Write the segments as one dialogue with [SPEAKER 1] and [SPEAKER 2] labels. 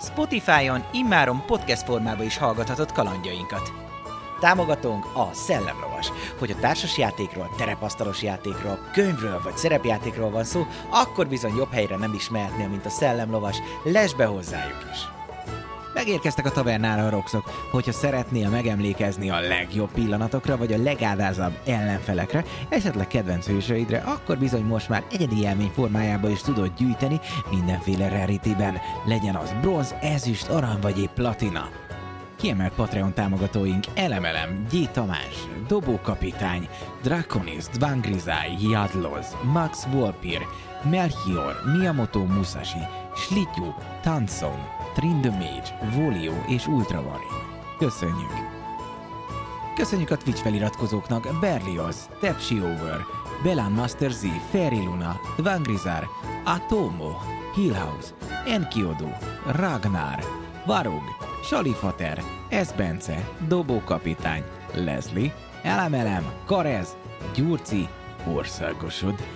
[SPEAKER 1] Spotify-on immáron podcast formában is hallgathatod kalandjainkat. Támogatónk a Szellemlovas. Hogy a társasjátékról, terepasztalos játékról, könyvről vagy szerepjátékról van szó, akkor bizony jobb helyre nem is mehetnél, mint a Szellemlovas. Lesz be hozzájuk is! Megérkeztek a tavernára a roxok. Hogyha szeretnél megemlékezni a legjobb pillanatokra, vagy a legádázabb ellenfelekre, esetleg kedvenc hősöidre, akkor bizony most már egyedi élmény formájába is tudod gyűjteni mindenféle rarityben. Legyen az bronz, ezüst, arany vagy épp platina. Kiemelt Patreon támogatóink Elemelem, G. Tamás, Dobókapitány, Draconis, Dvangrizai, Jadloz, Max Volpir, Melchior, Miyamoto Musashi, Slityu, Tanson, Trindomage, Volio és Ultravarin. Köszönjük! Köszönjük a Twitch feliratkozóknak Berlioz, Tepsi Over, Belán Master Z, Fairy Luna, Dvangrizar, Atomo, Hillhouse, Enkiodu, Ragnar, Varug, Salifater, Esbence, Dobókapitány, Leslie, Elemelem, Karez, Gyurci, Országosod,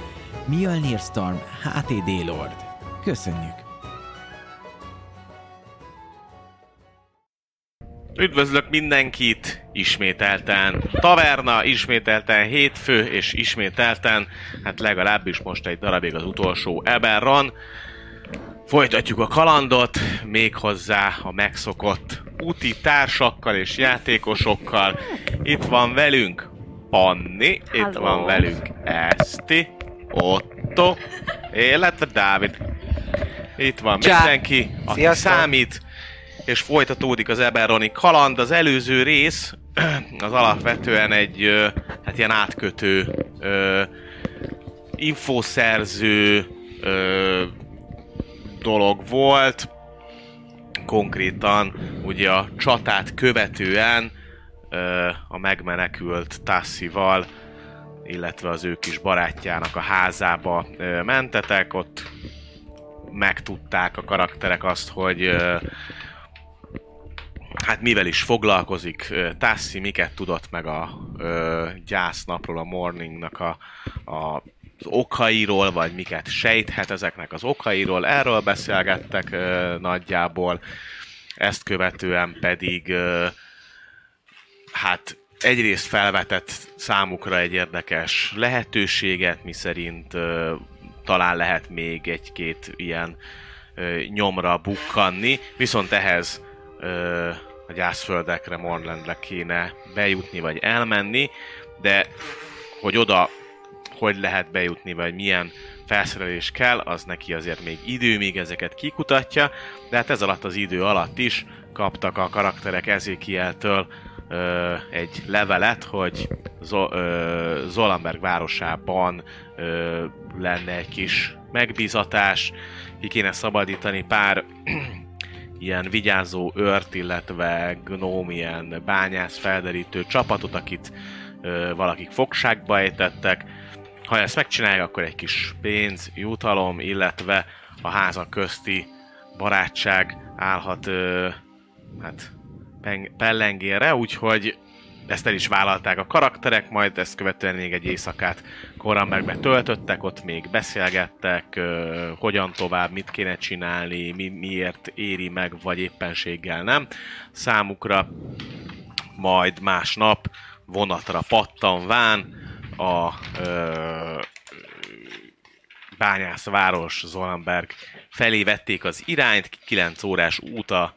[SPEAKER 1] Mjölnir Storm, HTD Lord. Köszönjük!
[SPEAKER 2] Üdvözlök mindenkit ismételten. Taverna ismételten hétfő, és ismételten, hát legalábbis most egy darabig az utolsó Eberron. Folytatjuk a kalandot, méghozzá a megszokott úti társakkal és játékosokkal. Itt van velünk Panni, itt
[SPEAKER 3] Hello.
[SPEAKER 2] van velünk Eszti, Otto, illetve Dávid. Itt van
[SPEAKER 1] Csá.
[SPEAKER 2] mindenki, aki
[SPEAKER 1] Sziasztok.
[SPEAKER 2] számít, és folytatódik az Eberroni kaland. Az előző rész az alapvetően egy ö, hát ilyen átkötő ö, infoszerző ö, dolog volt. Konkrétan ugye a csatát követően ö, a megmenekült Tassival, illetve az ő kis barátjának a házába ö, mentetek, ott megtudták a karakterek azt, hogy ö, hát mivel is foglalkozik ö, Tassi, miket tudott meg a ö, gyásznapról, a morningnak a, a az okairól, vagy miket sejthet ezeknek az okairól, erről beszélgettek ö, nagyjából, ezt követően pedig ö, hát egyrészt felvetett számukra egy érdekes lehetőséget, miszerint ö, talán lehet még egy-két ilyen ö, nyomra bukkanni, viszont ehhez ö, a gyászföldekre, Mornlandre kéne bejutni vagy elmenni, de hogy oda hogy lehet bejutni, vagy milyen felszerelés kell, az neki azért még idő, míg ezeket kikutatja, de hát ez alatt az idő alatt is kaptak a karakterek Ezékieltől ö, egy levelet, hogy Zo- ö, Zolamberg városában ö, lenne egy kis megbízatás, ki kéne szabadítani pár ilyen vigyázó ört, illetve gnóm, ilyen bányász felderítő csapatot, akit ö, valakik fogságba ejtettek. Ha ezt megcsinálják, akkor egy kis pénz, jutalom, illetve a házak közti barátság állhat ö, hát, peng- pellengére, úgyhogy ezt el is vállalták a karakterek, majd ezt követően még egy éjszakát Korambergbe töltöttek, ott még beszélgettek, ö, hogyan tovább, mit kéne csinálni, mi, miért éri meg, vagy éppenséggel nem. Számukra majd másnap vonatra pattanván a ö, bányászváros Zolamberg felé vették az irányt, 9 órás út a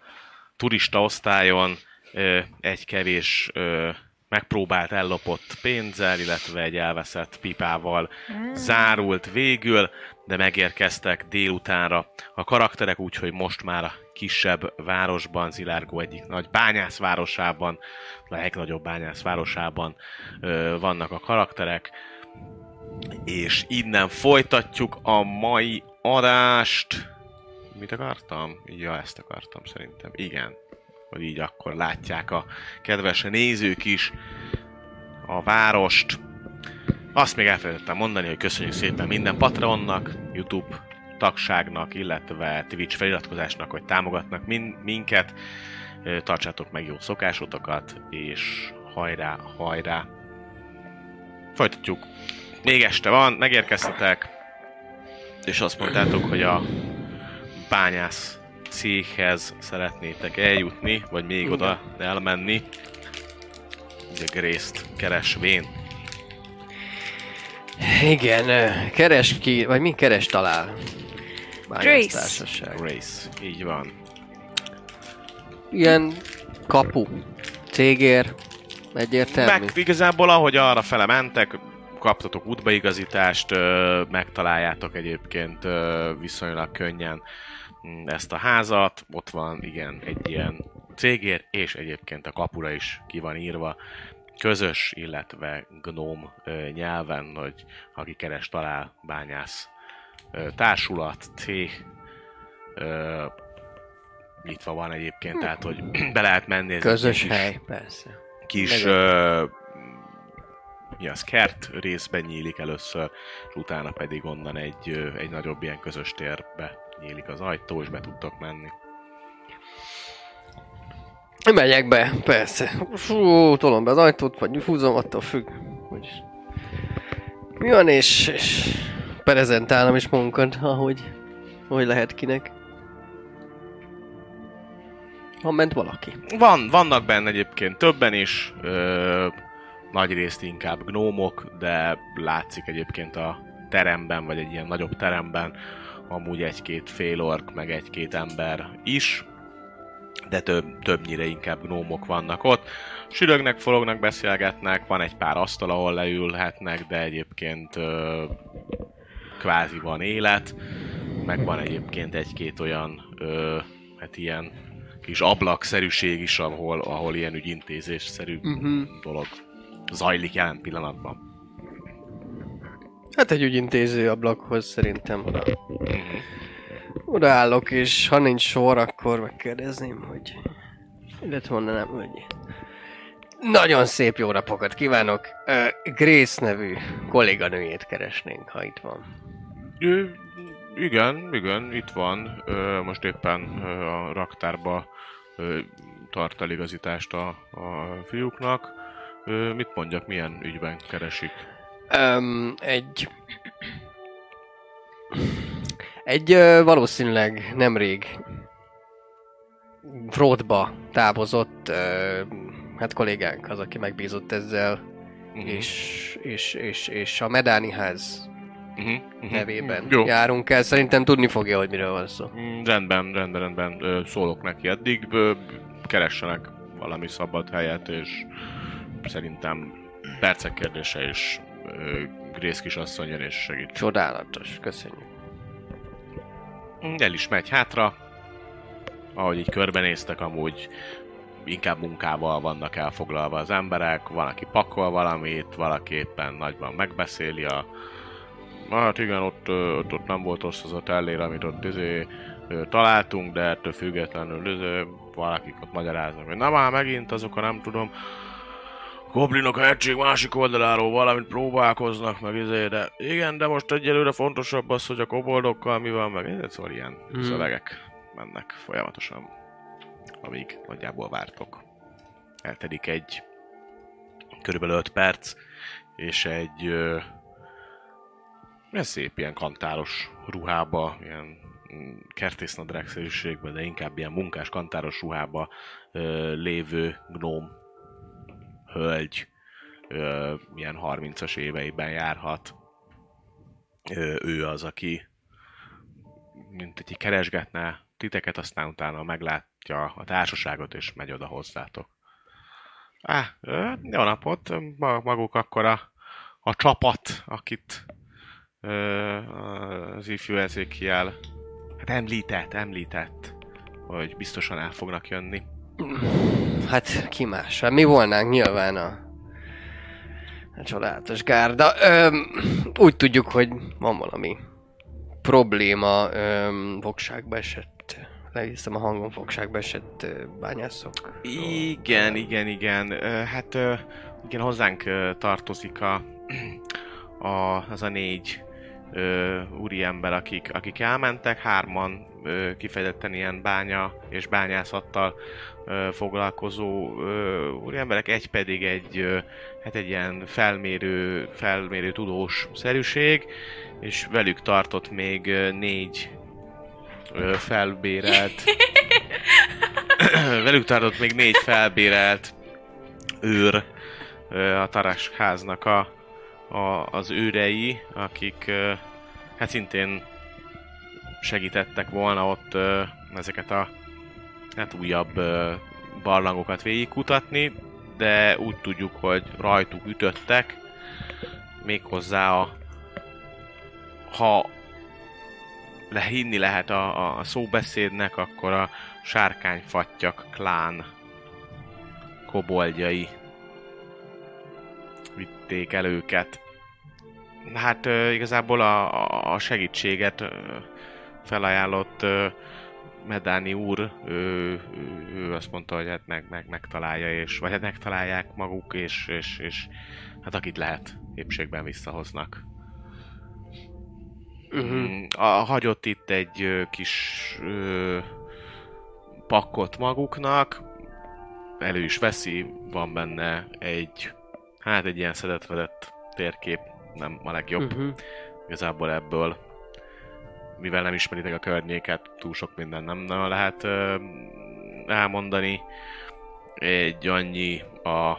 [SPEAKER 2] turista osztályon, ö, egy kevés ö, megpróbált ellopott pénzzel, illetve egy elveszett pipával zárult végül, de megérkeztek délutánra a karakterek, úgyhogy most már a kisebb városban, Zilárgó egyik nagy bányászvárosában, a legnagyobb bányászvárosában ö, vannak a karakterek, és innen folytatjuk a mai adást. Mit akartam? Ja, ezt akartam szerintem. Igen. Hogy így akkor látják a kedves nézők is a várost. Azt még elfelejtettem mondani, hogy köszönjük szépen minden Patreonnak, YouTube tagságnak, illetve Twitch feliratkozásnak, hogy támogatnak min- minket. Ö, Tartsátok meg jó szokásotokat, és hajrá, hajrá! Folytatjuk. Még este van, megérkeztetek, és azt mondtátok, hogy a bányász céghez szeretnétek eljutni, vagy még oda elmenni. Ugye Grészt keresvén.
[SPEAKER 3] Igen, ö, keres ki, vagy mi keres talál. Bányász
[SPEAKER 4] Grace.
[SPEAKER 3] társaság.
[SPEAKER 2] Grace, így van.
[SPEAKER 3] Ilyen kapu, cégér, egyértelmű.
[SPEAKER 2] Meg igazából ahogy arra fele mentek, kaptatok útbaigazítást, ö, megtaláljátok egyébként ö, viszonylag könnyen mm, ezt a házat. Ott van, igen, egy ilyen cégér, és egyébként a kapura is ki van írva. Közös, illetve gnóm ö, nyelven, hogy aki keres, talál, bányász. Ö, Társulat, cég, ö, nyitva van egyébként, tehát hogy be lehet menni. ez egy
[SPEAKER 3] Közös
[SPEAKER 2] kis-
[SPEAKER 3] hely, persze.
[SPEAKER 2] kis
[SPEAKER 3] Legyen.
[SPEAKER 2] ö, mi az, kert részben nyílik először, és utána pedig onnan egy, ö, egy nagyobb ilyen közös térbe nyílik az ajtó, és be tudtok menni.
[SPEAKER 3] Megyek be, persze. Fú, tolom be az ajtót, vagy húzom, attól függ. Hogy... Mi van, és, és prezentálom is magunkat, ahogy hogy lehet kinek. Ha ment valaki.
[SPEAKER 2] Van, vannak benne egyébként többen is, ö, nagy részt inkább gnómok, de látszik egyébként a teremben, vagy egy ilyen nagyobb teremben amúgy egy-két félork, meg egy-két ember is, de több, többnyire inkább gnómok vannak ott. Sülögnek, forognak, beszélgetnek, van egy pár asztal, ahol leülhetnek, de egyébként ö, kvázi van élet, meg van egyébként egy-két olyan, ö, hát ilyen kis ablakszerűség is, ahol, ahol ilyen ügyintézésszerű
[SPEAKER 3] Mhm.
[SPEAKER 2] dolog zajlik jelen pillanatban.
[SPEAKER 3] Hát egy ügyintéző ablakhoz szerintem oda. Odaállok, és ha nincs sor, akkor megkérdezném, hogy... Illetve mondanám, hogy... Nagyon szép jó napokat kívánok! Ö, Grace nevű kolléganőjét keresnénk, ha itt van.
[SPEAKER 2] Ő, igen, igen, itt van. Ö, most éppen ö, a raktárba ö, tart eligazítást a, a fiúknak. Ö, mit mondjak, milyen ügyben keresik?
[SPEAKER 3] Öm, egy... Egy ö, valószínűleg nemrég Frodba távozott, ö, hát kollégánk az, aki megbízott ezzel,
[SPEAKER 2] Mhm.
[SPEAKER 3] és, és, és, és a Medáni ház
[SPEAKER 2] Mhm, mhm.
[SPEAKER 3] nevében
[SPEAKER 2] Jó.
[SPEAKER 3] járunk el. Szerintem tudni fogja, hogy miről van szó.
[SPEAKER 2] Mm, Rendben, rendben, rendben. Ö, szólok neki eddig. Ö, keressenek valami szabad helyet, és szerintem percek kérdése is ö, Grace kisasszony jön és segít.
[SPEAKER 3] Csodálatos, köszönjük.
[SPEAKER 2] Mm, El is megy hátra. Ahogy így körbenéztek, amúgy inkább munkával vannak elfoglalva az emberek, van, aki pakol valamit, valaki éppen nagyban megbeszéli a... Hát igen, ott, ö, ott, ott nem volt rossz az a tellér, amit ott izé, ö, találtunk, de ettől függetlenül izé, valakik ott magyaráznak, hogy na már megint azok a nem tudom, goblinok a hegység másik oldaláról valamit próbálkoznak, meg izé, de igen, de most egyelőre fontosabb az, hogy a koboldokkal mi van, meg ez szóval ilyen
[SPEAKER 3] Mm.
[SPEAKER 2] hmm. szövegek mennek folyamatosan, amíg nagyjából vártok. Eltelik egy körülbelül 5 perc, és egy ö, ilyen szép ilyen kantáros ruhába, ilyen mm, kertésznadrágszerűségben, de inkább ilyen munkás kantáros ruhába ö, lévő gnóm hölgy ö, ilyen 30-as éveiben járhat. Ö, ő az, aki mint egy keresgetne titeket, aztán utána meglátja a társaságot, és megy oda hozzátok. Á, ö, jó napot, ma- maguk akkor a, a csapat, akit ö, az ifjú ezékiel hát említett, említett, hogy biztosan el fognak jönni.
[SPEAKER 3] Hát ki más? Hát mi volnánk nyilván a, a csodálatos gárda. Öm, úgy tudjuk, hogy van valami probléma öm, fogságba esett. Lehiszem a hangon fogságba esett ö, bányászok. Mhm.
[SPEAKER 2] Igen, igen, igen. Ö, Hát ö, igen, hozzánk ö, tartozik a, a, az a négy ö, úriember, akik, akik elmentek, hárman ö, kifejezetten ilyen bánya és bányászattal ö, foglalkozó ö, úriemberek, egy pedig egy, ö, hát egy ilyen felmérő, felmérő tudós szerűség, és velük tartott még ö, négy ö, felbérelt velük tartott még négy felbérelt őr ö, a Tarasháznak a, a, az őrei, akik ö, hát szintén segítettek volna ott ö, ezeket a hát újabb ö, barlangokat végigkutatni, de úgy tudjuk, hogy rajtuk ütöttek, méghozzá a ha le, hinni lehet a, a- a szóbeszédnek, akkor a sárkányfattyak klán koboldjai vitték el őket. Hát ö, igazából a, a- a segítséget ö, felajánlott ö, Medáni úr, ő, ő, ő azt mondta, hogy hát meg, meg, megtalálja, és, vagy hát megtalálják maguk, és, és, és hát akit lehet, épségben visszahoznak.
[SPEAKER 3] Uh-huh.
[SPEAKER 2] Mm, A, hagyott itt egy ö, kis ö, pakkot maguknak, elő is veszi, van benne egy, hát egy ilyen szedetvedett térkép, nem a legjobb
[SPEAKER 3] Uh-huh.
[SPEAKER 2] igazából ebből, mivel nem ismeritek a környéket, túl sok minden nem nagyon lehet ö, elmondani. Egy annyi a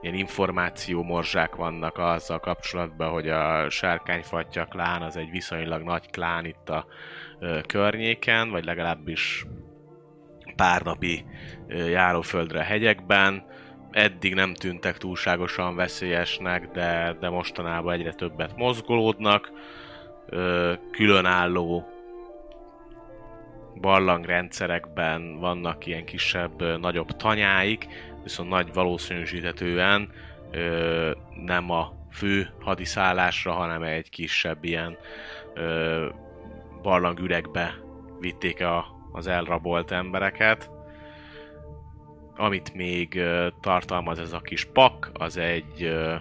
[SPEAKER 2] ilyen információ morzsák vannak azzal kapcsolatban, hogy a sárkányfatja klán az egy viszonylag nagy klán itt a ö, környéken, vagy legalábbis pár napi ö, járóföldre a hegyekben. Eddig nem tűntek túlságosan veszélyesnek, de, de mostanában egyre többet mozgolódnak. Ö, különálló barlangrendszerekben vannak ilyen kisebb, ö, nagyobb tanyáik, viszont nagy valószínűsíthetően ö, nem a fő hadiszállásra, hanem egy kisebb ilyen ö, barlangüregbe vitték a, az elrabolt embereket amit még ö, tartalmaz ez a kis pak, az egy ö,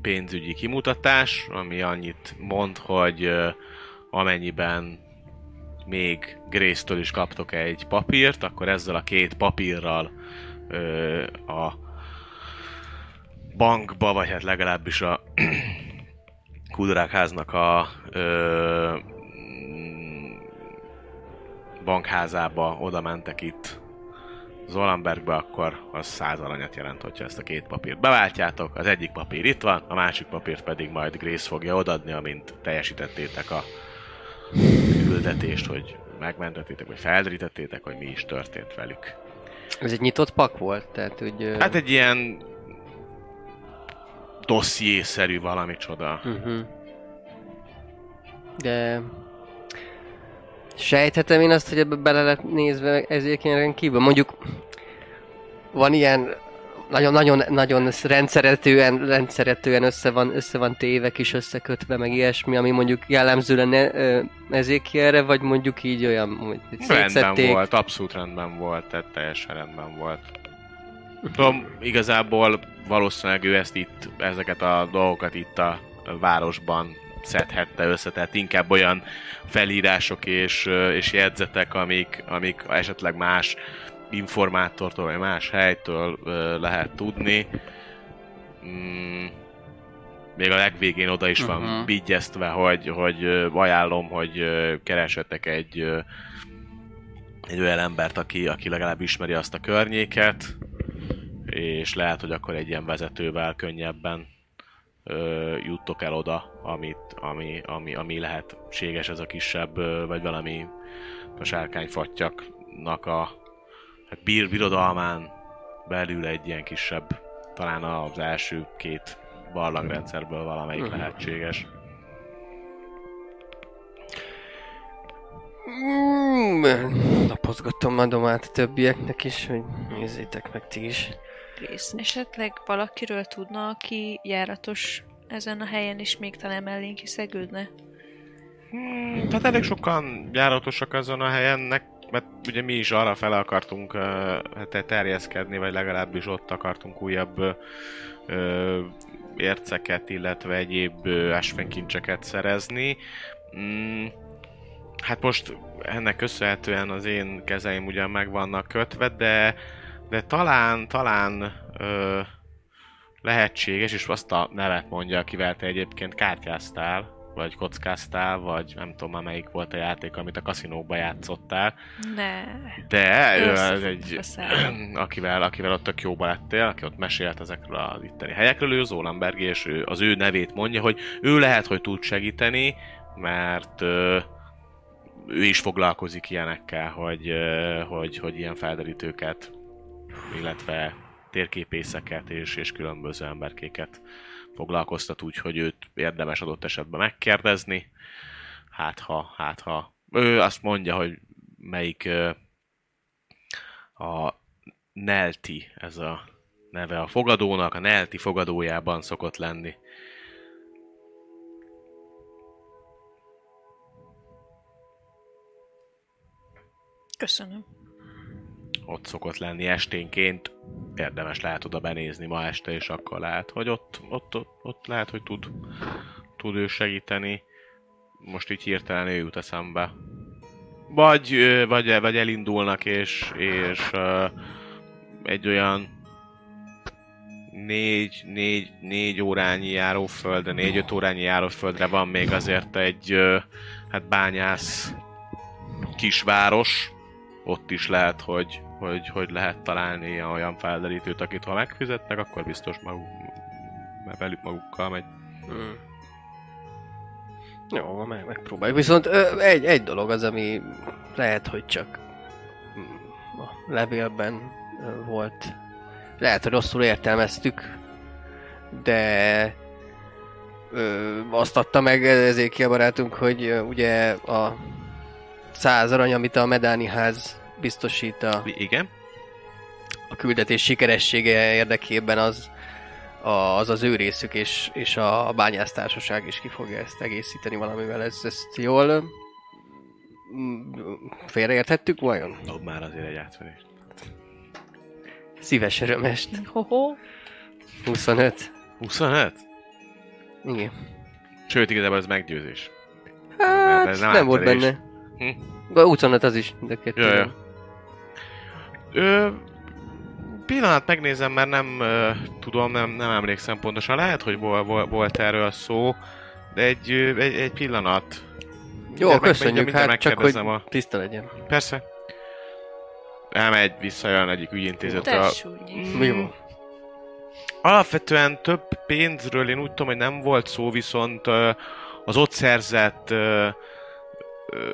[SPEAKER 2] pénzügyi kimutatás, ami annyit mond, hogy ö, amennyiben még Grace-től is kaptok egy papírt, akkor ezzel a két papírral ö, a bankba, vagy hát legalábbis a Kudrákháznak a ö, bankházába oda mentek itt Zolambergbe, akkor az száz aranyat jelent, hogyha ezt a két papírt beváltjátok. Az egyik papír itt van, a másik papírt pedig majd Grace fogja odaadni, amint teljesítettétek a küldetést, hogy megmentettétek, vagy felderítettétek, hogy mi is történt velük.
[SPEAKER 3] Ez egy nyitott pak volt, tehát hogy... ö,
[SPEAKER 2] Hát egy ilyen dossziészerű valami csoda.
[SPEAKER 3] Uh-huh. De... Sejthetem én azt, hogy ebbe bele lett nézve ezéken kívül. Mondjuk van ilyen nagyon-nagyon-nagyon rendszeretően, rendszeretően össze van, össze van téve, kis összekötve, meg ilyesmi, ami mondjuk jellemző lenne ö, ezékjelre, vagy mondjuk így olyan, hogy
[SPEAKER 2] Rendben
[SPEAKER 3] szétszették.
[SPEAKER 2] volt, abszolút rendben volt, tehát teljesen rendben volt. Tudom, igazából valószínűleg ő ezt itt, ezeket a dolgokat itt a városban szedhette össze, tehát inkább olyan felírások és, ö, és jegyzetek, amik, amik esetleg más informátortól vagy más helytől ö, lehet tudni. Mm, még a legvégén oda is van
[SPEAKER 3] Mhm.
[SPEAKER 2] uh-huh. vigyeztve, hogy, hogy ö, ajánlom, hogy ö, keresetek egy ö, egy olyan embert, aki, aki legalább ismeri azt a környéket, és lehet, hogy akkor egy ilyen vezetővel könnyebben ö, juttok el oda, amit, ami, ami, ami lehetséges ez a kisebb, ö, vagy valami a sárkányfattyaknak a hát bir, birodalmán belül egy ilyen kisebb, talán az első két barlangrendszerből valamelyik
[SPEAKER 3] Mhm.
[SPEAKER 2] lehetséges.
[SPEAKER 3] Mm, Lapozgatom a domát a többieknek is, hogy nézzétek meg ti is.
[SPEAKER 4] Rész. Esetleg valakiről tudna, aki járatos ezen a helyen is még talán mellénk is szegődne.
[SPEAKER 2] Hmm, tehát elég sokan járatosak ezen a helyen, nek- mert ugye mi is arra fel akartunk ö, hát terjeszkedni, vagy legalábbis ott akartunk újabb ö, ö, érceket, illetve egyéb ö, ásványkincseket szerezni. Mm, hát most ennek köszönhetően az én kezeim ugyan meg vannak kötve, de, de talán, talán ö, lehetséges, és azt a nevet mondja, akivel te egyébként kártyáztál, vagy kockáztál, vagy nem tudom már melyik volt a játék, amit a kaszinókba játszottál,
[SPEAKER 4] Ne.
[SPEAKER 2] de ő az
[SPEAKER 4] Összefognak
[SPEAKER 2] egy,
[SPEAKER 4] a szálak.
[SPEAKER 2] akivel, akivel ott tök jóba lettél, aki ott mesélt ezekről az itteni helyekről, ő Zólambergi, és ő, az ő nevét mondja, hogy ő lehet, hogy tud segíteni, mert ö, ő is foglalkozik ilyenekkel, hogy, ö, hogy, hogy ilyen felderítőket, illetve térképészeket és, és különböző emberkéket foglalkoztat, úgyhogy őt érdemes adott esetben megkérdezni. Hát ha, hát ha. Ő azt mondja, hogy melyik ö, a Nelti, ez a neve a fogadónak, a Nelti fogadójában szokott lenni.
[SPEAKER 4] Köszönöm.
[SPEAKER 2] Ott szokott lenni esténként. Érdemes lehet oda benézni ma este, és akkor lehet, hogy ott, ott, ott, ott lehet, hogy tud, tud ő segíteni. Most így hirtelen ő jut eszembe. Vagy, ö, vagy, vagy elindulnak, és, és ö, egy olyan négy, négy, négy órányi járóföldre, négy-öt órányi járóföldre van még azért egy ö, hát bányász kisváros. Ott is lehet, hogy, hogy, hogy lehet találni ilyen olyan felderítőt, akit ha megfizetnek, akkor biztos maguk, mert velük magukkal megy.
[SPEAKER 3] Mm. Jó, van, meg, megpróbáljuk. Viszont ö, egy, egy dolog az, ami lehet, hogy csak mm, a levélben ö, volt. Lehet, hogy rosszul értelmeztük, de ö, azt adta meg ezért ki a barátunk, hogy ö, ugye a száz arany, amit a Medáni ház biztosít a
[SPEAKER 2] Igen?
[SPEAKER 3] a küldetés sikeressége érdekében az a- az, az ő részük, és, és a bányásztársaság is ki fogja ezt egészíteni valamivel. Ezt, ezt jól ö, m- félreérthettük vajon?
[SPEAKER 2] Dob már azért egy átverést.
[SPEAKER 3] Szíves örömest.
[SPEAKER 4] Hoho.
[SPEAKER 3] 25.
[SPEAKER 2] 25?
[SPEAKER 3] Igen.
[SPEAKER 2] Sőt, igazából ez meggyőzés.
[SPEAKER 3] Hát,
[SPEAKER 2] ez
[SPEAKER 3] nem,
[SPEAKER 2] nem
[SPEAKER 3] nem volt
[SPEAKER 2] átverés.
[SPEAKER 3] benne.
[SPEAKER 2] Hm?
[SPEAKER 3] De 25 az is, de kettő.
[SPEAKER 2] Jaj, jaj. Ö, pillanat, megnézem, mert nem ö, tudom, nem, nem emlékszem pontosan. Lehet, hogy vol, vol, volt erről szó, de egy, ö, egy, egy pillanat.
[SPEAKER 3] Jó,
[SPEAKER 2] Mindjárt meg-
[SPEAKER 3] köszönjük,
[SPEAKER 2] mindjárt
[SPEAKER 3] hát csak, hogy
[SPEAKER 2] megkérdezem a...
[SPEAKER 3] tiszta legyen.
[SPEAKER 2] Persze. Elmegy, visszajön egyik ügyintézetről.
[SPEAKER 4] Tessúnyi.
[SPEAKER 3] Mi van?
[SPEAKER 2] Alapvetően több pénzről én úgy tudom, hogy nem volt szó, viszont ö, az ott szerzett ö, ö,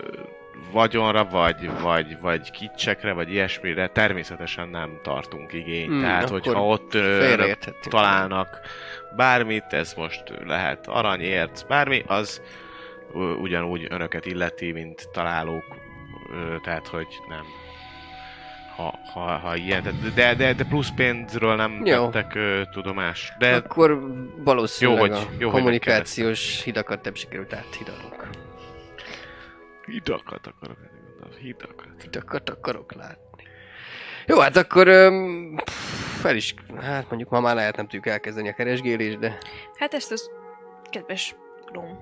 [SPEAKER 2] vagyonra, vagy, vagy, vagy kicsekre, vagy ilyesmire természetesen nem tartunk igényt.
[SPEAKER 3] Mm,
[SPEAKER 2] Mm, Tehát,
[SPEAKER 3] akkor
[SPEAKER 2] hogyha ott ö,
[SPEAKER 3] Félreérthettük.
[SPEAKER 2] találnak bármit, ez most lehet arany, érc, bármi, az ö, ugyanúgy önöket illeti, mint találók, ö, tehát hogy nem. Ha, ha, ha ilyen, tehát- de, de, de plusz pénzről nem
[SPEAKER 3] Jó.
[SPEAKER 2] Jó. vettek ö, tudomást. De
[SPEAKER 3] Akkor valószínűleg
[SPEAKER 2] Jó, hogy-
[SPEAKER 3] a
[SPEAKER 2] jó, hogy
[SPEAKER 3] kommunikációs hidakat nem sikerült áthidalnunk.
[SPEAKER 2] hidakat akarok, elmondani, hidakat.
[SPEAKER 3] Titakat akarok látni. Jó, hát akkor öm, pff, fel is, hát mondjuk ma már lehet nem tudjuk elkezdeni a keresgélést, de
[SPEAKER 4] Hát ezt az kedves Grom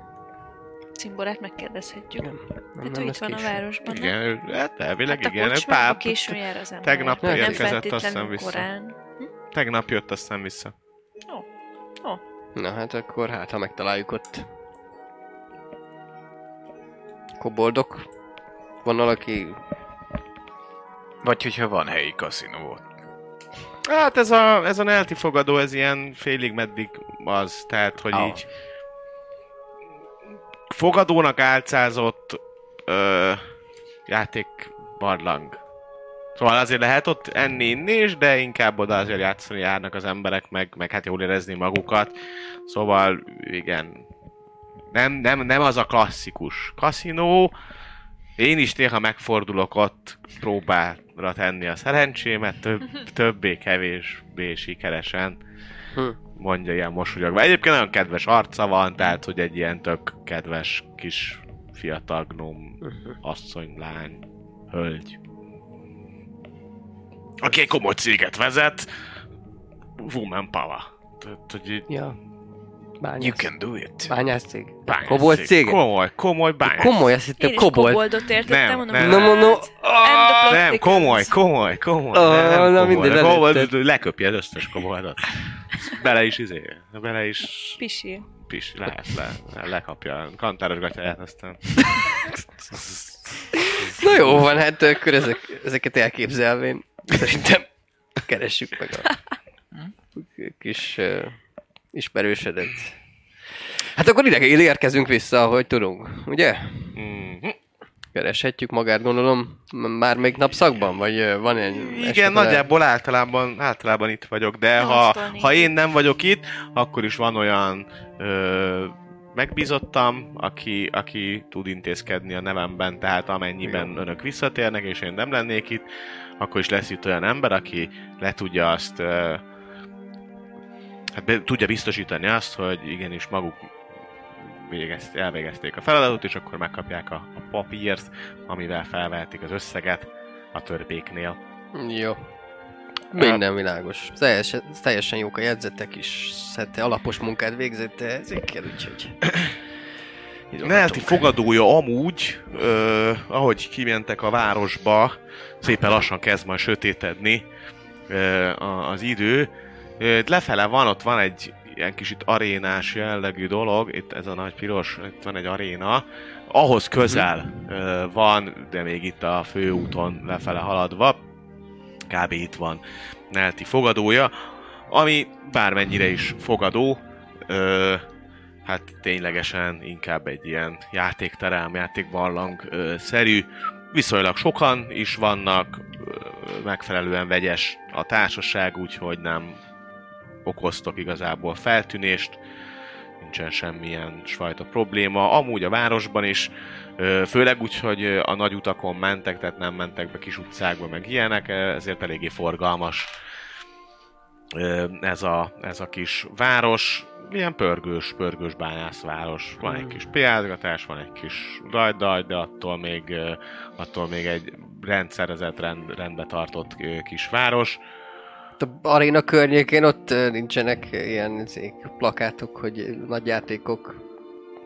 [SPEAKER 4] cimborát megkérdezhetjük.
[SPEAKER 3] nem, nem,
[SPEAKER 4] Hát
[SPEAKER 3] nem
[SPEAKER 4] ő itt
[SPEAKER 3] ez
[SPEAKER 4] van a
[SPEAKER 3] késő.
[SPEAKER 4] városban, nem?
[SPEAKER 2] Igen, ő- hát elvileg
[SPEAKER 4] Hát
[SPEAKER 2] hát igen,
[SPEAKER 4] a
[SPEAKER 2] ő
[SPEAKER 4] kocsmába
[SPEAKER 2] pár,
[SPEAKER 4] későn jár az ember.
[SPEAKER 2] tegnap
[SPEAKER 4] nem
[SPEAKER 2] érkezett, azt hiszem,
[SPEAKER 4] feltétlenül
[SPEAKER 2] vissza.
[SPEAKER 4] korán.
[SPEAKER 2] tegnap jött aztán vissza.
[SPEAKER 3] Na hát akkor hát, ha megtaláljuk ott koboldok, van valaki,
[SPEAKER 5] Vagy hogyha van helyi kaszinó ott.
[SPEAKER 2] Hát ez a, ez a nelti fogadó, ez ilyen félig meddig az, tehát hogy
[SPEAKER 5] Ah.
[SPEAKER 2] így fogadónak álcázott ö, játékbarlang. Szóval azért lehet ott enni, inni is, de inkább oda azért játszani járnak az emberek, meg, meg hát jól érezni magukat. Szóval igen, nem, nem, nem az a klasszikus kaszinó. Én is néha megfordulok ott próbára tenni a szerencsémet, több, többé, kevésbé sikeresen.
[SPEAKER 3] Hm.
[SPEAKER 2] mondja ilyen mosolyogva. Egyébként nagyon kedves arca van, tehát hogy egy ilyen tök kedves kis fiatal gnóm,
[SPEAKER 3] hm,
[SPEAKER 2] asszony, lány, hölgy. Aki egy komoly céget vezet, Woman Power. Tehát, hogy így
[SPEAKER 3] Ja.
[SPEAKER 5] You
[SPEAKER 3] Bányász.
[SPEAKER 5] can do it.
[SPEAKER 3] Bányász cég.
[SPEAKER 2] bányász
[SPEAKER 3] Kobolt
[SPEAKER 2] cég.
[SPEAKER 3] cég?
[SPEAKER 2] Komoly, komoly bányász.
[SPEAKER 3] Komoly, azt hittem
[SPEAKER 4] Én is
[SPEAKER 3] kobolt.
[SPEAKER 4] koboldot értettem,
[SPEAKER 2] Nem,
[SPEAKER 4] mondom,
[SPEAKER 2] nem.
[SPEAKER 3] No, no, no.
[SPEAKER 4] Ah,
[SPEAKER 2] Nem, komoly, komoly, komoly.
[SPEAKER 3] Ó,
[SPEAKER 2] nem, nem
[SPEAKER 3] Ah, na
[SPEAKER 2] komoly.
[SPEAKER 3] mindegy,
[SPEAKER 2] A komoly,
[SPEAKER 3] lelőtted.
[SPEAKER 2] leköpje az összes komoldat. Bele is izé, bele is
[SPEAKER 4] Pisi.
[SPEAKER 2] pis, lehet, le, lekapja. Kantáros gatyáját aztán.
[SPEAKER 3] Na jó van, hát akkor ezek, ezeket elképzelvén szerintem keressük meg a kis uh, ismerősödet. Hát akkor ide ide érkezünk vissza, ahogy tudunk, ugye?
[SPEAKER 2] Mhm.
[SPEAKER 3] Kereshetjük magát, gondolom, m- már még napszakban, vagy ö, van egy...
[SPEAKER 2] Igen,
[SPEAKER 3] esetleg-
[SPEAKER 2] nagyjából általában, általában itt vagyok, de
[SPEAKER 4] Na,
[SPEAKER 2] ha,
[SPEAKER 4] aztán
[SPEAKER 2] ha
[SPEAKER 4] nincs.
[SPEAKER 2] én nem vagyok itt, akkor is van olyan ö, megbízottam, aki, aki tud intézkedni a nevemben, tehát amennyiben önök visszatérnek, és én nem lennék itt, akkor is lesz itt olyan ember, aki le tudja azt, ö, hát be, tudja biztosítani azt, hogy igenis maguk végezt, elvégezték a feladatot, és akkor megkapják a, a papírt, amivel felvehetik az összeget a törbéknél.
[SPEAKER 3] Jó.
[SPEAKER 2] Hát.
[SPEAKER 3] Minden világos. Teljesen, teljesen jók a jegyzetek is. Szerte alapos munkát végzett ezekkel, úgyhogy...
[SPEAKER 2] Nelti
[SPEAKER 3] Izolhatunk.
[SPEAKER 2] hát fogadója amúgy, ö, ahogy kimentek a városba, szépen lassan kezd majd sötétedni ö, a, az idő. Ö, lefele van, ott van egy ilyen kis itt arénás jellegű dolog, itt ez a nagy piros, itt van egy aréna, ahhoz közel ö, van, de még itt a főúton lefele haladva, kb. itt van Nelti fogadója, ami bármennyire is fogadó, ö, hát ténylegesen inkább egy ilyen játékterem, játékbarlang ö, szerű. Viszonylag sokan is vannak, ö, megfelelően vegyes a társaság, úgyhogy nem okoztok igazából feltűnést, nincsen semmilyen fajta probléma. Amúgy a városban is, ö, főleg úgy, hogy ö, a nagy utakon mentek, tehát nem mentek be kis utcákba, meg ilyenek, ö, ezért eléggé forgalmas ö, ez a, ez a kis város, ilyen pörgős, pörgős bányászváros. Van egy kis piázgatás, van egy kis dajdaj, de attól még, ö, attól még egy rendszerezett, rend, rendbe tartott ö, kis város.
[SPEAKER 3] Ott a aréna környékén ott ö, nincsenek ilyen izék, plakátok, hogy nagy játékok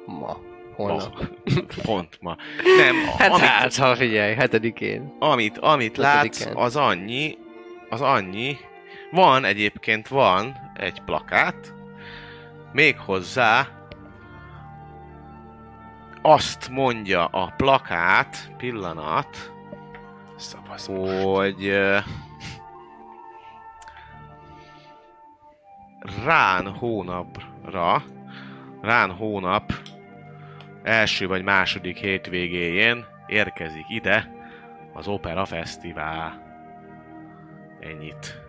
[SPEAKER 3] ma, holnap.
[SPEAKER 2] Oh, pont ma. Nem,
[SPEAKER 3] Hát,
[SPEAKER 2] amit,
[SPEAKER 3] hát, ha Hát, figyelj, hetedikén.
[SPEAKER 2] amit, amit látsz,
[SPEAKER 3] Ötödiken.
[SPEAKER 2] az annyi, az annyi. Van egyébként, van egy plakát, méghozzá azt mondja a plakát, pillanat,
[SPEAKER 5] Szavasz.
[SPEAKER 2] hogy ö, rán hónapra, rán hónap első vagy második hétvégéjén érkezik ide az Opera Fesztivál. Ennyit.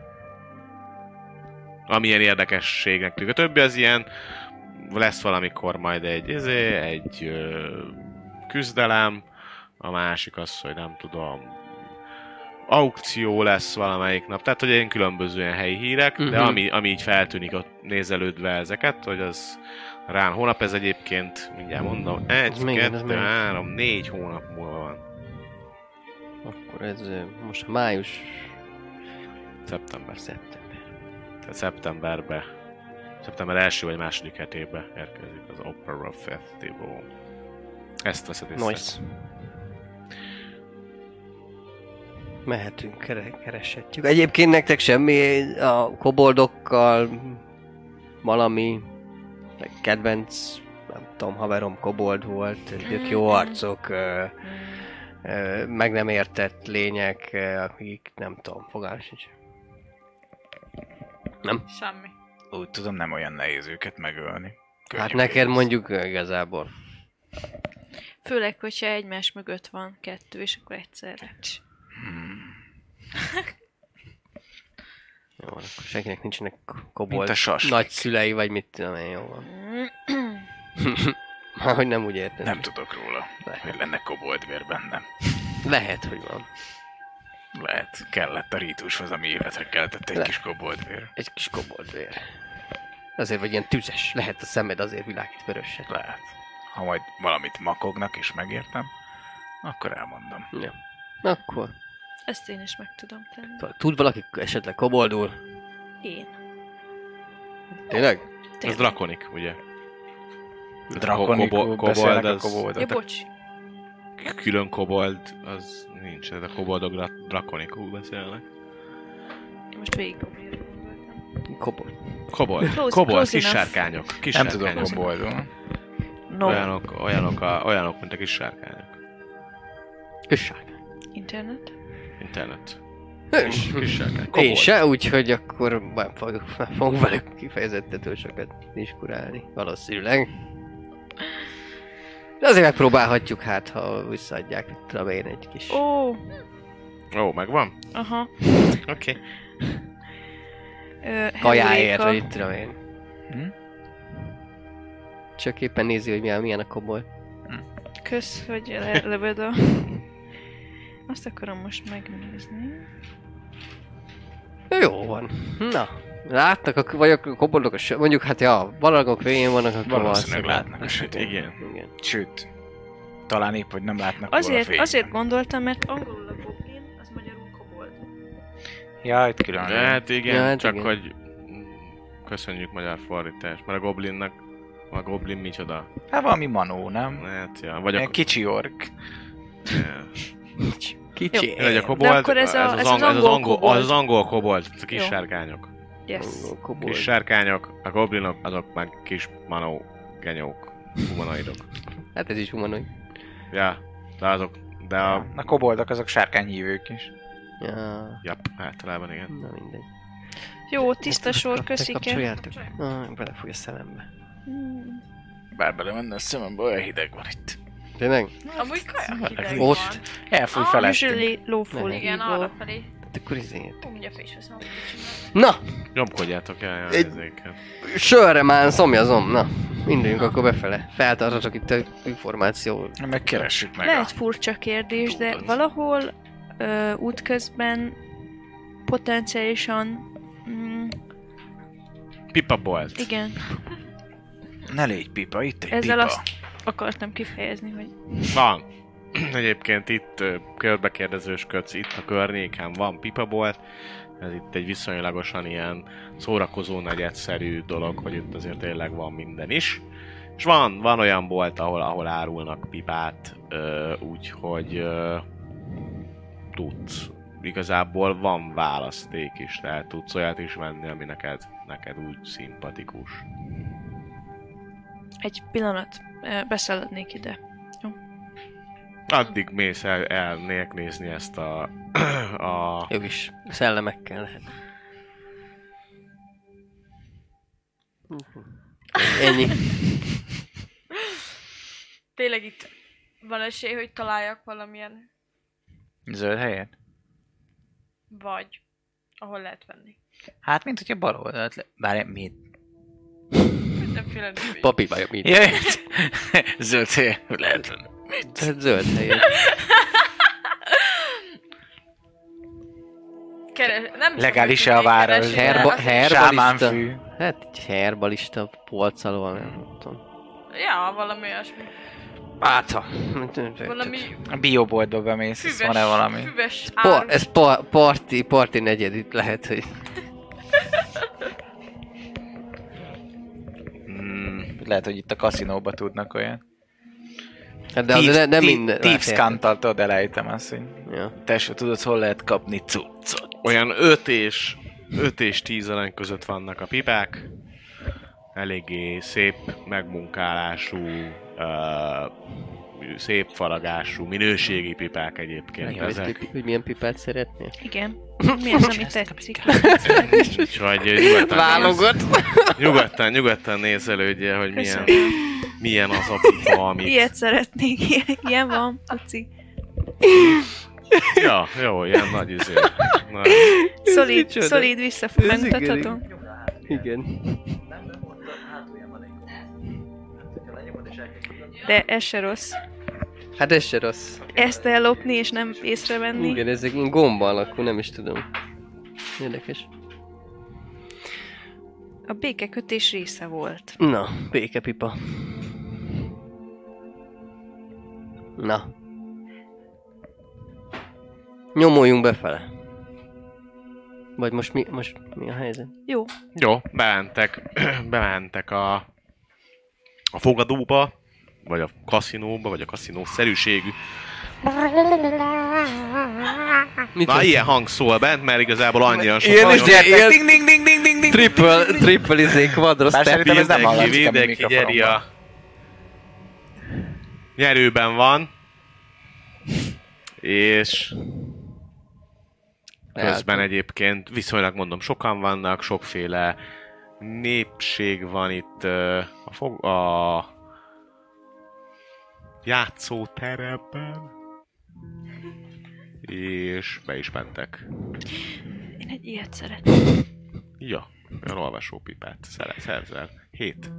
[SPEAKER 2] Amilyen érdekességnek tűnik. A többi az ilyen, lesz valamikor majd egy, izé, egy ö, küzdelem, a másik az, hogy nem tudom, aukció lesz valamelyik nap. Tehát, hogy ilyen különbözően helyi hírek, uh-huh. de
[SPEAKER 3] Mhm.
[SPEAKER 2] ami, ami így feltűnik ott nézelődve ezeket, hogy az rán hónap, ez egyébként, mindjárt mondom, egy,
[SPEAKER 3] Mhm. Ez még, ez
[SPEAKER 2] kettő,
[SPEAKER 3] még.
[SPEAKER 2] három, négy hónap múlva van.
[SPEAKER 3] Akkor ez ö, most május,
[SPEAKER 2] Szeptember.
[SPEAKER 3] szeptember.
[SPEAKER 2] Tehát szeptemberbe. Szeptember első vagy második hetébe érkezik az Opera Festival. Ezt veszed észre.
[SPEAKER 3] Noise. Mehetünk, kere- kereshetjük. Egyébként nektek semmi a koboldokkal, valami meg kedvenc, nem tudom, haverom kobold volt, tök jó arcok, ö, ö, meg nem értett lények, ö, akik nem tudom, fogalmam sincs. Hát
[SPEAKER 4] Semmi.
[SPEAKER 5] Úgy tudom, nem olyan nehéz őket megölni. Könnyű
[SPEAKER 3] Hát neked
[SPEAKER 5] pénz.
[SPEAKER 3] mondjuk ö, igazából.
[SPEAKER 4] Főleg, hogyha egymás mögött van kettő, és akkor egyszerre. Cs.
[SPEAKER 3] Jó, van, akkor senkinek nincsenek
[SPEAKER 5] Mint
[SPEAKER 3] kobold
[SPEAKER 5] a saslik.
[SPEAKER 3] nagyszülei, vagy mit tudom én, jó van. Már hogy nem úgy értem.
[SPEAKER 5] Nem tudok róla,
[SPEAKER 3] Lehet.
[SPEAKER 5] hogy lenne koboldvér bennem.
[SPEAKER 3] Lehet, hogy van.
[SPEAKER 5] Lehet, kellett a rítushoz, ami életre keltett egy
[SPEAKER 3] Le-
[SPEAKER 5] kis koboldvér.
[SPEAKER 3] Egy kis koboldvér. Ezért vagy ilyen tüzes. Lehet a szemed azért világít vörösen.
[SPEAKER 5] Lehet. Ha majd valamit makognak és megértem, akkor elmondom.
[SPEAKER 3] Ja. Akkor.
[SPEAKER 4] Ezt én is meg tudom tenni.
[SPEAKER 3] Tud valaki esetleg koboldul?
[SPEAKER 4] Én.
[SPEAKER 3] Tényleg?
[SPEAKER 2] Ez
[SPEAKER 4] Tényleg.
[SPEAKER 2] drakonik, ugye?
[SPEAKER 5] Drakonikul
[SPEAKER 2] Kobo- kobold,
[SPEAKER 5] beszélnek a
[SPEAKER 2] az-
[SPEAKER 5] koboldok.
[SPEAKER 4] Ja, bocs.
[SPEAKER 2] Külön kobold, az nincs, de a koboldok dra- drakonikul beszélnek.
[SPEAKER 4] Most végig próbálom.
[SPEAKER 3] Kobold.
[SPEAKER 2] Kobold,
[SPEAKER 4] Close-
[SPEAKER 2] kobold,
[SPEAKER 4] close
[SPEAKER 2] kis
[SPEAKER 4] enough.
[SPEAKER 2] sárkányok. Kis
[SPEAKER 5] Nem tudom
[SPEAKER 2] sárkányok.
[SPEAKER 5] koboldul.
[SPEAKER 4] No.
[SPEAKER 2] Olyanok, olyanok, a, olyanok, mint a kis sárkányok.
[SPEAKER 3] Kösság.
[SPEAKER 4] Internet.
[SPEAKER 2] Internet.
[SPEAKER 3] Én,
[SPEAKER 2] Kis, kis sárkány.
[SPEAKER 3] én
[SPEAKER 2] Kobold.
[SPEAKER 3] se, úgyhogy akkor nem fogok, nem fogok velük kifejezetten túl sokat diskurálni. Valószínűleg. De azért megpróbálhatjuk, hát ha visszaadják, mit tudom én, egy kis...
[SPEAKER 4] Ó, oh,
[SPEAKER 2] Ó, megvan?
[SPEAKER 4] aha.
[SPEAKER 2] Oké. Okay.
[SPEAKER 4] Ö,
[SPEAKER 3] kajáért,
[SPEAKER 4] Heuréka.
[SPEAKER 3] vagy itt tudom én.
[SPEAKER 1] Hm?
[SPEAKER 3] Csak éppen nézi, hogy milyen, milyen a kobold.
[SPEAKER 4] Kösz, hogy le- lövöd a... Azt akarom most megnézni.
[SPEAKER 3] Jó van. Na, látnak, a, vagy a koboldok, a, sö- mondjuk hát ja, balagok végén vannak, akkor
[SPEAKER 5] Valószínűleg
[SPEAKER 3] valószínűleg
[SPEAKER 5] látnak a sötét.
[SPEAKER 2] Igen.
[SPEAKER 3] Igen.
[SPEAKER 5] Sőt, talán épp, hogy nem látnak róla
[SPEAKER 4] Azért,
[SPEAKER 5] fényt.
[SPEAKER 4] azért gondoltam, mert angolul a goblin, az magyarul kobold.
[SPEAKER 5] Jaj, itt külön.
[SPEAKER 2] De hát igen,
[SPEAKER 3] Ja,
[SPEAKER 2] ja,
[SPEAKER 3] hát
[SPEAKER 2] csak
[SPEAKER 3] igen.
[SPEAKER 2] igen. hogy köszönjük magyar fordítás, mert a goblinnak a goblin micsoda?
[SPEAKER 5] Hát valami manó, nem?
[SPEAKER 2] Hát, ja, vagy a,
[SPEAKER 5] Ilyen kicsi ork.
[SPEAKER 2] ja.
[SPEAKER 3] Kicsi.
[SPEAKER 2] vagy a kobold,
[SPEAKER 4] akkor ez a-
[SPEAKER 2] az,
[SPEAKER 4] ez az
[SPEAKER 2] ang- ez az,
[SPEAKER 4] angol
[SPEAKER 2] angol,
[SPEAKER 4] kobold.
[SPEAKER 2] az az angol kobold, ez a kis
[SPEAKER 4] Jó.
[SPEAKER 2] sárkányok.
[SPEAKER 4] Yes.
[SPEAKER 3] Angol kobold.
[SPEAKER 2] Kis sárkányok, a goblinok, azok meg kis manó, genyók, humanoidok.
[SPEAKER 3] Hát ez is humanoid.
[SPEAKER 2] ja, de azok, de a...
[SPEAKER 5] Na koboldok azok sárkányhívők is.
[SPEAKER 3] Ja,
[SPEAKER 2] Ja, általában igen.
[SPEAKER 3] na mindegy.
[SPEAKER 4] Jó, tiszta sor, köszike.
[SPEAKER 3] Kapcsoljátok. Ah, belefúj a szemembe.
[SPEAKER 4] Hmm.
[SPEAKER 5] Bár bele menne a szemembe, olyan hideg van itt.
[SPEAKER 3] Tényleg?
[SPEAKER 6] Amúgy kaja hideg
[SPEAKER 3] Ott.
[SPEAKER 6] van.
[SPEAKER 5] Elfúj
[SPEAKER 6] Ah,
[SPEAKER 5] felettünk.
[SPEAKER 4] Usually lawful
[SPEAKER 3] Nem.
[SPEAKER 6] Igen,
[SPEAKER 4] evil.
[SPEAKER 6] arra felé.
[SPEAKER 3] Hát akkor izélt.
[SPEAKER 6] Úgy a fésveszem.
[SPEAKER 3] Na,
[SPEAKER 2] Nyomkodjátok el a
[SPEAKER 3] Egy-
[SPEAKER 2] izéket.
[SPEAKER 3] sörre már szomjazom, na. Induljunk akkor befele. Feltartatok itt a információ.
[SPEAKER 5] Megkeressük meg a...
[SPEAKER 4] Lehet furcsa kérdés, de
[SPEAKER 5] Tudod.
[SPEAKER 4] valahol ö, útközben potenciálisan mm,
[SPEAKER 2] Pipa bolt.
[SPEAKER 4] igen,
[SPEAKER 5] Ne légy pipa, itt egy
[SPEAKER 4] ezzel
[SPEAKER 5] pipa.
[SPEAKER 4] azt akartam kifejezni, hogy
[SPEAKER 2] Van. Egyébként itt ö, körbekérdezősködsz, itt a környéken van pipabolt, ez itt egy viszonylagosan ilyen szórakozó nagy egyszerű dolog, hogy itt azért tényleg van minden is. És van, van olyan bolt, ahol, ahol árulnak pipát, ö, úgyhogy ö, tudsz. Igazából van választék is, tehát tudsz olyat is venni, ami neked, neked úgy szimpatikus.
[SPEAKER 4] egy pillanat, ö, beszaladnék ide.
[SPEAKER 2] Addig mész el, el nélk nézni ezt a, a
[SPEAKER 3] Jó is. Szellemekkel lehet. Ennyi.
[SPEAKER 6] Tényleg itt van esély, hogy találjak valamilyen
[SPEAKER 5] Zöld helyen?
[SPEAKER 6] vagy, ahol lehet venni.
[SPEAKER 1] Hát, mint hogyha bal oldalt le... Várj, mit?
[SPEAKER 6] Mindenféle növény.
[SPEAKER 3] Papi vagy, mit?
[SPEAKER 5] Jaj, zöld helyen lehet.
[SPEAKER 3] Tehát Hát zöld helyén.
[SPEAKER 6] Keres- nem is
[SPEAKER 5] Legális-e
[SPEAKER 6] tudom,
[SPEAKER 5] a
[SPEAKER 6] hogy
[SPEAKER 5] város?
[SPEAKER 6] keresik,
[SPEAKER 3] Herba,
[SPEAKER 6] de-
[SPEAKER 3] herbalista.
[SPEAKER 5] Sámánfű.
[SPEAKER 3] Hát egy herbalista polccal van, nem tudom. Hát,
[SPEAKER 6] Ja, valami olyasmi.
[SPEAKER 3] Áta.
[SPEAKER 6] Valami
[SPEAKER 5] A bioboltba bemész, és
[SPEAKER 6] füves,
[SPEAKER 5] van-e valami?
[SPEAKER 6] füves
[SPEAKER 3] Por,
[SPEAKER 6] árus.
[SPEAKER 3] ez par, parti, parti negyed itt lehet, hogy
[SPEAKER 2] mm,
[SPEAKER 7] Hmm,
[SPEAKER 5] Lehet, hogy itt a kaszinóba tudnak olyan.
[SPEAKER 3] Hát de az ne, nem minden.
[SPEAKER 5] Thieves
[SPEAKER 3] várjál.
[SPEAKER 5] Canttal tudod, elejtem azt, hogy
[SPEAKER 3] Ja.
[SPEAKER 5] tesó, tudod, hol lehet kapni cuccot?
[SPEAKER 2] olyan 5 és 5 és 10 arany között vannak a pipák. Eléggé szép megmunkálású, uh, szép faragású, minőségi pipák egyébként
[SPEAKER 3] Megnéztük,
[SPEAKER 2] ezek.
[SPEAKER 3] hogy milyen pipát szeretnél.
[SPEAKER 4] Igen. Mi az, ami tetszik?
[SPEAKER 2] Úgyhogy nyugodtan,
[SPEAKER 3] Válogat.
[SPEAKER 2] Néz, nyugodtan, nyugodtan nézelődjél, hogy milyen,
[SPEAKER 4] Köszönöm.
[SPEAKER 2] milyen az a pipa, amit...
[SPEAKER 4] Ilyet szeretnék, ilyen van, puci.
[SPEAKER 2] Ja, jó, ilyen nagy izé. Nagy,
[SPEAKER 4] Szolid,
[SPEAKER 3] micsoda?
[SPEAKER 4] szolid visszafog,
[SPEAKER 3] Ez igen,
[SPEAKER 4] megmutathatom.
[SPEAKER 3] Igen.
[SPEAKER 4] De ez se rossz.
[SPEAKER 3] Hát ez se rossz.
[SPEAKER 4] Ezt ellopni és nem észrevenni.
[SPEAKER 3] Igen, ezek ilyen gomba alakú, nem is tudom. Érdekes.
[SPEAKER 4] A békekötés része volt.
[SPEAKER 3] Na, békepipa. Na. Nyomoljunk befele. Vagy most mi, most mi a helyzet?
[SPEAKER 4] Jó,
[SPEAKER 2] Jó, bementek, bementek a, a fogadóba, vagy a kaszinóba, vagy a kaszinószerűségű.
[SPEAKER 3] Mit
[SPEAKER 2] Na, ilyen hang szól bent, mert igazából annyian sok
[SPEAKER 3] Ilyen is
[SPEAKER 2] vagyunk.
[SPEAKER 3] gyertek, ding,
[SPEAKER 1] ding, ding, ding, ding,
[SPEAKER 3] triple, triple izé, quadra step.
[SPEAKER 7] Bár szerintem ez nem
[SPEAKER 2] Mindenki,
[SPEAKER 7] hallatszik a mi
[SPEAKER 2] mindenki gyeri
[SPEAKER 7] mikrofonban.
[SPEAKER 2] a... Nyerőben van. És közben egyébként viszonylag mondom, sokan vannak, sokféle népség van itt ö, a, fog, a játszóteremben. És be is mentek.
[SPEAKER 4] én egy ilyet szeretem.
[SPEAKER 2] Ja, olyan olvasópipát szere- szerzel. Hét.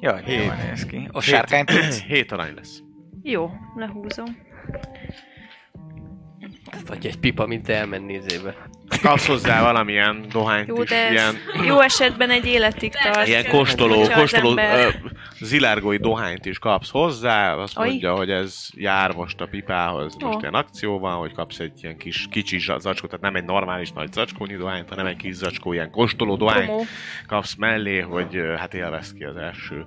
[SPEAKER 7] Jaj, de
[SPEAKER 2] Hét.
[SPEAKER 7] jól néz ki. A sárkány tudsz?
[SPEAKER 2] Hét arany lesz.
[SPEAKER 4] Jó, lehúzom.
[SPEAKER 3] Vagy egy pipa, mint elmenni izébe.
[SPEAKER 2] Kapsz hozzá valamilyen dohányt
[SPEAKER 4] Jó,
[SPEAKER 2] is,
[SPEAKER 4] de ez
[SPEAKER 2] ilyen,
[SPEAKER 4] jó esetben egy életig tart.
[SPEAKER 2] ilyen
[SPEAKER 6] kell,
[SPEAKER 2] kóstoló,
[SPEAKER 4] hogyha az
[SPEAKER 2] kóstoló
[SPEAKER 4] ember-
[SPEAKER 2] ö, zilárgói dohányt is kapsz hozzá, azt
[SPEAKER 4] Aj.
[SPEAKER 2] mondja, hogy ez jár most a pipához, most
[SPEAKER 4] Ó.
[SPEAKER 2] ilyen akció van, hogy kapsz egy ilyen kis kicsi zsa- zacskó, tehát nem egy normális nagy zacskónyi dohányt, hanem egy kis zacskó, ilyen kóstoló dohányt
[SPEAKER 4] Promó.
[SPEAKER 2] kapsz mellé, hogy ö, hát élvezd ki az első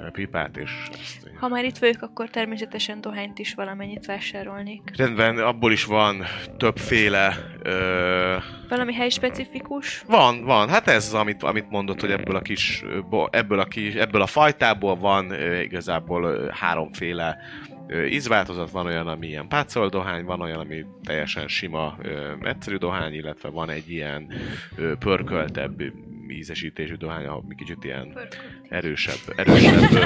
[SPEAKER 2] ö, pipát, és ezt
[SPEAKER 4] Ha már itt vagyok, akkor természetesen dohányt is valamennyit vásárolnék.
[SPEAKER 2] Rendben, abból is van többféle... Ö,
[SPEAKER 4] Valami helyspecifikus?
[SPEAKER 2] van, van. Hát ez az, amit, amit mondott, hogy ebből a kis, ö, bo- ebből a, kis, ebből a fajtából van ö, igazából ö, háromféle ö, ízváltozat. Van olyan, ami ilyen pácolt dohány, van olyan, ami teljesen sima, ö, egyszerű dohány, illetve van egy ilyen ö, pörköltebb ö, ízesítésű dohány, ami kicsit ilyen erősebb, erősebb, ö,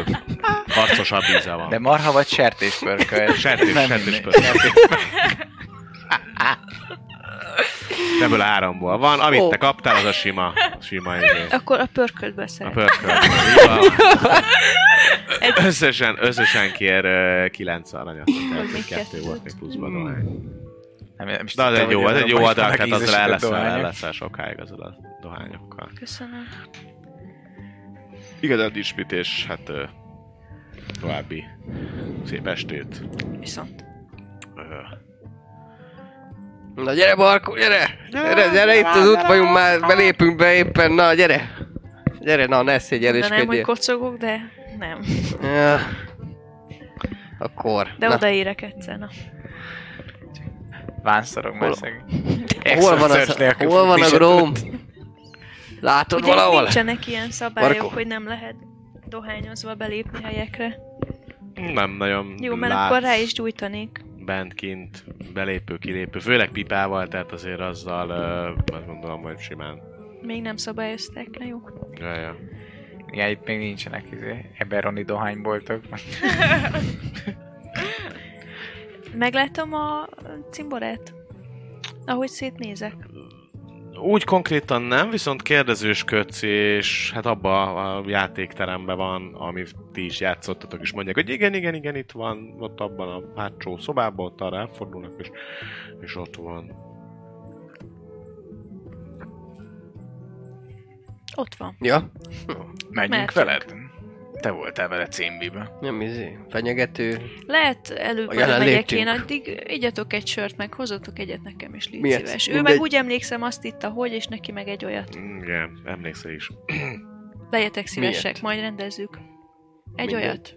[SPEAKER 2] harcosabb íze van.
[SPEAKER 7] De marha vagy sertéspörkölt?
[SPEAKER 2] Sertés,
[SPEAKER 7] Nem
[SPEAKER 2] sertés
[SPEAKER 7] mindegy.
[SPEAKER 2] pörkölt. Ebből háromból van. Amit
[SPEAKER 3] Ó.
[SPEAKER 2] te kaptál, az a sima, sima izé.
[SPEAKER 4] Akkor a pörköltből
[SPEAKER 2] A
[SPEAKER 4] szeretem.
[SPEAKER 2] pörkölt. Így van. Összesen, összesen kér ö, kilenc aranyat.
[SPEAKER 4] Vagy
[SPEAKER 2] Tehát
[SPEAKER 4] még
[SPEAKER 2] kettő volt
[SPEAKER 4] kettőt. Hmm.
[SPEAKER 2] még pluszban. dohány.
[SPEAKER 7] Nem, nem is
[SPEAKER 2] De az
[SPEAKER 7] tudtam,
[SPEAKER 2] egy jó,
[SPEAKER 7] hogy
[SPEAKER 2] az egy jó
[SPEAKER 7] Európában
[SPEAKER 2] adag,
[SPEAKER 7] vannak
[SPEAKER 2] tehát azzal el
[SPEAKER 7] ízesített
[SPEAKER 2] leszel, el
[SPEAKER 7] dohányok.
[SPEAKER 2] leszel sokáig azzal a dohányokkal.
[SPEAKER 4] Köszönöm.
[SPEAKER 2] Igazán dispit, és hát ö, további szép estét.
[SPEAKER 4] Viszont.
[SPEAKER 2] Ö,
[SPEAKER 3] Na gyere, Barkó, gyere! Gyere, gyere, itt az út vagyunk már, belépünk be éppen, na gyere! Gyere, na, ne
[SPEAKER 4] De nem, hogy
[SPEAKER 3] szégyeléskedjél.
[SPEAKER 4] kocogok, de nem.
[SPEAKER 3] Ja. Akkor.
[SPEAKER 4] De
[SPEAKER 3] na.
[SPEAKER 4] odaérek egyszer. Na.
[SPEAKER 7] Vánszorog már szegény.
[SPEAKER 3] Hol van, az,
[SPEAKER 7] Exorcist nélkül
[SPEAKER 3] hol van a
[SPEAKER 7] futni se
[SPEAKER 3] gróm? Látod
[SPEAKER 4] Ugye
[SPEAKER 3] valahol?
[SPEAKER 4] nincsenek ilyen szabályok,
[SPEAKER 3] Markó.
[SPEAKER 4] hogy nem lehet dohányozva belépni helyekre.
[SPEAKER 2] Nem nagyon
[SPEAKER 4] Jó, mert
[SPEAKER 2] látsz.
[SPEAKER 4] akkor rá is gyújtanék.
[SPEAKER 2] bent kint belépő, kilépő, főleg pipával, tehát azért azzal ö, azt gondolom, hogy simán.
[SPEAKER 4] Még nem szabályozták, na jó.
[SPEAKER 2] Ja, ja.
[SPEAKER 7] Igen, itt még nincsenek izé, Eberoni dohányboltok.
[SPEAKER 4] Meglátom a cimborát, ahogy szétnézek.
[SPEAKER 2] Úgy konkrétan nem, viszont kérdezősködsz, és hát abba a játékteremben van, amit ti is játszottatok, és mondják, hogy igen, igen, igen, itt van, ott abban a hátsó szobában, ott arra elfordulnak, és, és ott van.
[SPEAKER 4] Ott van.
[SPEAKER 3] Ja,
[SPEAKER 5] Menjünk
[SPEAKER 4] Mehetünk.
[SPEAKER 5] veled? Te voltál vele címbibe.
[SPEAKER 3] nem izé, fenyegető.
[SPEAKER 4] Lehet előbb
[SPEAKER 3] A
[SPEAKER 4] majd megyek én,
[SPEAKER 3] jelenlétünk.
[SPEAKER 4] addig igyatok egy sört, meg hozatok egyet nekem is, légy
[SPEAKER 3] Miért?
[SPEAKER 4] szíves. Ő
[SPEAKER 3] Mindegy.
[SPEAKER 4] meg úgy emlékszem, azt itt a hogy, és neki meg egy olyat.
[SPEAKER 2] Mm, Igen, emlékszel is.
[SPEAKER 4] Legyetek szívesek,
[SPEAKER 3] Miért?
[SPEAKER 4] majd rendezzük. Egy
[SPEAKER 3] Mindegy.
[SPEAKER 4] olyat.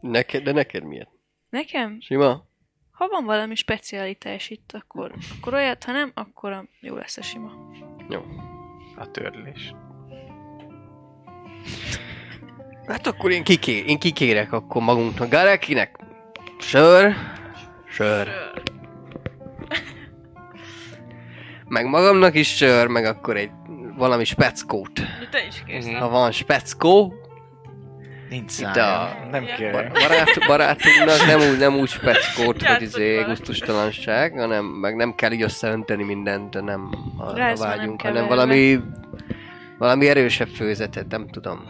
[SPEAKER 3] Neked, de neked miért?
[SPEAKER 4] Nekem?
[SPEAKER 3] Sima?
[SPEAKER 4] Ha van valami specialitás itt, akkor, akkor olyat, ha nem, akkor a, jó lesz a sima.
[SPEAKER 7] A törlés.
[SPEAKER 3] Hát akkor én, kiké, én kikérek akkor magunknak. Garekinek? Sör? Sör. Meg magamnak is sör, meg akkor egy valami speckót.
[SPEAKER 6] De te is kérsz.
[SPEAKER 3] Ha van speckó,
[SPEAKER 7] Nincs
[SPEAKER 3] Itt a-
[SPEAKER 7] szája. Nem
[SPEAKER 6] Ja.
[SPEAKER 7] kérem.
[SPEAKER 3] Bar- barát, barátunknak nem úgy, nem úgy speckót, hogy
[SPEAKER 6] Játszod
[SPEAKER 3] izé
[SPEAKER 6] vele.
[SPEAKER 3] gusztustalanság, hanem meg nem kell így összeönteni mindent, de nem arra
[SPEAKER 4] Rázba nem
[SPEAKER 3] vágyunk,
[SPEAKER 4] keverve.
[SPEAKER 3] hanem valami, valami erősebb főzetet, nem tudom.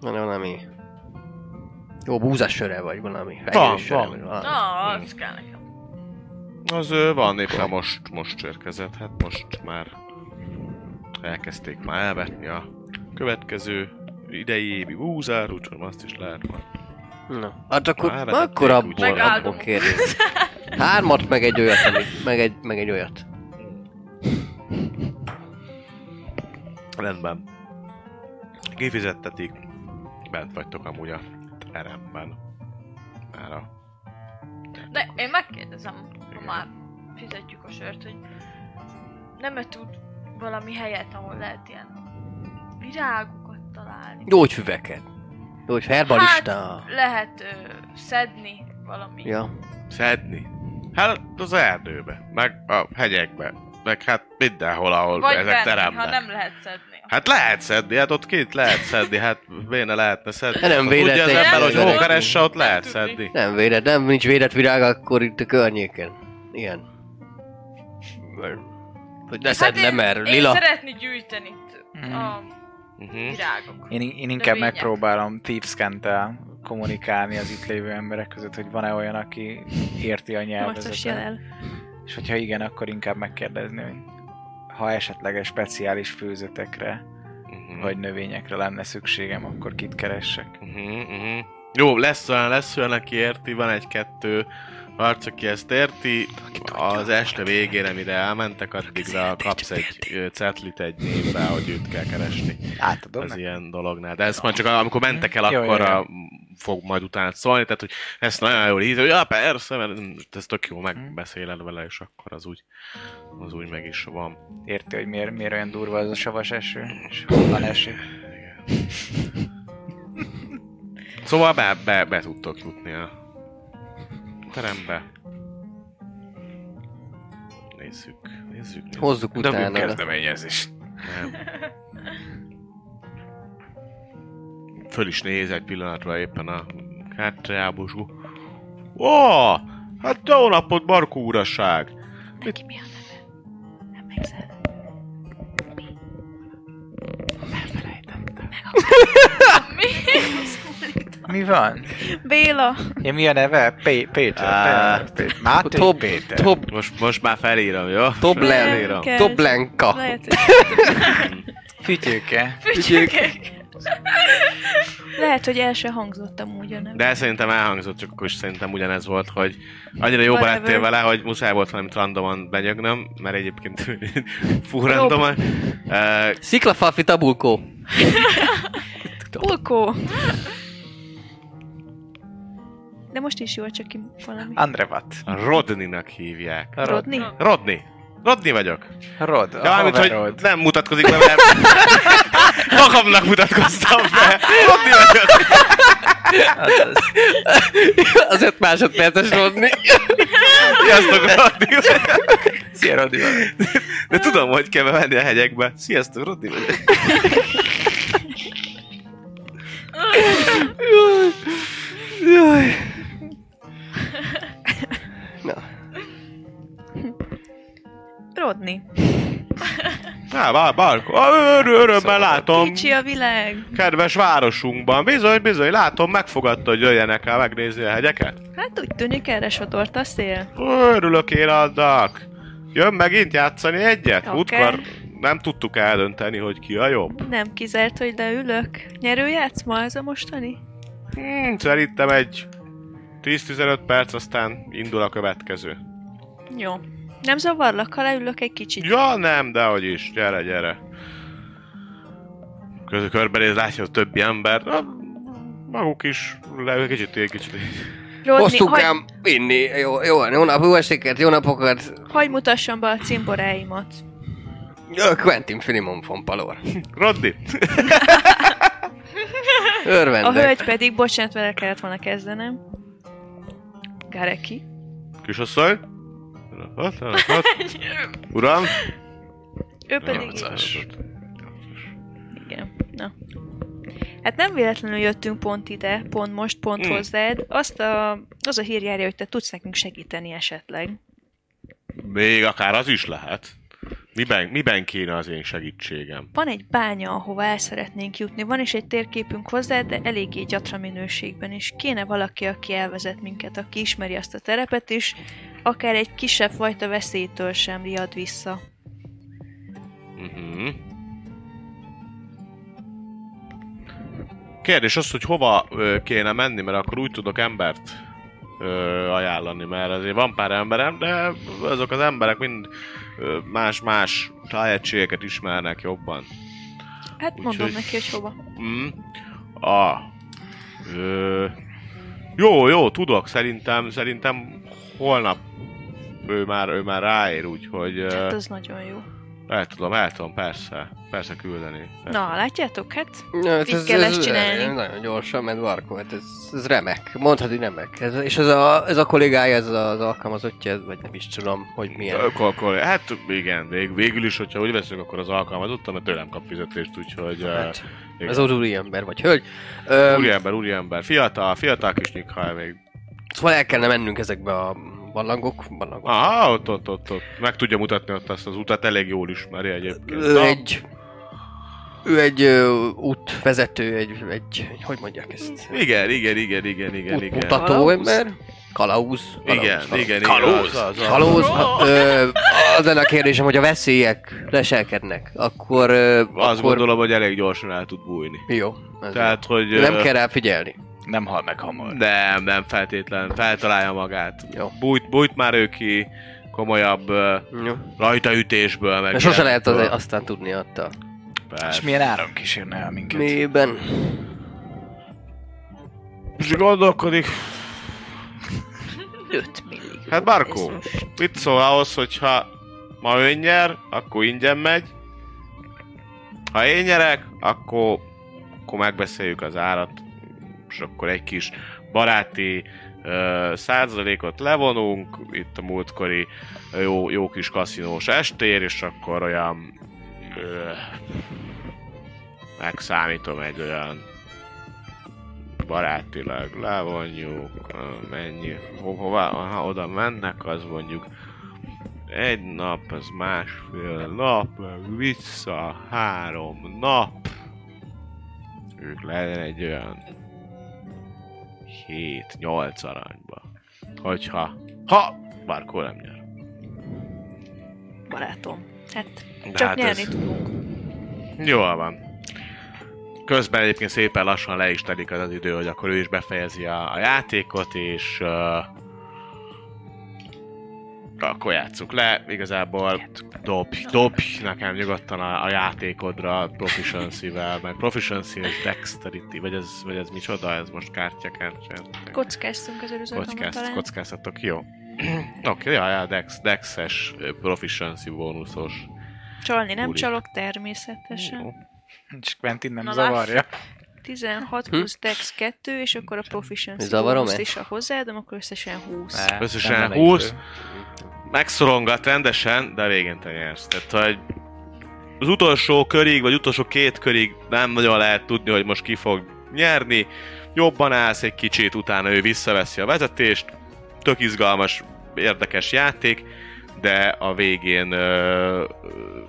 [SPEAKER 3] Hanem valami jó búzasöre vagy valami.
[SPEAKER 2] Van,
[SPEAKER 3] fenyősöre
[SPEAKER 2] van.
[SPEAKER 3] vagy valami.
[SPEAKER 6] Na, az kell nekem.
[SPEAKER 2] Az ö, van, éppen most, most érkezett, hát most már elkezdték már elvetni a következő idei évi búzár, úgyhogy azt is lehet majd.
[SPEAKER 3] Na, hát akkor,
[SPEAKER 2] Már elvetették,
[SPEAKER 3] akkor abból,
[SPEAKER 2] úgyhogy-
[SPEAKER 6] Megáldom.
[SPEAKER 3] abból kérjük. Hármat, meg egy olyat, ami, meg, egy, meg egy olyat.
[SPEAKER 2] Rendben. Kifizettetik. Bent vagytok amúgy a teremben. Már a
[SPEAKER 6] De én megkérdezem, ha
[SPEAKER 2] Igen.
[SPEAKER 6] már fizetjük a sört, hogy nem -e tud valami helyet, ahol lehet ilyen virágokat találni.
[SPEAKER 3] Gyógyfüveket. Gyógy herbalista.
[SPEAKER 6] Hát, lehet ö, szedni valami.
[SPEAKER 3] Ja.
[SPEAKER 2] szedni. Hát az erdőbe, meg a hegyekbe, meg hát mindenhol, ahol
[SPEAKER 6] Vagy
[SPEAKER 2] ezek
[SPEAKER 6] venni,
[SPEAKER 2] teremnek.
[SPEAKER 6] ha nem lehet szedni.
[SPEAKER 2] Hát lehet szedni, hát ott kint lehet szedni, hát béne lehetne szedni.
[SPEAKER 3] De nem
[SPEAKER 2] Ott
[SPEAKER 3] véletlen
[SPEAKER 2] Tudja az
[SPEAKER 3] is
[SPEAKER 2] ember, hogy
[SPEAKER 3] szedni.
[SPEAKER 2] hókeresse, ott
[SPEAKER 6] Nem
[SPEAKER 2] lehet
[SPEAKER 6] tudni.
[SPEAKER 2] szedni.
[SPEAKER 3] Nem védett, nem nincs védett virág, akkor itt a környéken. Ilyen. Hogy ne
[SPEAKER 4] Hát
[SPEAKER 3] szedd le,
[SPEAKER 6] Hát én,
[SPEAKER 3] mert
[SPEAKER 6] én
[SPEAKER 3] lila.
[SPEAKER 6] szeretni gyűjteni itt a
[SPEAKER 4] Mhm,
[SPEAKER 2] Uh-huh.
[SPEAKER 6] virágok.
[SPEAKER 7] Én, én inkább
[SPEAKER 6] Növények.
[SPEAKER 7] megpróbálom Thieves-kentel kommunikálni az itt lévő emberek között, hogy van-e olyan, aki érti a
[SPEAKER 4] Harcos
[SPEAKER 7] nyelvezetet.
[SPEAKER 4] jelel.
[SPEAKER 7] És hogyha igen, akkor inkább megkérdezni, hogy ha esetleges speciális főzetekre
[SPEAKER 2] Mm.
[SPEAKER 7] vagy növényekre lenne szükségem, akkor kit keressek.
[SPEAKER 2] Uh-huh, uh-huh. Jó, lesz olyan, lesz olyan, aki érti, van egy-kettő arc, aki ezt érti. Az este végére, mire elmentek, addigra kapsz egy ö, cetlit egy névre, hogy őt kell keresni.
[SPEAKER 7] Átadom
[SPEAKER 2] az
[SPEAKER 7] neki.
[SPEAKER 2] ilyen dolognál. De ezt majd csak amikor mentek el,
[SPEAKER 7] Mhm. Jó,
[SPEAKER 2] akkor
[SPEAKER 7] jó, jó.
[SPEAKER 2] a- fog majd utána szólni, tehát hogy ezt nagyon jól így, hogy ja, persze, mert mm, ez tök jó,
[SPEAKER 7] Mhm.
[SPEAKER 2] megbeszéled vele, és akkor az úgy, az úgy meg is van.
[SPEAKER 7] Érti, hogy miért, miért olyan durva az a savas eső, és honnan esik.
[SPEAKER 2] Szóval be, be, be tudtok jutni a terembe. Nézzük, nézzük. nézzük.
[SPEAKER 3] Hozzuk
[SPEAKER 5] Dobjunk
[SPEAKER 3] utána.
[SPEAKER 5] kezdeményezést.
[SPEAKER 2] Nem. Föl is néz egy pillanatra éppen a kártyábosú. Ó, hát jó napot, Barkó uraság!
[SPEAKER 4] Neki mi a neve? Nem megszáll.
[SPEAKER 7] Mi van?
[SPEAKER 4] Béla!
[SPEAKER 3] Ah.
[SPEAKER 7] Ja, mi a neve? Pé-
[SPEAKER 2] Á,
[SPEAKER 7] Péter. Péter. Máté
[SPEAKER 3] Tob,
[SPEAKER 7] Péter.
[SPEAKER 3] tob,
[SPEAKER 2] Most, most már felírom, jó?
[SPEAKER 3] Toblen.
[SPEAKER 2] Felírom.
[SPEAKER 4] Kell.
[SPEAKER 3] toblenka.
[SPEAKER 4] Lehet, hogy,
[SPEAKER 7] Fütyőke.
[SPEAKER 4] lehet, hogy el se hangzott amúgy a neve.
[SPEAKER 2] De szerintem elhangzott, csak akkor is szerintem ugyanez volt, hogy annyira jó
[SPEAKER 4] Whatever.
[SPEAKER 2] lettél vele, hogy muszáj volt valamit randoman benyögnöm, mert egyébként fú randoman. Uh,
[SPEAKER 3] Sziklafafi tabulkó.
[SPEAKER 4] Pulkó! De most is jól, csak ki valami.
[SPEAKER 7] Andrevat.
[SPEAKER 2] Rodninak hívják.
[SPEAKER 4] Rodni?
[SPEAKER 2] Rodni. Rodni vagyok.
[SPEAKER 7] Rod.
[SPEAKER 2] De
[SPEAKER 7] Ja,
[SPEAKER 2] mármint,
[SPEAKER 7] amit,
[SPEAKER 2] hogy
[SPEAKER 7] Rod.
[SPEAKER 2] nem mutatkozik be, mert magamnak mutatkoztam be. Rodni vagyok.
[SPEAKER 3] Az öt másodperces rodni.
[SPEAKER 2] Sziasztok, Rodni vagyok.
[SPEAKER 7] Szia, Rodi.
[SPEAKER 2] De tudom, hogy kell bemenni a hegyekbe. Sziasztok, Rodni vagyok.
[SPEAKER 3] Na,
[SPEAKER 4] Rodni.
[SPEAKER 2] Á, bár, barko. Á, örö- Örömmel látom.
[SPEAKER 4] Kicsi a világ.
[SPEAKER 2] Kedves városunkban. Bizony, bizony, látom, megfogadta, hogy jöjjenek el megnézni a hegyeket.
[SPEAKER 4] Hát úgy tűnik, erre sodort a szél.
[SPEAKER 2] Örülök én annak. Jön megint játszani egyet?
[SPEAKER 4] Oké.
[SPEAKER 2] Okay. Utkor nem tudtuk eldönteni, hogy ki a jobb.
[SPEAKER 4] Nem kizárt, hogy leülök. Nyerő játszma ez a mostani?
[SPEAKER 2] Hmm, szerintem egy 10-15 perc, aztán indul a következő.
[SPEAKER 4] Jó. Nem zavarlak, ha leülök egy kicsit.
[SPEAKER 2] Ja, nem, dehogy is. Gyere, gyere. Közül körbenéz, látja a többi ember. Na, maguk is le, kicsit ilyen, kicsit ilyen.
[SPEAKER 4] Rodni,
[SPEAKER 3] hoztuk
[SPEAKER 4] hagy,
[SPEAKER 3] ám inni. Jó, jó, jó, nap, jó estéket, jó napokat.
[SPEAKER 4] hagy mutassam be a cimboráimat.
[SPEAKER 3] Ö, Quentin Filimon von Palor.
[SPEAKER 2] Roddi!
[SPEAKER 4] A
[SPEAKER 3] Örvendek.
[SPEAKER 4] hölgy pedig, bocsánat, vele kellett volna kezdenem. Gareki.
[SPEAKER 2] Kisasszony? Ott, ott, ott. Uram?
[SPEAKER 4] Ő pedig...
[SPEAKER 5] Nyolcas.
[SPEAKER 4] Igen. Na. Hát nem véletlenül jöttünk pont ide, pont most, pont
[SPEAKER 2] Mm.
[SPEAKER 4] hozzád. Azt a, az a hír járja, hogy te tudsz nekünk segíteni esetleg.
[SPEAKER 2] Még akár az is lehet. Miben, miben kéne az én segítségem?
[SPEAKER 4] Van egy bánya, ahova el szeretnénk jutni, van is egy térképünk hozzá, de eléggé gyatra minőségben is. Kéne valaki, aki elvezet minket, aki ismeri azt a terepet is, akár egy kisebb fajta veszélytől sem riad vissza.
[SPEAKER 2] Uh-huh. Kérdés az, hogy hova ö, kéne menni, mert akkor úgy tudok embert ö, ajánlani, mert azért van pár emberem, de azok az emberek mind ö, más-más tájegységeket ismernek jobban.
[SPEAKER 4] Hát mondom
[SPEAKER 2] Úgyhogy-
[SPEAKER 4] neki, hogy hova.
[SPEAKER 2] Mm. A. Ö, jó, jó, tudok, szerintem, szerintem holnap ő már, ő már ráér, úgyhogy
[SPEAKER 4] Hát
[SPEAKER 2] ö,
[SPEAKER 4] az nagyon jó.
[SPEAKER 2] el tudom, el tudom, persze, persze küldeni.
[SPEAKER 4] Na, látjátok? Hát
[SPEAKER 3] Ja, hát
[SPEAKER 4] Így kell ezt csinálni.
[SPEAKER 3] Nagyon gyorsan, mert Varkó, hát ez, ez remek. Mondhatni remek. Ez, és ez a, ez a kollégája, ez az alkalmazottja, ez, vagy nem is tudom, hogy milyen.
[SPEAKER 2] Ö, Akkor, akkor, hát igen, vég, végül is, hogyha úgy veszünk, akkor az alkalmazottam, mert tőlem kap fizetést, úgyhogy... Hát,
[SPEAKER 3] Hát,
[SPEAKER 2] igen.
[SPEAKER 3] ez az úriember, vagy hölgy. Ö,
[SPEAKER 2] úriember, úriember, fiatal, fiatal kis nyikhaj még.
[SPEAKER 3] szóval el kellene mennünk ezekbe a ballangok, ballangok.
[SPEAKER 2] Aha, ott, ott, ott, ott, meg tudja mutatni ott azt az utat, elég jól ismeri egyébként.
[SPEAKER 3] ő
[SPEAKER 2] Na,
[SPEAKER 3] egy... Ő egy ö, útvezető, egy, egy, egy, hogy mondják ezt?
[SPEAKER 2] Igen, igen, igen, igen, igen, igen.
[SPEAKER 3] Útmutató ember? Kalauz?
[SPEAKER 2] Igen,
[SPEAKER 3] Kalauz,
[SPEAKER 2] igen, igen.
[SPEAKER 5] Kalóz?
[SPEAKER 2] az, az, az.
[SPEAKER 3] Kalóz, ö, az lenne a kérdésem, hogy a veszélyek leselkednek, akkor... Ö,
[SPEAKER 2] Azt
[SPEAKER 3] akkor...
[SPEAKER 2] gondolom, hogy elég gyorsan el tud bújni.
[SPEAKER 3] Jó. ez
[SPEAKER 2] Tehát, hogy...
[SPEAKER 3] jó. Nem
[SPEAKER 2] ö,
[SPEAKER 3] kell rá figyelni.
[SPEAKER 5] Nem hal meg hamar.
[SPEAKER 2] Nem, nem feltétlen. Feltalálja magát.
[SPEAKER 3] Jó.
[SPEAKER 2] Bújt, bújt már ő ki komolyabb ö,
[SPEAKER 3] Jó.
[SPEAKER 2] rajtaütésből. Meg
[SPEAKER 3] Mert sose lehet az,
[SPEAKER 2] ilyenből.
[SPEAKER 3] aztán tudni adta.
[SPEAKER 2] Persze.
[SPEAKER 7] És milyen áron kísérne el minket?
[SPEAKER 3] Miben?
[SPEAKER 2] És gondolkodik,
[SPEAKER 4] 5 milli.
[SPEAKER 2] Hát Barkó, mit szól ahhoz, hogyha ma ön nyer, akkor ingyen megy. Ha én nyerek, akkor, akkor megbeszéljük az árat, és akkor egy kis baráti ö, százalékot levonunk, itt a múltkori jó, jó kis kaszinós estér, és akkor olyan ö, megszámítom egy olyan barátilag levonjuk, ö, mennyi, ho- hova, ha oda mennek, az mondjuk egy nap, az másfél nap, meg vissza három nap. Ők legyen egy olyan 7-8 arányba. Hogyha, ha Markó nem nyer.
[SPEAKER 4] Barátom. Hát,
[SPEAKER 2] De
[SPEAKER 4] csak hát nyerni
[SPEAKER 2] ez-
[SPEAKER 4] ez... tudunk.
[SPEAKER 2] Jól van. Közben egyébként szépen lassan le is telik az, az idő, hogy akkor ő is befejezi a, a játékot, és uh, akkor játsszuk le. Igazából dobj, dobj nekem nyugodtan a, a játékodra proficiency-vel, meg proficiency és dexterity, vagy ez, vagy ez micsoda, ez most kártya, kártya.
[SPEAKER 4] Kockáztunk az előzőkben
[SPEAKER 2] Kockázt,
[SPEAKER 4] talán.
[SPEAKER 2] kockáztatok, jó. Oké, okay, ja, ja, dex, dexes, ö, proficiency bónuszos.
[SPEAKER 4] Csalni nem
[SPEAKER 2] Úrik.
[SPEAKER 4] csalok természetesen.
[SPEAKER 2] Jó.
[SPEAKER 7] Csak Quentin nem
[SPEAKER 6] Na,
[SPEAKER 7] zavarja.
[SPEAKER 4] 16 plusz dex 2, és akkor a proficiency
[SPEAKER 3] Zavarom-e?
[SPEAKER 4] bónuszt is, ha hozzáadom, akkor összesen 20.
[SPEAKER 7] Ne,
[SPEAKER 2] Összesen
[SPEAKER 7] nem elég
[SPEAKER 2] 20.
[SPEAKER 7] fő.
[SPEAKER 2] megszorongat rendesen, de végén te nyersz. Tehát, hogy az utolsó körig, vagy utolsó két körig nem nagyon lehet tudni, hogy most ki fog nyerni. Jobban állsz egy kicsit, utána ő visszaveszi a vezetést. Tök izgalmas, érdekes játék, de a végén ö,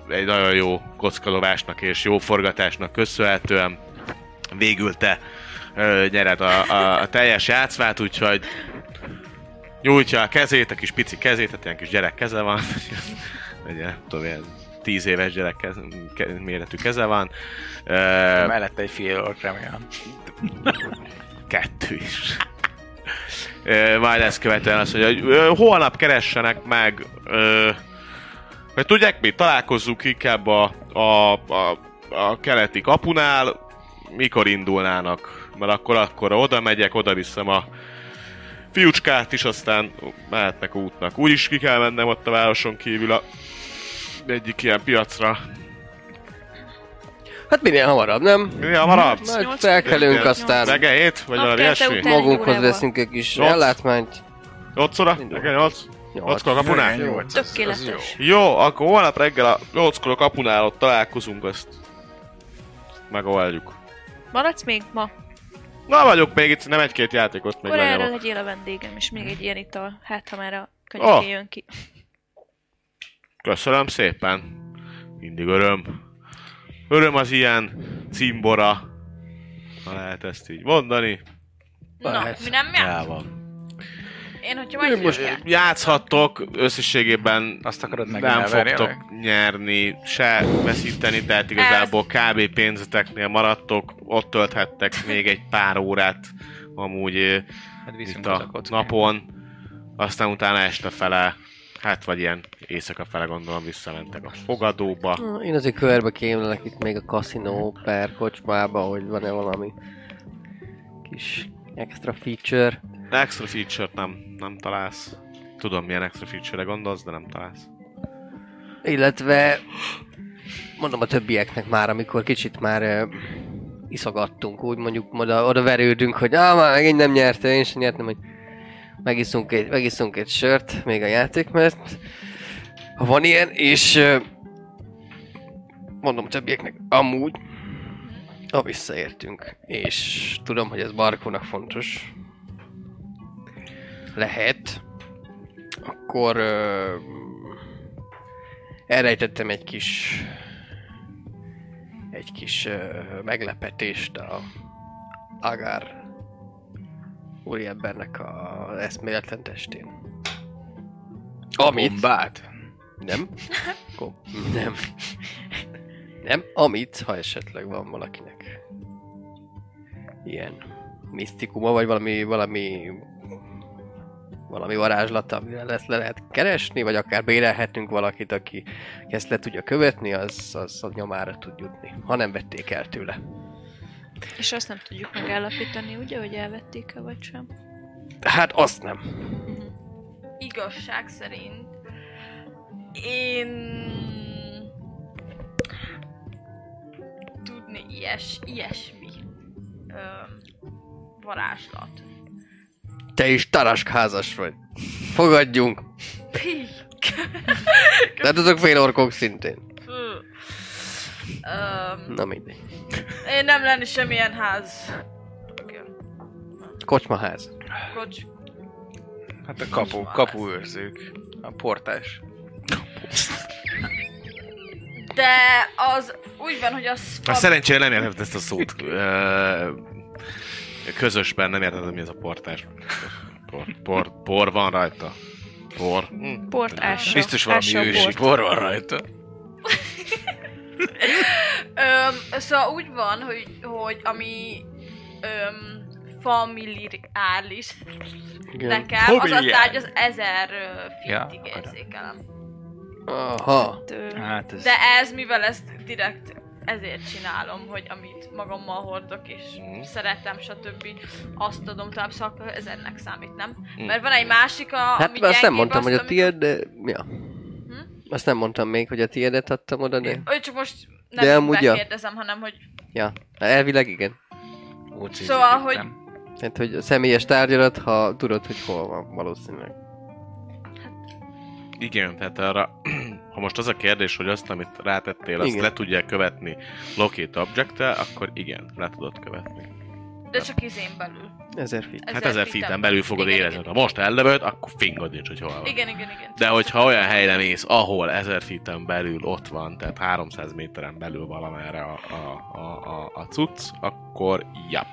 [SPEAKER 2] ö, egy nagyon jó kockalóvásnak és jó forgatásnak köszönhetően végül te ö, nyered a, a, a teljes játszmát, úgyhogy nyújtja a kezét, a kis pici kezét, tehát ilyen kis gyerek keze van, egy ilyen, nem tudom, ilyen tíz éves gyerek kez, ke, méretű keze van. Ö,
[SPEAKER 7] Mellette egy fél ork remélem.
[SPEAKER 2] kettő is. Ö, Majd ezt követően azt mondja, hogy ö, holnap keressenek meg, ö, vagy tudják mi, találkozzunk inkább a, a, a, a keleti kapunál, mikor indulnának, mert akkor, akkor oda megyek, oda viszem a fiúcskát is, aztán mehetnek útnak. Úgy is ki kell mennem ott a városon kívül a egyik ilyen piacra.
[SPEAKER 3] Hát minél hamarabb, nem?
[SPEAKER 2] Mi hamarabb?
[SPEAKER 3] Majd felkelünk,
[SPEAKER 2] Igen.
[SPEAKER 3] aztán
[SPEAKER 2] Reggel hét? Vagy valami
[SPEAKER 4] Napkelte
[SPEAKER 2] ilyesmi?
[SPEAKER 4] után.
[SPEAKER 3] magunkhoz
[SPEAKER 4] Órával.
[SPEAKER 3] veszünk egy kis
[SPEAKER 2] Nyolc.
[SPEAKER 3] ellátmányt.
[SPEAKER 2] 8 óra?
[SPEAKER 3] Indul.
[SPEAKER 2] Reggel 8?
[SPEAKER 3] Nyolc.
[SPEAKER 2] 8 óra kapunál?
[SPEAKER 3] Jó.
[SPEAKER 7] Nyolc, az- az jó.
[SPEAKER 4] Tökéletes.
[SPEAKER 2] Jó, akkor holnap reggel a 8-kor a kapunál ott találkozunk, azt megoldjuk.
[SPEAKER 4] Maradsz még ma?
[SPEAKER 2] Na vagyok még itt, nem egy-két játékot még
[SPEAKER 4] Akkor erre
[SPEAKER 2] lenyomok.
[SPEAKER 4] legyél a vendégem, és még egy ilyen ital, hát ha már a
[SPEAKER 2] Ah.
[SPEAKER 4] könyvké jön ki.
[SPEAKER 2] Köszönöm szépen. Mindig öröm. Öröm az ilyen cimbora. Ha lehet ezt így mondani.
[SPEAKER 6] Na,
[SPEAKER 3] Lehet.
[SPEAKER 6] mi nem jár?
[SPEAKER 7] van.
[SPEAKER 6] Én, hogyha majd
[SPEAKER 2] Most játszhattok, összességében
[SPEAKER 7] Azt akarod megint
[SPEAKER 2] nem
[SPEAKER 7] elverni,
[SPEAKER 2] fogtok
[SPEAKER 7] meg?
[SPEAKER 2] nyerni, se veszíteni, tehát igazából kb. pénzeteknél maradtok, ott tölthettek még egy pár órát amúgy eh, ö,
[SPEAKER 7] Hát
[SPEAKER 2] itt
[SPEAKER 7] viszünk hozzá
[SPEAKER 2] a
[SPEAKER 7] kockát.
[SPEAKER 2] napon, aztán utána este fele, hát vagy ilyen éjszaka fele gondolom visszamentek a fogadóba.
[SPEAKER 3] Na, Én azért körbe kémlelek itt még a kaszinó per kocsmába, hogy van-e valami kis extra feature.
[SPEAKER 2] Extra feature-t nem, nem találsz. Tudom milyen extra feature-re gondolsz, de nem találsz.
[SPEAKER 3] Illetve mondom a többieknek már, amikor kicsit már uh, iszogattunk, úgy mondjuk oda, oda verődünk, hogy ah, már megint nem nyerte, én sem nyertem, hogy megiszunk egy, megiszunk egy sört, még a játék, mert ha van ilyen, és uh, mondom a többieknek, amúgy, ha visszaértünk, és tudom, hogy ez Barkónak fontos, lehet, akkor uh, elrejtettem egy kis egy kis ö, meglepetést a Agár úriembernek az eszméletlen testén. Amit...
[SPEAKER 5] Bombát?
[SPEAKER 3] Nem. Kom- nem. Nem, amit, ha esetleg van valakinek ilyen misztikuma, vagy valami, valami valami varázslata, amire lesz, le lehet keresni, vagy akár bérelhetünk valakit, aki aki ezt le tudja követni, az, az a nyomára tud jutni, ha nem vették el tőle.
[SPEAKER 4] És azt nem tudjuk megállapítani, ugye, hogy elvették-e vagy sem.
[SPEAKER 3] Hát azt nem.
[SPEAKER 6] igazság szerint én tudni ilyes, ilyesmi ö, varázslat.
[SPEAKER 3] Te is tarask házas vagy. Fogadjunk.
[SPEAKER 6] Pih!
[SPEAKER 3] De azok fél orkok szintén.
[SPEAKER 6] Fú. Öm,
[SPEAKER 3] Na mindegy.
[SPEAKER 6] én nem lenni semmilyen ház. Oké,
[SPEAKER 3] Kocsmaház.
[SPEAKER 6] Kocs.
[SPEAKER 7] Hát a kapu, kapuőrzők. A portás.
[SPEAKER 6] De az úgy van, hogy az...
[SPEAKER 2] Hát szerencsére nem érted ezt a szót. Ö, Közösben nem érted, hogy mi ez a portás. Por, por, por van rajta. Por. Hm.
[SPEAKER 4] Port ássa.
[SPEAKER 7] Biztos valami
[SPEAKER 4] ássa a
[SPEAKER 7] ősi
[SPEAKER 4] bort.
[SPEAKER 7] bor van rajta.
[SPEAKER 6] Öm, szóval úgy van, hogy, hogy ami öm, familiális nekem, az a
[SPEAKER 7] Familiális.
[SPEAKER 6] tárgy az ezer ö,
[SPEAKER 7] Ja,
[SPEAKER 6] fintig
[SPEAKER 7] akarom.
[SPEAKER 6] érzékelem.
[SPEAKER 3] Aha.
[SPEAKER 4] Ö,
[SPEAKER 7] Hát ez...
[SPEAKER 6] De ez, mivel ezt direkt ezért csinálom, hogy amit magammal hordok és
[SPEAKER 2] Mhm.
[SPEAKER 6] szeretem, stb. azt adom tovább, szóval akkor ez ennek számít, nem?
[SPEAKER 2] Mhm.
[SPEAKER 6] Mert van egy másik, a,
[SPEAKER 3] Hát
[SPEAKER 6] ami
[SPEAKER 3] mert azt nem
[SPEAKER 6] gyengébb,
[SPEAKER 3] mondtam, hogy a
[SPEAKER 6] amit-
[SPEAKER 3] tiéd, de... Ja. Azt nem mondtam még, hogy a tiédet adtam oda, de...
[SPEAKER 6] Ö, Csak most nem
[SPEAKER 3] De
[SPEAKER 6] de
[SPEAKER 3] amúgy ja.
[SPEAKER 6] megkérdezem, hanem hogy
[SPEAKER 3] Ja. Elvileg igen.
[SPEAKER 7] Úgy
[SPEAKER 6] Szóval, hogy-
[SPEAKER 7] ízlítettem.
[SPEAKER 3] Tehát, hogy a személyes tárgyalat, ha tudod, hogy hol van valószínűleg.
[SPEAKER 2] Igen, tehát arra, ha most az a kérdés, hogy azt, amit rátettél, azt
[SPEAKER 3] Igen.
[SPEAKER 2] igen. le tudják követni locate object akkor igen, le tudod követni.
[SPEAKER 6] de csak izén belül.
[SPEAKER 3] Ezer fit.
[SPEAKER 2] Hát ezer feet belül fogod
[SPEAKER 6] Igen,
[SPEAKER 2] érezni,
[SPEAKER 6] igen.
[SPEAKER 2] ha most ellövöd, akkor fingod nincs, hogy hol van.
[SPEAKER 6] Igen, igen, igen.
[SPEAKER 2] De hogyha olyan helyre mész, ahol 1000 feet belül ott van, tehát 300 méteren belül valamerre a, a, a, a, a cucc, akkor jap.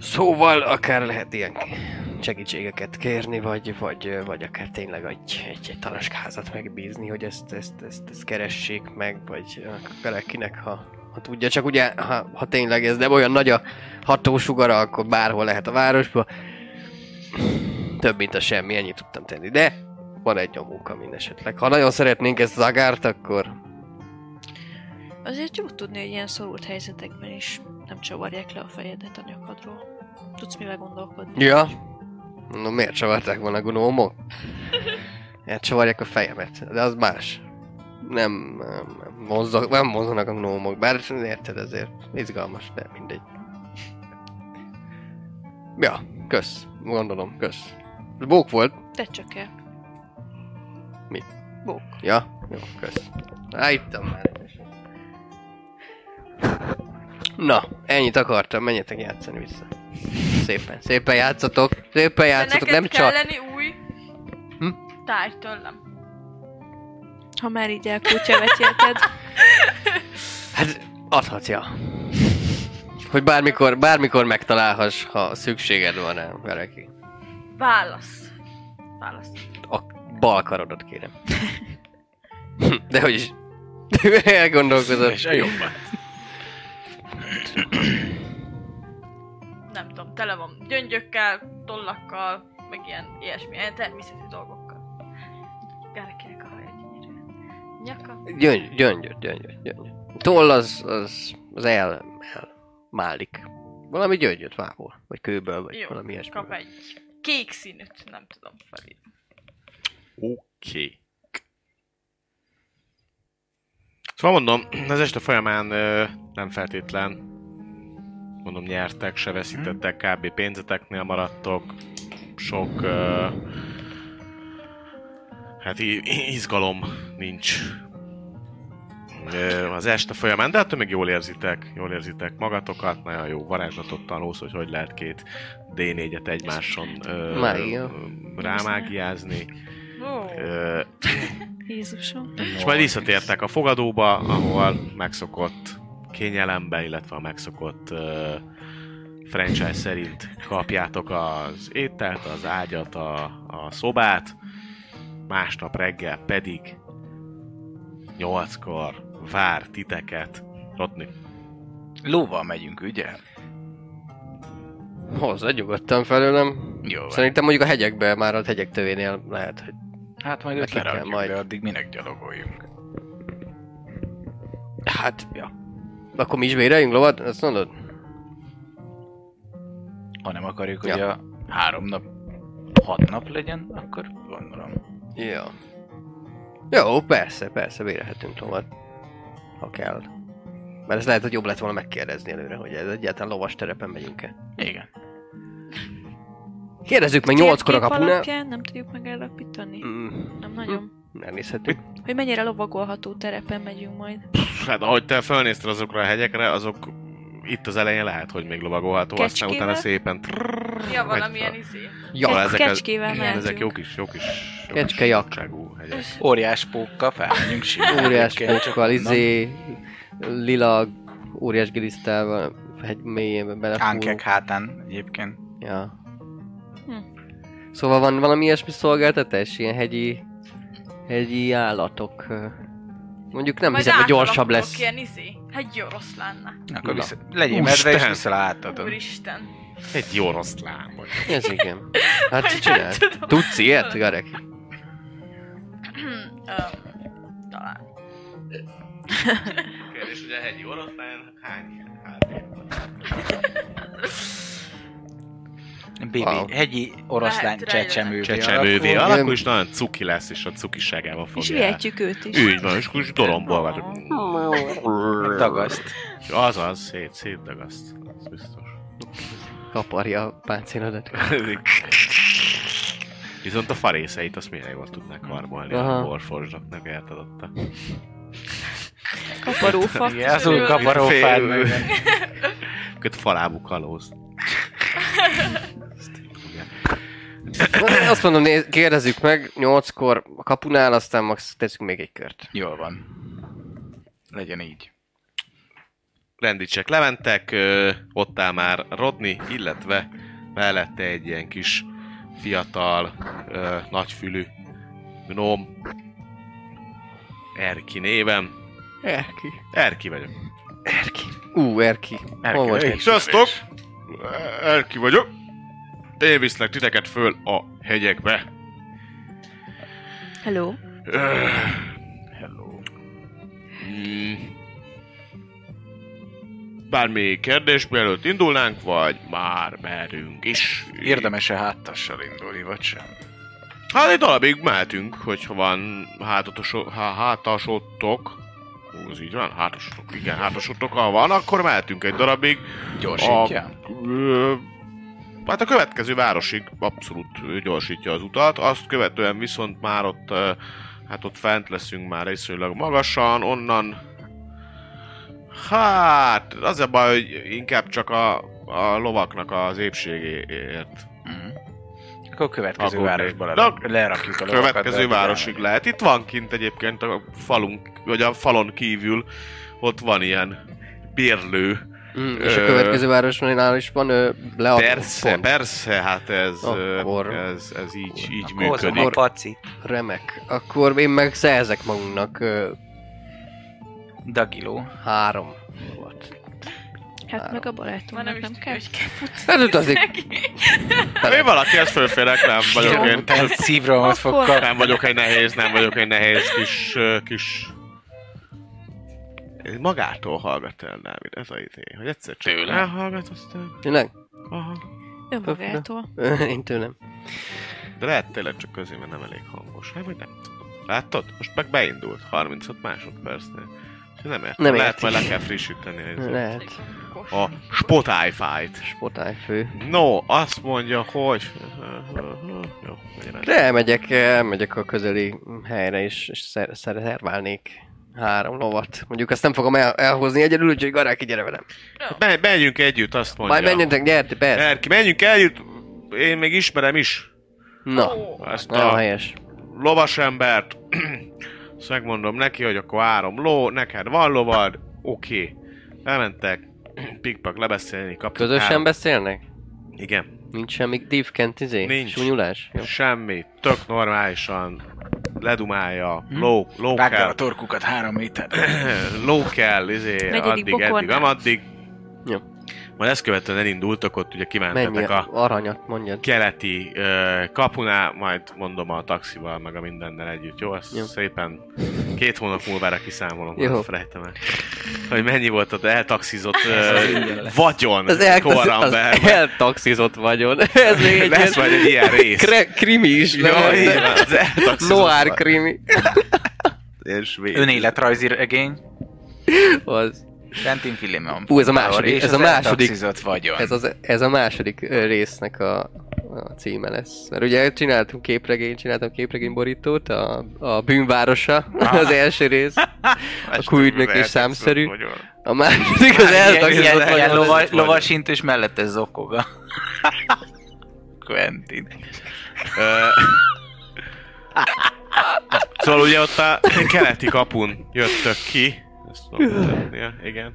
[SPEAKER 3] Szóval akár lehet ilyen segítségeket kérni, vagy, vagy, vagy akár tényleg egy, egy, egy tanaskázat megbízni, hogy ezt, ezt, ezt, ezt keressék meg, vagy akárkinek, ha, ha tudja. Csak ugye, ha, ha tényleg ez nem olyan nagy a hatósugara, akkor bárhol lehet a városba. Több, mint a semmi, ennyit tudtam tenni. De van egy nyomók, amin esetleg. Ha nagyon szeretnénk ezt zagárt, akkor
[SPEAKER 4] Azért jó tudni, hogy ilyen szorult helyzetekben is nem csavarják le a fejedet a nyakadról. Tudsz mivel gondolkodni?
[SPEAKER 3] Ja. No, miért csavarták volna a gnómok? Miért csavarják a fejemet? De az más. Nem, nem, nem, mozzog, nem mozognak a gnómok, bár érted ezért. Izgalmas, de mindegy. Ja, kösz. Gondolom, kösz. Bók volt.
[SPEAKER 4] Te csak el.
[SPEAKER 3] Ja, jó, kösz. Á, ittam már. Na, ennyit akartam, menjetek játszani vissza. Szépen, szépen játszatok, szépen
[SPEAKER 6] De
[SPEAKER 3] játszatok,
[SPEAKER 6] neked
[SPEAKER 3] nem
[SPEAKER 6] nem kell
[SPEAKER 3] csak.
[SPEAKER 6] lenni új
[SPEAKER 3] Hm?
[SPEAKER 6] tárgy tőlem.
[SPEAKER 4] Ha már így elkulcsevetjélted.
[SPEAKER 3] Hát, adhatja. Hogy bármikor, bármikor megtalálhass, ha szükséged van rá, Vereki.
[SPEAKER 6] Válasz. Válasz.
[SPEAKER 3] A bal karodat kérem. De hogy is. Elgondolkodott.
[SPEAKER 5] És a jobban.
[SPEAKER 6] Nem tudom, tele van gyöngyökkel, tollakkal, meg ilyen ilyesmi, ilyen természeti dolgokkal. Gárkinek a haja gyönyörű. Nyaka.
[SPEAKER 3] Gyöngy, gyöngyöt, gyöngyöt, gyöngyöt. Toll az, az, az el, el, málik. Valami gyöngyöt vágol, vagy kőből, vagy
[SPEAKER 6] Jó,
[SPEAKER 3] valami ilyesmi.
[SPEAKER 6] kap egy kék színűt, nem tudom felé.
[SPEAKER 2] Oké. Szóval mondom, az este folyamán ö, nem feltétlen, mondom, nyertek, se veszítettek, kb. pénzeteknél maradtok, sok, ö, hát í- izgalom nincs ö, az este folyamán, de hát még jól érzitek, jól érzitek magatokat, nagyon jó varázslatot tanulsz, hogy hogy lehet két D4-et egymáson ö,
[SPEAKER 3] Mágia.
[SPEAKER 2] ö, rámágiázni.
[SPEAKER 6] Ó,
[SPEAKER 2] Ö,
[SPEAKER 4] Jézusom.
[SPEAKER 2] és majd visszatértek a fogadóba, ahol megszokott kényelembe, illetve a megszokott ö, franchise szerint kapjátok az ételt, az ágyat, a, a szobát, másnap reggel pedig nyolckor vár titeket Rodni.
[SPEAKER 5] Lóval megyünk, ugye?
[SPEAKER 3] Hozzá nyugodtan felőlem.
[SPEAKER 5] Jó
[SPEAKER 7] hát
[SPEAKER 5] van.
[SPEAKER 3] Szerintem mondjuk a hegyekbe, már a hegyek tövénél lehet, hogy...
[SPEAKER 5] Hát majd
[SPEAKER 3] Neki
[SPEAKER 5] őt
[SPEAKER 3] kell
[SPEAKER 5] lerakjuk,
[SPEAKER 3] majd.
[SPEAKER 5] de addig minek gyalogoljunk.
[SPEAKER 3] Hát,
[SPEAKER 5] Ja.
[SPEAKER 3] akkor mi is véreljünk lovat? Azt mondod?
[SPEAKER 5] Ha nem akarjuk,
[SPEAKER 3] Ja.
[SPEAKER 5] hogy a három nap, hat nap legyen, akkor gondolom.
[SPEAKER 3] Ja. Jó, persze, persze, vérelhetünk lovat. Ha kell. Mert ez lehet, hogy jobb lett volna megkérdezni előre, hogy ez egyáltalán lovas terepen megyünk-e.
[SPEAKER 5] Igen.
[SPEAKER 3] Kérdezzük meg nyolckor a
[SPEAKER 4] Térkép
[SPEAKER 3] kapunál.
[SPEAKER 4] alapján nem tudjuk megállapítani.
[SPEAKER 3] Mm,
[SPEAKER 4] Nem nagyon.
[SPEAKER 3] elnézhetünk.
[SPEAKER 4] Hogy mennyire lovagolható terepen megyünk majd.
[SPEAKER 2] Hát ahogy te felnéztél azokra a hegyekre, azok itt az elején lehet, hogy még lovagolható, aztán
[SPEAKER 4] Kecskével?
[SPEAKER 2] utána szépen...
[SPEAKER 6] ja,
[SPEAKER 2] megy
[SPEAKER 6] valamilyen
[SPEAKER 2] fel.
[SPEAKER 6] izé.
[SPEAKER 3] Ja,
[SPEAKER 4] Ke-
[SPEAKER 2] ezek az-
[SPEAKER 4] kecskével
[SPEAKER 2] Igen, ezek
[SPEAKER 4] mehetünk.
[SPEAKER 2] jók is, jók is. jók is
[SPEAKER 3] Kecske jak.
[SPEAKER 2] nagyságú hegyek.
[SPEAKER 6] Hát
[SPEAKER 7] Óriás pókkal felmegyünk simán.
[SPEAKER 3] Óriás
[SPEAKER 7] Kell csak
[SPEAKER 3] pókkal,
[SPEAKER 7] onnan.
[SPEAKER 3] izé, lila, óriás gilisztával, hegy mélyében belefúrunk.
[SPEAKER 7] Ánkek hátán egyébként.
[SPEAKER 3] Ja.
[SPEAKER 4] Hm.
[SPEAKER 3] Szóval van valami ilyesmi szolgáltatás? Ilyen hegyi, hegyi állatok. ö. Mondjuk nem
[SPEAKER 6] Majd
[SPEAKER 3] hiszem, hogy gyorsabb
[SPEAKER 6] átalakulok
[SPEAKER 3] lesz.
[SPEAKER 6] Ilyen izé, egy oroszlánná.
[SPEAKER 7] Akkor
[SPEAKER 3] Na.
[SPEAKER 7] vissza, legyél
[SPEAKER 2] Úristen!
[SPEAKER 7] medve, és vissza átadod.
[SPEAKER 6] Úristen.
[SPEAKER 2] Egy jó oroszlán vagy.
[SPEAKER 3] Ez igen. Hát
[SPEAKER 6] Hogy
[SPEAKER 3] csinál.
[SPEAKER 6] nem tudom.
[SPEAKER 3] Tudsz ilyet, Garek?
[SPEAKER 6] Öm, Talán.
[SPEAKER 2] Kérdés, hogy a hegyi oroszlán hány
[SPEAKER 7] Bibi,
[SPEAKER 3] Wow.
[SPEAKER 7] hegyi oroszlány
[SPEAKER 6] Lehet, rájön.
[SPEAKER 7] csecsemővé
[SPEAKER 2] csecsemővé
[SPEAKER 7] alakul.
[SPEAKER 2] alakul, és nagyon cuki lesz, és a cukiságával
[SPEAKER 4] És
[SPEAKER 2] fogja el.
[SPEAKER 4] vihetjük őt is.
[SPEAKER 2] Így van, és akkor is doromból vagy.
[SPEAKER 7] Hát Dagaszt.
[SPEAKER 2] Azaz, szét, szétdagaszt. Az biztos.
[SPEAKER 3] Kaparja a páncélodat.
[SPEAKER 2] Viszont a farészeit azt milyen jól tudnák karmolni
[SPEAKER 3] Aha.
[SPEAKER 2] a warforgedoknak, érted ott a...
[SPEAKER 4] Kaparófa.
[SPEAKER 7] Igen, az új kaparófád
[SPEAKER 2] Fél-
[SPEAKER 7] meg.
[SPEAKER 2] Köt falábú kalóz.
[SPEAKER 3] Azt mondom, néz, kérdezzük meg, nyolckor a kapunál, aztán max tesszük még egy kört.
[SPEAKER 5] Jól van. Legyen így.
[SPEAKER 2] Rendítsek lementek, ö, ott áll már Rodni, illetve mellette egy ilyen kis fiatal, ö, nagyfülű gnóm. Erki névem.
[SPEAKER 3] Erki.
[SPEAKER 2] Erki vagyok.
[SPEAKER 3] Erki. Ú, Erki.
[SPEAKER 5] Erki,
[SPEAKER 3] Hol vagy?
[SPEAKER 5] Erki.
[SPEAKER 2] Hey, Sziasztok! Erki vagyok. Én viszlek titeket föl a hegyekbe.
[SPEAKER 4] Hello.
[SPEAKER 5] Hello.
[SPEAKER 2] Mm. Bármi kérdés, mielőtt indulnánk, vagy már merünk is?
[SPEAKER 5] Érdemes-e háttassal indulni, vagy sem?
[SPEAKER 2] Hát egy darabig mehetünk, hogyha van hátatos, há, hátasotok. Ú, Ez így van? Hátasotok. Igen, hátasotok. Ha van, akkor mehetünk egy darabig.
[SPEAKER 5] Gyorsítja?
[SPEAKER 2] Ö, Hát a következő városig abszolút ö, gyorsítja az utat, azt követően viszont már ott, ö, hát ott fent leszünk már viszonylag magasan, onnan... Hát, az a baj, hogy inkább csak a, a lovaknak az épségéért
[SPEAKER 5] Mhm. Akkor a következő
[SPEAKER 2] Akkor-
[SPEAKER 5] városba le-
[SPEAKER 2] Na,
[SPEAKER 5] lerakjuk a lovakat.
[SPEAKER 2] következő
[SPEAKER 5] de-
[SPEAKER 2] városig lehet. Itt van kint egyébként a falunk, vagy a falon kívül, ott van ilyen bérlő
[SPEAKER 3] Mm, és a
[SPEAKER 2] Ö,
[SPEAKER 3] következő városnál is van ö, leadó
[SPEAKER 2] Persze,
[SPEAKER 3] pont.
[SPEAKER 2] persze, hát ez,
[SPEAKER 3] Akkor-
[SPEAKER 2] ö, ez, ez így, így
[SPEAKER 1] Akkor hozom
[SPEAKER 2] működik.
[SPEAKER 1] a pacit.
[SPEAKER 3] Remek. Akkor én meg szerzek magunknak ö,
[SPEAKER 7] Dagiló.
[SPEAKER 3] három lovat.
[SPEAKER 4] Hát meg a
[SPEAKER 6] Már nem
[SPEAKER 4] barátunknak
[SPEAKER 6] is
[SPEAKER 4] nem kell.
[SPEAKER 6] tudja, hogy kell
[SPEAKER 3] Hát utazik.
[SPEAKER 2] Én valaki ezt fölférek, nem vagyok én.
[SPEAKER 7] Tehát szívrohamot fog kapni.
[SPEAKER 2] Nem vagyok egy nehéz, nem vagyok egy nehéz kis... ö, kis... Magától hallgat el, Dávid, ez a izé, hogy egyszer csak
[SPEAKER 5] Tőle?
[SPEAKER 2] elhallgat, aztán...
[SPEAKER 3] Tényleg?
[SPEAKER 2] Aha.
[SPEAKER 4] Önmagától.
[SPEAKER 3] Ö, Én tőlem.
[SPEAKER 2] De lehet tényleg csak közé, mert nem elég hangos. Hát, vagy nem tudom. Látod? Most meg beindult, 35 másodpercnél. Úgyhogy Nem értem.
[SPEAKER 3] Nem
[SPEAKER 2] lehet,
[SPEAKER 3] érti.
[SPEAKER 2] majd le kell frissíteni. a izét.
[SPEAKER 3] Lehet.
[SPEAKER 2] A Spotify-t.
[SPEAKER 3] Spotályfő.
[SPEAKER 2] No, azt mondja, hogy... Jó, magyarán.
[SPEAKER 3] De elmegyek, elmegyek a közeli helyre is, és szer- szer- szerválnék három lovat. Mondjuk azt nem fogom el- elhozni egyedül, úgyhogy Garáki, gyere velem.
[SPEAKER 2] Me- menjünk együtt, azt mondja.
[SPEAKER 3] Majd menjetek, gyertek, persze.
[SPEAKER 2] Erki, menjünk együtt. Én még ismerem is
[SPEAKER 3] Na,
[SPEAKER 2] ezt
[SPEAKER 3] nagyon
[SPEAKER 2] a
[SPEAKER 3] helyes.
[SPEAKER 2] lovasembert. Azt megmondom neki, hogy akkor három ló, neked van lovad, oké. Elmentek, pikpak lebeszélni, kaptak
[SPEAKER 3] Közösen
[SPEAKER 2] három-
[SPEAKER 3] beszélnek?
[SPEAKER 2] Igen,
[SPEAKER 3] Nincs semmi divkent, izé?
[SPEAKER 2] Nincs.
[SPEAKER 3] Súnyulás? Jó.
[SPEAKER 2] semmi, tök normálisan ledumálja, ló, ló
[SPEAKER 7] Vágd el
[SPEAKER 2] kell,
[SPEAKER 7] a torkukat három méter.
[SPEAKER 2] ló kell, izé,
[SPEAKER 4] Negyedik
[SPEAKER 2] addig, eddig,
[SPEAKER 4] bokornál.
[SPEAKER 2] nem addig.
[SPEAKER 3] Jó.
[SPEAKER 2] Majd ezt követően elindultak, ott ugye
[SPEAKER 3] Mennyi
[SPEAKER 2] kimentetek a
[SPEAKER 3] aranyat mondjad.
[SPEAKER 2] keleti ö, kapunál, majd mondom a taxival, meg a mindennel együtt, jó? Ezt
[SPEAKER 3] Jó.
[SPEAKER 2] jó. szépen két hónap múlvára kiszámolom,
[SPEAKER 3] Jó.
[SPEAKER 2] hogy felejtem el. Hogy mennyi volt az eltaxizott ö,
[SPEAKER 7] ingyen lesz.
[SPEAKER 2] vagyon
[SPEAKER 3] Az, el, az,
[SPEAKER 2] korran
[SPEAKER 3] az
[SPEAKER 2] belül.
[SPEAKER 3] eltaxizott vagyon. Ez még egy
[SPEAKER 2] Lesz majd egy ilyen rész.
[SPEAKER 3] kre- krimi is
[SPEAKER 2] Jó, így van,
[SPEAKER 3] lehet.
[SPEAKER 2] az eltaxizott
[SPEAKER 3] Noir
[SPEAKER 2] vagy-
[SPEAKER 3] krimi.
[SPEAKER 2] és vég.
[SPEAKER 7] Önéletrajzi regény.
[SPEAKER 3] Az.
[SPEAKER 7] Fentin Filimon.
[SPEAKER 3] Ú, ez a második,
[SPEAKER 7] És
[SPEAKER 3] ez a
[SPEAKER 7] az
[SPEAKER 3] második.
[SPEAKER 7] eltaxizott vagyon.
[SPEAKER 3] Ez, az, ez a második ö, résznek a, a címe lesz. Mert ugye csináltunk képregény, csináltam képregény borítót, a, a bűnvárosa,
[SPEAKER 2] Ah.
[SPEAKER 3] az első rész. A kúügynök is számszerű.
[SPEAKER 2] Vagyon.
[SPEAKER 3] A második
[SPEAKER 7] Hát
[SPEAKER 3] az eltaxizott
[SPEAKER 7] Ilyen, ilyen
[SPEAKER 3] vagyon.
[SPEAKER 7] lova, lovasint, és mellette zokoga. Quentin.
[SPEAKER 2] Ö, Szóval ugye ott a keleti kapun jöttök ki, ezt tudom mutatnia, igen,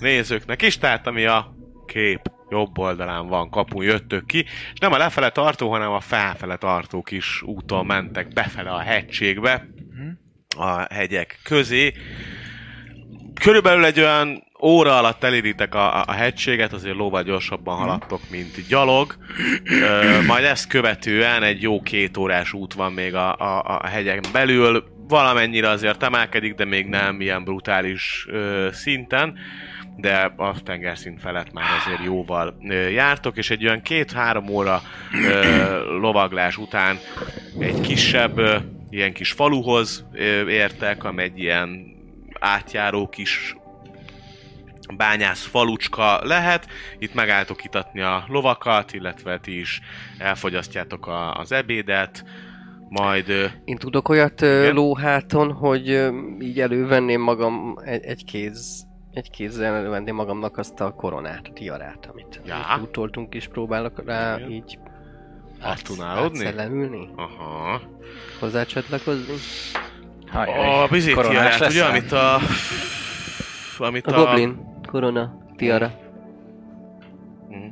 [SPEAKER 2] nézőknek is, tehát ami a kép jobb oldalán van kapun jöttök ki, és nem a lefele tartó, hanem a felfele tartó kis úton mentek befele a hegységbe, a hegyek közé. Körülbelül egy olyan óra alatt eléritek a, a- a hegységet, azért lóval gyorsabban haladtok, mint gyalog. Ö, majd ezt követően egy jó két órás út van még a, a, a hegyek belül. Valamennyire azért emelkedik, de még nem ilyen brutális ö, szinten. De a tengerszint felett már azért jóval ö, jártok, és egy olyan két-három óra ö, lovaglás után egy kisebb ö, ilyen kis faluhoz ö, értek, amely egy ilyen átjáró kis bányász falucska lehet. Itt megálltok itatni a lovakat, illetve ti is elfogyasztjátok a, az ebédet, majd ö,
[SPEAKER 3] Én tudok olyat ö,
[SPEAKER 2] Igen.
[SPEAKER 3] lóháton, hogy ö, így elővenném magam egy, egy kéz egy kézzel elővenném magamnak azt a koronát, a tiarát, amit
[SPEAKER 2] Já.
[SPEAKER 3] ja. utoltunk is, próbálok rá
[SPEAKER 2] Igen.
[SPEAKER 3] így
[SPEAKER 2] azt tunálodni.
[SPEAKER 3] átszellemülni,
[SPEAKER 2] Aha.
[SPEAKER 3] hozzácsatlakozni.
[SPEAKER 2] A vizét tiarát, ugye, amit a... Amit
[SPEAKER 3] A
[SPEAKER 2] a...
[SPEAKER 3] goblin Hmm. korona, tiara.
[SPEAKER 2] Mhm.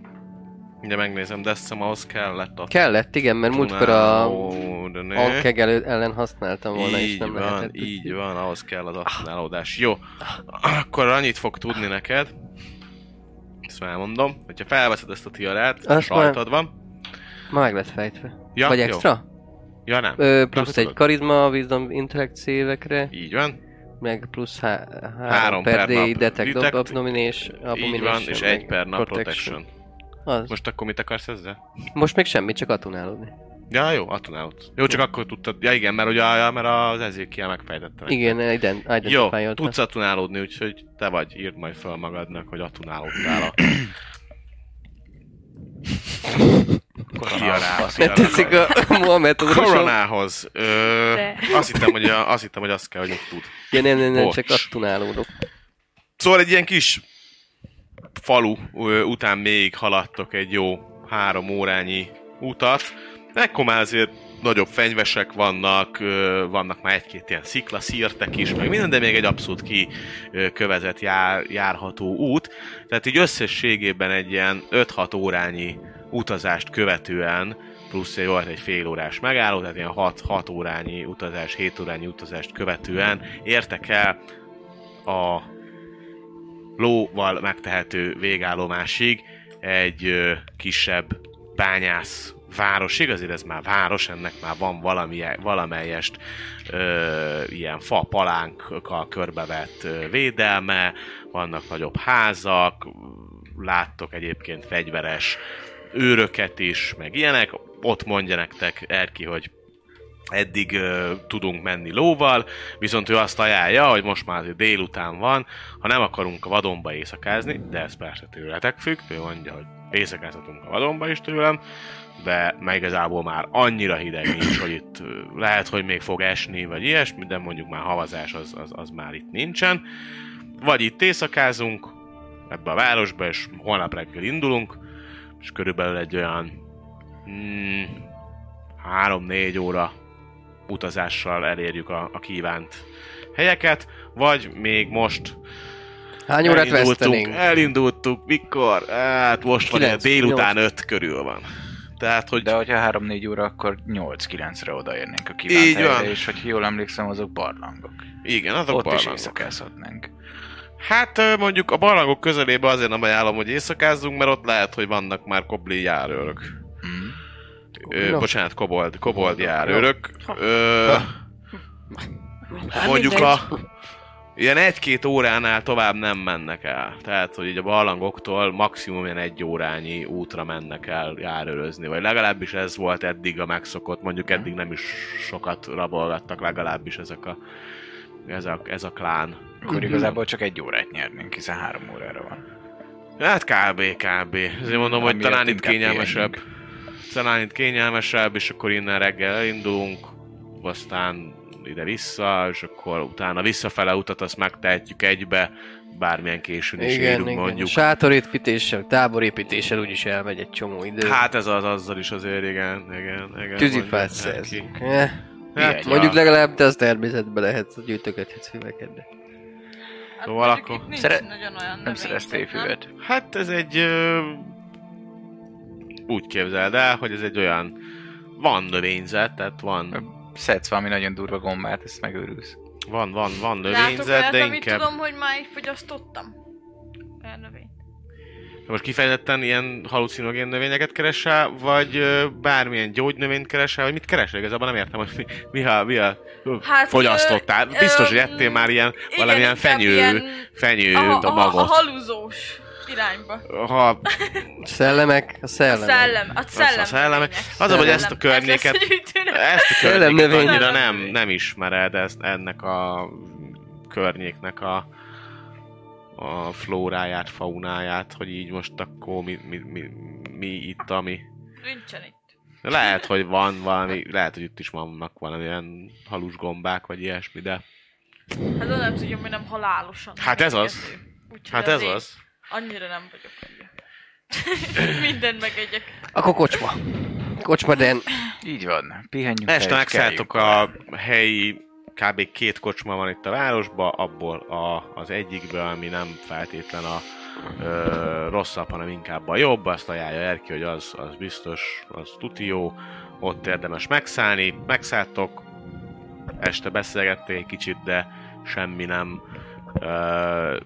[SPEAKER 2] Ugye megnézem, de azt hiszem ahhoz kellett a
[SPEAKER 3] Kellett, igen, mert múltkor a
[SPEAKER 2] tunálódni.
[SPEAKER 3] alkegel ellen használtam volna, és
[SPEAKER 2] Így
[SPEAKER 3] nem
[SPEAKER 2] van,
[SPEAKER 3] lehetett. Ah.
[SPEAKER 2] így van, ahhoz kell az akcionálódás. Jó, akkor annyit fog tudni neked, ezt elmondom, hogyha felveszed ezt a tiarát, a
[SPEAKER 3] Azt már-
[SPEAKER 2] sajtad van.
[SPEAKER 3] Ma meg lett fejtve.
[SPEAKER 2] Ja,
[SPEAKER 3] Vagy
[SPEAKER 2] jó.
[SPEAKER 3] extra?
[SPEAKER 2] Ja, nem.
[SPEAKER 3] Ö, plusz
[SPEAKER 2] tudod.
[SPEAKER 3] egy karizma, wisdom intellect szélekre,
[SPEAKER 2] Így van,
[SPEAKER 3] meg plusz há- három,
[SPEAKER 2] Három
[SPEAKER 3] per,
[SPEAKER 2] per
[SPEAKER 3] day
[SPEAKER 2] nap
[SPEAKER 3] detect,
[SPEAKER 2] detect,
[SPEAKER 3] detect abomination,
[SPEAKER 2] így van, és egy
[SPEAKER 3] meg
[SPEAKER 2] per nap protection.
[SPEAKER 3] Az. Most...
[SPEAKER 2] Most akkor mit akarsz ezzel?
[SPEAKER 3] Most még semmi, csak atunálódni.
[SPEAKER 2] Ja, jó, atunálod. Jó, csak akkor tudtad. Ja, igen, mert ugye ja, mert az ezért ki megfejtette. neked.
[SPEAKER 3] Igen, ident, identify
[SPEAKER 2] Jó,
[SPEAKER 3] ott
[SPEAKER 2] tudsz atunálódni, úgyhogy te vagy, írd majd fel magadnak, hogy atunálódtál a... Tiarához.
[SPEAKER 3] lesz. Tetszik a Mohamed az rosom.
[SPEAKER 2] Koronához. Ö,
[SPEAKER 4] De.
[SPEAKER 2] azt, hittem, hogy a, azt hittem, hogy azt kell, hogy mit tud.
[SPEAKER 3] Ja, nem, nem, nem,
[SPEAKER 2] Bocs.
[SPEAKER 3] csak atunálódok.
[SPEAKER 2] Szóval egy ilyen kis falu ö, után még haladtok egy jó három órányi utat. Ekkor már azért nagyobb fenyvesek vannak, ö, vannak már egy-két ilyen sziklaszírtek is, meg minden, de még egy abszolút kikövezett jár, járható út. Tehát így összességében egy ilyen 5-6 órányi utazást követően, plusz egy volt egy fél órás megálló, tehát ilyen 6, 6 órányi utazás, 7 órányi utazást követően értek el a lóval megtehető végállomásig egy ö, kisebb bányász város, igazán ez már város, ennek már van valami, valamelyest ö, ilyen fa palánkkal körbevett ö, védelme, vannak nagyobb házak, láttok egyébként fegyveres őröket is, meg ilyenek, ott mondja nektek Erki, hogy eddig ö, tudunk menni lóval, viszont ő azt ajánlja, hogy most már azért délután van, ha nem akarunk a vadonba éjszakázni, de ez persze tőletek függ, ő mondja, hogy éjszakázhatunk a vadonba is tőlem, de meg igazából már annyira hideg nincs, hogy itt ö, lehet, hogy még fog esni, vagy ilyesmi, de mondjuk már havazás az, az, az már itt nincsen. Vagy itt éjszakázunk ebbe a városba, és holnap reggel indulunk, és körülbelül egy olyan mm, 3-4 óra utazással elérjük a, a kívánt helyeket, vagy még most
[SPEAKER 3] Hány órát
[SPEAKER 2] elindultunk,
[SPEAKER 3] vesztenénk?
[SPEAKER 2] elindultunk, mikor? Hát most van,
[SPEAKER 3] Kilenc,
[SPEAKER 2] ilyen délután
[SPEAKER 3] nyolc.
[SPEAKER 2] 5 körül van. Tehát, hogy
[SPEAKER 7] De hogyha 3-4 óra, akkor 8-9-re odaérnénk a kívánt
[SPEAKER 2] Így
[SPEAKER 7] helyre,
[SPEAKER 2] van.
[SPEAKER 7] és hogy jól emlékszem, azok barlangok.
[SPEAKER 2] igen, azok
[SPEAKER 7] Ott is
[SPEAKER 2] barlangok.
[SPEAKER 7] éjszakázhatnánk.
[SPEAKER 2] Hát ö, mondjuk a barlangok közelébe azért nem ajánlom, hogy éjszakázzunk, mert ott lehet, hogy vannak már kobli járőrök.
[SPEAKER 7] Mm.
[SPEAKER 2] Ö,
[SPEAKER 3] Na.
[SPEAKER 2] bocsánat, kobold, kobold járőrök. Ö,
[SPEAKER 3] Hát
[SPEAKER 2] mondjuk
[SPEAKER 3] mindegy.
[SPEAKER 2] a... Ilyen egy-két óránál tovább nem mennek el. Tehát, hogy így a barlangoktól maximum ilyen egy órányi útra mennek el járőrözni. Vagy legalábbis ez volt eddig a megszokott. Mondjuk eddig nem is sokat rabolgattak legalábbis ezek a, ez a, ez a klán.
[SPEAKER 7] Akkor igazából csak egy órát nyernénk, hiszen három órára van.
[SPEAKER 2] Hát kb. kb. Ezért mondom, hogy
[SPEAKER 7] Amiért
[SPEAKER 2] talán itt
[SPEAKER 7] inkább
[SPEAKER 2] kényelmesebb. Talán itt kényelmesebb, és akkor innen reggel elindulunk, aztán ide-vissza, és akkor utána visszafele utat azt megtehetjük egybe, bármilyen későn is
[SPEAKER 3] Igen,
[SPEAKER 2] érünk
[SPEAKER 3] igen.
[SPEAKER 2] mondjuk.
[SPEAKER 3] Sátorépítéssel, táborépítéssel úgyis elmegy egy csomó idő.
[SPEAKER 2] Hát ez az azzal is azért, igen, igen, igen.
[SPEAKER 3] Tűzifát
[SPEAKER 2] mondjuk, hát ki.
[SPEAKER 3] szerzünk. Eh,
[SPEAKER 2] Hát,
[SPEAKER 3] Mondjuk
[SPEAKER 2] mondjuk le...
[SPEAKER 3] legalább te az természetbe lehet, gyűjtögethetsz füveket, de...
[SPEAKER 6] Hát
[SPEAKER 2] Szóval
[SPEAKER 6] mondjuk
[SPEAKER 2] akkor-
[SPEAKER 6] itt Nincs
[SPEAKER 7] Szere-
[SPEAKER 6] nagyon olyan
[SPEAKER 7] Nem
[SPEAKER 6] növényzet,
[SPEAKER 7] szereztél
[SPEAKER 6] nem?
[SPEAKER 7] füvet?
[SPEAKER 2] Hát ez egy... Ö... Úgy képzeld el, hogy ez egy olyan... Van növényzet, tehát van,
[SPEAKER 7] Szedsz valami nagyon durva gombát, ezt megőrülsz.
[SPEAKER 2] van, van, van
[SPEAKER 6] Látok
[SPEAKER 2] növényzet,
[SPEAKER 6] olyat,
[SPEAKER 2] de
[SPEAKER 6] amit
[SPEAKER 2] inkább...
[SPEAKER 6] tudom, hogy már így fogyasztottam. Olyan növény.
[SPEAKER 2] De Most kifejezetten ilyen halucinogén növényeket keresel, vagy ö, bármilyen gyógynövényt keresel, vagy mit keresel? Igazából nem értem, hogy mi, mi, a, mi a
[SPEAKER 6] Hát,
[SPEAKER 2] fogyasztottál.
[SPEAKER 6] ö,
[SPEAKER 2] Biztos,
[SPEAKER 6] ö,
[SPEAKER 2] hogy ettél már ilyen,
[SPEAKER 6] igen,
[SPEAKER 2] valamilyen
[SPEAKER 6] inkább
[SPEAKER 2] fenyő,
[SPEAKER 6] ilyen-
[SPEAKER 2] fenyő
[SPEAKER 6] A,
[SPEAKER 2] a,
[SPEAKER 6] a, a, a
[SPEAKER 2] magot.
[SPEAKER 6] haluzós irányba.
[SPEAKER 2] ha,
[SPEAKER 3] Szellemek? A
[SPEAKER 6] A
[SPEAKER 3] szellemek.
[SPEAKER 6] szellem, a szellem.
[SPEAKER 2] szellemek.
[SPEAKER 6] növények.
[SPEAKER 2] Az a baj, ezt a
[SPEAKER 6] Szellem.
[SPEAKER 2] környéket-
[SPEAKER 6] Ez lesz gyűjtőnek.
[SPEAKER 2] ezt a
[SPEAKER 3] Tényleg
[SPEAKER 2] környéket
[SPEAKER 3] növény.
[SPEAKER 2] annyira nem, nem ismered ezt, ennek a környéknek a, a flóráját, faunáját, hogy így most akkor mi, mi, mi, mi itt, ami
[SPEAKER 6] Nincsen itt.
[SPEAKER 2] Lehet, hogy van valami, lehet, hogy itt is vannak valamilyen halus gombák, vagy ilyesmi, de...
[SPEAKER 6] Hát onnan nem tudjam, hogy nem halálosan.
[SPEAKER 2] Hát ez az.
[SPEAKER 6] égető. Úgyhogy
[SPEAKER 2] Hát ez
[SPEAKER 6] azért
[SPEAKER 2] az.
[SPEAKER 6] Annyira nem vagyok ilyen. Mindent megegyek.
[SPEAKER 3] Akkor kocsma. Kocsma, de
[SPEAKER 7] Így van, pihenjünk
[SPEAKER 2] Este
[SPEAKER 7] el,
[SPEAKER 2] megszálltok
[SPEAKER 7] keljünk.
[SPEAKER 2] a helyi, kb. két kocsma van itt a városba, abból a, az egyikből, ami nem feltétlen a ö, rosszabb, hanem inkább a jobb, azt ajánlja Erki, hogy az, az biztos, az tuti jó, ott érdemes megszállni, megszálltok, este beszélgettél egy kicsit, de semmi nem ö,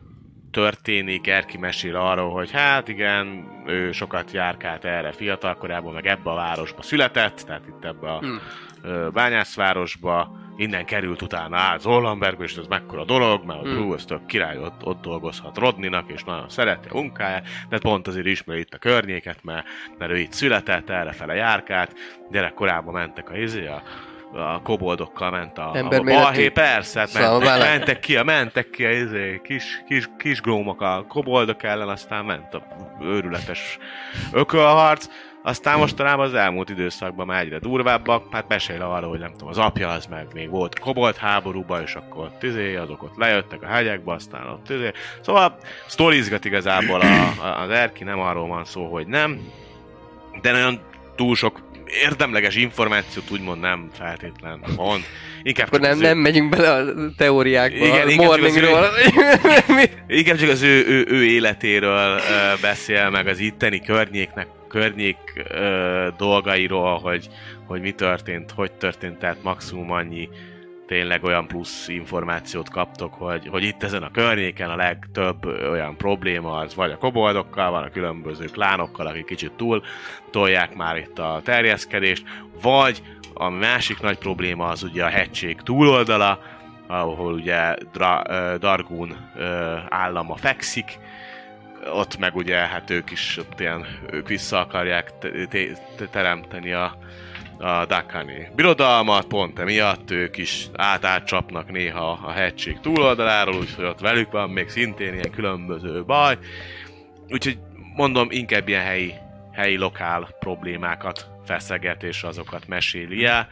[SPEAKER 2] történik, Erki mesél arról, hogy hát igen, ő sokat járkált erre fiatal korában, meg ebbe a városba született, tehát itt ebbe a
[SPEAKER 3] Hmm.
[SPEAKER 2] ö, bányászvárosba, innen került utána át Zollambergbe, és ez mekkora dolog, mert a
[SPEAKER 3] Hmm.
[SPEAKER 2] Drew az tök király, ott, ott dolgozhat Rodninak, és nagyon szereti a munkáját, de pont azért ismeri itt a környéket, mert, mert ő itt született, errefele járkált, gyerekkorában mentek a izé, a a koboldokkal ment a, a
[SPEAKER 3] Emberméretű
[SPEAKER 2] balhé, persze, hát
[SPEAKER 3] Szóval
[SPEAKER 2] mentek,
[SPEAKER 3] szalmabálák.
[SPEAKER 2] mentek ki, a, mentek ki a izé, kis, kis, kis grómok a koboldok ellen, aztán ment a őrületes ökölharc, aztán mostanában az elmúlt időszakban már egyre durvábbak, hát mesél arról, hogy nem tudom, az apja az meg még volt kobolt háborúban, és akkor ott izé, azok ott lejöttek a hegyekbe, aztán ott izé. Szóval sztorizgat igazából a, a, az Erki, nem arról van szó, hogy nem, de nagyon túl sok érdemleges információt úgymond nem feltétlen mond. Inkább
[SPEAKER 3] Akkor
[SPEAKER 2] csak
[SPEAKER 3] nem,
[SPEAKER 2] az ő-
[SPEAKER 3] nem megyünk bele a teóriákba,
[SPEAKER 2] Igen,
[SPEAKER 3] igen, a
[SPEAKER 2] igen,
[SPEAKER 3] morningról.
[SPEAKER 2] Inkább csak az ő, ő, ő életéről ö, beszél, meg az itteni környéknek, környék ö, dolgairól, hogy, hogy mi történt, hogy történt, tehát maximum annyi tényleg olyan plusz információt kaptok, hogy, hogy itt ezen a környéken a legtöbb olyan probléma az vagy a koboldokkal, van a különböző klánokkal, akik kicsit túl tolják már itt a terjeszkedést, vagy a másik nagy probléma az ugye a hegység túloldala, ahol ugye Dra- ö, Dargun ö, állama fekszik, ott meg ugye hát ők is ott ilyen, ők vissza akarják te- te- teremteni a, a Dakani birodalmat, pont emiatt ők is át átcsapnak néha a hegység túloldaláról, úgyhogy ott velük van még szintén ilyen különböző baj. Úgyhogy mondom, inkább ilyen helyi, helyi lokál problémákat feszeget és azokat meséli el.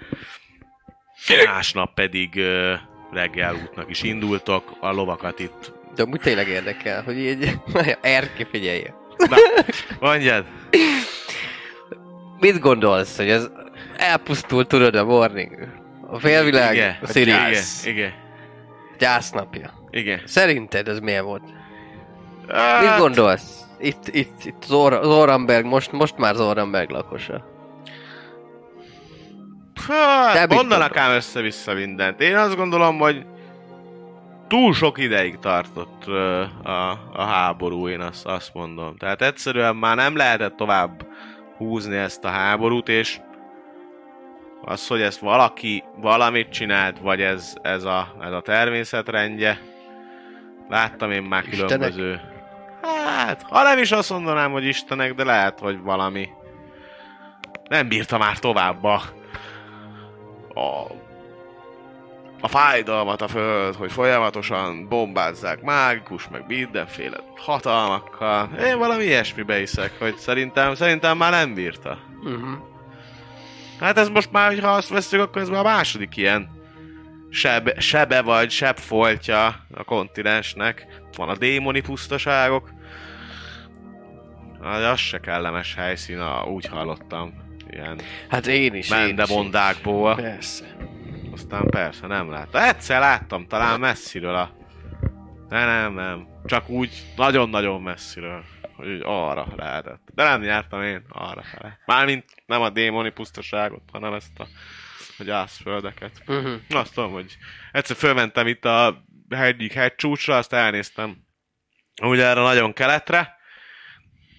[SPEAKER 2] Másnap pedig ö, reggel útnak is indultok, a lovakat itt...
[SPEAKER 3] De amúgy tényleg érdekel, hogy így erke figyelje.
[SPEAKER 2] Na, mondjad!
[SPEAKER 3] Mit gondolsz, hogy ez elpusztult tudod a morning? A félvilág,
[SPEAKER 2] igen, hát
[SPEAKER 3] a
[SPEAKER 2] igen,
[SPEAKER 3] Sirius,
[SPEAKER 2] igen,
[SPEAKER 3] gyásznapja.
[SPEAKER 2] igen.
[SPEAKER 3] Szerinted ez milyen volt? Mit
[SPEAKER 2] Hát,
[SPEAKER 3] gondolsz? Itt, itt, itt Zor- Zoranberg, most, most már Zoranberg lakosa. Te
[SPEAKER 2] Hát,
[SPEAKER 3] mit
[SPEAKER 2] mondanak
[SPEAKER 3] gondolsz?
[SPEAKER 2] ám össze-vissza mindent. Én azt gondolom, hogy túl sok ideig tartott ö, a, a háború, én azt, azt mondom. Tehát egyszerűen már nem lehetett tovább húzni ezt a háborút, és az, hogy ezt valaki valamit csinált, vagy ez, ez, a, ez a természet rendje, láttam én már
[SPEAKER 3] Istenek?
[SPEAKER 2] különböző... Hát, ha nem is azt mondanám, hogy istenek, de lehet, hogy valami... Nem bírta már tovább a... a a fájdalmat a föld, hogy folyamatosan bombázzák mágikus, meg mindenféle hatalmakkal. Én valami ilyesmibe hiszek, hogy szerintem, szerintem már nem bírta.
[SPEAKER 3] Uh-huh.
[SPEAKER 2] Hát ez most már, ha azt veszük, akkor ez már a második ilyen seb, sebe vagy seb foltja a kontinensnek. Ott van a démoni pusztaságok. Hát az se kellemes helyszín, a- úgy hallottam. Ilyen
[SPEAKER 3] Hát én is, én is. én is.
[SPEAKER 2] mendebondákból.
[SPEAKER 3] Persze.
[SPEAKER 2] Aztán persze nem láttam. Egyszer láttam, talán messziről a... De nem, nem. Csak úgy nagyon-nagyon messziről. Hogy úgy arra lehetett. De nem jártam én arra fele. Mármint nem a démoni pusztaságot, hanem ezt a gyászföldeket.
[SPEAKER 3] Uh-huh.
[SPEAKER 2] Azt tudom, hogy egyszer fölmentem itt a hegyik hegycsúcsra, azt elnéztem. Ugye erre nagyon keletre,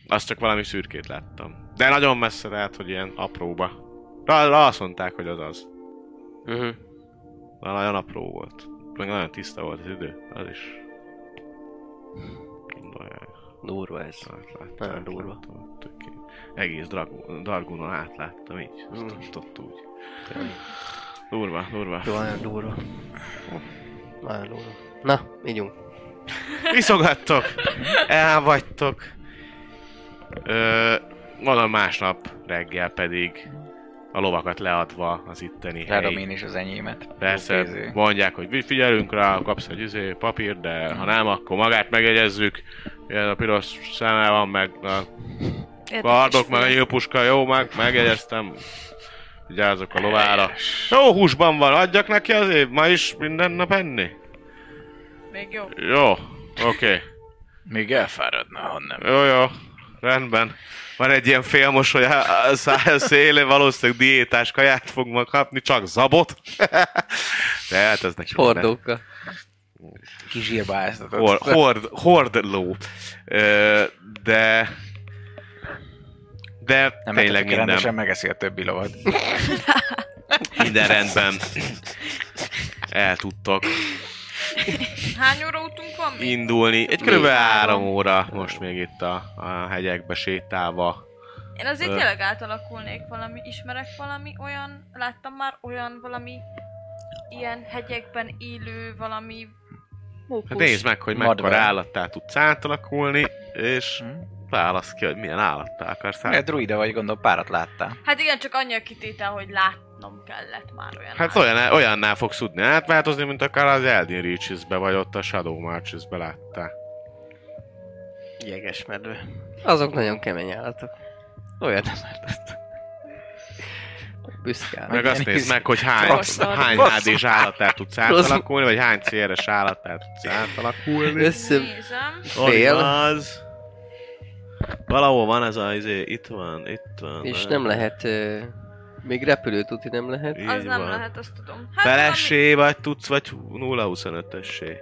[SPEAKER 2] azt csak valami szürkét láttam. De nagyon messze lehet, hogy ilyen apróba. Rá, azt mondták, hogy az az.
[SPEAKER 3] Uh-huh.
[SPEAKER 2] Na, nagyon apró volt. Meg nagyon tiszta volt az idő. Az is. Gondolják.
[SPEAKER 3] Durva ez.
[SPEAKER 2] Átláttam,
[SPEAKER 3] Nagyon
[SPEAKER 2] átláttam,
[SPEAKER 3] durva.
[SPEAKER 2] tök jó. Egész Dragu- Dargunon átláttam így. Azt
[SPEAKER 3] Mm.
[SPEAKER 2] ott, ott úgy. Durva, durva.
[SPEAKER 3] Jó, nagyon durva. Nagyon durva. Na, ígyunk.
[SPEAKER 2] Iszogattok! El vagytok! Ö, mondom, másnap reggel pedig a lovakat leadva az itteni
[SPEAKER 7] Leadom
[SPEAKER 2] helyi
[SPEAKER 7] én is az enyémet. izé.
[SPEAKER 2] Persze,
[SPEAKER 7] Jó
[SPEAKER 6] izé.
[SPEAKER 7] kézű.
[SPEAKER 2] mondják, hogy mi figyelünk rá, kapsz egy izé, papír, de ha nem, akkor magát megjegyezzük. Ilyen a piros szeme van, meg a kardok, meg a nyílpuska, jó, meg, megjegyeztem. Vigyázzok a lovára. Jó húsban van, adjak neki azért, ma is minden nap enni.
[SPEAKER 6] Még jó.
[SPEAKER 2] Jó, oké.
[SPEAKER 5] Még elfáradna, ha nem.
[SPEAKER 2] Jó, jó, rendben. Van egy ilyen félmosoly a a szája szélén, valószínűleg diétás kaját fog ma kapni, csak zabot. De hát ez neki minden.
[SPEAKER 3] Hordókkal.
[SPEAKER 7] Kis zsírba áztatott.
[SPEAKER 2] Hor, hord, hordló. Ö, de... De
[SPEAKER 7] Nem
[SPEAKER 2] tényleg
[SPEAKER 7] etetek ki, rendesen
[SPEAKER 2] minden,
[SPEAKER 7] megeszi a többi lovat.
[SPEAKER 2] minden rendben. El tudtok
[SPEAKER 6] Hány óra útunk van még?
[SPEAKER 2] indulni. Egy kb. három óra most még itt a, a hegyekbe sétálva.
[SPEAKER 6] Én azért
[SPEAKER 2] Ö.
[SPEAKER 6] tényleg átalakulnék valami, ismerek valami olyan, láttam már olyan valami ilyen hegyekben élő valami...
[SPEAKER 2] Hát nézd meg, hogy mekkora
[SPEAKER 7] Madvár.
[SPEAKER 2] állattá tudsz átalakulni, és
[SPEAKER 7] Hm.
[SPEAKER 2] válasz ki, hogy milyen állattá akarsz
[SPEAKER 7] Mert
[SPEAKER 2] át.
[SPEAKER 7] druida vagy, gondolom párat láttál.
[SPEAKER 6] Hát igen, csak annyi a kitétel, hogy látnom kellett már olyan.
[SPEAKER 2] Hát olyan, olyannál fogsz tudni átváltozni, mint akár az Elden Reaches-be, vagy ott a Shadow Marches-be láttál.
[SPEAKER 3] Jegesmedve. Azok nagyon kemény állatok. Olyan nem állatok. Büszkán.
[SPEAKER 2] Hát Meg azt
[SPEAKER 7] ilyen
[SPEAKER 2] nézd
[SPEAKER 7] íz-
[SPEAKER 2] meg, hogy hány,
[SPEAKER 6] Rosszul.
[SPEAKER 2] hány HD-s állattár tudsz
[SPEAKER 3] Rosszul.
[SPEAKER 2] átalakulni, vagy hány CRS állattár tudsz átalakulni.
[SPEAKER 3] Össze...
[SPEAKER 6] Nézem.
[SPEAKER 3] Fél.
[SPEAKER 2] Alig Az. Valahol van ez a, izé, itt van, itt van.
[SPEAKER 3] És nem lehet... ö, Még repülőt uti nem lehet.
[SPEAKER 2] Így
[SPEAKER 6] Az nem
[SPEAKER 2] van.
[SPEAKER 6] lehet, azt tudom. Hát
[SPEAKER 2] Felessé vagy tudsz, vagy 0-25-össé.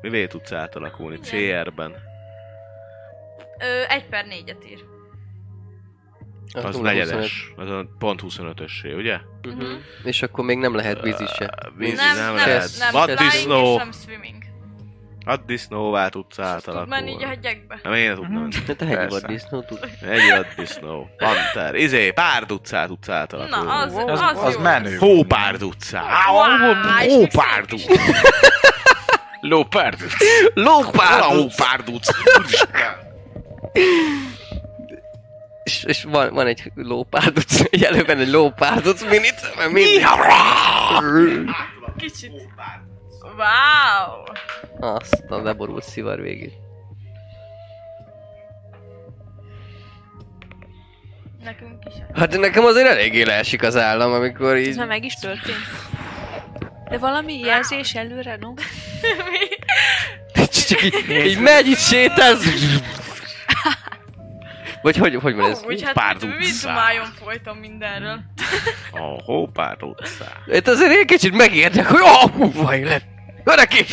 [SPEAKER 2] Mivé tudsz átalakulni?
[SPEAKER 6] Igen.
[SPEAKER 2] CR-ben.
[SPEAKER 6] valami- Ö, egy per négyet ír.
[SPEAKER 2] Az
[SPEAKER 3] 0-25.
[SPEAKER 2] negyedes. Az a pont 25-össé, ugye?
[SPEAKER 3] Mhm. És akkor még nem lehet vízi se.
[SPEAKER 2] A Vízi
[SPEAKER 6] nem,
[SPEAKER 2] Uh, nem,
[SPEAKER 6] nem,
[SPEAKER 2] lehet.
[SPEAKER 6] nem,
[SPEAKER 2] Vad
[SPEAKER 6] flying és
[SPEAKER 2] disznó.
[SPEAKER 6] nem swimming.
[SPEAKER 2] Vad disznóvá tudsz
[SPEAKER 6] És azt tud menni így
[SPEAKER 2] átalakulni.
[SPEAKER 6] a hegyekbe.
[SPEAKER 2] Nem, én tudnám.
[SPEAKER 3] Hát a hegyi
[SPEAKER 2] Persze.
[SPEAKER 3] vaddisznó tud.
[SPEAKER 2] Egy vad disznó. Panter. Izé, párd utcá tudsz átalakulni.
[SPEAKER 6] Na, az,
[SPEAKER 7] Az,
[SPEAKER 6] az,
[SPEAKER 7] az,
[SPEAKER 6] jó
[SPEAKER 7] menő.
[SPEAKER 2] Hópárd utcá.
[SPEAKER 6] Wow, és még
[SPEAKER 2] Hópárd
[SPEAKER 6] szép is.
[SPEAKER 2] utcá.
[SPEAKER 5] Lópárd!
[SPEAKER 2] Lópárd utcá. Hópárd utcá.
[SPEAKER 3] És, és van, van egy lópárduc, egy előben egy lópárduc minit, mert mindig...
[SPEAKER 6] Kicsit. Wow!
[SPEAKER 3] Azt a leborult szivar végig.
[SPEAKER 6] Nekünk is.
[SPEAKER 3] Hát nekem azért eléggé leesik az állam, amikor
[SPEAKER 4] Ez
[SPEAKER 3] így...
[SPEAKER 4] már meg is történt. De valami jelzés előre, no?
[SPEAKER 6] Mi?
[SPEAKER 3] Csak így, így megy, így sétálsz. Vagy hogy, hogy van ez?
[SPEAKER 6] Úgy,
[SPEAKER 2] pár
[SPEAKER 6] hát mit- mit
[SPEAKER 2] utcá.
[SPEAKER 6] dumáljon folyton mindenről.
[SPEAKER 2] A Hópárd utcá.
[SPEAKER 3] Itt azért egy kicsit megérnek, hogy ah, hú, vaj, le. Öreki!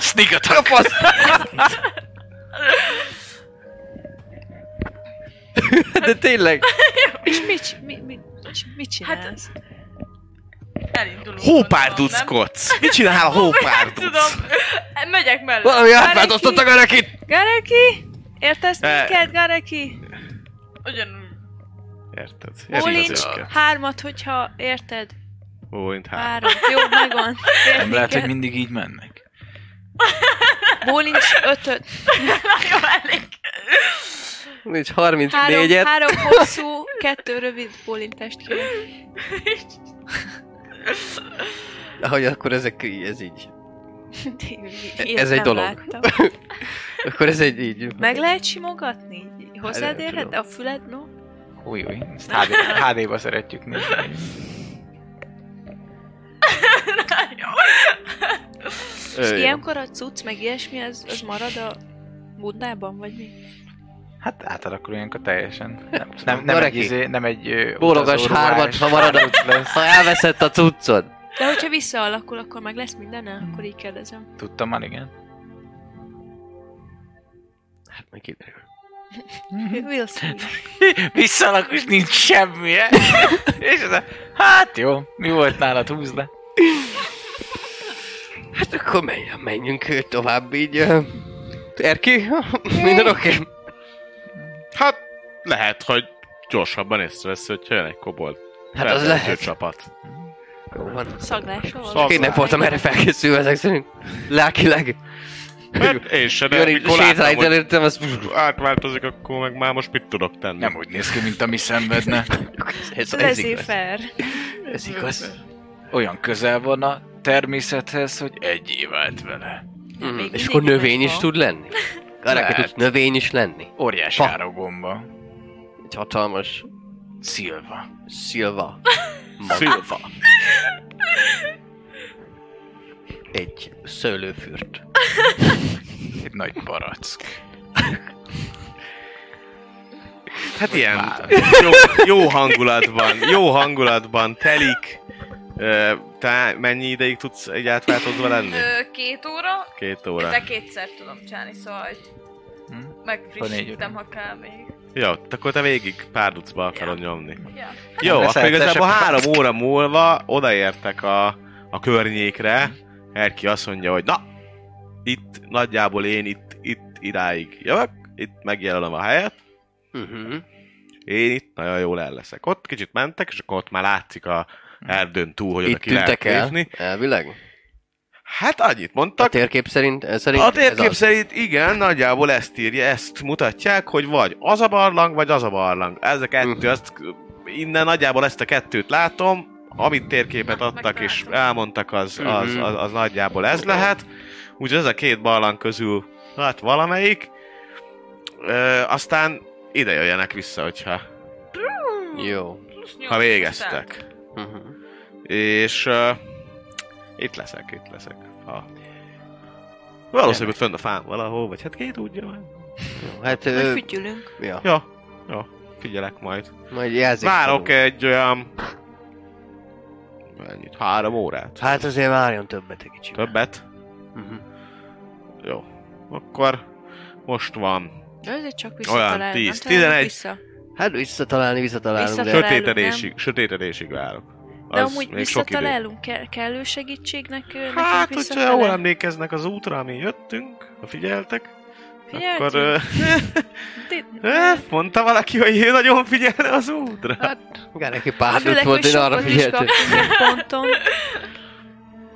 [SPEAKER 3] Sneak attack! A fasz! De tényleg,
[SPEAKER 4] És mit, mi, mi, és mit csinálsz? Hát,
[SPEAKER 6] Elindulunk. onnan, nem?
[SPEAKER 2] Hópárduskodsz! Mit csinál a hópárduc?
[SPEAKER 6] Tudom, Hát megyek mellé.
[SPEAKER 3] valami átváltoztattak Örekit!
[SPEAKER 4] Gareki! Értesz
[SPEAKER 2] E-
[SPEAKER 4] minket, Gareki?
[SPEAKER 6] Ugyanúgy.
[SPEAKER 2] Érted?
[SPEAKER 4] Bólincs
[SPEAKER 2] őket.
[SPEAKER 4] hármat, hogyha érted.
[SPEAKER 2] Bólint hát.
[SPEAKER 4] Három. Jó, megvan. Ért
[SPEAKER 7] Nem lehet, hogy
[SPEAKER 4] minket.
[SPEAKER 7] mindig így mennek.
[SPEAKER 4] Bólincs ötöt.
[SPEAKER 6] Na jó, elég.
[SPEAKER 3] Nincs
[SPEAKER 4] Három,
[SPEAKER 3] 34-et.
[SPEAKER 4] három hosszú, kettő rövid bólintást kérek.
[SPEAKER 3] Ahogy akkor ezek, így- ez így.
[SPEAKER 4] Ilyet
[SPEAKER 3] Ez egy
[SPEAKER 4] nem
[SPEAKER 3] dolog.
[SPEAKER 4] láttam.
[SPEAKER 3] Akkor ez egy így.
[SPEAKER 4] Meg lehet simogatni? Hozzád
[SPEAKER 3] Hát, nem
[SPEAKER 4] érhet?
[SPEAKER 3] tudom.
[SPEAKER 4] A füled, no?
[SPEAKER 7] Új, új. Ezt HD, HD-ba szeretjük nézni.
[SPEAKER 6] Na jó.
[SPEAKER 4] És
[SPEAKER 2] Ő,
[SPEAKER 4] ilyenkor a cucc, meg ilyesmi, az, az marad a bundában, vagy mi?
[SPEAKER 7] Hát átalakul ilyenkor teljesen. Nem,
[SPEAKER 3] tudom.
[SPEAKER 7] nem, nem, egy,
[SPEAKER 3] Mareki.
[SPEAKER 7] izé, nem egy... ö,
[SPEAKER 3] Bólogass
[SPEAKER 7] utazó ruhás
[SPEAKER 3] hármat, ha marad a...
[SPEAKER 7] cucc lesz.
[SPEAKER 3] Ha elveszett a cuccod.
[SPEAKER 4] De hogyha visszaalakul, akkor meg lesz minden, akkor így kérdezem.
[SPEAKER 7] Tudtam már, igen.
[SPEAKER 3] Hát meg kiderül. Mhm.
[SPEAKER 4] Will Smith.
[SPEAKER 7] Visszalak, és nincs semmi. eh? és az a, hát jó, mi volt nálad, húzd le.
[SPEAKER 3] Hát akkor menj, menjünk ö, tovább így. ö. Erki? Minden oké?
[SPEAKER 2] hát lehet, hogy gyorsabban észrevesz, hogyha jön egy kobold.
[SPEAKER 3] Hát
[SPEAKER 2] Lehet,
[SPEAKER 3] az
[SPEAKER 2] hogy
[SPEAKER 3] lehet.
[SPEAKER 2] egy Csapat.
[SPEAKER 3] Jó van.
[SPEAKER 4] Szaglásol.
[SPEAKER 2] Szag-
[SPEAKER 3] Én nem voltam erre felkészülve ezek szerint. Lelkileg.
[SPEAKER 2] Mert én sem, de
[SPEAKER 3] Jön így
[SPEAKER 2] amikor
[SPEAKER 3] sétál
[SPEAKER 2] láttam,
[SPEAKER 3] itt
[SPEAKER 2] hogy
[SPEAKER 3] előttem, azt...
[SPEAKER 2] átváltozik, akkor meg már most mit tudok tenni?
[SPEAKER 5] Nem úgy néz ki, mint ami szenvedne.
[SPEAKER 3] Ez,
[SPEAKER 4] Ez
[SPEAKER 3] ez
[SPEAKER 4] ezért
[SPEAKER 3] igaz.
[SPEAKER 4] fair.
[SPEAKER 3] Ez igaz.
[SPEAKER 7] Olyan közel van a természethez, hogy egy év állt vele.
[SPEAKER 3] Mm.
[SPEAKER 4] Még
[SPEAKER 3] És
[SPEAKER 4] mindig
[SPEAKER 3] akkor növény
[SPEAKER 4] igaz
[SPEAKER 3] is
[SPEAKER 4] van.
[SPEAKER 3] tud lenni? Arra
[SPEAKER 7] Lehet.
[SPEAKER 3] tudsz növény is lenni.
[SPEAKER 7] Óriási
[SPEAKER 3] Fa.
[SPEAKER 7] árogomba.
[SPEAKER 3] Egy hatalmas
[SPEAKER 7] Szilva.
[SPEAKER 3] szilva.
[SPEAKER 2] Szilva.
[SPEAKER 3] Egy szőlőfürt.
[SPEAKER 7] Egy nagy barack.
[SPEAKER 2] Hát ilyen jó, jó hangulatban, jó hangulatban telik. Ö, Te mennyi ideig tudsz egy átváltozva lenni?
[SPEAKER 6] Ö, Két óra,
[SPEAKER 2] Két óra.
[SPEAKER 6] de kétszer tudom csinálni, szóval hogy
[SPEAKER 7] Hm?
[SPEAKER 6] megfrissítem, ha kell még.
[SPEAKER 2] Jó, akkor te végig párducba akarod nyomni.
[SPEAKER 6] Ja.
[SPEAKER 2] Jó,
[SPEAKER 7] Akkor
[SPEAKER 2] akkor igazából
[SPEAKER 7] szeretesek.
[SPEAKER 2] három óra múlva odaértek a, a környékre. Erki azt mondja, hogy na, itt nagyjából én itt, itt idáig jövök, itt megjelölöm a helyet, Mhm.
[SPEAKER 3] Uh-huh.
[SPEAKER 2] én itt nagyon jól el leszek. Ott kicsit mentek, és akkor ott már látszik a erdőn túl, hogy oda
[SPEAKER 3] Itt
[SPEAKER 2] ki lehet
[SPEAKER 3] tűntek el,
[SPEAKER 2] lépni.
[SPEAKER 3] elvileg.
[SPEAKER 2] Hát annyit
[SPEAKER 3] A
[SPEAKER 2] mondtak,
[SPEAKER 3] térkép szerint, Hát ez szerint
[SPEAKER 2] a
[SPEAKER 3] ez
[SPEAKER 2] térkép
[SPEAKER 3] az.
[SPEAKER 2] szerint igen, nagyjából ezt írja, ezt mutatják, hogy vagy az a barlang, vagy az a barlang. Ez a kettő,
[SPEAKER 3] Mhm.
[SPEAKER 2] azt, innen nagyjából ezt a kettőt látom, amit térképet
[SPEAKER 6] Na,
[SPEAKER 2] adtak és
[SPEAKER 6] megtaláltam.
[SPEAKER 2] elmondtak, az, az,
[SPEAKER 3] Mhm.
[SPEAKER 2] az, az nagyjából ez lehet. Úgyhogy ez a két barlang közül, hát valamelyik. Ö, aztán ide jöjjenek vissza, hogyha
[SPEAKER 3] Jó.
[SPEAKER 6] Plusz nyolc,
[SPEAKER 2] ha
[SPEAKER 6] plusz
[SPEAKER 2] végeztek.
[SPEAKER 3] Uh-huh.
[SPEAKER 2] És uh, itt leszek, itt leszek. Ha. Valószínűleg ott fönn a fán valahol, vagy hát ki tudja már.
[SPEAKER 3] Jó, hát...
[SPEAKER 4] Vagy
[SPEAKER 3] Ö,
[SPEAKER 4] fütyülünk.
[SPEAKER 3] ja,
[SPEAKER 2] Ja, ja, figyelek majd.
[SPEAKER 3] majd jelzik.
[SPEAKER 2] Várok
[SPEAKER 3] felül.
[SPEAKER 2] egy olyan... Mennyit? Három órát?
[SPEAKER 3] Hát azért várjon többet egy kicsit.
[SPEAKER 2] Többet?
[SPEAKER 3] Uh-huh.
[SPEAKER 2] Jó. Akkor most van
[SPEAKER 4] De azért csak
[SPEAKER 2] Olyan
[SPEAKER 4] visszatalálunk. nem
[SPEAKER 2] 10,
[SPEAKER 4] találunk
[SPEAKER 2] 11.
[SPEAKER 4] Vissza.
[SPEAKER 3] Hát visszatalálni, visszatalálunk, de...
[SPEAKER 4] Visszatalál-
[SPEAKER 2] sötétedésig, sötétedésig várok.
[SPEAKER 4] De
[SPEAKER 2] Az
[SPEAKER 4] amúgy
[SPEAKER 2] még sok idő.
[SPEAKER 4] visszatalálunk kell, kellő segítségnek ö, nekünk
[SPEAKER 2] Hát, hogyha
[SPEAKER 4] visszatalál?
[SPEAKER 2] jól emlékeznek az útra, ami jöttünk, ha figyeltek,
[SPEAKER 4] Figyeltünk?
[SPEAKER 2] akkor... Ö,
[SPEAKER 4] Ti-
[SPEAKER 2] ö, mondta valaki, hogy ő nagyon figyelne az útra.
[SPEAKER 3] Hát, Igen, neki pár
[SPEAKER 4] Főleg,
[SPEAKER 3] öt volt,
[SPEAKER 4] hogy
[SPEAKER 3] Hát, én arra
[SPEAKER 4] sokat is
[SPEAKER 3] figyeltem.
[SPEAKER 4] kaptunk egy ponton.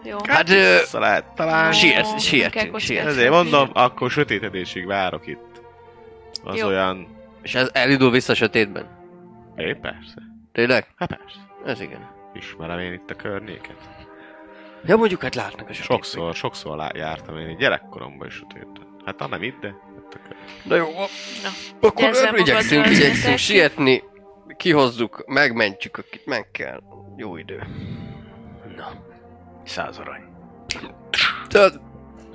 [SPEAKER 4] Jó.
[SPEAKER 3] Hát, ö,
[SPEAKER 2] vissza lehet találni.
[SPEAKER 4] Sír.
[SPEAKER 3] siet, sietünk,
[SPEAKER 4] kockáztatni.
[SPEAKER 3] sietünk.
[SPEAKER 2] Ezért mondom, akkor sötétedésig várok itt. Az
[SPEAKER 4] Jó.
[SPEAKER 2] olyan...
[SPEAKER 3] És ez elindul vissza a sötétben.
[SPEAKER 2] É, persze.
[SPEAKER 3] Tényleg?
[SPEAKER 2] Hát persze.
[SPEAKER 3] Ez igen.
[SPEAKER 2] Ismerem én itt a környéket.
[SPEAKER 3] Ja, mondjuk hát látnak a sötétben.
[SPEAKER 2] Sokszor, sokszor lá- jártam én így gyerekkoromban is sötétben. Hát ha nem itt, de... itt a kör-
[SPEAKER 3] Na jó,
[SPEAKER 4] Na.
[SPEAKER 3] akkor
[SPEAKER 4] Ezzel
[SPEAKER 3] erre igyekszünk,
[SPEAKER 4] magadra
[SPEAKER 3] igyekszünk
[SPEAKER 4] vezetjük.
[SPEAKER 3] sietni, kihozzuk, megmentjük, akit meg kell. Jó idő. Na.
[SPEAKER 7] Száz arany.
[SPEAKER 3] Tehát,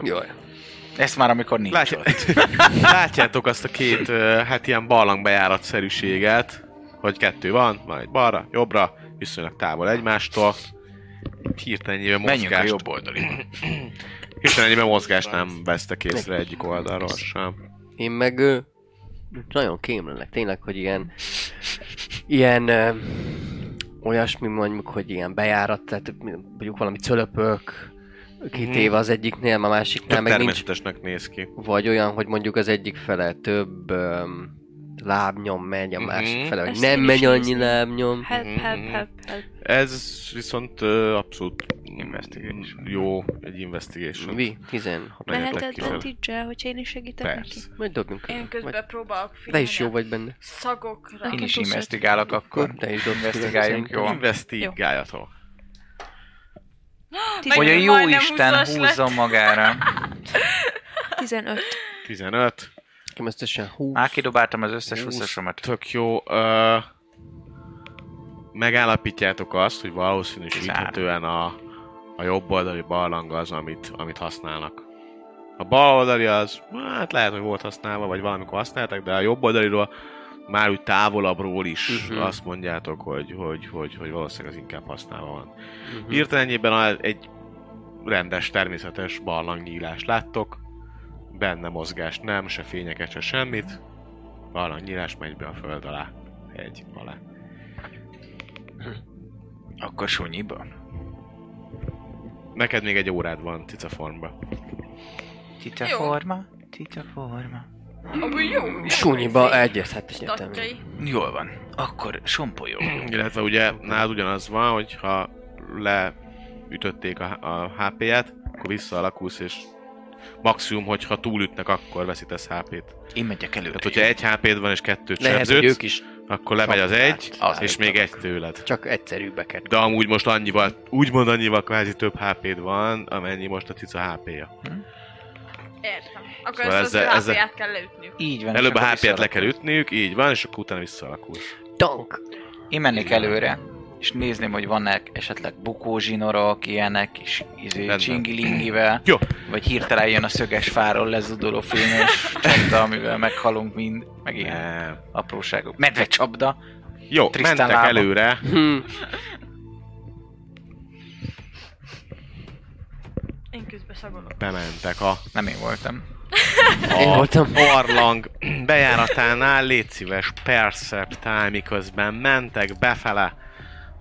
[SPEAKER 3] jaj.
[SPEAKER 7] Ezt már amikor nincs
[SPEAKER 2] Látja-
[SPEAKER 7] ott.
[SPEAKER 2] Látjátok azt a két, ö, hát ilyen barlangbejáratszerűséget, hogy kettő van, van egy balra, jobbra, viszonylag távol egymástól. Hirtelen nyilván
[SPEAKER 7] Menjünk a
[SPEAKER 2] mozgást,
[SPEAKER 7] jobb oldali.
[SPEAKER 2] hirtelen nyilván mozgást nem vesztek észre egyik oldalról sem.
[SPEAKER 3] Én meg ö, nagyon kémlenek, tényleg, hogy ilyen, ilyen ö, olyasmi mondjuk, hogy ilyen bejárat, tehát mondjuk valami cölöpök,
[SPEAKER 2] Mhm.
[SPEAKER 3] kitéve az egyiknél, a másiknál
[SPEAKER 2] Nem,
[SPEAKER 3] meg nincs.
[SPEAKER 2] természetesnek néz ki.
[SPEAKER 3] Vagy olyan, hogy mondjuk az egyik fele több öm, lábnyom megy, a
[SPEAKER 2] Mhm.
[SPEAKER 3] másik fele, hogy
[SPEAKER 4] Ezt
[SPEAKER 3] nem
[SPEAKER 4] én is Hát-
[SPEAKER 3] megy annyi
[SPEAKER 4] néztem.
[SPEAKER 3] lábnyom.
[SPEAKER 4] Help,
[SPEAKER 2] Mhm,
[SPEAKER 4] help,
[SPEAKER 2] mhm.
[SPEAKER 4] help, help.
[SPEAKER 2] Ez viszont ö, abszolút
[SPEAKER 7] Investigation.
[SPEAKER 2] jó, egy investigation.
[SPEAKER 3] Mi? 16.
[SPEAKER 2] Menjetek
[SPEAKER 4] Meheted
[SPEAKER 2] ki
[SPEAKER 4] a
[SPEAKER 2] vele.
[SPEAKER 4] Tidzsel, hogyha én is segítek neki?
[SPEAKER 2] Persze.
[SPEAKER 3] Majd dobjunk
[SPEAKER 6] szem. Én
[SPEAKER 3] rá.
[SPEAKER 6] közben
[SPEAKER 3] Vagy-
[SPEAKER 6] próbálok
[SPEAKER 3] Te
[SPEAKER 6] figyelni
[SPEAKER 3] is jó vagy benne.
[SPEAKER 6] Szagokra.
[SPEAKER 4] Neki
[SPEAKER 7] Én is
[SPEAKER 4] plusz öt.
[SPEAKER 7] investigálok akkor.
[SPEAKER 3] Te is dobsz
[SPEAKER 7] Investigáljuk,
[SPEAKER 3] tudod,
[SPEAKER 7] jó?
[SPEAKER 2] Investigáljatok.
[SPEAKER 7] Hogy a
[SPEAKER 6] Én
[SPEAKER 7] jó
[SPEAKER 6] majdnem
[SPEAKER 7] Isten
[SPEAKER 6] 20-as
[SPEAKER 7] húzzon magára.
[SPEAKER 4] 15.
[SPEAKER 2] 15.
[SPEAKER 3] Nekem összesen 20.
[SPEAKER 7] Már kidobáltam az összes
[SPEAKER 2] 20.
[SPEAKER 7] 20-asomat.
[SPEAKER 2] Tök jó. Ö, megállapítjátok azt, hogy valószínűsíthetően a, a jobb oldali barlang az, amit, amit használnak. A bal oldali az, hát lehet, hogy volt használva, vagy valamikor használták, de a jobb oldaliról már úgy távolabbról is
[SPEAKER 3] Mhm.
[SPEAKER 2] uh-huh. azt mondjátok, hogy, hogy, hogy, hogy valószínűleg az inkább használva van.
[SPEAKER 3] Mhm.
[SPEAKER 2] Hm. Hirtelenjében a- egy rendes, természetes barlangnyílást láttok. Benne mozgás nem, se fényeket, se semmit. Barlangnyílás megy be a föld alá. Egy alá.
[SPEAKER 7] Akkor sunyiba.
[SPEAKER 2] Neked még egy órád van cica formba.
[SPEAKER 7] Tita
[SPEAKER 6] Jó.
[SPEAKER 7] forma, tita forma.
[SPEAKER 6] Amúgy jó. jó
[SPEAKER 3] Sunyiba
[SPEAKER 6] izé.
[SPEAKER 3] egyet, hát egyetem.
[SPEAKER 6] Statjai.
[SPEAKER 7] Jól van. Akkor sompolyó.
[SPEAKER 2] Illetve ugye nálad ugyanaz van, hogy ha leütötték a, a HP-ját, akkor visszaalakulsz, és maximum, hogyha túlütnek, akkor veszítesz HP-t.
[SPEAKER 7] Én megyek elő.
[SPEAKER 2] Tehát, Hát, hogyha egy HP-d van és kettőt
[SPEAKER 3] Lehet, hogy ők
[SPEAKER 2] sebződsz,
[SPEAKER 3] is
[SPEAKER 2] akkor lemegy az
[SPEAKER 3] kapták.
[SPEAKER 2] egy,
[SPEAKER 3] Az
[SPEAKER 2] és
[SPEAKER 3] egy
[SPEAKER 2] még
[SPEAKER 3] kapták.
[SPEAKER 2] egy tőled.
[SPEAKER 3] csak egyszerűbbeket.
[SPEAKER 2] De amúgy most annyival, úgymond annyival kvázi több HP-d van, amennyi most a cica HP-ja.
[SPEAKER 6] Értem. Akkor
[SPEAKER 2] Szóval
[SPEAKER 6] ezt az
[SPEAKER 2] ezzel- ezzel-
[SPEAKER 6] HP-ját kell leütniük.
[SPEAKER 7] Így van.
[SPEAKER 2] Előbb
[SPEAKER 7] és
[SPEAKER 2] a
[SPEAKER 7] akkor
[SPEAKER 2] HP-et le
[SPEAKER 7] visszaadok.
[SPEAKER 2] kell ütniük, így van, és akkor utána visszalakul.
[SPEAKER 3] Tank!
[SPEAKER 7] Én mennék előre, és nézném, hogy vannak esetleg bukózsinorok, ilyenek, és izé,
[SPEAKER 2] Rendben.
[SPEAKER 7] csingilingivel.
[SPEAKER 2] Jó.
[SPEAKER 7] Vagy hirtelen jön a szöges fáról lezudoló fémes csapda, amivel meghalunk mind, meg ilyen
[SPEAKER 2] Nem.
[SPEAKER 7] apróságok. Medve csapda.
[SPEAKER 2] Jó,
[SPEAKER 7] E, Tristan
[SPEAKER 2] mentek
[SPEAKER 7] lába.
[SPEAKER 2] előre.
[SPEAKER 3] Hm.
[SPEAKER 6] Én közben szagolok.
[SPEAKER 2] Bementek a,
[SPEAKER 7] Nem én voltam.
[SPEAKER 3] Én
[SPEAKER 2] a
[SPEAKER 3] voltam.
[SPEAKER 2] barlang bejáratánál. Légy szíves, perceptál, miközben mentek befele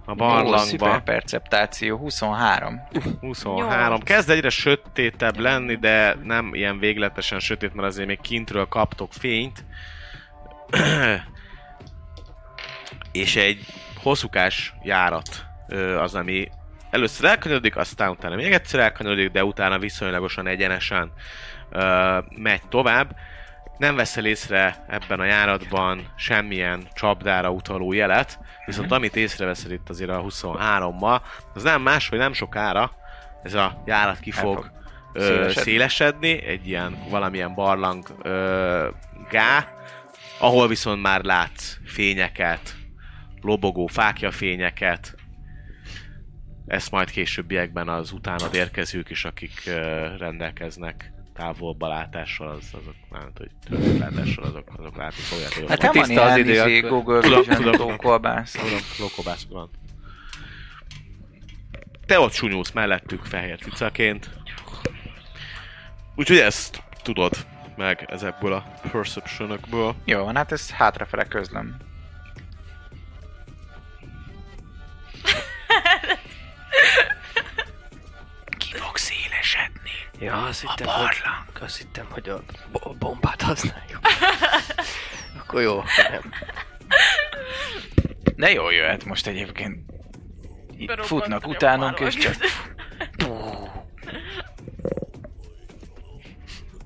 [SPEAKER 2] a
[SPEAKER 7] Ó, szuper
[SPEAKER 2] barlangba.
[SPEAKER 7] perceptáció, 23.
[SPEAKER 2] 23. Kezd egyre sötétebb lenni, de nem ilyen végletesen sötét, mert azért még kintről kaptok fényt. És egy hosszúkás járat ö, az, ami először elkanyarodik, aztán utána még egyszer elkanyarodik, de utána viszonylagosan egyenesen ö, megy tovább. Nem veszel észre ebben a járatban semmilyen csapdára utaló jelet,
[SPEAKER 7] Mhm.
[SPEAKER 2] viszont amit észreveszel itt azért a 23-mal, az nem más, hogy nem sokára ez a járat ki fog
[SPEAKER 7] fog
[SPEAKER 2] ö,
[SPEAKER 7] szélesedni.
[SPEAKER 2] szélesedni, egy ilyen valamilyen barlang ö, gá, ahol viszont már látsz fényeket, lobogó fákjafényeket. Ezt majd későbbiekben az utána érkezők is, akik ö, rendelkeznek távolba látással, az, azok, mármint, hogy tőlük látással, azok, azok látni fogják, hogy
[SPEAKER 7] Hát
[SPEAKER 2] ott
[SPEAKER 7] nem van
[SPEAKER 3] tiszta az
[SPEAKER 7] ilyen
[SPEAKER 3] idő
[SPEAKER 7] izé,
[SPEAKER 3] akkor.
[SPEAKER 7] Google
[SPEAKER 2] Tudom,
[SPEAKER 7] Vision
[SPEAKER 2] tudom.
[SPEAKER 7] tókolbász.
[SPEAKER 2] Tudom, lokobász van. Te ott sunyulsz mellettük fehér cicaként. Úgyhogy ezt tudod meg ezekből a perceptionökből.
[SPEAKER 7] Jó, van, hát ezt hátrafele közlöm. Ki fog szélesedni?
[SPEAKER 3] Ja, azt hittem, hogy,
[SPEAKER 7] barlang.
[SPEAKER 3] azt hittem, hogy a bo- bombát használjuk. Akkor jó. Nem.
[SPEAKER 7] De jó jöhet most egyébként. Itt
[SPEAKER 6] Berobbant
[SPEAKER 7] futnak
[SPEAKER 6] a
[SPEAKER 7] utánunk, és
[SPEAKER 6] barlang.
[SPEAKER 7] csak...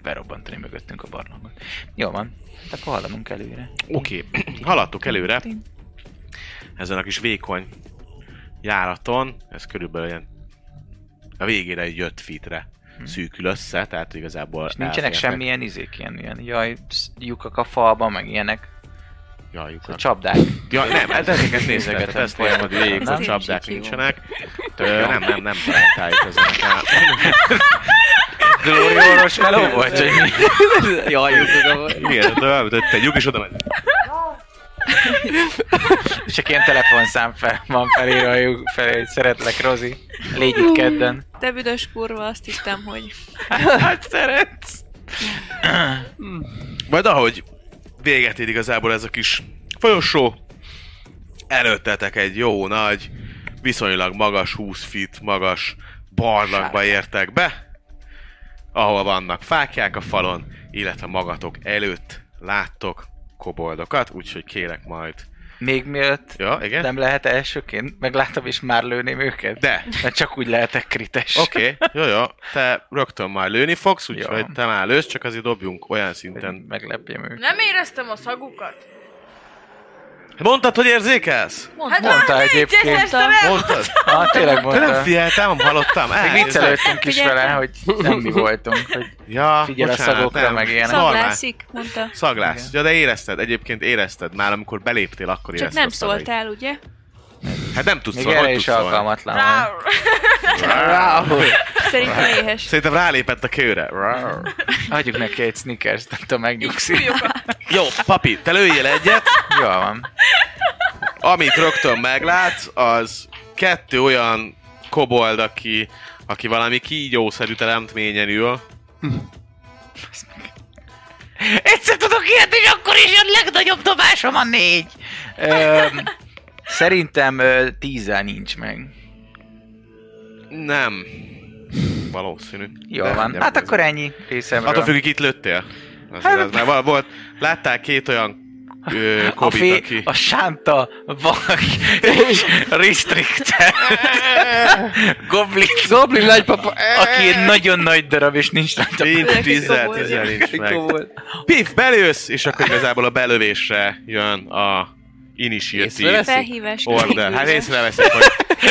[SPEAKER 7] Berobbantani mögöttünk a barlangot. Jó van, hát akkor haladunk előre.
[SPEAKER 2] Oké, okay. haladtok előre. Ezen a kis vékony járaton, ez körülbelül ilyen a végére egy 5 fitre szűkül össze, tehát igazából
[SPEAKER 7] Hm. És nincsenek
[SPEAKER 2] elférnek.
[SPEAKER 7] semmilyen izék, ilyen, ilyen jaj, psz, lyukak a falba, meg ilyenek.
[SPEAKER 2] Ja,
[SPEAKER 7] A
[SPEAKER 2] lyukak.
[SPEAKER 7] csapdák.
[SPEAKER 2] Ja, nem, hát ezeket nézek,
[SPEAKER 7] Nézegetem
[SPEAKER 2] tehát ezt nézem, hogy végig,
[SPEAKER 7] Nem?
[SPEAKER 2] hogy csapdák
[SPEAKER 4] Nincs így jó.
[SPEAKER 2] nincsenek. Ö, nem, nem, nem találtáljuk ezenek a...
[SPEAKER 7] Glórióros meló volt, hogy mi?
[SPEAKER 3] Jaj, jutok
[SPEAKER 2] Igen, de elütött egy lyuk, és oda ment.
[SPEAKER 7] Csak ilyen telefonszám fel, van felírva a lyuk felé, hogy szeretlek, Rozi. Légy itt kedden.
[SPEAKER 4] Te büdös kurva, azt hittem, hogy
[SPEAKER 7] Hát szeretsz.
[SPEAKER 2] Majd ahogy véget ér igazából ez a kis folyosó, előttetek egy jó nagy, viszonylag magas, 20 fit magas barlangba értek be, ahol vannak fákják a falon, illetve magatok előtt láttok koboldokat, úgyhogy kérek majd.
[SPEAKER 7] Még mielőtt
[SPEAKER 2] Ja, igen?
[SPEAKER 7] nem lehet elsőként, meglátom és már lőném őket.
[SPEAKER 2] De.
[SPEAKER 7] Mert csak úgy lehetek krites.
[SPEAKER 2] Oké, okay, jó, jó. Te rögtön majd lőni fogsz, úgyhogy
[SPEAKER 7] Jó.
[SPEAKER 2] te már lősz, csak azért dobjunk olyan
[SPEAKER 7] Hogy
[SPEAKER 2] szinten.
[SPEAKER 7] Meglepjem őket.
[SPEAKER 6] Nem éreztem a szagukat?
[SPEAKER 2] Mondtad, hogy érzékelsz?
[SPEAKER 6] Hát
[SPEAKER 7] Mondta
[SPEAKER 6] már négy
[SPEAKER 7] egyébként.
[SPEAKER 6] éreztem el!
[SPEAKER 2] Mondtad?
[SPEAKER 7] Ah, tényleg
[SPEAKER 2] Te nem
[SPEAKER 7] mondta.
[SPEAKER 2] figyeltem, nem hallottam.
[SPEAKER 7] Még
[SPEAKER 2] Elnézést.
[SPEAKER 7] viccelődtünk is vele, hogy nem mi voltunk. Hogy
[SPEAKER 2] Ja,
[SPEAKER 7] Figyel a szagokra, meg ilyenek.
[SPEAKER 2] Normál.
[SPEAKER 4] szaglászik, mondta.
[SPEAKER 2] Szaglász. Ja, de érezted, egyébként érezted már, amikor beléptél, akkor
[SPEAKER 4] Csak
[SPEAKER 2] érezted
[SPEAKER 4] nem
[SPEAKER 2] a szagait.
[SPEAKER 4] szóltál, ugye?
[SPEAKER 2] Hát nem tudsz
[SPEAKER 7] még
[SPEAKER 2] szólni,
[SPEAKER 7] erre
[SPEAKER 2] hogy
[SPEAKER 7] is
[SPEAKER 2] tudsz szólni.
[SPEAKER 7] alkalmatlan. vagy.
[SPEAKER 6] Rá.
[SPEAKER 4] Szerintem éhes.
[SPEAKER 2] Szerintem rálépett a kőre.
[SPEAKER 7] Adjuk neki egy sneakers, nem tudom,
[SPEAKER 6] Így
[SPEAKER 7] megnyugszik.
[SPEAKER 6] fújok a
[SPEAKER 2] Jó, papi, te lőjél egyet.
[SPEAKER 7] Jól van.
[SPEAKER 2] Amit rögtön meglátsz, az kettő olyan kobold, aki, aki valami kígyószerű teremtményen ül.
[SPEAKER 7] Egyszer tudok ilyet, és akkor is a legnagyobb dobásom a négy. Öm, szerintem ö, tízzel nincs meg.
[SPEAKER 2] Nem. Valószínű.
[SPEAKER 7] Jó
[SPEAKER 2] De
[SPEAKER 7] van.
[SPEAKER 2] nem
[SPEAKER 7] Hát
[SPEAKER 2] ez-
[SPEAKER 7] akkor ennyi részemről.
[SPEAKER 2] Attól függ, hogy itt lőttél. Az,
[SPEAKER 7] Hát-
[SPEAKER 2] az, már val- volt, láttál két olyan ö,
[SPEAKER 7] a,
[SPEAKER 2] kobit,
[SPEAKER 7] fé,
[SPEAKER 2] aki...
[SPEAKER 7] a sánta, vak és restricted goblin,
[SPEAKER 3] Goblin nagypapa.
[SPEAKER 7] aki egy nagyon nagy darab, és nincs rajta.
[SPEAKER 2] Nincs
[SPEAKER 4] Neki
[SPEAKER 2] tízzel,
[SPEAKER 4] komoly.
[SPEAKER 2] tízzel nincs meg.
[SPEAKER 3] volt.
[SPEAKER 2] Pif, belősz, és akkor igazából a belövésre jön a initiatív
[SPEAKER 3] Észrevesz?
[SPEAKER 4] Felhívás.
[SPEAKER 2] order.
[SPEAKER 4] nélkül.
[SPEAKER 2] Hát észreveszek, hogy...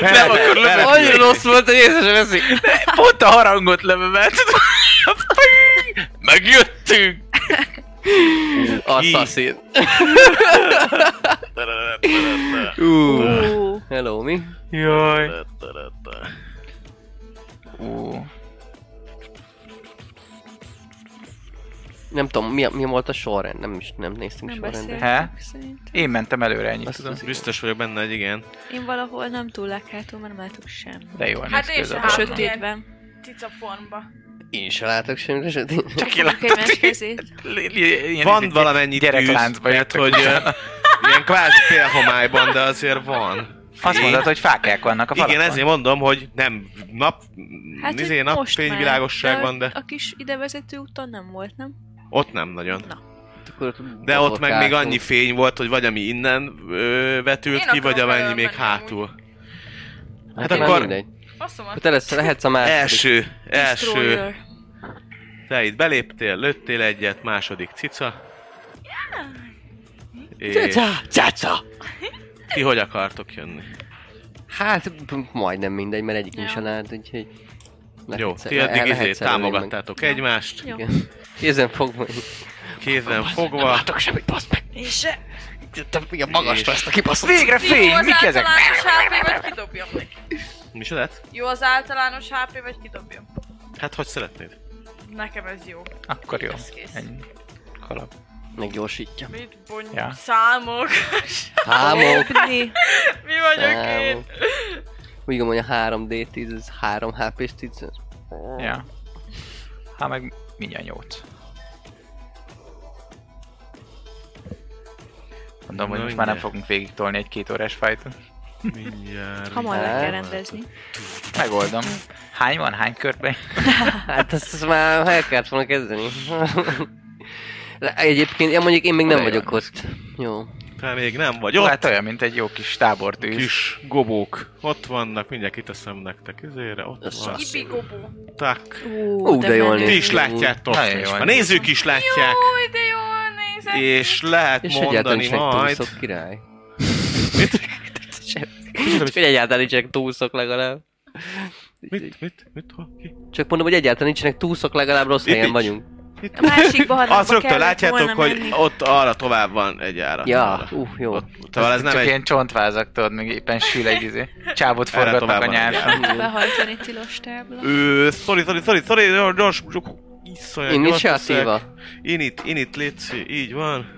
[SPEAKER 7] Nem, akkor lövöm.
[SPEAKER 2] Belep-
[SPEAKER 3] Annyira rossz volt, hogy észre sem veszik.
[SPEAKER 7] Pont a harangot lövöm el. tudod? Ping! Megjöttünk!
[SPEAKER 3] Assassin. Ú,
[SPEAKER 4] Ú,
[SPEAKER 3] Hello, mi?
[SPEAKER 7] Jaj. Ú,
[SPEAKER 3] Nem tudom, mi, mi volt a sorrend, nem is nem néztünk
[SPEAKER 4] Nem
[SPEAKER 3] sorrendet.
[SPEAKER 4] beszéltünk szerintem.
[SPEAKER 7] én mentem előre, ennyit
[SPEAKER 3] Azt
[SPEAKER 7] tudom.
[SPEAKER 3] az-
[SPEAKER 2] Biztos vagyok benne, hogy igen.
[SPEAKER 4] Én valahol nem túl leghátul, mert nem látok sem.
[SPEAKER 7] De jól
[SPEAKER 6] Hát
[SPEAKER 7] néz ki
[SPEAKER 6] én
[SPEAKER 7] ez
[SPEAKER 6] se
[SPEAKER 7] a
[SPEAKER 4] A
[SPEAKER 6] Hát,
[SPEAKER 7] barlang.
[SPEAKER 6] sötét.
[SPEAKER 4] sötétben.
[SPEAKER 6] cica formba.
[SPEAKER 3] Én se látok semmire, hát sötét.
[SPEAKER 7] Csak én
[SPEAKER 4] Fogok
[SPEAKER 7] láttam.
[SPEAKER 4] egymás kezét.
[SPEAKER 7] Li- li- ilyen
[SPEAKER 2] Van
[SPEAKER 7] izé-
[SPEAKER 2] valamennyi tűz,
[SPEAKER 7] gyerekláncba
[SPEAKER 2] tehát
[SPEAKER 7] jöttök.
[SPEAKER 2] hogy ö, ilyen kvázi félhomályban, de azért van.
[SPEAKER 7] Azt mondod, hogy fákák vannak a falakon.
[SPEAKER 2] Igen, ezért mondom, hogy nem nap,
[SPEAKER 4] Hát,
[SPEAKER 2] hát,
[SPEAKER 4] hogy
[SPEAKER 2] izé,
[SPEAKER 4] most már.
[SPEAKER 2] napfényvilágosság van,
[SPEAKER 4] ott
[SPEAKER 2] de
[SPEAKER 4] A kis idevezető úton nem volt, nem?
[SPEAKER 2] ott nem nagyon.
[SPEAKER 3] Akkor
[SPEAKER 2] De ott meg még
[SPEAKER 3] botorkáltunk.
[SPEAKER 2] annyi fény volt, hogy vagy ami innen ö, vetült
[SPEAKER 6] Én
[SPEAKER 2] ki, vagy
[SPEAKER 6] akarom
[SPEAKER 2] amennyi még
[SPEAKER 6] belőle menni
[SPEAKER 2] hátul. Hát
[SPEAKER 3] Hát akkor...
[SPEAKER 2] akkor-
[SPEAKER 3] Mindegy.
[SPEAKER 6] Azt mondom,
[SPEAKER 3] Hát először lehetsz a második.
[SPEAKER 2] Első, első.
[SPEAKER 4] Destroyer.
[SPEAKER 2] Te itt beléptél, lőttél egyet, második cica. És
[SPEAKER 3] Csácsa, Ah, csácsa.
[SPEAKER 2] ti hogy akartok jönni?
[SPEAKER 3] Hát p- majdnem mindegy, mert egyik
[SPEAKER 4] Ja.
[SPEAKER 3] is állt, úgyhogy... lehet
[SPEAKER 2] Jó,
[SPEAKER 3] szer-
[SPEAKER 2] ti
[SPEAKER 3] le-
[SPEAKER 2] addig
[SPEAKER 3] lehet
[SPEAKER 2] izé
[SPEAKER 3] szerelni meg.
[SPEAKER 2] támogattátok egymást,
[SPEAKER 4] Jó.
[SPEAKER 3] Igen. Kézen fogva.
[SPEAKER 2] kézen fogva.
[SPEAKER 3] semmit, baszd meg.
[SPEAKER 6] én se.
[SPEAKER 3] te igen, magasra ezt a kibaszott.
[SPEAKER 7] Végre fény!
[SPEAKER 6] Jó az
[SPEAKER 7] Mik ezek?
[SPEAKER 6] általános HP, vagy kidobjam neki?
[SPEAKER 2] Mi is lehet?
[SPEAKER 6] Jó az általános HP, vagy kidobjam?
[SPEAKER 2] Hát, hogy szeretnéd?
[SPEAKER 6] Nekem ez jó.
[SPEAKER 7] Akkor jó.
[SPEAKER 6] Ez kész.
[SPEAKER 7] Ennyi. Kalap.
[SPEAKER 3] Még gyorsítja.
[SPEAKER 6] Mit bony...
[SPEAKER 7] Ja.
[SPEAKER 6] Számok.
[SPEAKER 3] Hámok.
[SPEAKER 4] Dobni.
[SPEAKER 6] Mi vagyok
[SPEAKER 3] Számok.
[SPEAKER 6] én?
[SPEAKER 3] Úgy gondolom, hogy a 3D10, ez 3 HP-s 10.
[SPEAKER 7] Ja. Hát meg mindjárt nyolc. Mondom, hogy
[SPEAKER 2] Na,
[SPEAKER 7] most már nem
[SPEAKER 2] mindjárt.
[SPEAKER 7] fogunk végig tolni egy két órás fájtot.
[SPEAKER 2] Mindjárt.
[SPEAKER 4] Hamar le
[SPEAKER 3] Á,
[SPEAKER 4] kell rendezni.
[SPEAKER 7] Megoldom. Hány van? Hány körben?
[SPEAKER 3] Hát ezt, ezt már el kellett volna kezdeni. Le- Egyébként, ja, mondjuk én még nem
[SPEAKER 7] Oda
[SPEAKER 3] vagyok
[SPEAKER 7] jön.
[SPEAKER 3] ott. Jó.
[SPEAKER 2] Te még nem vagy
[SPEAKER 7] Jó,
[SPEAKER 2] ott.
[SPEAKER 7] hát olyan, mint egy jó kis tábortűz.
[SPEAKER 2] Kis gobók. Ott vannak, mindjárt kiteszem nektek izére. Ott
[SPEAKER 3] Össze.
[SPEAKER 2] van.
[SPEAKER 6] Ibigobó.
[SPEAKER 2] Tak.
[SPEAKER 4] Ú,
[SPEAKER 3] Ú, de jól
[SPEAKER 4] menő.
[SPEAKER 2] Ti
[SPEAKER 3] néz
[SPEAKER 2] is látjátok.
[SPEAKER 7] Nagyon
[SPEAKER 2] És
[SPEAKER 7] jó.
[SPEAKER 2] a nézők is látják.
[SPEAKER 6] Új, de jól nézek.
[SPEAKER 2] És lehet
[SPEAKER 3] És egyáltalán
[SPEAKER 2] mondani
[SPEAKER 3] nincsenek
[SPEAKER 2] majd...
[SPEAKER 3] túlszok király.
[SPEAKER 2] Mit?
[SPEAKER 3] Csak hogy egyáltalán nincsenek túlszok legalább.
[SPEAKER 2] Mit? Mit? Mit? Hol? Ki?
[SPEAKER 3] Csak mondom, hogy egyáltalán nincsenek túlszok, legalább rossz
[SPEAKER 2] Itt
[SPEAKER 3] helyen
[SPEAKER 2] is.
[SPEAKER 3] vagyunk.
[SPEAKER 4] A másik barlangba
[SPEAKER 2] Azt rögtön
[SPEAKER 4] kellett
[SPEAKER 2] látjátok,
[SPEAKER 4] volna
[SPEAKER 2] hogy
[SPEAKER 4] menni.
[SPEAKER 2] ott arra tovább Hát van egy árat.
[SPEAKER 3] Ja,
[SPEAKER 2] Arra.
[SPEAKER 3] uh, jó.
[SPEAKER 2] Ott, talán szóval ez
[SPEAKER 7] Csak
[SPEAKER 2] nem egy...
[SPEAKER 7] ilyen csontvázak, tudod, még éppen sül egy izé. Csábot
[SPEAKER 2] Erre
[SPEAKER 7] forgatnak
[SPEAKER 2] tovább
[SPEAKER 7] a
[SPEAKER 2] van egy
[SPEAKER 7] nyárson.
[SPEAKER 4] Behajtani tilos tábla.
[SPEAKER 2] Ő, sorry, sorry, sorry, sorry, gyors, gyors, gyors, iszonyat gyors leszek.
[SPEAKER 3] Initiatíva.
[SPEAKER 2] Init, init, létszi, így van.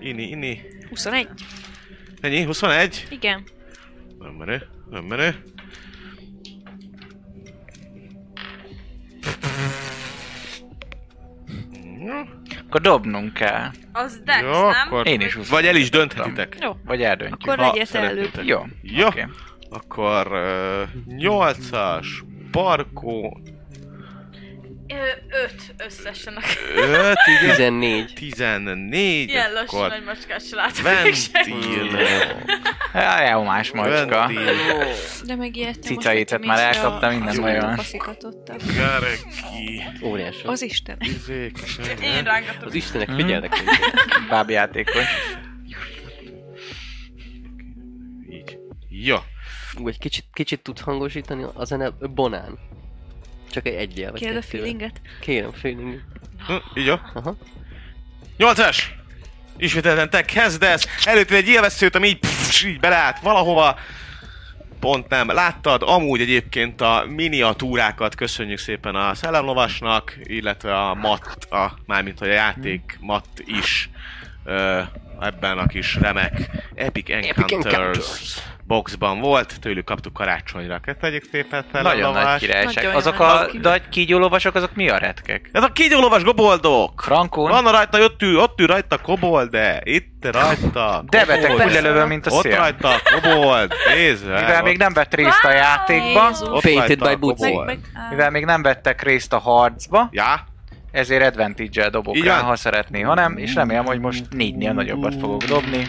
[SPEAKER 2] Ini, ini.
[SPEAKER 4] 21.
[SPEAKER 2] Ennyi, 21?
[SPEAKER 4] Igen.
[SPEAKER 2] Nem menő, nem menő. Jó,
[SPEAKER 7] Akkor dobnunk kell.
[SPEAKER 6] Az Dex,
[SPEAKER 2] jó,
[SPEAKER 6] nem?
[SPEAKER 2] akkor...
[SPEAKER 7] Én is 20.
[SPEAKER 2] Vagy el is dönthetitek.
[SPEAKER 4] Jó.
[SPEAKER 7] Vagy eldöntjük.
[SPEAKER 4] Akkor
[SPEAKER 2] Ha
[SPEAKER 4] legyél te
[SPEAKER 2] szeretnétek.
[SPEAKER 4] előbb.
[SPEAKER 7] Jó.
[SPEAKER 2] Jó.
[SPEAKER 7] Oké.
[SPEAKER 2] Akkor uh, 8-as, Barkó,
[SPEAKER 6] Ö, öt összesen.
[SPEAKER 2] 5, igen,
[SPEAKER 3] 14.
[SPEAKER 2] 14,
[SPEAKER 6] Ilyen lassú
[SPEAKER 2] akkor
[SPEAKER 6] nagy macskát se látom még senki.
[SPEAKER 2] Ventil.
[SPEAKER 7] Hát, jó más macska.
[SPEAKER 2] Ventil.
[SPEAKER 4] De megijedtem. most,
[SPEAKER 7] Cicaitet
[SPEAKER 4] hogy mi
[SPEAKER 7] már
[SPEAKER 4] is a-
[SPEAKER 7] elkaptam, innen
[SPEAKER 4] az
[SPEAKER 7] nagyon.
[SPEAKER 4] ujjam faszikat ottam.
[SPEAKER 2] Gereki.
[SPEAKER 3] Óriás.
[SPEAKER 4] Az Isten.
[SPEAKER 2] Izék,
[SPEAKER 6] Én rángatom.
[SPEAKER 3] Az Istenek
[SPEAKER 7] Mhm.
[SPEAKER 3] figyelnek.
[SPEAKER 7] Bábjátékos.
[SPEAKER 2] Így. Jó.
[SPEAKER 3] Ú, Egy kicsit, kicsit tud hangosítani a zene Bonán. Csak egy egyel vagy
[SPEAKER 4] Kérd a
[SPEAKER 3] kettővel.
[SPEAKER 4] feelinget.
[SPEAKER 3] Kérem feeling.
[SPEAKER 2] Hm, Így jó.
[SPEAKER 3] Aha.
[SPEAKER 2] Nyolcas! Ismételten te kezdesz, előtted egy élveszőt, ami így, pff, így beleállt valahova. Pont nem. Láttad amúgy egyébként a miniatúrákat köszönjük szépen a szellemlovasnak, illetve a mat, a, mármint hogy a játék mat is ö, ebben a kis remek Epic Encounters,
[SPEAKER 3] Encounters.
[SPEAKER 2] boxban volt. Tőlük kaptuk karácsonyra. Kettő egyik szépen fel
[SPEAKER 7] Nagyon nagy királyság.
[SPEAKER 4] Nagyon jó
[SPEAKER 7] Azok
[SPEAKER 4] nagy
[SPEAKER 7] a nagy kígyólovasok, azok mi a retkek?
[SPEAKER 2] Ez a kígyólovas goboldok!
[SPEAKER 7] Frankon?
[SPEAKER 2] Van a rajta, ott ül, ott ül rajta kobold, de itt rajta.
[SPEAKER 7] De beteg
[SPEAKER 2] kobold.
[SPEAKER 7] kullelövő, mint a
[SPEAKER 2] Ott
[SPEAKER 7] szél.
[SPEAKER 2] rajta kobold, nézd meg,
[SPEAKER 7] Mivel
[SPEAKER 2] ott-
[SPEAKER 7] még nem vett részt a játékban,
[SPEAKER 4] Jézus.
[SPEAKER 2] ott
[SPEAKER 3] Painted
[SPEAKER 2] rajta
[SPEAKER 3] by
[SPEAKER 2] a
[SPEAKER 3] Boots.
[SPEAKER 4] Meg,
[SPEAKER 2] kobold.
[SPEAKER 4] meg, á,
[SPEAKER 7] mivel még nem vettek részt a harcba,
[SPEAKER 2] Ja,
[SPEAKER 7] ezért advantage-el dobok
[SPEAKER 2] Így
[SPEAKER 7] rá,
[SPEAKER 2] van.
[SPEAKER 7] ha szeretné, ha nem, és remélem, hogy most négynél nagyobbat fogok dobni,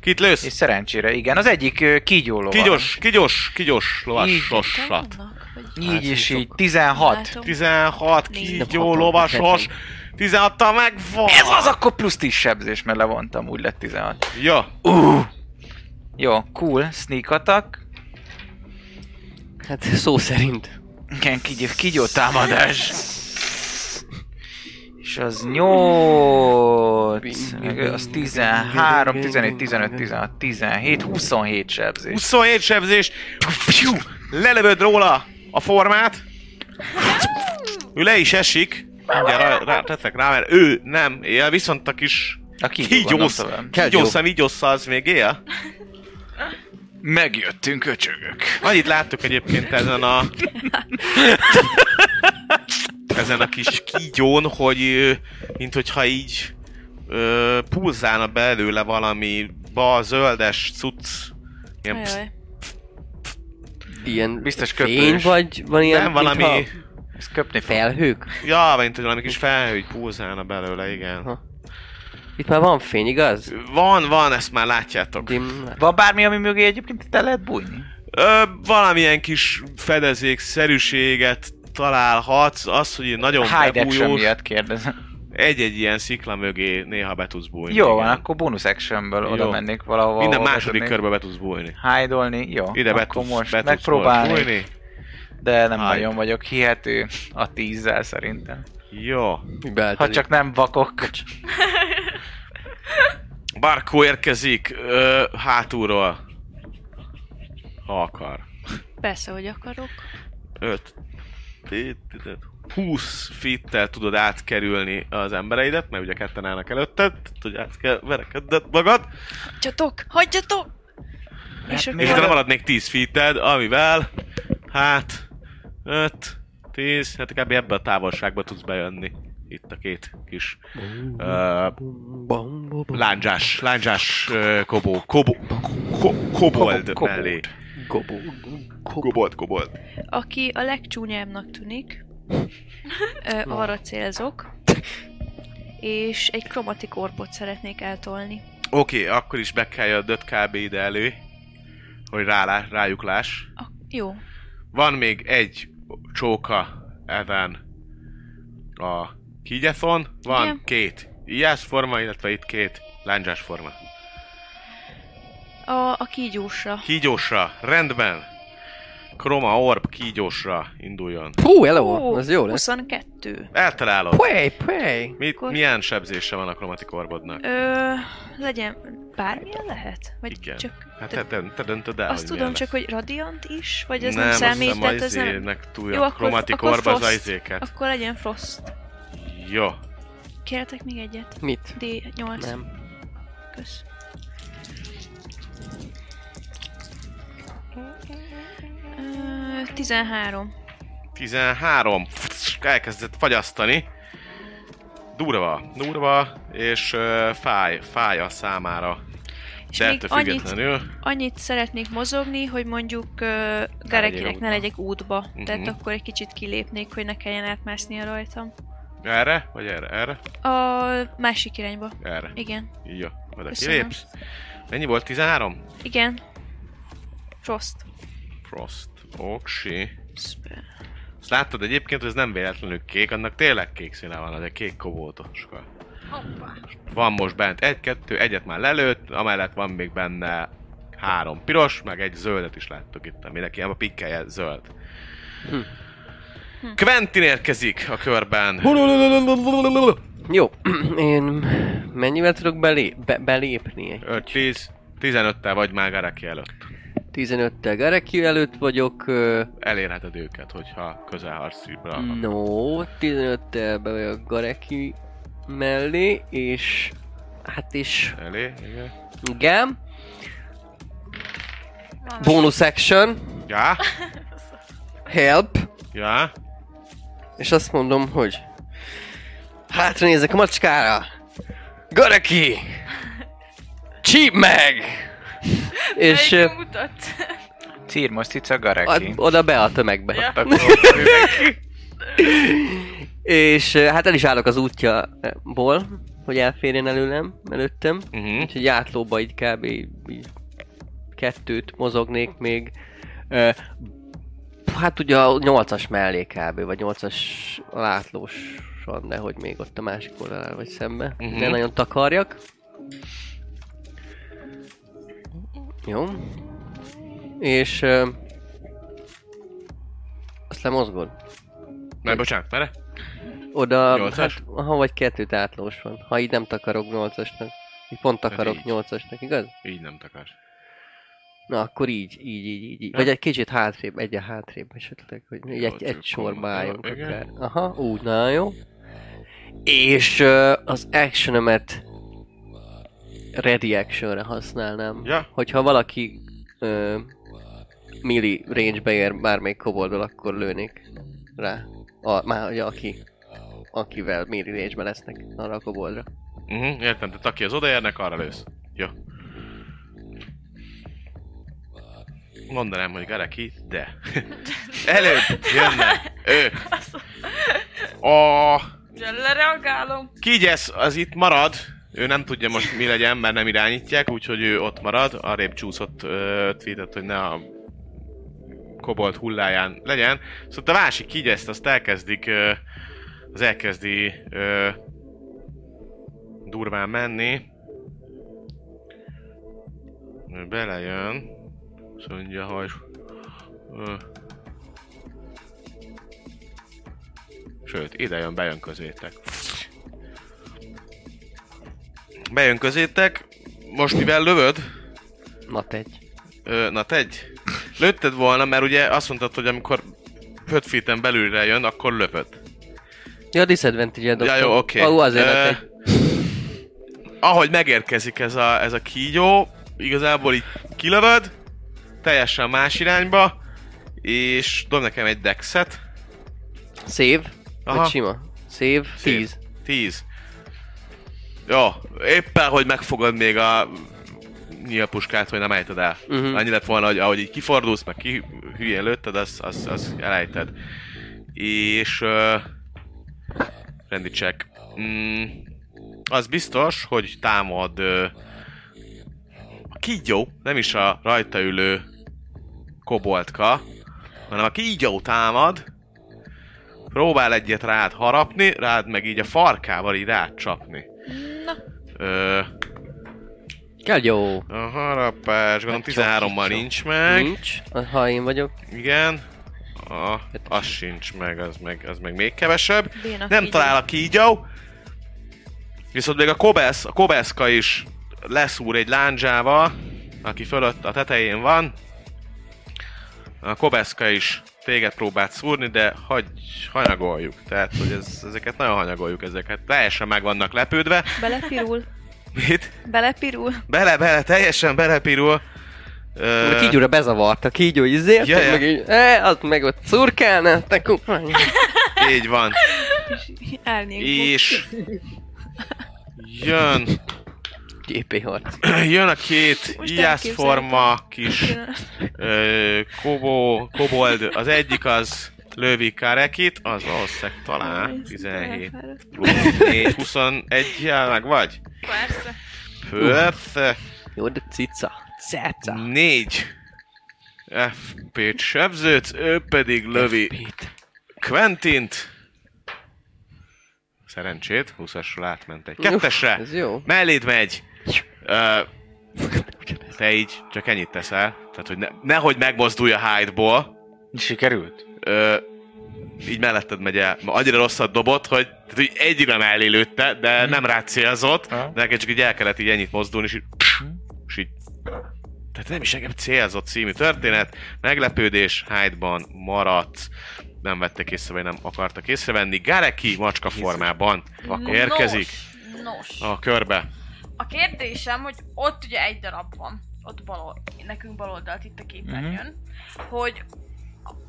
[SPEAKER 2] kit
[SPEAKER 7] és
[SPEAKER 2] lősz?
[SPEAKER 7] szerencsére igen. Az egyik ö, kígyólova.
[SPEAKER 2] Kigyos, kigyos, kigyos
[SPEAKER 7] Így.
[SPEAKER 2] lovasosat.
[SPEAKER 4] vannak, vagy-
[SPEAKER 7] Így és így,
[SPEAKER 4] Látom.
[SPEAKER 7] 16.
[SPEAKER 2] 16 kígyó lovasos, 16 meg van.
[SPEAKER 7] Ez az akkor plusz 10 sebzés, mert levontam, úgy lett 16.
[SPEAKER 2] Ja,
[SPEAKER 7] Jó, cool, sneak attack,
[SPEAKER 3] Hát szó szerint.
[SPEAKER 7] igen, kigyó, kigyó támadás. És az 8, meg az 13, 14, 15, 16, 17, 27 sebzés.
[SPEAKER 2] 27 sebzés, Pfiú! lelövöd róla a formát, ő le is esik, mindjárt rá, rá, teszek rá, mert ő nem él, viszont a kis
[SPEAKER 7] A kígyó,
[SPEAKER 2] kígyósz,
[SPEAKER 7] gondolom tovább.
[SPEAKER 2] kígyószem, kígyósza az még él.
[SPEAKER 7] Megjöttünk, öcsögök.
[SPEAKER 2] Annyit láttuk egyébként ezen a... ezen a kis kígyón, hogy ö, mint hogyha így ö, pulzálna belőle valami ba zöldes cucc, ilyen psz,
[SPEAKER 4] Ajaj.
[SPEAKER 3] Ilyen
[SPEAKER 7] Biztos köpős.
[SPEAKER 3] fény vagy? Van ilyen,
[SPEAKER 2] nem valami...
[SPEAKER 3] mintha
[SPEAKER 7] Ezt köpni fog.
[SPEAKER 3] felhők?
[SPEAKER 2] Ja, mint hogy valami kis felhőgy pulzálna belőle, igen.
[SPEAKER 3] Aha. Itt már van fény, igaz?
[SPEAKER 2] Van, van, ezt már látjátok.
[SPEAKER 3] Dim...
[SPEAKER 7] Van bármi, ami mögé egyébként itt el lehet bújni?
[SPEAKER 2] Ö, valamilyen kis fedezékszerűséget találhatsz, az, hogy ilyen nagyon
[SPEAKER 7] Hide action
[SPEAKER 2] bebújós,
[SPEAKER 7] miatt kérdezem.
[SPEAKER 2] egy-egy ilyen szikla mögé néha be tudsz bújni.
[SPEAKER 7] Jó van,
[SPEAKER 2] igen.
[SPEAKER 7] akkor bonus actionből
[SPEAKER 2] Jó.
[SPEAKER 7] oda mennék valahova.
[SPEAKER 2] Minden
[SPEAKER 7] ahol
[SPEAKER 2] második
[SPEAKER 7] tudnék
[SPEAKER 2] körbe be tudsz bújni.
[SPEAKER 7] Hide-olni, jó.
[SPEAKER 2] Ide be
[SPEAKER 7] akkor
[SPEAKER 2] tudsz,
[SPEAKER 7] most
[SPEAKER 2] be tudsz
[SPEAKER 7] megpróbálni,
[SPEAKER 2] most bújni.
[SPEAKER 7] de nem
[SPEAKER 2] Hide.
[SPEAKER 7] nagyon vagyok hihető a tízzel szerintem.
[SPEAKER 2] Jó.
[SPEAKER 7] Ha csak nem vakok.
[SPEAKER 2] Barkó érkezik ö, hátulról. Ha akar.
[SPEAKER 4] Persze, hogy akarok.
[SPEAKER 2] 5, 20 fittel tudod átkerülni az embereidet, mert ugye ketten állnak előtted, tudod, át kell verekedned magad,
[SPEAKER 4] Hagyjatok! Hagyjatok!
[SPEAKER 2] és
[SPEAKER 4] És
[SPEAKER 2] utána
[SPEAKER 4] akkor...
[SPEAKER 2] maradnék 10 fitted, amivel, hát, 5, 10, hát kb. ebbe a távolságba tudsz bejönni. Itt a két kis ö,
[SPEAKER 3] Bam, bam, bam.
[SPEAKER 2] lándzsás, lándzsás ö, kobó, kobó, ko, kobold
[SPEAKER 7] Kobold.
[SPEAKER 2] mellé.
[SPEAKER 3] Gobó.
[SPEAKER 2] Kobold, kobold.
[SPEAKER 4] Aki a legcsúnyábbnak tűnik, ö, arra célzok. És egy kromatik orpot szeretnék eltolni.
[SPEAKER 2] Oké, okay, akkor is be kell jönnöd kb. ide elő, hogy rá, rájuk láss.
[SPEAKER 4] A, jó.
[SPEAKER 2] Van még egy csóka ezen a kígyeszon, van
[SPEAKER 4] Igen.
[SPEAKER 2] két ijász forma, illetve itt két lándzsás forma.
[SPEAKER 4] A, a kígyósra.
[SPEAKER 2] Kígyósra, rendben! Kroma Orb kígyósra induljon.
[SPEAKER 3] Hú, hello, az jó lesz.
[SPEAKER 4] 22.
[SPEAKER 2] Eltalálod.
[SPEAKER 3] Puey, puey.
[SPEAKER 2] Mit,
[SPEAKER 4] Akkor-
[SPEAKER 2] milyen sebzése van a kromatik orbodnak?
[SPEAKER 4] Ö, legyen... Bármilyen lehet? Vagy
[SPEAKER 2] Igen.
[SPEAKER 4] csak...
[SPEAKER 2] Hát
[SPEAKER 4] te-
[SPEAKER 2] te, te, te döntöd el,
[SPEAKER 4] azt
[SPEAKER 2] hogy
[SPEAKER 4] tudom
[SPEAKER 2] milyen
[SPEAKER 4] csak, hogy radiant is? Vagy ez
[SPEAKER 2] lesz.
[SPEAKER 4] nem, nem számít?
[SPEAKER 2] azt
[SPEAKER 4] Tehát
[SPEAKER 2] hiszem izé,
[SPEAKER 4] ez nem...
[SPEAKER 2] izének túl
[SPEAKER 4] Jó,
[SPEAKER 2] a
[SPEAKER 4] akkor-
[SPEAKER 2] kromatik
[SPEAKER 4] akkor
[SPEAKER 2] orb az
[SPEAKER 4] Frost.
[SPEAKER 2] ajzéket.
[SPEAKER 4] Akkor legyen Frost.
[SPEAKER 2] Jó.
[SPEAKER 4] Kértek még egyet.
[SPEAKER 3] Mit?
[SPEAKER 4] D8.
[SPEAKER 3] Nem.
[SPEAKER 4] Kösz. Ö, 13.
[SPEAKER 2] 13. Elkezdett fagyasztani. Durva, durva, és ö, fáj, fáj a számára.
[SPEAKER 4] És
[SPEAKER 2] De
[SPEAKER 4] még
[SPEAKER 2] ettől
[SPEAKER 4] annyit,
[SPEAKER 2] függetlenül
[SPEAKER 4] annyit szeretnék mozogni, hogy mondjuk uh, Garekinek
[SPEAKER 2] útba.
[SPEAKER 4] ne legyek útba. Tehát
[SPEAKER 2] Mhm.
[SPEAKER 4] akkor egy kicsit kilépnék, hogy ne kelljen átmásznia rajtam.
[SPEAKER 2] erre, vagy erre, erre,
[SPEAKER 4] A másik irányba.
[SPEAKER 2] erre.
[SPEAKER 4] Igen.
[SPEAKER 2] Jó, oda
[SPEAKER 4] Köszönöm.
[SPEAKER 2] kilépsz. Mennyi volt? 13?
[SPEAKER 4] Igen. Frost.
[SPEAKER 2] Frost. Oksi.
[SPEAKER 4] Spell.
[SPEAKER 2] Azt láttad egyébként, hogy ez nem véletlenül kék, annak tényleg kék színe van, az egy kék kobótoska.
[SPEAKER 6] Hoppá.
[SPEAKER 2] Van most bent egy, kettő, egyet már lelőtt, amellett van még benne három piros, meg egy zöldet is láttuk itt, aminek ilyen a pikkelje zöld. Hm. Quentin érkezik a körben.
[SPEAKER 3] Jó, én mennyivel tudok belé- be- belépni?
[SPEAKER 2] 5, 10, 15-tel vagy már Garaki előtt.
[SPEAKER 3] 15-tel Gareki előtt vagyok. ö,
[SPEAKER 2] Elérheted őket, hogyha közelharcibra. Mm.
[SPEAKER 3] No, 15-tel be vagyok Gareki mellé, és... Hát és...
[SPEAKER 2] Elé, igen.
[SPEAKER 3] Igen. Bonus action.
[SPEAKER 2] Ja,
[SPEAKER 3] Help.
[SPEAKER 2] ja.
[SPEAKER 3] És azt mondom, hogy... Hátra nézek a macskára! Gareki! Csíp meg! És
[SPEAKER 6] Melyik
[SPEAKER 3] ö,
[SPEAKER 6] mutat?
[SPEAKER 7] Círmos cica Gareki.
[SPEAKER 3] ad, oda be a tömegbe.
[SPEAKER 6] Ja.
[SPEAKER 3] És ö, hát el is állok az útjából, hogy elférjen előlem, előttem.
[SPEAKER 2] Uh-huh.
[SPEAKER 3] Úgyhogy játlóba így kb. így kettőt mozognék még. Ö, Hát ugye a 8-as mellé kb. vagy 8-as látlósan, de hogy még ott a másik oldalán vagy szembe.
[SPEAKER 2] Mhm.
[SPEAKER 3] Uh-huh. De nagyon takarjak. Jó. És... Ö, azt lemozgod?
[SPEAKER 2] Nem, bocsánat, merre?
[SPEAKER 3] Oda...
[SPEAKER 2] Nyolcas?
[SPEAKER 3] Hát, aha, vagy kettőt átlós van. Ha így nem takarok 8-asnak. Így pont takarok
[SPEAKER 2] Hát így.
[SPEAKER 3] 8-asnak, igaz?
[SPEAKER 2] Így nem takar.
[SPEAKER 3] Na, akkor így, így, így, így. így.
[SPEAKER 2] Ja.
[SPEAKER 3] Vagy egy kicsit hátrébb, egy hátrébb esetleg, hogy így egy,
[SPEAKER 2] csak
[SPEAKER 3] egy sorba
[SPEAKER 2] kommentálok,
[SPEAKER 3] álljunk
[SPEAKER 2] igen.
[SPEAKER 3] akár. Aha, úgy, na jó. És ö, az actionemet ready actionre használnám.
[SPEAKER 2] Ja.
[SPEAKER 3] Hogyha valaki ö, milli range-be ér bármelyik koboldal, akkor lőnék rá. A, már ugye aki akivel milli range-be lesznek arra a koboldra.
[SPEAKER 2] Uh-huh, értem, tehát aki az odaérnek, arra lősz. Jó. Mondanám, hogy Garaki, de... Előbb jönne ők. A
[SPEAKER 6] Ja, lereagálom.
[SPEAKER 2] kígyesz az itt marad. Ő nem tudja most mi legyen, mert nem irányítják, úgyhogy ő ott marad. Arrébb csúszott ö, tweetet, hogy ne a kobolt hulláján legyen. Szóval a másik kigyeszt, azt elkezdik, ö, az elkezdi ö, durván menni. Ő belejön. Azt mondja, hogy... Ö, sőt, ide jön, bejön közétek. Bejön közétek, most mivel lövöd,
[SPEAKER 3] Na tegy.
[SPEAKER 2] Ö, na tegy, lőtted volna, mert ugye azt mondtad, hogy amikor 5 feet belülre jön, akkor löpöd.
[SPEAKER 3] Ja, disadvantage-el
[SPEAKER 2] Ja, jó, oké.
[SPEAKER 3] Okay. azért
[SPEAKER 2] Ö,
[SPEAKER 3] na tegy.
[SPEAKER 2] Ahogy megérkezik ez a, ez a kígyó, igazából így kilövöd, teljesen más irányba, és dob nekem egy dexet.
[SPEAKER 3] Szép?
[SPEAKER 2] Aha.
[SPEAKER 3] Vagy sima? Szép?
[SPEAKER 2] Szép.
[SPEAKER 3] Tíz.
[SPEAKER 2] 10. Jó, éppen, hogy megfogod még a nyílpuskát, hogy nem ejted el.
[SPEAKER 3] Mhm.
[SPEAKER 2] Uh-huh. Annyi lett volna, hogy ahogy így kifordulsz, meg ki hülyén lőtted, azt az, az elejted. És... Uh, rendítsek. Mm, az biztos, hogy támad uh, a kígyó, nem is a rajta ülő koboltka, hanem a kígyó támad, próbál egyet rád harapni, rád meg így a farkával így rád csapni.
[SPEAKER 6] Na,
[SPEAKER 2] Ö,
[SPEAKER 3] Kell jó.
[SPEAKER 2] a harapás, gondolom 13-mal nincs meg.
[SPEAKER 3] Nincs. Ha én vagyok.
[SPEAKER 2] Igen. A, az sincs meg, az meg, az meg még kevesebb.
[SPEAKER 6] Béna
[SPEAKER 2] Nem
[SPEAKER 6] kígyó.
[SPEAKER 2] talál a kígyó. Viszont még a kobesz, a kobeszka is leszúr egy lándzsával, aki fölött a tetején van. A kobeszka is téged próbált szúrni, de hagy, hanyagoljuk. Tehát, hogy ez, ezeket nagyon hanyagoljuk, ezeket teljesen meg vannak lepődve.
[SPEAKER 4] Belepirul.
[SPEAKER 2] Mit?
[SPEAKER 4] Belepirul.
[SPEAKER 2] Bele, bele, teljesen belepirul. Ö,
[SPEAKER 3] A kígyóra bezavart, a kígyó is zért,
[SPEAKER 2] Ja, ja.
[SPEAKER 3] meg így, e, azt meg ott szurkálna, te kupány.
[SPEAKER 2] így van.
[SPEAKER 4] Elnénk.
[SPEAKER 2] És jön,
[SPEAKER 3] GP harc.
[SPEAKER 2] jön a két
[SPEAKER 4] Most
[SPEAKER 2] ijászforma kis ö, kobó, kobold. Az egyik az lövi Karekit, az valószínűleg talán 17 plusz 4, 21 jel meg vagy?
[SPEAKER 6] persze.
[SPEAKER 2] Persze.
[SPEAKER 3] Jó, de cica. Cica.
[SPEAKER 2] 4 FP-t sebzőt, ő pedig lövi Quentint. Szerencsét, 20-asról átment egy kettesre.
[SPEAKER 3] Ez jó.
[SPEAKER 2] Melléd megy. Ö, te így csak ennyit teszel. Tehát, hogy ne, nehogy megmozdulj a hide-ból.
[SPEAKER 7] Sikerült?
[SPEAKER 2] Ö, így melletted megy el. Ma Annyira rosszat dobott, hogy, tehát, hogy egyre mellé lőtte, de nem rád célzott. De
[SPEAKER 7] Ha.
[SPEAKER 2] neked csak így el kellett így ennyit mozdulni, és így... És így tehát nem is engem célzott című történet. Meglepődés, hide-ban maradt. Nem vettek észre, vagy nem akartak észrevenni. Gareki macska formában érkezik
[SPEAKER 6] Nos, nos.
[SPEAKER 2] a körbe.
[SPEAKER 6] A kérdésem, hogy ott ugye egy darab van, ott bal, nekünk bal oldalt itt a képen
[SPEAKER 7] Mhm.
[SPEAKER 6] jön, hogy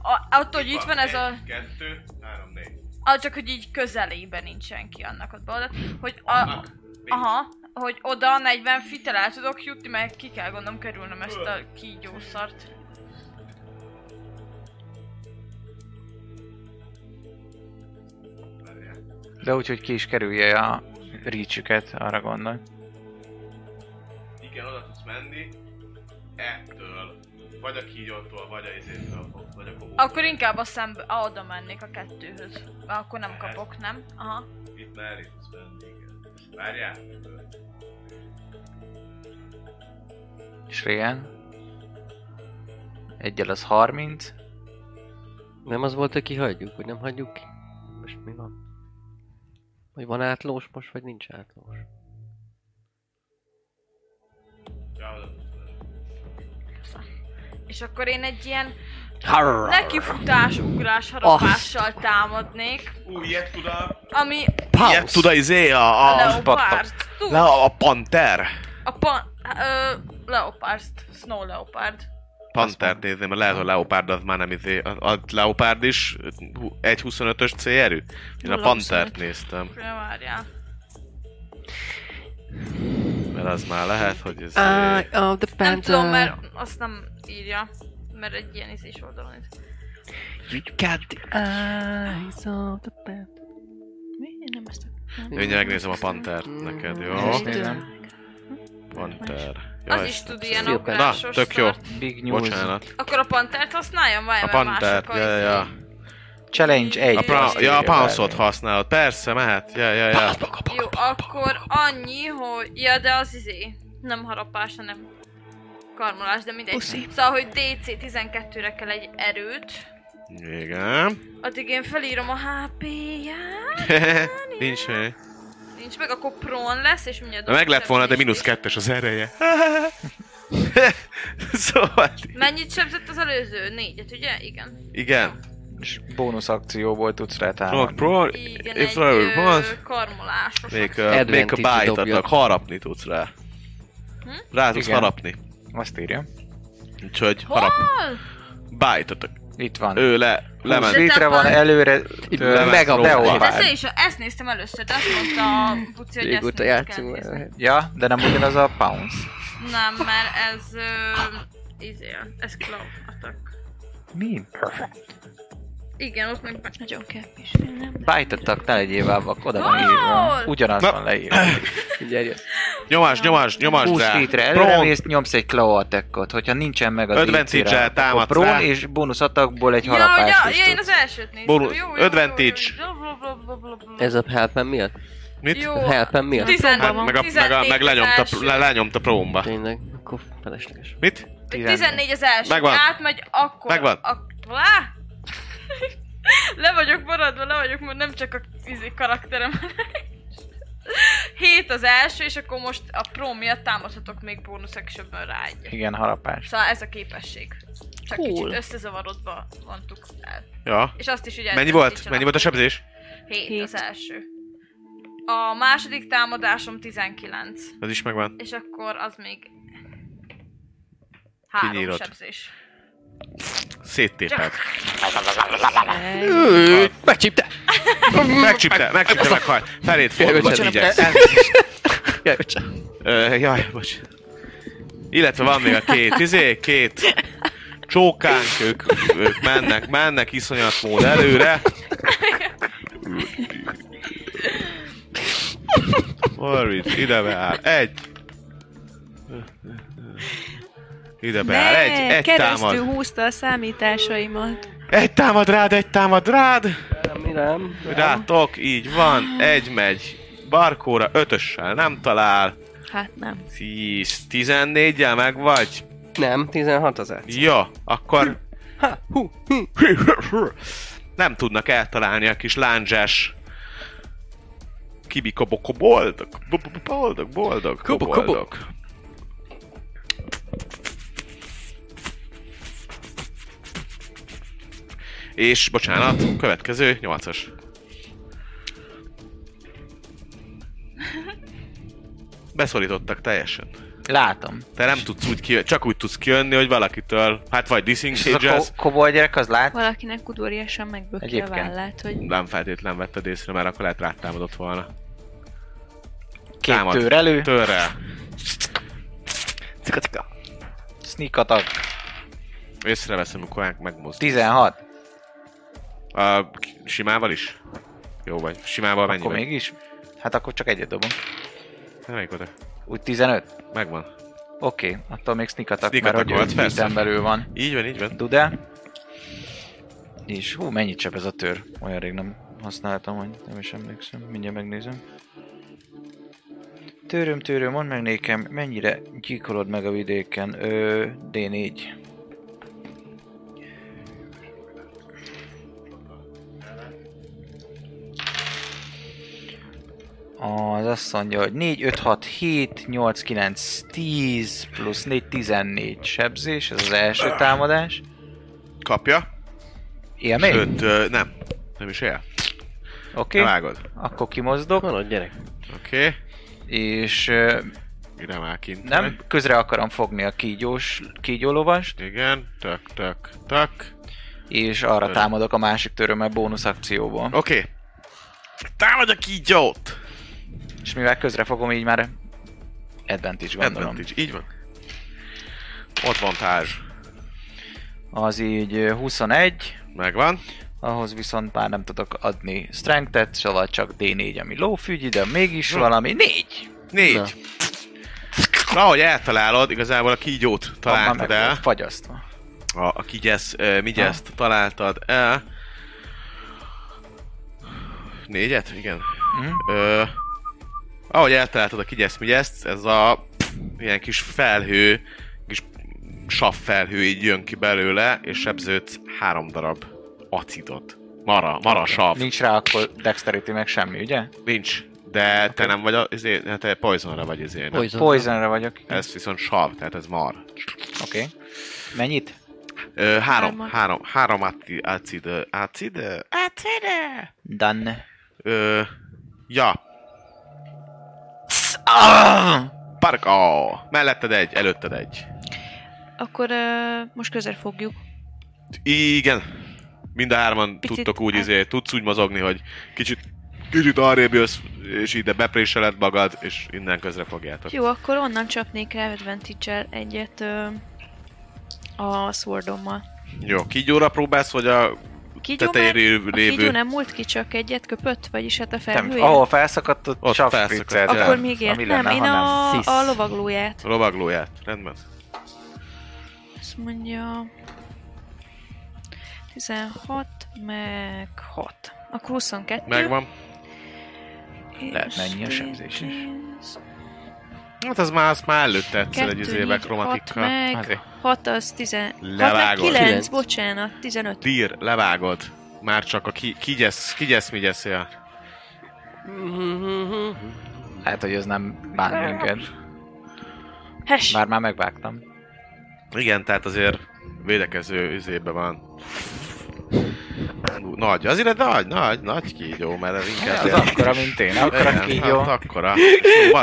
[SPEAKER 6] a, attól, hogy itt van ez a...
[SPEAKER 2] Kettő, három, négy.
[SPEAKER 6] Ah, csak hogy így közelében nincs senki annak ott bal hogy a, aha, hogy oda 40 fitel el tudok jutni, mert ki kell gondolom kerülnöm ezt a kígyószart.
[SPEAKER 7] De úgy, hogy ki is kerülje a reach arra gondolj.
[SPEAKER 2] Igen, oda tudsz menni. Ettől. Vagy a kígyótól, vagy a izétől, vagy a kobótól.
[SPEAKER 6] Akkor inkább a szembe, ah, oda mennék a kettőhöz. Mert akkor nem kapok, nem? Aha.
[SPEAKER 2] Itt már itt tudsz menni, igen. Várjál.
[SPEAKER 7] És régen. Egyel az 30.
[SPEAKER 3] Nem az volt, hogy kihagyjuk, hogy nem hagyjuk ki? Most mi van? Hogy van átlós most, vagy nincs átlós?
[SPEAKER 2] Ja, oda tudsz menni.
[SPEAKER 6] És akkor én egy ilyen nekifutás, ugrás, harapással támadnék,
[SPEAKER 2] Ú, ilyet tud a...
[SPEAKER 6] ami
[SPEAKER 2] Ilyet tud a izé, a...
[SPEAKER 6] a
[SPEAKER 2] a...
[SPEAKER 6] leopárd.
[SPEAKER 2] Le,
[SPEAKER 6] Tud?
[SPEAKER 2] a panter.
[SPEAKER 6] A pan... Ö, leopárd. Snow leopárd.
[SPEAKER 2] Panter nézni, mert lehet, hogy a leopárd az már nem izé. A, a leopárd is hú, egy 25-ös C erő. Én a
[SPEAKER 6] 0,25.
[SPEAKER 2] pantert néztem,
[SPEAKER 6] Ja, várjál.
[SPEAKER 2] mert az már lehet, hogy ez...
[SPEAKER 3] of the
[SPEAKER 6] Nem tudom, mert azt nem írja. Mert egy ilyen izés oldalon is.
[SPEAKER 3] You got the eyes of the panther.
[SPEAKER 4] Mi? Én nem ezt
[SPEAKER 2] Mindjárt megnézem a pantert neked, jó?
[SPEAKER 3] Én is
[SPEAKER 7] nézem.
[SPEAKER 2] Panter. Jó,
[SPEAKER 6] Az
[SPEAKER 2] és-
[SPEAKER 6] is tud ilyen
[SPEAKER 3] szépen.
[SPEAKER 6] ugrásos
[SPEAKER 2] Na, tök jó.
[SPEAKER 6] szart.
[SPEAKER 7] Big news.
[SPEAKER 2] Bocsánat.
[SPEAKER 6] Akkor a pantert használjam, vagy
[SPEAKER 2] A
[SPEAKER 6] mert mások izé-
[SPEAKER 2] pantert, ja, ja, ja.
[SPEAKER 7] Challenge 1.
[SPEAKER 2] A, pra- ja, a pouncot
[SPEAKER 7] panszot
[SPEAKER 2] használod, persze, mehet, ja, ja, ja.
[SPEAKER 6] Jó, akkor annyi, hogy... Ja, de az izé. Nem harapás, hanem karmolás, de mindegy.
[SPEAKER 4] Puszi.
[SPEAKER 6] Szóval, hogy DC 12-re kell egy erőt.
[SPEAKER 2] Igen.
[SPEAKER 6] Addig én felírom a HP-ját.
[SPEAKER 2] Nincs hely.
[SPEAKER 6] nincs meg, akkor prón lesz, és mindjárt...
[SPEAKER 2] Na, meg lett volna, de
[SPEAKER 6] sebzés
[SPEAKER 2] mínusz
[SPEAKER 6] is.
[SPEAKER 2] kettes az ereje. szóval,
[SPEAKER 6] Mennyit sebzett az előző? Négyet, ugye? Igen.
[SPEAKER 2] igen.
[SPEAKER 7] És bónusz akcióból tudsz rá
[SPEAKER 2] Rock
[SPEAKER 7] támadni.
[SPEAKER 2] Pro,
[SPEAKER 6] Igen,
[SPEAKER 2] if
[SPEAKER 6] egy
[SPEAKER 2] there
[SPEAKER 6] ö,
[SPEAKER 2] was,
[SPEAKER 6] karmolásos.
[SPEAKER 2] szóval, még,
[SPEAKER 6] akció.
[SPEAKER 2] ö, még a
[SPEAKER 3] Advantage-t
[SPEAKER 2] bite
[SPEAKER 3] dobjad.
[SPEAKER 2] adnak, harapni tudsz rá.
[SPEAKER 6] Hm?
[SPEAKER 2] Rá tudsz
[SPEAKER 7] Igen.
[SPEAKER 2] harapni.
[SPEAKER 7] Azt írja.
[SPEAKER 2] Úgyhogy
[SPEAKER 6] Hol?
[SPEAKER 2] harap. Bite adnak.
[SPEAKER 7] Itt van.
[SPEAKER 2] Ő le, lement.
[SPEAKER 6] De
[SPEAKER 7] Létre
[SPEAKER 6] te
[SPEAKER 7] van
[SPEAKER 6] van.
[SPEAKER 7] előre tőle,
[SPEAKER 2] meg a
[SPEAKER 6] Hát ezt,
[SPEAKER 7] leopárd.
[SPEAKER 6] én is, ezt néztem először, de azt mondta a Buci, hogy ezt
[SPEAKER 3] Régóta
[SPEAKER 6] nem kell
[SPEAKER 3] játszunk már.
[SPEAKER 6] nézni.
[SPEAKER 3] lehet.
[SPEAKER 7] Ja, de nem ugyanaz a pounce.
[SPEAKER 6] Nem, mert ez... Ö, izé, ez claw attack.
[SPEAKER 7] Mi?
[SPEAKER 6] Igen, ott meg...
[SPEAKER 4] Nagyon kell is.
[SPEAKER 7] Bájtattak, ne legyél vábbak, oda van
[SPEAKER 6] Hol?
[SPEAKER 7] írva. Ugyanaz
[SPEAKER 2] Na.
[SPEAKER 7] van leírva.
[SPEAKER 3] Figyelj, jött.
[SPEAKER 2] Nyomás, nyomás, nyomás
[SPEAKER 7] 20
[SPEAKER 2] rá.
[SPEAKER 7] feetre
[SPEAKER 2] Prompt.
[SPEAKER 7] előremész, nyomsz egy claw attackot. Hogyha nincsen meg az
[SPEAKER 2] Advantage-el
[SPEAKER 7] AC-re, akkor
[SPEAKER 2] támadsz
[SPEAKER 7] prone
[SPEAKER 2] rá.
[SPEAKER 7] és bónusz attackból egy
[SPEAKER 6] Ja,
[SPEAKER 7] harapást
[SPEAKER 6] ja,
[SPEAKER 7] is
[SPEAKER 6] ja, én
[SPEAKER 7] tudsz.
[SPEAKER 6] az elsőt néztem.
[SPEAKER 2] Bonus-
[SPEAKER 6] Jó, jó,
[SPEAKER 2] advantage.
[SPEAKER 6] jó, jó. Bla, bla, bla, bla, bla, bla.
[SPEAKER 3] Ez a helpen miatt?
[SPEAKER 2] Mit?
[SPEAKER 6] Jó.
[SPEAKER 3] A helpen miatt?
[SPEAKER 6] Tizen-
[SPEAKER 2] Hát meg, a, meg, a, meg
[SPEAKER 6] 14
[SPEAKER 2] lenyomta,
[SPEAKER 6] az első.
[SPEAKER 2] le, lenyomta prómba.
[SPEAKER 3] Tényleg, akkor felesleges.
[SPEAKER 2] Mit?
[SPEAKER 6] 14 az első.
[SPEAKER 2] Megvan.
[SPEAKER 6] Átmegy akkor.
[SPEAKER 2] Megvan.
[SPEAKER 6] A... Lá! le vagyok maradva, le vagyok, mert nem csak a izé, karakterem. 7 az első, és akkor most a pro miatt támadhatok még bónusz actionből rá egyet.
[SPEAKER 7] Igen, harapás.
[SPEAKER 6] Szóval ez a képesség. Csak
[SPEAKER 4] Cool.
[SPEAKER 6] kicsit összezavarodva vontuk el.
[SPEAKER 2] Ja.
[SPEAKER 6] És azt is ugye...
[SPEAKER 2] Mennyi volt? Mennyi volt a sebzés?
[SPEAKER 6] 7
[SPEAKER 4] Hét.
[SPEAKER 6] az első. A második támadásom 19.
[SPEAKER 2] Az is megvan.
[SPEAKER 6] És akkor az még... Három
[SPEAKER 2] Kinyírod.
[SPEAKER 6] sebzés.
[SPEAKER 2] Széttéped.
[SPEAKER 3] Becsípte!
[SPEAKER 2] Megcsipte, megcsipte, meghalt. Felét fordul a
[SPEAKER 3] Bocsánat,
[SPEAKER 2] tígyek.
[SPEAKER 3] Jaj, bocsánat.
[SPEAKER 2] Ö, jaj, bocs. Illetve van még a két, izé, két csókánk, ők, ők mennek, mennek iszonyat mód előre. Marvin, ide beáll. Egy. Ide beáll. Egy, egy
[SPEAKER 4] keresztül
[SPEAKER 2] támad.
[SPEAKER 4] húzta a számításaimat.
[SPEAKER 2] Egy támad rád, egy támad rád.
[SPEAKER 3] Mi rám?
[SPEAKER 2] Rátok, így van. Egy megy. Barkóra ötössel nem talál.
[SPEAKER 4] Hát nem.
[SPEAKER 2] 10, 14-jel meg vagy?
[SPEAKER 3] Nem, 16 az át.
[SPEAKER 2] Ja, akkor
[SPEAKER 3] Ha, hú, hú.
[SPEAKER 2] nem tudnak eltalálni a kis lándzsás kibikoboko boldog, bo- bo- bo- boldog, boldog,
[SPEAKER 3] Kobo- kobo.
[SPEAKER 2] boldog. És, bocsánat, következő, 8-as. Beszorítottak teljesen.
[SPEAKER 7] Látom.
[SPEAKER 2] Te nem tudsz úgy kijönni, csak úgy tudsz kijönni, hogy valakitől, hát vagy
[SPEAKER 7] És ez a
[SPEAKER 2] disengage
[SPEAKER 7] ko- kobold gyerek az lát?
[SPEAKER 4] Valakinek udvariasan megböki a
[SPEAKER 7] Egyébként.
[SPEAKER 4] vállát, hogy
[SPEAKER 2] nem feltétlen vetted észre, mert akkor lehet rátámadott volna.
[SPEAKER 7] Két
[SPEAKER 2] Támad.
[SPEAKER 7] tőr elő.
[SPEAKER 2] Törrel.
[SPEAKER 3] Cika, cika.
[SPEAKER 7] Sneak attack.
[SPEAKER 2] Észreveszem, amikor meg- megmozdul.
[SPEAKER 7] 16.
[SPEAKER 2] A k- simával is? Jó vagy. Simával mennyi
[SPEAKER 7] Akkor
[SPEAKER 2] vagy?
[SPEAKER 7] mégis? Hát akkor csak egyet dobom.
[SPEAKER 2] Nem, melyik oda?
[SPEAKER 7] Úgy 15?
[SPEAKER 2] Megvan.
[SPEAKER 7] Oké, attól még sneak attack,
[SPEAKER 2] Sneak
[SPEAKER 7] mert
[SPEAKER 2] attack
[SPEAKER 7] hogy
[SPEAKER 2] volt,
[SPEAKER 7] ő
[SPEAKER 2] persze.
[SPEAKER 7] feeten belül van.
[SPEAKER 2] Így van, így van.
[SPEAKER 7] Dudá. És hú, mennyit csap ez a tör? Olyan rég nem használtam, hogy nem is emlékszem. Mindjárt megnézem. Tőröm, tőröm, mondd meg nékem, mennyire gyíkolod meg a vidéken? Ö, D4. Az azt mondja, hogy 4, 5, 6, 7, 8, 9, 10, plusz 4, 14 sebzés, ez az első támadás.
[SPEAKER 2] Kapja.
[SPEAKER 7] Él még? Oké,
[SPEAKER 2] Sőt, ö, nem. Nem is él. Okay.
[SPEAKER 7] okay.
[SPEAKER 2] Vágod.
[SPEAKER 7] akkor kimozdok,
[SPEAKER 3] Van ott gyerek.
[SPEAKER 2] Oké. Okay.
[SPEAKER 7] és ö,
[SPEAKER 2] Ide már kint.
[SPEAKER 7] nem,
[SPEAKER 2] vagy.
[SPEAKER 7] közre akarom fogni a kígyós, kígyólovast,
[SPEAKER 2] Igen. Tök, tök, tök.
[SPEAKER 7] és arra
[SPEAKER 2] Ö.
[SPEAKER 7] támadok a másik törömmel bónusz akcióból.
[SPEAKER 2] Oké. Okay. Támadj a kígyót!
[SPEAKER 7] És mivel közre fogom, így már advantage gondolom.
[SPEAKER 2] Advantage. Így van. Ott van tázs.
[SPEAKER 7] Az így ö, 21,
[SPEAKER 2] Megvan.
[SPEAKER 7] ahhoz viszont már nem tudok adni strength-et, szóval csak D4, ami lófügyi, de mégis
[SPEAKER 2] Hm.
[SPEAKER 7] valami 4.
[SPEAKER 2] Négy. Na. Ahogy eltalálod, igazából a kígyót találtad el.
[SPEAKER 7] fagyasztva.
[SPEAKER 2] A, a kigyesz, ö, migyeszt találtad el. Négyet? Igen.
[SPEAKER 7] Mhm.
[SPEAKER 2] Ö, ahogy eltaláltad a kigyesz, migyeszt, ez a ilyen kis felhő, kis sav felhő így jön ki belőle, és sebződsz három darab acidot. Mara, mara sav.
[SPEAKER 7] Nincs rá akkor dexterity meg semmi, ugye?
[SPEAKER 2] Nincs. De te nem vagy, a, izé, hát te poisonra vagy izé, nem?
[SPEAKER 3] Poison.
[SPEAKER 7] Poisonra vagyok. Oké.
[SPEAKER 2] Ez viszont sav, tehát ez mar.
[SPEAKER 7] Okay. Mennyit?
[SPEAKER 2] Ö, három,
[SPEAKER 4] Hármat.
[SPEAKER 2] három, három acid, acid, acid, acid,
[SPEAKER 7] Done.
[SPEAKER 2] ö, ja,
[SPEAKER 7] Ah!
[SPEAKER 2] parka, melletted egy, előtted egy.
[SPEAKER 4] Akkor uh, most közel fogjuk.
[SPEAKER 2] Igen. Mind a hárman
[SPEAKER 4] Picit hát-
[SPEAKER 2] tudtok úgy,
[SPEAKER 4] át-
[SPEAKER 2] izé, tudsz úgy mozogni, hogy kicsit, kicsit arrébb jössz, és ide bepréseled magad, és innen közre fogjátok.
[SPEAKER 4] Jó, akkor onnan csapnék rá advantage egyet uh, a swordommal.
[SPEAKER 2] Jó, kígyóra próbálsz, vagy a
[SPEAKER 4] Kígyó már,
[SPEAKER 2] tetejéről
[SPEAKER 4] a kígyó
[SPEAKER 2] lévő...
[SPEAKER 4] nem múlt ki, csak egyet köpött, vagyis hát a
[SPEAKER 7] Nem,
[SPEAKER 4] felhője.
[SPEAKER 7] ahol felszakadt, ott,
[SPEAKER 2] Ott
[SPEAKER 7] ott
[SPEAKER 2] felszakadt,
[SPEAKER 7] felszakadt.
[SPEAKER 2] igen.
[SPEAKER 4] Akkor még ért.
[SPEAKER 7] Ami
[SPEAKER 4] Nem,
[SPEAKER 7] lenne,
[SPEAKER 4] én
[SPEAKER 7] ha nem.
[SPEAKER 4] a,
[SPEAKER 1] Szisz.
[SPEAKER 4] a lovaglóját.
[SPEAKER 2] Lovaglóját, rendben.
[SPEAKER 4] Azt mondja... 16, meg 6. Akkor 22.
[SPEAKER 2] Megvan.
[SPEAKER 4] és
[SPEAKER 7] Lehet mennyi a sebzés is.
[SPEAKER 4] 10,
[SPEAKER 2] Hát az már, az már előtte egyszer egy
[SPEAKER 4] kettő,
[SPEAKER 2] izével Hát,
[SPEAKER 4] négy, hat
[SPEAKER 2] kromatikkal.
[SPEAKER 4] meg,
[SPEAKER 7] Azért.
[SPEAKER 4] 6 az 10, 6 meg
[SPEAKER 2] Levágod.
[SPEAKER 4] 9,
[SPEAKER 3] Kilenc.
[SPEAKER 4] bocsánat, 15.
[SPEAKER 2] Dír, levágod. Már csak a ki, kigyesz, kigyesz, mi gyeszél.
[SPEAKER 3] Hm,
[SPEAKER 7] Lehet, Hát, hogy ez nem bán minket.
[SPEAKER 4] Hes,
[SPEAKER 7] Bár már megvágtam.
[SPEAKER 2] Igen, tehát azért védekező izébe van. Ú, Nagy, azért nagy, nagy, nagy kígyó, mert ez
[SPEAKER 3] Hát,
[SPEAKER 2] inkább...
[SPEAKER 7] Ez
[SPEAKER 2] ilyen-
[SPEAKER 7] akkora, mint én. Akkora
[SPEAKER 2] Igen,
[SPEAKER 7] kígyó.
[SPEAKER 2] Hát akkora.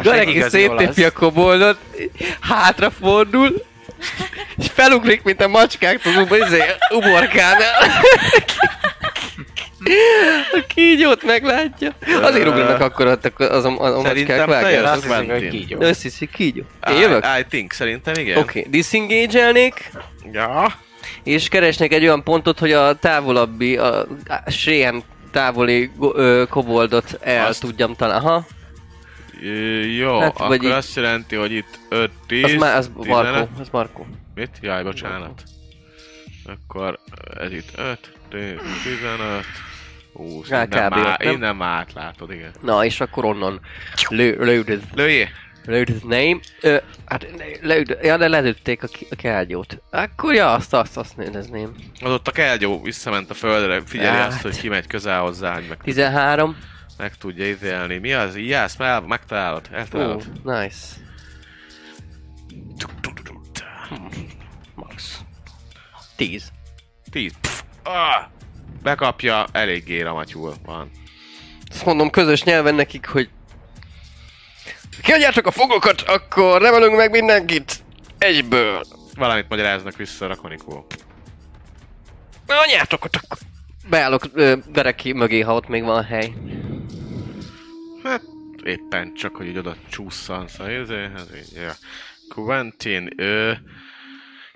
[SPEAKER 3] Galegi
[SPEAKER 7] igazi
[SPEAKER 3] széttépi a
[SPEAKER 7] olasz.
[SPEAKER 3] koboldot, hátrafordul, és felugrik, mint a macskák tudunk, izé, uborkánál. A kígyót meglátja. Azért ugranak akkor ott a- az a, a
[SPEAKER 2] Szerintem
[SPEAKER 3] macskák
[SPEAKER 2] te
[SPEAKER 3] vágják.
[SPEAKER 2] jössz,
[SPEAKER 7] Azt hiszem, hogy
[SPEAKER 2] Quentin.
[SPEAKER 7] kígyó.
[SPEAKER 3] De Azt hiszi, kígyó. Én
[SPEAKER 2] I-
[SPEAKER 3] jövök?
[SPEAKER 2] I think, szerintem igen.
[SPEAKER 3] Oké, okay, disengage-elnék,
[SPEAKER 2] Ja.
[SPEAKER 3] és keresnek egy olyan pontot, hogy a távolabbi, a a Sréhem távoli go- ö, koboldot el
[SPEAKER 2] Azt-
[SPEAKER 3] tudjam találni. Aha,
[SPEAKER 2] Ö, Jó,
[SPEAKER 3] Hát,
[SPEAKER 2] akkor
[SPEAKER 3] vagy így-
[SPEAKER 2] azt jelenti, hogy itt 5, 10,
[SPEAKER 3] az, már, az
[SPEAKER 2] 15,
[SPEAKER 3] Markó, az Markó.
[SPEAKER 2] Mit? Jaj, bocsánat. Akkor ez itt 5, 15, 20.
[SPEAKER 3] Rá
[SPEAKER 2] innen,
[SPEAKER 3] kb.
[SPEAKER 2] már,
[SPEAKER 3] ott, nem?
[SPEAKER 2] innen már átlátod, igen.
[SPEAKER 3] Na, és akkor onnan lő, lőd,
[SPEAKER 2] Lőjé!
[SPEAKER 3] lőd name. Ö, hát, lőd, ja, de lelőtték a, ki- a kágyót. Akkor ja, azt, azt, azt nézném.
[SPEAKER 2] Az ott a kelgyó visszament a földre, figyeli
[SPEAKER 3] Hát.
[SPEAKER 2] azt, hogy kimegy közel hozzá, hogy meg,
[SPEAKER 3] 13.
[SPEAKER 2] meg tudja ítélni. Mi az? Ijász, meg, megtalálod,
[SPEAKER 3] Ó,
[SPEAKER 2] eltalálod.
[SPEAKER 3] nice. Hm, Max. 10.
[SPEAKER 2] 10. Ah! Bekapja, eléggé ramatyúl van.
[SPEAKER 3] Azt mondom közös nyelven nekik, hogy kiadjátok a fogokat, akkor nevelünk meg mindenkit. Egyből.
[SPEAKER 2] Valamit magyaráznak vissza rakonikul.
[SPEAKER 3] Anyátok ott akkor. Beállok ö, Dereki mögé, ha ott még van hely.
[SPEAKER 2] Hát éppen csak, hogy így oda csúszszansz a izéhez, így, ja. Quentin, ö,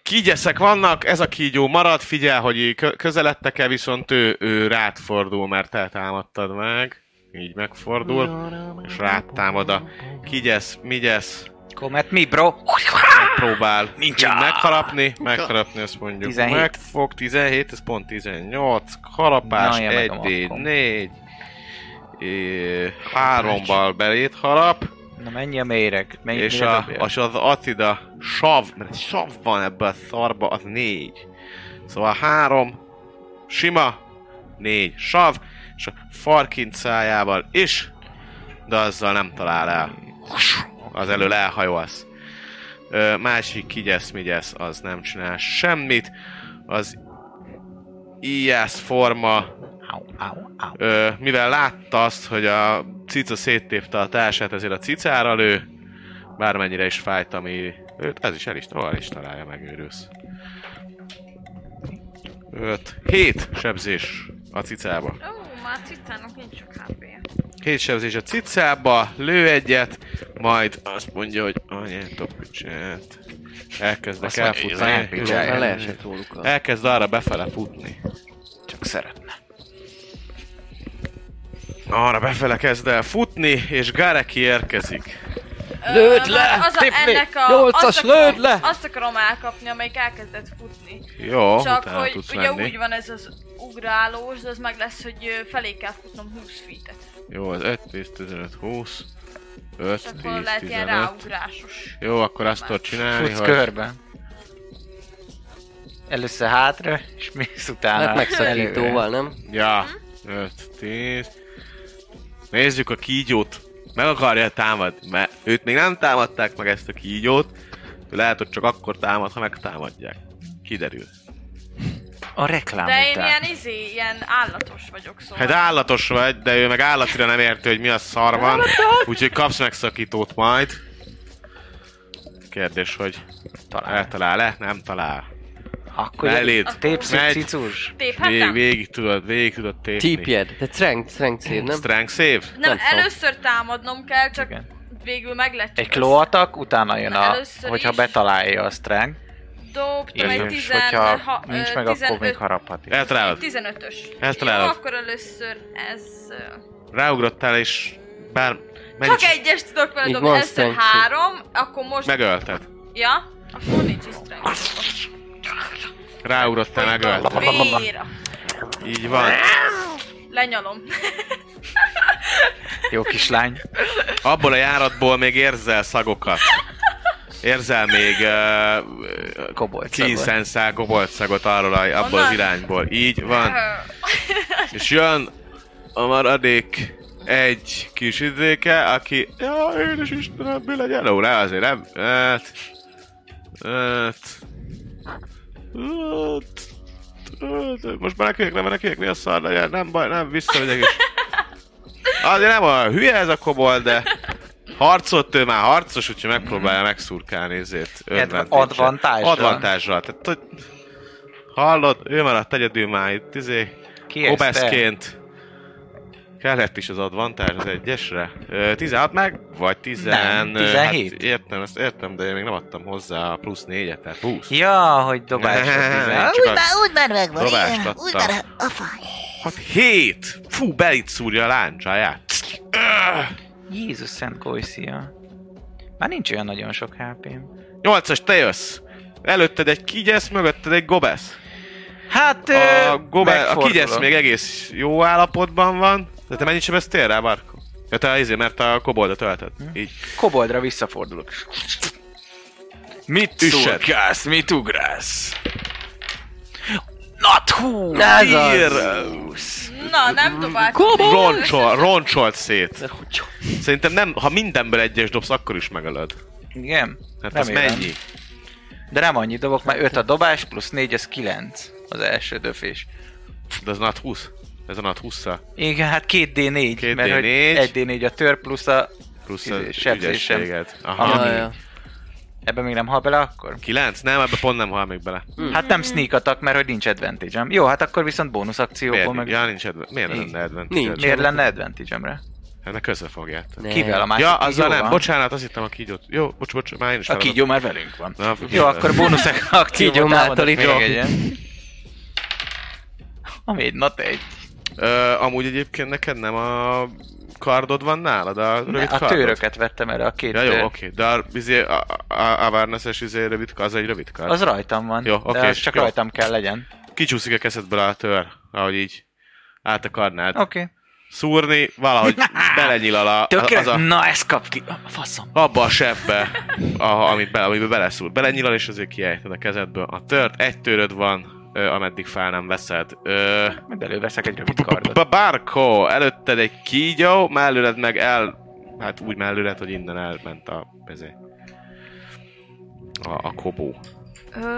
[SPEAKER 2] kígyeszek vannak, ez a kígyó marad, figyel, hogy így kö- közeledtek-e, viszont ő, ő rád fordul, mert te támadtad meg. Így megfordul, és rád támad a kígyesz, migyesz,
[SPEAKER 7] Komet mi, bro?
[SPEAKER 2] próbál
[SPEAKER 5] Ninja!
[SPEAKER 2] így megharapni, megharapni azt mondjuk.
[SPEAKER 7] 17.
[SPEAKER 2] Megfog, 17, ez pont 18, harapás,
[SPEAKER 7] Na, ja, meg a
[SPEAKER 2] 1D4, 3-bal belét harap,
[SPEAKER 7] Na mennyi a méreg? Mennyi
[SPEAKER 2] és,
[SPEAKER 7] mire
[SPEAKER 2] a,
[SPEAKER 7] dobja?
[SPEAKER 2] és az acida sav, mert sav van ebbe a szarba, az négy. Szóval három, sima, négy sav, és a farkint szájával is, de azzal nem talál el. Az elől elhajolsz. Ö, másik kigyesz, migyesz, az nem csinál semmit. Az ijász forma
[SPEAKER 7] Au, au, au.
[SPEAKER 2] Ö, mivel látta azt, hogy a cica széttépte a társát, ezért a cicára lő, bármennyire is fájt, ami őt, ez is el is, tovább is találja, megőrülsz. 5, 7 sebzés a cicába.
[SPEAKER 6] Ó, már cicának nincs sok hp
[SPEAKER 2] 7 sebzés a cicába, lő egyet, majd azt mondja, hogy anyátok picsát. Elkezdek
[SPEAKER 5] Azt mondja, hogy az
[SPEAKER 2] elfutni.
[SPEAKER 5] elpicsát.
[SPEAKER 2] Jó,
[SPEAKER 3] Már leesett róluk a...
[SPEAKER 2] Elkezd arra befele futni.
[SPEAKER 5] Csak szeretne.
[SPEAKER 2] Arra befele kezd el futni, és Gareki érkezik.
[SPEAKER 3] Lőd le!
[SPEAKER 6] Az a,
[SPEAKER 3] Tipni!
[SPEAKER 6] ennek a...
[SPEAKER 3] Nyolcas,
[SPEAKER 6] azt akarom-
[SPEAKER 3] lőd le!
[SPEAKER 6] Azt akarom elkapni, amelyik elkezdett futni.
[SPEAKER 2] Jó,
[SPEAKER 6] Csak
[SPEAKER 2] utána
[SPEAKER 6] hogy
[SPEAKER 2] tudsz
[SPEAKER 6] ugye
[SPEAKER 2] menni.
[SPEAKER 6] úgy van ez az ugrálós, de az meg lesz, hogy ö, felé kell futnom 20 feet-et.
[SPEAKER 2] Jó, az 5, 10, 15, 20, 5,
[SPEAKER 6] És
[SPEAKER 2] 10,
[SPEAKER 6] akkor lehet ilyen
[SPEAKER 2] 15.
[SPEAKER 6] ráugrásos.
[SPEAKER 2] Jó, akkor azt tudod csinálni,
[SPEAKER 7] Futsz
[SPEAKER 2] hogy...
[SPEAKER 7] körben. Először hátra, és mész utána.
[SPEAKER 3] Hát
[SPEAKER 7] előre.
[SPEAKER 3] megszakítóval, nem?
[SPEAKER 2] Ja, 5, 10... Nézzük a kígyót. meg akarja támadni, mert őt még nem támadták meg ezt a kígyót, lehet, hogy csak akkor támad, ha megtámadják. Kiderül.
[SPEAKER 7] A reklám
[SPEAKER 6] De én
[SPEAKER 7] után.
[SPEAKER 6] ilyen izé, ilyen állatos vagyok, szóval.
[SPEAKER 2] Hát állatos vagy, de ő meg állatira nem érti, hogy mi a szar van, úgyhogy kapsz megszakítót majd. Kérdés, hogy talál. eltalál-e? Nem talál.
[SPEAKER 7] Akkor
[SPEAKER 2] Melléd.
[SPEAKER 7] Eléd. tépszik
[SPEAKER 2] Megy.
[SPEAKER 7] cicus.
[SPEAKER 2] Vég,
[SPEAKER 6] Téphetem?
[SPEAKER 2] végig tudod, végig tudod tépni.
[SPEAKER 3] Típjed. Tehát strength, strength szép, nem?
[SPEAKER 2] Strength save?
[SPEAKER 6] Nem,
[SPEAKER 3] Nem tudom.
[SPEAKER 6] először támadnom kell, csak végül meglett.
[SPEAKER 7] Egy klóatak, utána jön
[SPEAKER 6] Na,
[SPEAKER 7] a,
[SPEAKER 6] először
[SPEAKER 7] hogyha
[SPEAKER 6] is.
[SPEAKER 7] betalálja a strength,
[SPEAKER 6] Dobtam egy
[SPEAKER 7] és
[SPEAKER 6] 10,
[SPEAKER 7] hogyha
[SPEAKER 6] ha,
[SPEAKER 7] nincs
[SPEAKER 6] ö,
[SPEAKER 7] meg, akkor még
[SPEAKER 6] 15
[SPEAKER 7] haraphat is.
[SPEAKER 2] Eltalálod.
[SPEAKER 6] 15-ös.
[SPEAKER 2] Eltalálod.
[SPEAKER 6] Jó, akkor először ez... ö,
[SPEAKER 2] Ráugrottál és bár...
[SPEAKER 6] Csak
[SPEAKER 2] is-
[SPEAKER 6] egyes tudok vele
[SPEAKER 3] Még
[SPEAKER 6] dobni,
[SPEAKER 3] van
[SPEAKER 6] először
[SPEAKER 3] strength.
[SPEAKER 6] három, akkor most...
[SPEAKER 2] Megölted.
[SPEAKER 6] Ja? Akkor nincs is strength.
[SPEAKER 2] Ráugrottál, megölted.
[SPEAKER 6] Véra.
[SPEAKER 2] Így van.
[SPEAKER 6] Lenyalom.
[SPEAKER 7] Jó kislány.
[SPEAKER 2] Abból a járatból még érzel szagokat. Érzel még uh,
[SPEAKER 7] Kobolt
[SPEAKER 2] kínszenszel gobolcszagot arról a, abból az
[SPEAKER 6] Onnan?
[SPEAKER 2] irányból. Így van.
[SPEAKER 6] Ö,
[SPEAKER 2] És jön a maradék egy kis idéke, aki... Ja, édes Istenem, mi legyen? Ó, ne, azért nem. Hát... Hát... Hát... hát, Most meneküljek, nem meneküljek, mi a szar legyen? Nem baj, nem, visszamegyek is. Azért nem olyan hülye ez a kobol, de... Harcolt ő már harcos, úgyhogy megpróbálja megszurkálni ezért.
[SPEAKER 7] advantage-ra.
[SPEAKER 2] Advantázsral. Tehát, hogy... Hallod, ő maradt egyedül már itt, izé,
[SPEAKER 7] Ki ez te?
[SPEAKER 2] Obeszként. Kellett is az advantage az egyesre. Ö, 16 meg, vagy 10...
[SPEAKER 7] Nem, 17.
[SPEAKER 2] Hát értem, ezt értem, de én még nem adtam hozzá a plusz 4-et, tehát 20.
[SPEAKER 7] Ja, hogy dobás.
[SPEAKER 2] Én
[SPEAKER 7] a
[SPEAKER 2] csak az
[SPEAKER 8] Már úgy már megvan,
[SPEAKER 2] Dobást
[SPEAKER 8] igen. Úgy
[SPEAKER 2] adtam.
[SPEAKER 8] már a faj.
[SPEAKER 2] 6, 7! Fú, belit szúrja a láncsáját.
[SPEAKER 7] tizen- Jézus Szent Koiszia. Már nincs olyan nagyon sok HP-m.
[SPEAKER 2] 8-as, te jössz! Előtted egy kigyesz, mögötted egy gobesz.
[SPEAKER 7] Hát,
[SPEAKER 2] A,
[SPEAKER 7] ö,
[SPEAKER 2] gobe, a
[SPEAKER 7] megfordulok.
[SPEAKER 2] kigyesz még egész jó állapotban van. De te mennyit sebeztél rá, Barko? Ja, te azért, mert a koboldot ölted.
[SPEAKER 7] Hm?
[SPEAKER 2] Így.
[SPEAKER 7] Koboldra visszafordulok.
[SPEAKER 5] Mit
[SPEAKER 2] Üssed.
[SPEAKER 5] szurkálsz? Mit ugrálsz?
[SPEAKER 7] Not who!
[SPEAKER 3] Ez az.
[SPEAKER 6] Na, nem dobáltam.
[SPEAKER 2] Roncsol, roncsolt szét. Szerintem nem, ha mindenből egyes dobsz, akkor is megölöd.
[SPEAKER 7] Igen.
[SPEAKER 2] Hát ez
[SPEAKER 7] Remélem.
[SPEAKER 2] mennyi?
[SPEAKER 7] De nem annyit dobok, mert 5 a dobás, plusz 4 az 9 az első döfés.
[SPEAKER 2] De ez nat 20. Ez a nat 20
[SPEAKER 7] Igen, hát 2D4,
[SPEAKER 2] Két
[SPEAKER 7] mert hogy
[SPEAKER 2] D4.
[SPEAKER 7] 1D4 a tör plusz a...
[SPEAKER 2] plusz
[SPEAKER 7] Izé,
[SPEAKER 2] a
[SPEAKER 7] sebzésem.
[SPEAKER 2] ügyességed.
[SPEAKER 3] Ja,
[SPEAKER 2] Aha.
[SPEAKER 3] ja.
[SPEAKER 7] Ebben még nem hal bele akkor?
[SPEAKER 2] 9? Nem, ebbe pont nem hal még bele.
[SPEAKER 3] Hm.
[SPEAKER 7] Hát nem sneak attack, mert hogy nincs advantage Jó, hát akkor viszont bónusz
[SPEAKER 2] Miért?
[SPEAKER 7] akcióból meg...
[SPEAKER 2] Ja, nincs edve. Miért
[SPEAKER 7] Nincs.
[SPEAKER 2] lenne Hát, edve?
[SPEAKER 3] Nincs.
[SPEAKER 7] Miért lenne advantage-emre?
[SPEAKER 2] Ennek összefogják.
[SPEAKER 3] Ne.
[SPEAKER 7] Kivel a másik
[SPEAKER 2] Ja,
[SPEAKER 7] kígyóval?
[SPEAKER 2] azzal nem. Bocsánat, azt hittem a kígyót. Jó, bocs, bocs, már én is
[SPEAKER 7] A
[SPEAKER 2] feladom.
[SPEAKER 7] kígyó már velünk van.
[SPEAKER 2] Na,
[SPEAKER 7] Jó, akkor bónusz akcióból
[SPEAKER 3] Kígyó
[SPEAKER 7] támadok még
[SPEAKER 3] által itt.
[SPEAKER 7] egyet. Ami egy nat egy.
[SPEAKER 2] Ö, amúgy egyébként neked nem a kardod van nálad? A,
[SPEAKER 7] Ne,
[SPEAKER 2] rövid
[SPEAKER 7] a
[SPEAKER 2] kardod?
[SPEAKER 7] tőröket vettem erre, a két
[SPEAKER 2] Ja,
[SPEAKER 7] tőr.
[SPEAKER 2] jó, oké. De a, izé, a, a, a Varnes-es izé rövid kard, az egy rövid kard.
[SPEAKER 7] Az rajtam van,
[SPEAKER 2] Jó,
[SPEAKER 7] jó,
[SPEAKER 2] oké,
[SPEAKER 7] de az
[SPEAKER 2] és
[SPEAKER 7] csak
[SPEAKER 2] jó.
[SPEAKER 7] rajtam kell legyen.
[SPEAKER 2] kicsúszik a kezedből a tör, ahogy így át akarnád
[SPEAKER 7] Oké. Okay.
[SPEAKER 2] szúrni, valahogy belenyilal a, a-
[SPEAKER 7] Tökre?
[SPEAKER 2] az a,
[SPEAKER 7] Na, ezt kap ki. A faszom.
[SPEAKER 2] abba a sebbe, a, amit be, amiben beleszúr. Belenyilal, és azért kiejted a kezedből a tört. Egy töröd van, ö, ameddig fel nem veszed. Ö,
[SPEAKER 7] Majd előveszek egy rövid kardot.
[SPEAKER 2] B- Barko, előtted egy kígyó, mellőled meg el... Hát úgy mellőled, hogy innen elment a... Ezé, a, a kobó.
[SPEAKER 4] Ö,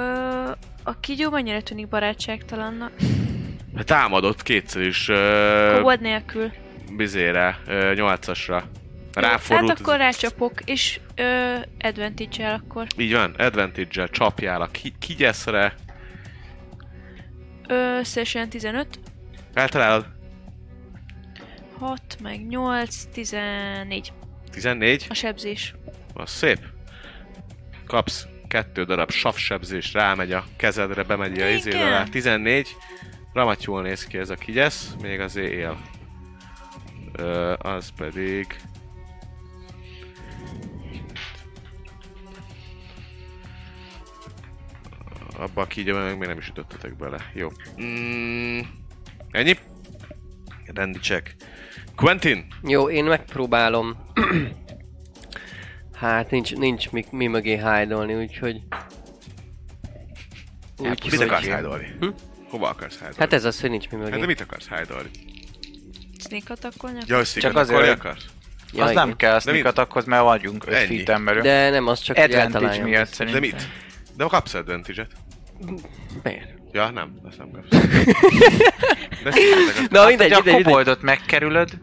[SPEAKER 4] a kígyó mennyire tűnik barátságtalannak?
[SPEAKER 2] Támadott kétszer is ö,
[SPEAKER 4] Kobold nélkül.
[SPEAKER 2] bizére, ö, nyolcasra. Ráfordult.
[SPEAKER 4] Hát akkor rácsapok, és ö, advantage akkor.
[SPEAKER 2] Így van, advantage-el csapjál a ki- kigyeszre.
[SPEAKER 4] Ö, összesen 15,
[SPEAKER 2] Eltalálod
[SPEAKER 4] 6, meg 8, 14.
[SPEAKER 2] 14,
[SPEAKER 4] A sebzés.
[SPEAKER 2] az szép. Kapsz kettő darab savsebzés, rámegy a kezedre, bemegy a
[SPEAKER 4] Igen.
[SPEAKER 2] izéd alá. 14, ramatyul néz ki ez a kigyesz, még azért él. Ö, az pedig... Abba a kígyóban meg még nem is ütöttetek bele. Jó. Mm, ennyi? Rendi check. Quentin!
[SPEAKER 3] Jó, én megpróbálom. hát nincs, nincs mi, mi mögé hájdolni, úgyhogy...
[SPEAKER 2] Hát, Mit
[SPEAKER 3] Úgyhogy...
[SPEAKER 2] akarsz hájdolni?
[SPEAKER 3] Hm?
[SPEAKER 2] Hova akarsz hájdolni?
[SPEAKER 3] Hát ez az, hogy nincs mi
[SPEAKER 2] Hát de
[SPEAKER 3] mögé.
[SPEAKER 2] mit akarsz hájdolni?
[SPEAKER 4] Sneak attackolnak?
[SPEAKER 2] Ja, hogy
[SPEAKER 7] Csak azért,
[SPEAKER 2] hogy
[SPEAKER 7] hogy-
[SPEAKER 2] akarsz?
[SPEAKER 3] Ja,
[SPEAKER 7] az nem
[SPEAKER 3] igen.
[SPEAKER 7] kell a
[SPEAKER 2] De mit?
[SPEAKER 7] sneak attackhoz, mert vagyunk 5
[SPEAKER 2] Ennyi.
[SPEAKER 7] feet-en belül.
[SPEAKER 3] De nem, az csak
[SPEAKER 7] Advantage miatt
[SPEAKER 2] De
[SPEAKER 7] szerintem.
[SPEAKER 2] mit? De a kapsz advantage
[SPEAKER 3] Miért?
[SPEAKER 2] Ja, nem, azt nem kapsz. De szerintetek
[SPEAKER 3] Na mindegy,
[SPEAKER 7] Mindegy, hát, hogyha
[SPEAKER 3] mindegy,
[SPEAKER 7] a
[SPEAKER 3] mindegy.
[SPEAKER 7] koboldot megkerülöd,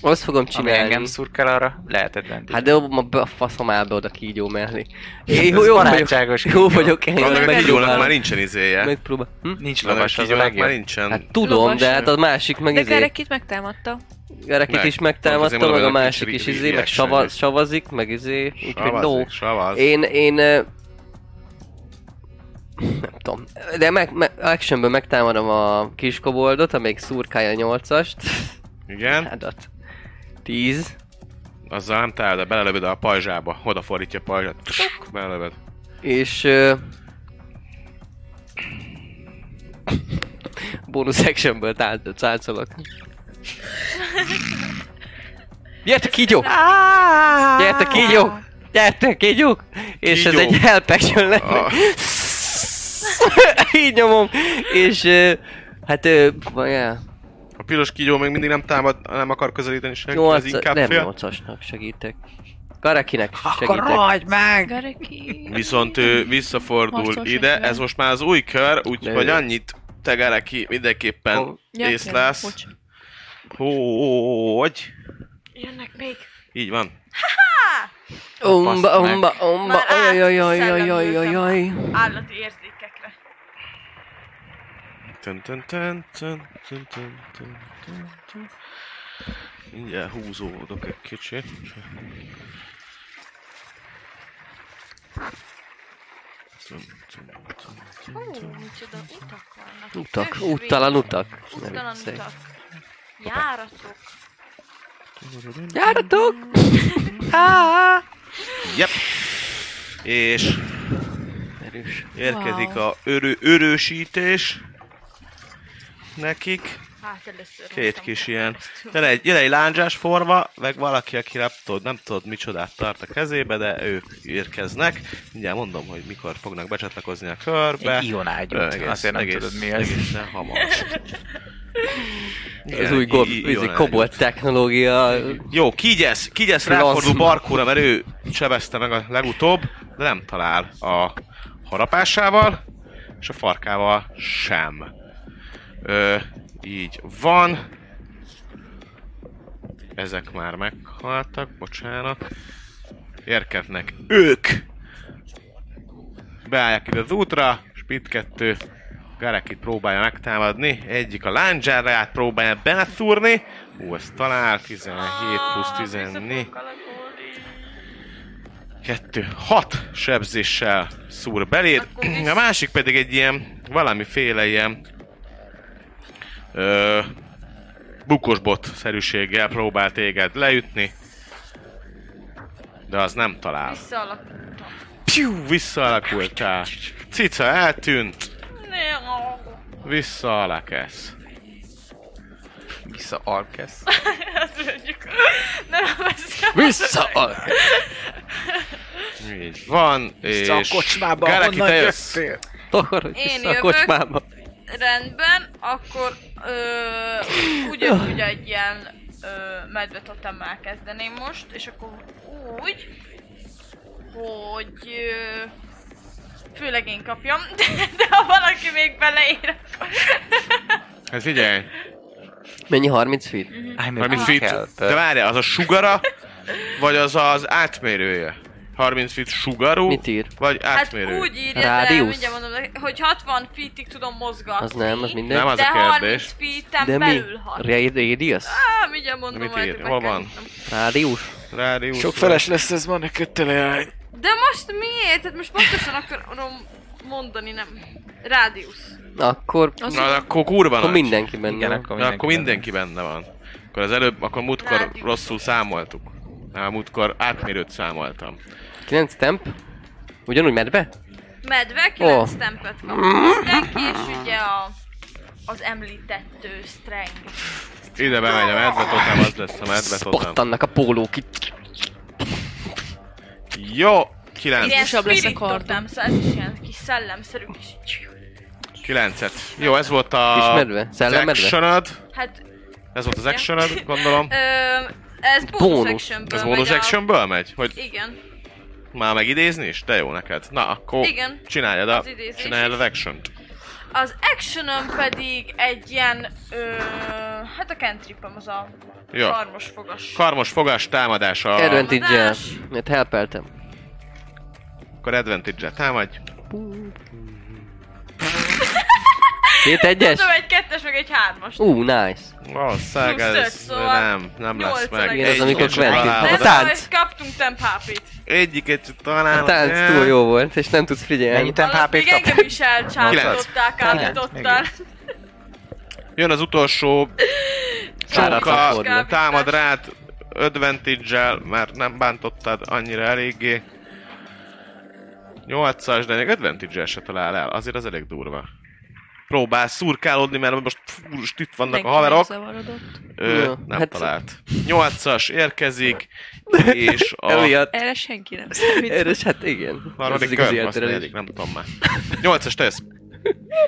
[SPEAKER 3] Azt fogom
[SPEAKER 7] ami
[SPEAKER 3] csinálni.
[SPEAKER 7] engem szurkál arra, lehet advantage.
[SPEAKER 3] Hát de abba be- a faszom áll be oda kígyó mellé. Én
[SPEAKER 7] Ez
[SPEAKER 3] jó, jó vagyok,
[SPEAKER 7] barátságos
[SPEAKER 3] jó
[SPEAKER 7] kígyó.
[SPEAKER 3] vagyok, én
[SPEAKER 2] a- Annak a kígyónak már
[SPEAKER 3] megpróbálom.
[SPEAKER 2] nincsen izéje.
[SPEAKER 3] Megpróbál. Hm?
[SPEAKER 7] Nincs
[SPEAKER 2] Annak a
[SPEAKER 7] lovas, az a
[SPEAKER 2] kígyónak már
[SPEAKER 7] legjobb.
[SPEAKER 2] nincsen.
[SPEAKER 3] Hát tudom,
[SPEAKER 4] Lovas.
[SPEAKER 3] de hát a másik meg
[SPEAKER 4] De
[SPEAKER 3] izé,
[SPEAKER 4] Gerekit megtámadta.
[SPEAKER 3] Gerekit
[SPEAKER 2] Meg.
[SPEAKER 3] is
[SPEAKER 2] Pont azért
[SPEAKER 3] megtámadta,
[SPEAKER 2] mondom,
[SPEAKER 3] meg a
[SPEAKER 2] hogy a
[SPEAKER 3] másik
[SPEAKER 2] kicsi
[SPEAKER 3] is izé, meg
[SPEAKER 2] reaction
[SPEAKER 3] sava-
[SPEAKER 2] is.
[SPEAKER 3] savazik, meg izé, úgyhogy no.
[SPEAKER 2] Savaz, savaz.
[SPEAKER 3] Én, én... ö, Nem tudom. De meg, meg actionből megtámadom a kiskoboldot, amelyik szurkálja a nyolcast.
[SPEAKER 2] Igen,
[SPEAKER 3] Hádat. Tíz.
[SPEAKER 2] azzal nem talál, de belelövöd a pajzsába. Odafordítja a pajzsát. Tusk, Belelövöd.
[SPEAKER 3] És... ö, Bonus actionből tál- táncolok. Gyertek kígyók! Gyertek kígyók! Gyertek kígyók! És ez
[SPEAKER 2] Kígyók.
[SPEAKER 3] egy help action lenne.
[SPEAKER 2] Ah.
[SPEAKER 3] Így nyomom. És... ö, Hát... ö, vajá,
[SPEAKER 2] A piros kígyó még mindig nem támad, nem akar közelíteni senki, az
[SPEAKER 3] Nyolc...
[SPEAKER 2] inkább
[SPEAKER 3] Nem
[SPEAKER 2] fél.
[SPEAKER 3] nyolcasnak segítek. Garakinek segítek.
[SPEAKER 7] rohagy meg!
[SPEAKER 4] Gareki.
[SPEAKER 2] Viszont ő visszafordul
[SPEAKER 4] Harcol
[SPEAKER 2] ide,
[SPEAKER 4] senkivel.
[SPEAKER 2] ez most már az új kör, úgyhogy
[SPEAKER 3] Nő.
[SPEAKER 2] annyit tegere ki mindenképpen
[SPEAKER 3] Ó,
[SPEAKER 4] Ja,
[SPEAKER 2] észlelsz.
[SPEAKER 4] tényleg, bocs.
[SPEAKER 2] Hogy?
[SPEAKER 6] Jönnek még.
[SPEAKER 2] Így van.
[SPEAKER 3] Omba,
[SPEAKER 7] Fasznak.
[SPEAKER 3] omba, omba,
[SPEAKER 6] Már át-
[SPEAKER 3] ajajajajajajajaj.
[SPEAKER 6] Állati érzékekre.
[SPEAKER 2] Tön, tön, tön, tön, tön, tön, tön, tön, tön. Mindjárt húzódok egy kicsit. Tön, tön, tön, tön,
[SPEAKER 6] Hú,
[SPEAKER 2] tön.
[SPEAKER 6] micsoda utak vannak.
[SPEAKER 3] Utak,
[SPEAKER 6] Ösvény.
[SPEAKER 3] úttalan utak.
[SPEAKER 6] Úttalan utak. Járatok.
[SPEAKER 3] Járatok!
[SPEAKER 2] Yep. És
[SPEAKER 3] Erős.
[SPEAKER 2] érkezik a örö- örősítés nekik.
[SPEAKER 6] Hát először
[SPEAKER 2] Két
[SPEAKER 6] hoztam
[SPEAKER 2] kis
[SPEAKER 6] be.
[SPEAKER 2] ilyen. Jön egy, jön egy lándzsás forma, meg valaki, aki nem tudod, nem tudod micsodát tart a kezébe, de ők érkeznek. Mindjárt mondom, hogy mikor fognak becsatlakozni a körbe.
[SPEAKER 7] Egy ionágyút.
[SPEAKER 2] Ö, egész-
[SPEAKER 7] Azért nem tudod, mi ez.
[SPEAKER 2] Egészen hamar.
[SPEAKER 3] Az új gob, vízi kobolt technológia.
[SPEAKER 2] Jó, kigyesz, kigyesz
[SPEAKER 3] Lazma.
[SPEAKER 2] ráfordul Barkóra, mert ő sebezte meg a legutóbb, de nem talál a harapásával, és a farkával sem. Ö, így van. Ezek már meghaltak, bocsánat. Érkeznek ők! Beállják ide az útra, Spit 2, Garekit próbálja megtámadni, egyik a lándzsárát próbálja beleszúrni. Ú, ez talál, 17 plusz 14. 2, 6 sebzéssel szúr beléd. A másik pedig egy ilyen, valamiféle ilyen ö, bukosbot szerűséggel próbál téged leütni. De az nem talál.
[SPEAKER 6] Visszaalakultam.
[SPEAKER 2] Piu, visszaalakultál. Cica eltűnt,
[SPEAKER 6] Ne, ó.
[SPEAKER 2] visszaalakesz.
[SPEAKER 7] Vissza Alkesz.
[SPEAKER 6] Azt Hát, mondjuk. Nem beszél.
[SPEAKER 3] Vissza! a-
[SPEAKER 2] Így van, és...
[SPEAKER 7] Vissza a kocsmába,
[SPEAKER 2] Gáleki,
[SPEAKER 7] honnan
[SPEAKER 2] te jössz.
[SPEAKER 7] jöttél?
[SPEAKER 3] Takarodj
[SPEAKER 6] Én
[SPEAKER 3] vissza a
[SPEAKER 6] jövök.
[SPEAKER 3] kocsmába.
[SPEAKER 6] Rendben, akkor ö, ugyanúgy
[SPEAKER 3] Öh.
[SPEAKER 6] egy ilyen ö, medve totemmel kezdeném most, és akkor úgy, hogy ö, főleg én kapjam, de, de ha valaki még beleér, akkor
[SPEAKER 2] Hát figyelj,
[SPEAKER 3] Mennyi 30 feet?
[SPEAKER 7] I'm a
[SPEAKER 2] 30 feet.
[SPEAKER 7] helper.
[SPEAKER 2] De várjál, az a sugara, vagy az az átmérője? 30 feet sugarú,
[SPEAKER 3] Mit ír?
[SPEAKER 2] vagy
[SPEAKER 6] hát
[SPEAKER 2] átmérő?
[SPEAKER 6] úgy írja, de
[SPEAKER 3] Rádiusz?
[SPEAKER 6] mindjárt mondom, hogy 60 feetig tudom mozgatni.
[SPEAKER 3] Az nem, az mindegy.
[SPEAKER 2] Nem, az
[SPEAKER 6] de
[SPEAKER 2] a kérdés.
[SPEAKER 6] 30 feet-en
[SPEAKER 3] De mi?
[SPEAKER 6] belül hat.
[SPEAKER 3] Ra- Radius?
[SPEAKER 6] Á, mindjárt mondom,
[SPEAKER 2] Mit
[SPEAKER 6] majd
[SPEAKER 2] ír?
[SPEAKER 6] meg
[SPEAKER 2] Hol
[SPEAKER 6] kell
[SPEAKER 2] van?
[SPEAKER 6] nyitnom.
[SPEAKER 3] Rádius?
[SPEAKER 2] Rádiusz,
[SPEAKER 7] Sok feles lesz ez ma neked tele lány.
[SPEAKER 6] De most miért? Hát most pontosan akarom mondani, nem. Rádiusz.
[SPEAKER 3] Akkor...
[SPEAKER 2] Na, akkor kurva
[SPEAKER 3] Akkor
[SPEAKER 2] nagy.
[SPEAKER 3] mindenki benne
[SPEAKER 7] Igen,
[SPEAKER 3] van.
[SPEAKER 7] akkor
[SPEAKER 2] Na, akkor mindenki
[SPEAKER 7] mindenki.
[SPEAKER 2] benne van. Akkor az előbb, akkor múltkor
[SPEAKER 6] Rádiusz.
[SPEAKER 2] rosszul számoltuk. Nem, múltkor átmérőt számoltam.
[SPEAKER 3] 9 temp? Ugyanúgy medve?
[SPEAKER 6] Medve, 9
[SPEAKER 3] Ó.
[SPEAKER 6] oh. tempet kap. Mindenki, és ugye a, az említett ö, strength.
[SPEAKER 2] Ide bemegy a medvetotem, az lesz a medvetotem.
[SPEAKER 3] Pattannak a pólók itt.
[SPEAKER 2] Jó! 9
[SPEAKER 6] Ilyen
[SPEAKER 4] Biztosabb lesz a
[SPEAKER 6] spirit
[SPEAKER 4] kardom.
[SPEAKER 6] totem, szóval ez is ilyen kis szellemszerű kis...
[SPEAKER 2] Kilencet. Jó, ez volt a...
[SPEAKER 3] Kis medve? Szellemmedve?
[SPEAKER 2] Az actionod.
[SPEAKER 6] Hát,
[SPEAKER 2] Ez volt az
[SPEAKER 6] Igen.
[SPEAKER 2] actionod, gondolom.
[SPEAKER 6] ö, Ez bonus,
[SPEAKER 3] Bónusz.
[SPEAKER 6] actionből
[SPEAKER 2] Ez
[SPEAKER 6] megy
[SPEAKER 2] bonus
[SPEAKER 6] a-
[SPEAKER 2] actionből megy? Hogy
[SPEAKER 6] Igen,
[SPEAKER 2] már megidézni is? De jó neked. Na, akkor
[SPEAKER 6] Igen.
[SPEAKER 2] csináljad, a,
[SPEAKER 6] Az idézés
[SPEAKER 2] csináljad
[SPEAKER 6] is.
[SPEAKER 2] az action-t.
[SPEAKER 6] Az actionom pedig egy ilyen, ö, hát a cantripem az a
[SPEAKER 2] Jó.
[SPEAKER 6] karmos fogas.
[SPEAKER 2] Karmos fogás támadása.
[SPEAKER 3] Erőnt így el.
[SPEAKER 6] Támadás.
[SPEAKER 3] Mert helpeltem.
[SPEAKER 2] Akkor advantage-re támadj.
[SPEAKER 3] Két egyes?
[SPEAKER 6] Tudom, egy kettes, meg egy hármas.
[SPEAKER 3] Ú, nice.
[SPEAKER 2] Valószínűleg
[SPEAKER 6] Plusz öt,
[SPEAKER 2] ez
[SPEAKER 6] szóval
[SPEAKER 2] nem, nem lesz
[SPEAKER 6] nyolcvan
[SPEAKER 2] meg.
[SPEAKER 6] Igen, az,
[SPEAKER 2] Egy
[SPEAKER 3] amikor Hát
[SPEAKER 2] kicsit
[SPEAKER 3] kventi.
[SPEAKER 2] találod.
[SPEAKER 6] Nem
[SPEAKER 1] tánc.
[SPEAKER 6] baj, kaptunk temp HP-t.
[SPEAKER 2] Egyiket csak
[SPEAKER 3] A
[SPEAKER 2] találom.
[SPEAKER 3] tánc Hát túl jó volt, és nem tudsz
[SPEAKER 1] Mennyi
[SPEAKER 3] figyelni.
[SPEAKER 1] temp
[SPEAKER 6] Alatt
[SPEAKER 1] HP-t
[SPEAKER 6] Még
[SPEAKER 1] kap?
[SPEAKER 6] engem is elcsábították,
[SPEAKER 1] Kilenc.
[SPEAKER 6] állítottál.
[SPEAKER 2] Jön az utolsó
[SPEAKER 3] Áratlan
[SPEAKER 2] csonka,
[SPEAKER 3] forduló.
[SPEAKER 2] támad rád advantage mert nem bántottad annyira eléggé. 8-as, de még advantage se talál el, azért az elég durva. Próbál szurkálódni, mert most fúrust itt vannak a haverok.
[SPEAKER 4] Zavarodott.
[SPEAKER 2] Ö,
[SPEAKER 3] Ja,
[SPEAKER 2] nem
[SPEAKER 3] hát-
[SPEAKER 2] talált. 8-as érkezik, és a
[SPEAKER 3] Emiatt.
[SPEAKER 4] Erre senki nem számít.
[SPEAKER 3] Erre, is, hát igen.
[SPEAKER 2] harmadik
[SPEAKER 3] igazi
[SPEAKER 2] kör, azt
[SPEAKER 3] elterelés.
[SPEAKER 2] negyedik, nem tudom már. 8-as tesz.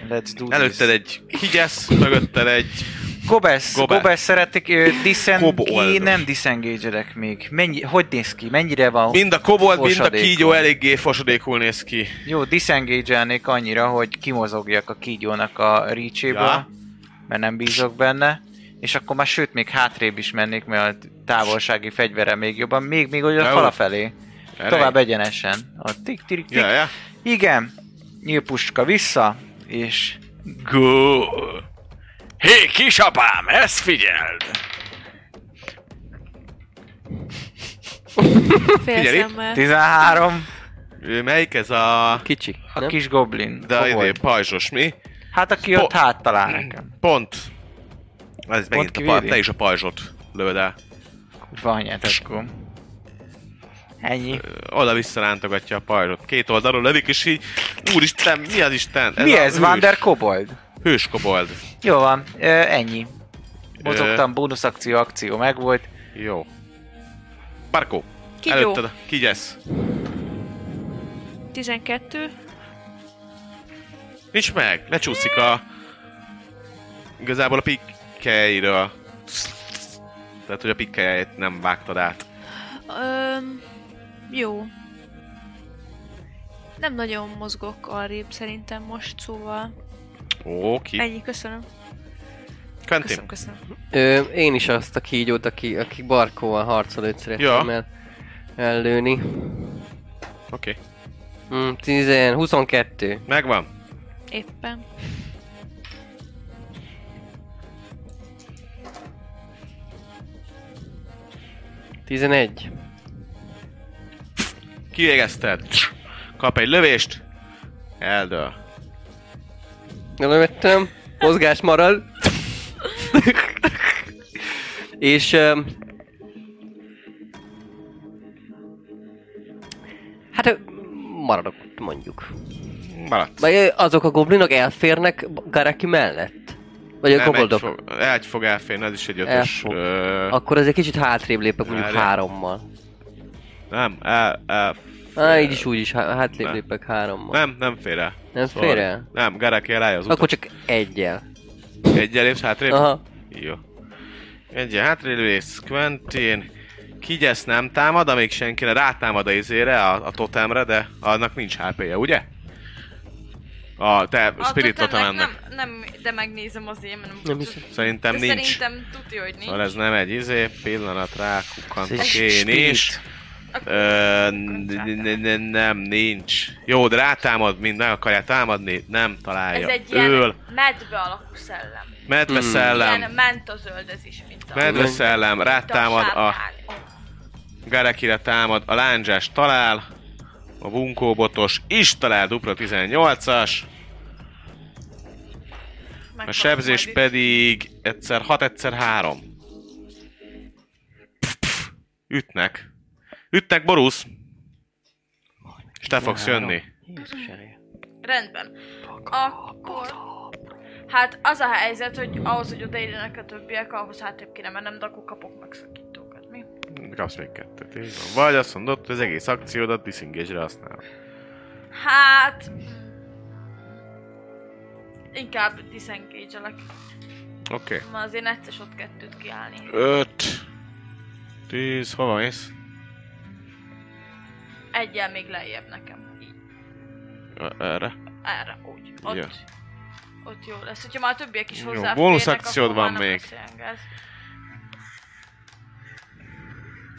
[SPEAKER 7] Let's do
[SPEAKER 2] Előtted
[SPEAKER 7] this.
[SPEAKER 2] egy higyesz, mögötted egy
[SPEAKER 7] Gobesz,
[SPEAKER 2] Gobesz.
[SPEAKER 7] Gobesz szeretik, ö, disengage,
[SPEAKER 2] Koboldos.
[SPEAKER 7] nem disengage még. Mennyi, hogy néz ki? Mennyire van?
[SPEAKER 2] Mind a kobold, mind a
[SPEAKER 7] Fosadékon.
[SPEAKER 2] kígyó eléggé fosadékul néz ki.
[SPEAKER 7] Jó, disengage annyira, hogy kimozogjak a kígyónak a reachéből,
[SPEAKER 2] Ja.
[SPEAKER 7] ja. mert nem bízok benne. És akkor már sőt, még hátrébb is mennék, mert a távolsági fegyvere még jobban, még, még ugye a
[SPEAKER 2] Jó.
[SPEAKER 7] fala felé.
[SPEAKER 2] Erre
[SPEAKER 7] Tovább
[SPEAKER 2] egy-
[SPEAKER 7] egyenesen. A tik tik tik.
[SPEAKER 2] Ja, ja.
[SPEAKER 7] Igen, nyílpuska vissza, és
[SPEAKER 5] Go! Hé, kisapám,
[SPEAKER 2] eh?
[SPEAKER 5] ezt figyeld!
[SPEAKER 4] Fél
[SPEAKER 2] Figyelj,
[SPEAKER 4] szemmel.
[SPEAKER 7] 13,
[SPEAKER 2] Ő Melyik ez a...
[SPEAKER 3] Kicsik,
[SPEAKER 2] Hát
[SPEAKER 7] a
[SPEAKER 3] nem?
[SPEAKER 7] kis goblin.
[SPEAKER 2] De
[SPEAKER 7] Kobold.
[SPEAKER 2] idén pajzsos, mi?
[SPEAKER 7] Hát aki
[SPEAKER 2] Po-
[SPEAKER 7] ott háttal áll nekem.
[SPEAKER 2] Pont. Ez megint a pajzs,
[SPEAKER 7] kivédi?
[SPEAKER 2] te is a pajzsot lövöd el.
[SPEAKER 7] Van akkor. Ennyi.
[SPEAKER 2] Oda visszarántogatja a pajzsot. Két oldalról lövik, és így... Úristen, mi az Isten?
[SPEAKER 7] Mi
[SPEAKER 2] a
[SPEAKER 7] ez,
[SPEAKER 2] hős-
[SPEAKER 7] Vander Kobold?
[SPEAKER 2] Hős kobold.
[SPEAKER 7] Jó van, ö, ennyi. Mozogtam, bónusz akció, akció megvolt.
[SPEAKER 2] Jó. Barkó.
[SPEAKER 4] Kígyó.
[SPEAKER 2] Előtted a kigyesz.
[SPEAKER 4] 12.
[SPEAKER 2] Nincs meg, lecsúszik a... Igazából a pikkeiről. Tehát, hogy a pikkelyet nem vágtad át.
[SPEAKER 4] Öm, jó. Nem nagyon mozgok arrébb szerintem most, szóval
[SPEAKER 2] Oké.
[SPEAKER 4] ennyi, köszönöm.
[SPEAKER 2] Quentin.
[SPEAKER 4] Köszönöm, köszönöm.
[SPEAKER 3] Ö, én is azt a kígyót, aki, aki barkóval harcol, őt szeretném
[SPEAKER 2] Ja.
[SPEAKER 3] el, ellőni.
[SPEAKER 2] Oké.
[SPEAKER 3] Mm, 10, 22.
[SPEAKER 2] Megvan.
[SPEAKER 4] Éppen.
[SPEAKER 3] Tizenegy.
[SPEAKER 2] Kivégezted. Kap egy lövést. Eldől.
[SPEAKER 3] Elővettem, mozgás marad. És... Um, hát ö, maradok ott mondjuk.
[SPEAKER 2] Maradt.
[SPEAKER 3] Vagy ö, azok a goblinok elférnek Garaki mellett? Vagy a
[SPEAKER 2] Nem, egy,
[SPEAKER 3] koboldok?
[SPEAKER 2] fog, egy fog elférni, az is egy ötös.
[SPEAKER 3] Elfog.
[SPEAKER 2] Ö,
[SPEAKER 3] Akkor azért kicsit hátrébb lépek mondjuk
[SPEAKER 2] Várjál.
[SPEAKER 3] hárommal.
[SPEAKER 2] nem, el, el,
[SPEAKER 3] Á, így is úgy is há- hátrébb
[SPEAKER 2] Ne.
[SPEAKER 3] lépek hárommal.
[SPEAKER 2] nem, nem fér el.
[SPEAKER 3] Nem
[SPEAKER 2] Sorry.
[SPEAKER 3] fér el?
[SPEAKER 2] Nem, Garaki elállja az utat.
[SPEAKER 3] Akkor
[SPEAKER 2] Akkor...
[SPEAKER 3] csak egyel.
[SPEAKER 2] Egyel lépsz hátrébb?
[SPEAKER 3] Aha.
[SPEAKER 2] Jó. Egyen hátrélész, Quentin. Kigyesz nem támad, amíg senkire rátámad a izére, a, a totemre, de annak nincs HP-je, ugye? A te
[SPEAKER 6] A
[SPEAKER 2] spirit
[SPEAKER 6] totemnek
[SPEAKER 2] totemnek.
[SPEAKER 6] nem, nem, de megnézem az én, mert nem,
[SPEAKER 3] Nem
[SPEAKER 6] tudom.
[SPEAKER 3] hiszem.
[SPEAKER 2] Szerintem
[SPEAKER 6] De
[SPEAKER 2] nincs.
[SPEAKER 6] Szerintem tudja, hogy nincs.
[SPEAKER 2] Szóval ez nem egy izé, pillanat rákukkantok
[SPEAKER 7] Ez egy
[SPEAKER 2] én
[SPEAKER 7] spirit.
[SPEAKER 2] is. Ö, n- n- n- nem, nincs. Jó, de rátámad, mind meg akarja támadni, nem
[SPEAKER 6] Ez
[SPEAKER 2] találja.
[SPEAKER 6] egy ilyen
[SPEAKER 2] Ül,
[SPEAKER 6] medve alakú szellem.
[SPEAKER 2] medve
[SPEAKER 6] Ilyen
[SPEAKER 2] szellem,
[SPEAKER 6] mentazöld ez is, mint a...
[SPEAKER 2] medve
[SPEAKER 6] mint
[SPEAKER 2] szellem, rátámad a
[SPEAKER 6] sápány.
[SPEAKER 2] Garekire támad, a lándzsás talál, a bunkóbotos is talál, dupla 18-as, a
[SPEAKER 6] Megkapom
[SPEAKER 2] sebzés
[SPEAKER 6] majd itt.
[SPEAKER 2] pedig egyszer 6, egyszer 3. Ütnek. Ütnek, Borusz! És te fogsz jönni.
[SPEAKER 3] Jézus erő.
[SPEAKER 6] Rendben. Akkor... Hát az a helyzet, hogy ahhoz, hogy odaérjenek a többiek, ahhoz hátrébb kéne mennem, de akkor kapok megszakítókat, mi?
[SPEAKER 2] Kapsz még kettőt, így van. Vagy azt mondod, hogy az egész akciódat disengage-re használod.
[SPEAKER 6] Hát... Inkább disengage-elek,
[SPEAKER 2] Oké.
[SPEAKER 6] mert azért egyszer ott kettőt kiállni.
[SPEAKER 2] Okay. 5, Tíz, hova mész?
[SPEAKER 6] Egyel még lejjebb nekem. Így.
[SPEAKER 2] Ö, Erre.
[SPEAKER 6] Erre, úgy. Ott,
[SPEAKER 2] Ja.
[SPEAKER 6] ott jó lesz. Hogyha már a többiek is
[SPEAKER 2] Jó,
[SPEAKER 6] hozzáférnek,
[SPEAKER 2] bónusz akciód
[SPEAKER 6] akkor már
[SPEAKER 2] van
[SPEAKER 6] nem
[SPEAKER 2] még.
[SPEAKER 6] lesz ilyen gáz.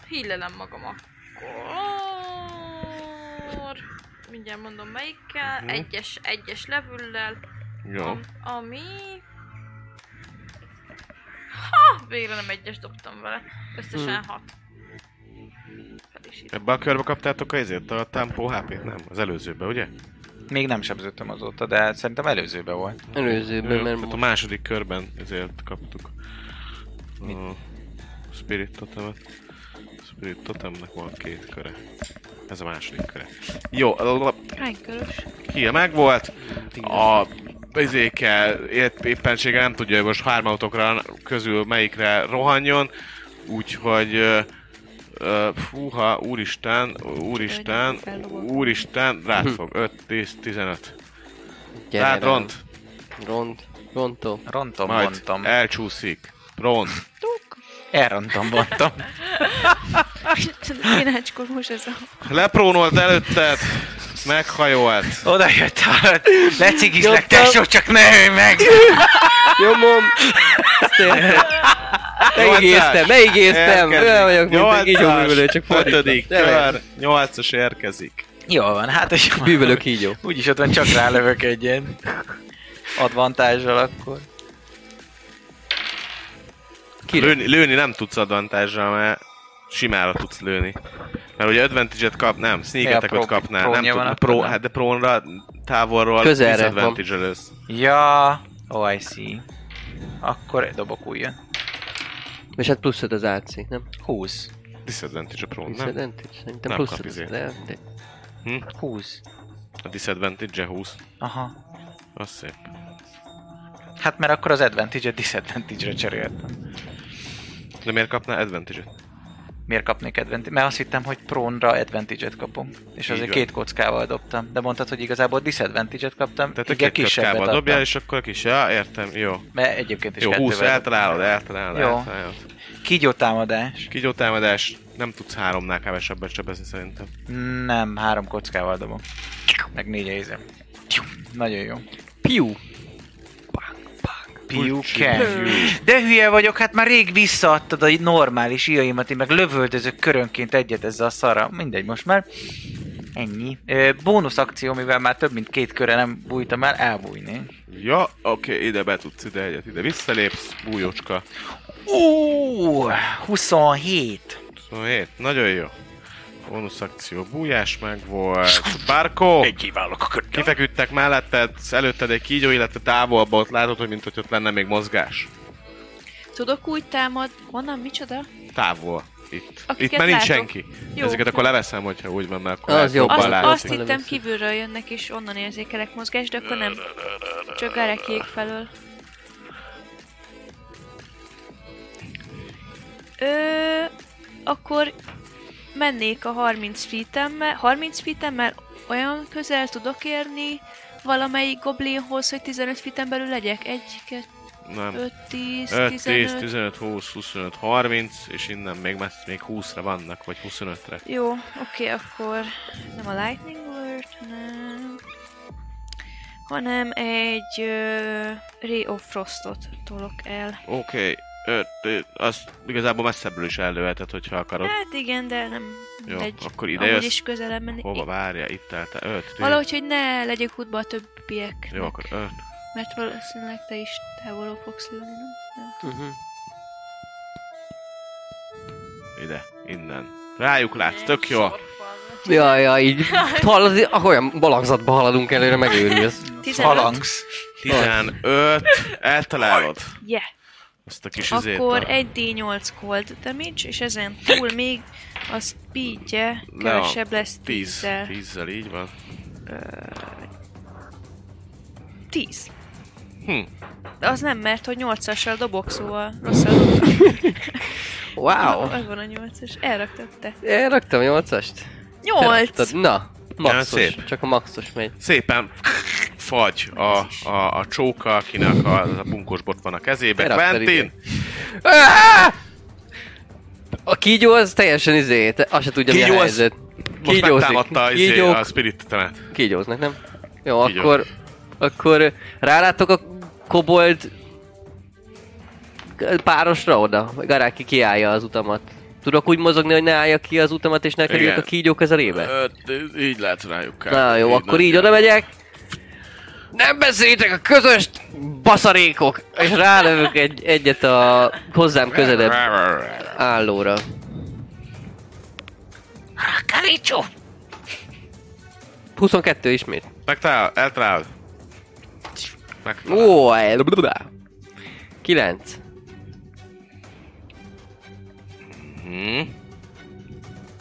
[SPEAKER 6] Hillelem magam akkor. Mindjárt mondom melyikkel.
[SPEAKER 2] Mhm.
[SPEAKER 6] Egyes, egyes levüllel.
[SPEAKER 2] Jó.
[SPEAKER 6] Am- ami... Ha! Végre nem egyes dobtam vele. Összesen
[SPEAKER 2] Hmm.
[SPEAKER 6] hat. Fel is írom.
[SPEAKER 2] Ebben a körbe kaptátok a ezért a tempó hp nem? Az előzőben, ugye?
[SPEAKER 7] Még nem sebződtem azóta, de szerintem előzőben volt.
[SPEAKER 3] Előzőben,
[SPEAKER 2] Jó,
[SPEAKER 3] mert
[SPEAKER 2] hát a
[SPEAKER 3] most
[SPEAKER 2] második körben ezért kaptuk. A Spirit Totemet. Spirit Totemnek van két köre. Ez a második köre. Jó, a- a-
[SPEAKER 4] Hány körös?
[SPEAKER 2] híja megvolt. A izékkel épp- éppensége nem tudja, hogy most hármautokra közül melyikre rohanjon. Úgyhogy ö, ö, Fúha, úristen, úristen, úristen, rád fog. 5, 10, 15.
[SPEAKER 3] gyere
[SPEAKER 2] Rád
[SPEAKER 3] rám.
[SPEAKER 2] ront.
[SPEAKER 3] Ront. Rontom.
[SPEAKER 7] Rontom,
[SPEAKER 2] Majd E-
[SPEAKER 7] bontom.
[SPEAKER 2] elcsúszik. Ront.
[SPEAKER 7] Elrontom, bontom.
[SPEAKER 4] Kínácskor Ah, most ez a...
[SPEAKER 2] Leprónolt előtted, meghajolt.
[SPEAKER 7] Oda jött, hallott. Lecigizlek, tesó, csak ne ölj meg!
[SPEAKER 3] Nyomom! Ezt értem. Beígéztem, beígéztem! Olyan vagyok, mint egy kígyóbűvölő, csak
[SPEAKER 2] ötödik
[SPEAKER 3] fordítva. Gyere.
[SPEAKER 2] kör, nyolcas érkezik.
[SPEAKER 7] Jól van, hát és
[SPEAKER 3] Bűvölő kígyó.
[SPEAKER 7] Úgyis ott van, csak rálövök egyen. Advantással akkor.
[SPEAKER 3] Kire?
[SPEAKER 2] Lőni, lőni nem tudsz advantage mert simára tudsz lőni. Mert ugye advantage-et kap, nem, sneak
[SPEAKER 7] Ja,
[SPEAKER 2] attack-ot
[SPEAKER 7] pró-
[SPEAKER 2] kapnál,
[SPEAKER 7] prónja
[SPEAKER 2] nem tud,
[SPEAKER 7] van akkor,
[SPEAKER 2] pró,
[SPEAKER 7] nem?
[SPEAKER 2] hát de prónra távolról
[SPEAKER 3] Közelre van.
[SPEAKER 2] disadvantage elősz.
[SPEAKER 7] Ja, oh, I see. Akkor dobok újra.
[SPEAKER 3] És hát plusz öt az AC, nem?
[SPEAKER 7] 20.
[SPEAKER 2] Disadvantage a prón, nem?
[SPEAKER 3] Disadvantage? Szerintem
[SPEAKER 2] Nem
[SPEAKER 3] plusz
[SPEAKER 2] kap Hm?
[SPEAKER 3] öt az-
[SPEAKER 2] izé.
[SPEAKER 3] de- de-
[SPEAKER 7] 20.
[SPEAKER 2] A disadvantage 20.
[SPEAKER 7] Aha.
[SPEAKER 2] Az szép.
[SPEAKER 7] Hát mert akkor az advantage-et disadvantage-re cseréltem.
[SPEAKER 2] De miért kapnál advantage-et?
[SPEAKER 7] Miért kapnék advantage Mert azt hittem, hogy prónra advantage-et kapom. És
[SPEAKER 2] Így
[SPEAKER 7] azért
[SPEAKER 2] van.
[SPEAKER 7] két kockával dobtam. De mondtad, hogy igazából disadvantage-et kaptam.
[SPEAKER 2] Tehát a
[SPEAKER 7] igen,
[SPEAKER 2] két
[SPEAKER 7] kisebbet
[SPEAKER 2] kisebbet dobjál,
[SPEAKER 7] adtam.
[SPEAKER 2] és akkor a kis... Ja, értem, jó.
[SPEAKER 7] Mert egyébként is
[SPEAKER 2] Jó, hát- 20,
[SPEAKER 7] kettővel
[SPEAKER 2] eltalálod, eltalálod,
[SPEAKER 7] Jó.
[SPEAKER 2] eltalálod.
[SPEAKER 7] Kígyó támadás.
[SPEAKER 2] Kígyó támadás, nem tudsz háromnál kevesebbet sebezni szerintem.
[SPEAKER 7] Nem, három kockával dobom. Meg négy ézem. Nagyon jó.
[SPEAKER 3] Piu!
[SPEAKER 7] Piu De hülye vagyok, hát már rég visszaadtad a normális iaimat, én meg lövöldözök körönként egyet ezzel a szarra. Mindegy most már. Ennyi. Ö, Bónusz akció, mivel már több mint két körre nem bújtam el, elbújni.
[SPEAKER 2] Ja, oké, ide be tudsz, ide egyet, ide visszalépsz, bújócska.
[SPEAKER 7] Ó, 27.
[SPEAKER 2] 27, nagyon jó. Bonus akció, bújás meg volt. Bárkó,
[SPEAKER 5] kiválok a köttel.
[SPEAKER 2] kifeküdtek melletted, előtted egy kígyó, illetve távolba ott látod, hogy mint hogy ott lenne még mozgás.
[SPEAKER 4] Tudok úgy támad... Honnan, micsoda?
[SPEAKER 2] Távol. Itt.
[SPEAKER 4] Akiket
[SPEAKER 2] Itt már nincs
[SPEAKER 4] látok.
[SPEAKER 2] senki.
[SPEAKER 4] Jó.
[SPEAKER 2] Ezeket akkor leveszem, hogyha úgy van, mert akkor
[SPEAKER 3] Az
[SPEAKER 2] lehet
[SPEAKER 3] jobb.
[SPEAKER 2] jobban
[SPEAKER 4] Azt,
[SPEAKER 3] Balázs.
[SPEAKER 4] azt
[SPEAKER 2] látni.
[SPEAKER 4] hittem kívülről jönnek és onnan érzékelek mozgást, de akkor nem. Csak a rekék felől. Ö, akkor mennék a 30 feet-emmel, 30 feet-emmel olyan közel tudok érni valamelyik goblinhoz, hogy 15 feet belül legyek? 1, 2,
[SPEAKER 2] Nem.
[SPEAKER 4] 5, 10,
[SPEAKER 2] 5, 10,
[SPEAKER 4] 15.
[SPEAKER 2] 15, 20, 25, 30, és innen még, messz- még 20-ra vannak, vagy 25-re.
[SPEAKER 4] Jó, oké, akkor nem a Lightning Word, nem. Hanem egy uh, Ray of Frostot tolok el.
[SPEAKER 2] Oké, okay. azt igazából messzebbről is előheted, hogyha akarod.
[SPEAKER 4] Hát igen, de nem
[SPEAKER 2] Jó,
[SPEAKER 4] egy.
[SPEAKER 2] akkor ide
[SPEAKER 4] Amúgy
[SPEAKER 2] jössz.
[SPEAKER 4] is közelebb menni.
[SPEAKER 2] Hova várja? Itt álltál. 5, 10.
[SPEAKER 4] Valahogy, hogy ne legyek útba a többiek.
[SPEAKER 2] Jó, akkor 5.
[SPEAKER 4] Mert valószínűleg te is távolról fogsz lőni, nem? Nem.
[SPEAKER 3] Mhm.
[SPEAKER 2] Ide, innen. Rájuk látsz, tök jó.
[SPEAKER 6] Sorfalva.
[SPEAKER 3] Ja, ja, így hallod, ah, olyan balagzatba haladunk előre, megőrülsz.
[SPEAKER 4] 15.
[SPEAKER 7] Falangs.
[SPEAKER 2] 15, eltalálod.
[SPEAKER 4] Yeah.
[SPEAKER 2] Azt a kis izét.
[SPEAKER 4] Akkor
[SPEAKER 2] a-
[SPEAKER 4] 1d8 cold damage, és ezen túl még a speedje
[SPEAKER 2] le a
[SPEAKER 4] kevesebb lesz
[SPEAKER 2] 10.
[SPEAKER 4] 10-zel.
[SPEAKER 2] 10-zel, így van.
[SPEAKER 4] 10.
[SPEAKER 2] Hm.
[SPEAKER 4] De az nem, mert hogy 8-assal dobok, szóval rosszal dobok.
[SPEAKER 3] Wow!
[SPEAKER 4] Az van a 8-as. Elraktad te.
[SPEAKER 3] Én raktam nyolcast. Te raktad.
[SPEAKER 4] 8!
[SPEAKER 3] Na, maxos.
[SPEAKER 2] Nagyon szép.
[SPEAKER 3] Csak a maxos megy.
[SPEAKER 2] Szépen fagy a, a, a csóka, akinek a, az a bunkos bot van a kezébe.
[SPEAKER 3] Te raktad
[SPEAKER 2] Quentin,
[SPEAKER 3] ide. Ah! A kígyó az teljesen izé, te azt se tudja mi
[SPEAKER 2] Kígyó
[SPEAKER 3] a
[SPEAKER 2] az-
[SPEAKER 3] helyzet.
[SPEAKER 2] Most megtámadta izé,
[SPEAKER 3] Kígyók
[SPEAKER 2] a spirit temet.
[SPEAKER 3] kígyóznak, nem? Jó,
[SPEAKER 2] Kígyó.
[SPEAKER 3] akkor, akkor rálátok a kobold párosra oda, vagy Garáki kiállja az utamat. Tudok úgy mozogni, hogy ne állja ki az utamat, és ne kerüljek a
[SPEAKER 2] Igen.
[SPEAKER 3] kígyó közelébe?
[SPEAKER 2] Így lehet rájuk kell.
[SPEAKER 3] Na jó, akkor így oda megyek. Nem beszéljétek a közös baszarékok! És rálövök egy, egyet a hozzám közelebb állóra.
[SPEAKER 7] Kalicsó!
[SPEAKER 3] 22 ismét.
[SPEAKER 2] Megtalál, eltalál. Megtalál.
[SPEAKER 3] Ó, el- blablabla. 9.
[SPEAKER 2] Hm.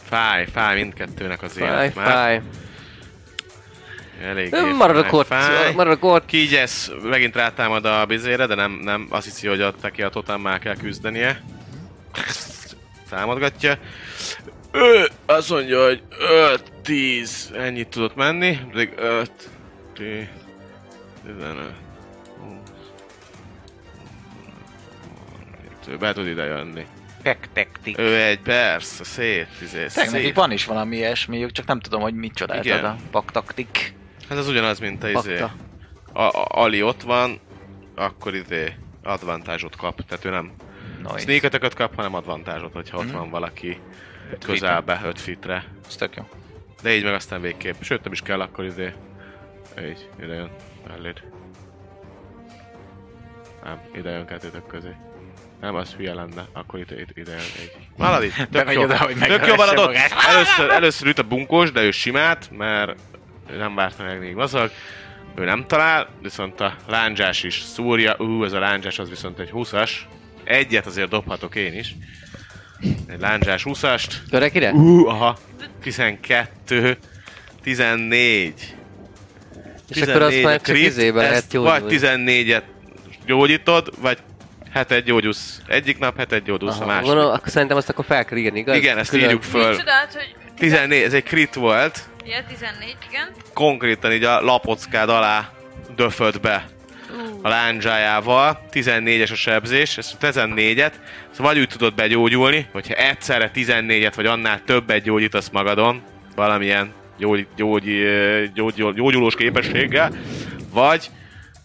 [SPEAKER 2] Fáj, fáj mindkettőnek az élet
[SPEAKER 3] Fáj,
[SPEAKER 2] már.
[SPEAKER 3] fáj.
[SPEAKER 2] Elég
[SPEAKER 3] Maradok ott, maradok ott.
[SPEAKER 2] Kígyesz, megint rátámad a bizére, de nem, nem azt hiszi, hogy a, neki a totemmel kell küzdenie. Támadgatja. Ő azt mondja, hogy 5, 10, ennyit tudott menni, pedig 5, 10, 15, 20, be tud ide jönni.
[SPEAKER 7] Fektektik.
[SPEAKER 2] Ő egy persze, szép, izé,
[SPEAKER 7] Nekik
[SPEAKER 2] szép.
[SPEAKER 7] van is valami ilyesmiük, csak nem tudom, hogy mit csodált
[SPEAKER 2] Igen.
[SPEAKER 7] az a paktaktik.
[SPEAKER 2] Hát az ugyanaz, mint a izé.
[SPEAKER 3] Pakta.
[SPEAKER 2] A, a, Ali ott van, akkor izé advantage kap, tehát ő nem
[SPEAKER 7] Noise.
[SPEAKER 2] sneak attack kap, hanem advantage hogyha ott van valaki közelbe, 5 fitre.
[SPEAKER 7] Ez tök jó.
[SPEAKER 2] De így meg aztán végképp. Sőt, nem is kell, akkor izé. Így, ide jön, melléd. Nem, ide jön kettőtök közé. Nem, az hülye lenne, akkor ide, ide, ide jön egy. Marad itt, tök
[SPEAKER 7] Bemegy
[SPEAKER 2] jó,
[SPEAKER 7] oda, hogy
[SPEAKER 2] tök jó
[SPEAKER 7] meglövesse
[SPEAKER 2] maradott.
[SPEAKER 7] magát.
[SPEAKER 2] Először, először üt a bunkós, de ő simát, mert nem várta meg még vazag. Ő nem talál, viszont a lándzsás is szúrja. Ú, ez a lándzsás az viszont egy 20-as. Egyet azért dobhatok én is. Egy lándzsás 20-ast.
[SPEAKER 3] Törekire?
[SPEAKER 2] Ú, aha. 12, 14.
[SPEAKER 3] És akkor azt
[SPEAKER 2] 14
[SPEAKER 3] már
[SPEAKER 2] a
[SPEAKER 3] csak
[SPEAKER 2] crit,
[SPEAKER 3] izébe
[SPEAKER 2] ezt
[SPEAKER 3] lehet
[SPEAKER 2] Vagy
[SPEAKER 3] gyógyulni.
[SPEAKER 2] 14-et gyógyítod, vagy hetet gyógyulsz. Egyik nap hetet gyógyulsz a másik.
[SPEAKER 3] Gondolom, akkor szerintem azt akkor fel kell írni, igaz?
[SPEAKER 2] Igen, ezt
[SPEAKER 3] Külön.
[SPEAKER 2] írjuk föl.
[SPEAKER 6] Micsodát, hogy...
[SPEAKER 2] 14, ez egy crit volt.
[SPEAKER 6] Ja, 14, igen.
[SPEAKER 2] Konkrétan így a lapockád alá döföd be a lándzsájával, 14-es a sebzés, ezt a 14-et, szóval vagy úgy tudod begyógyulni, hogyha egyszerre 14-et vagy annál többet gyógyítasz magadon, valamilyen gyógy, gyógy, gyógy, gyógy, gyógyulós képességgel, vagy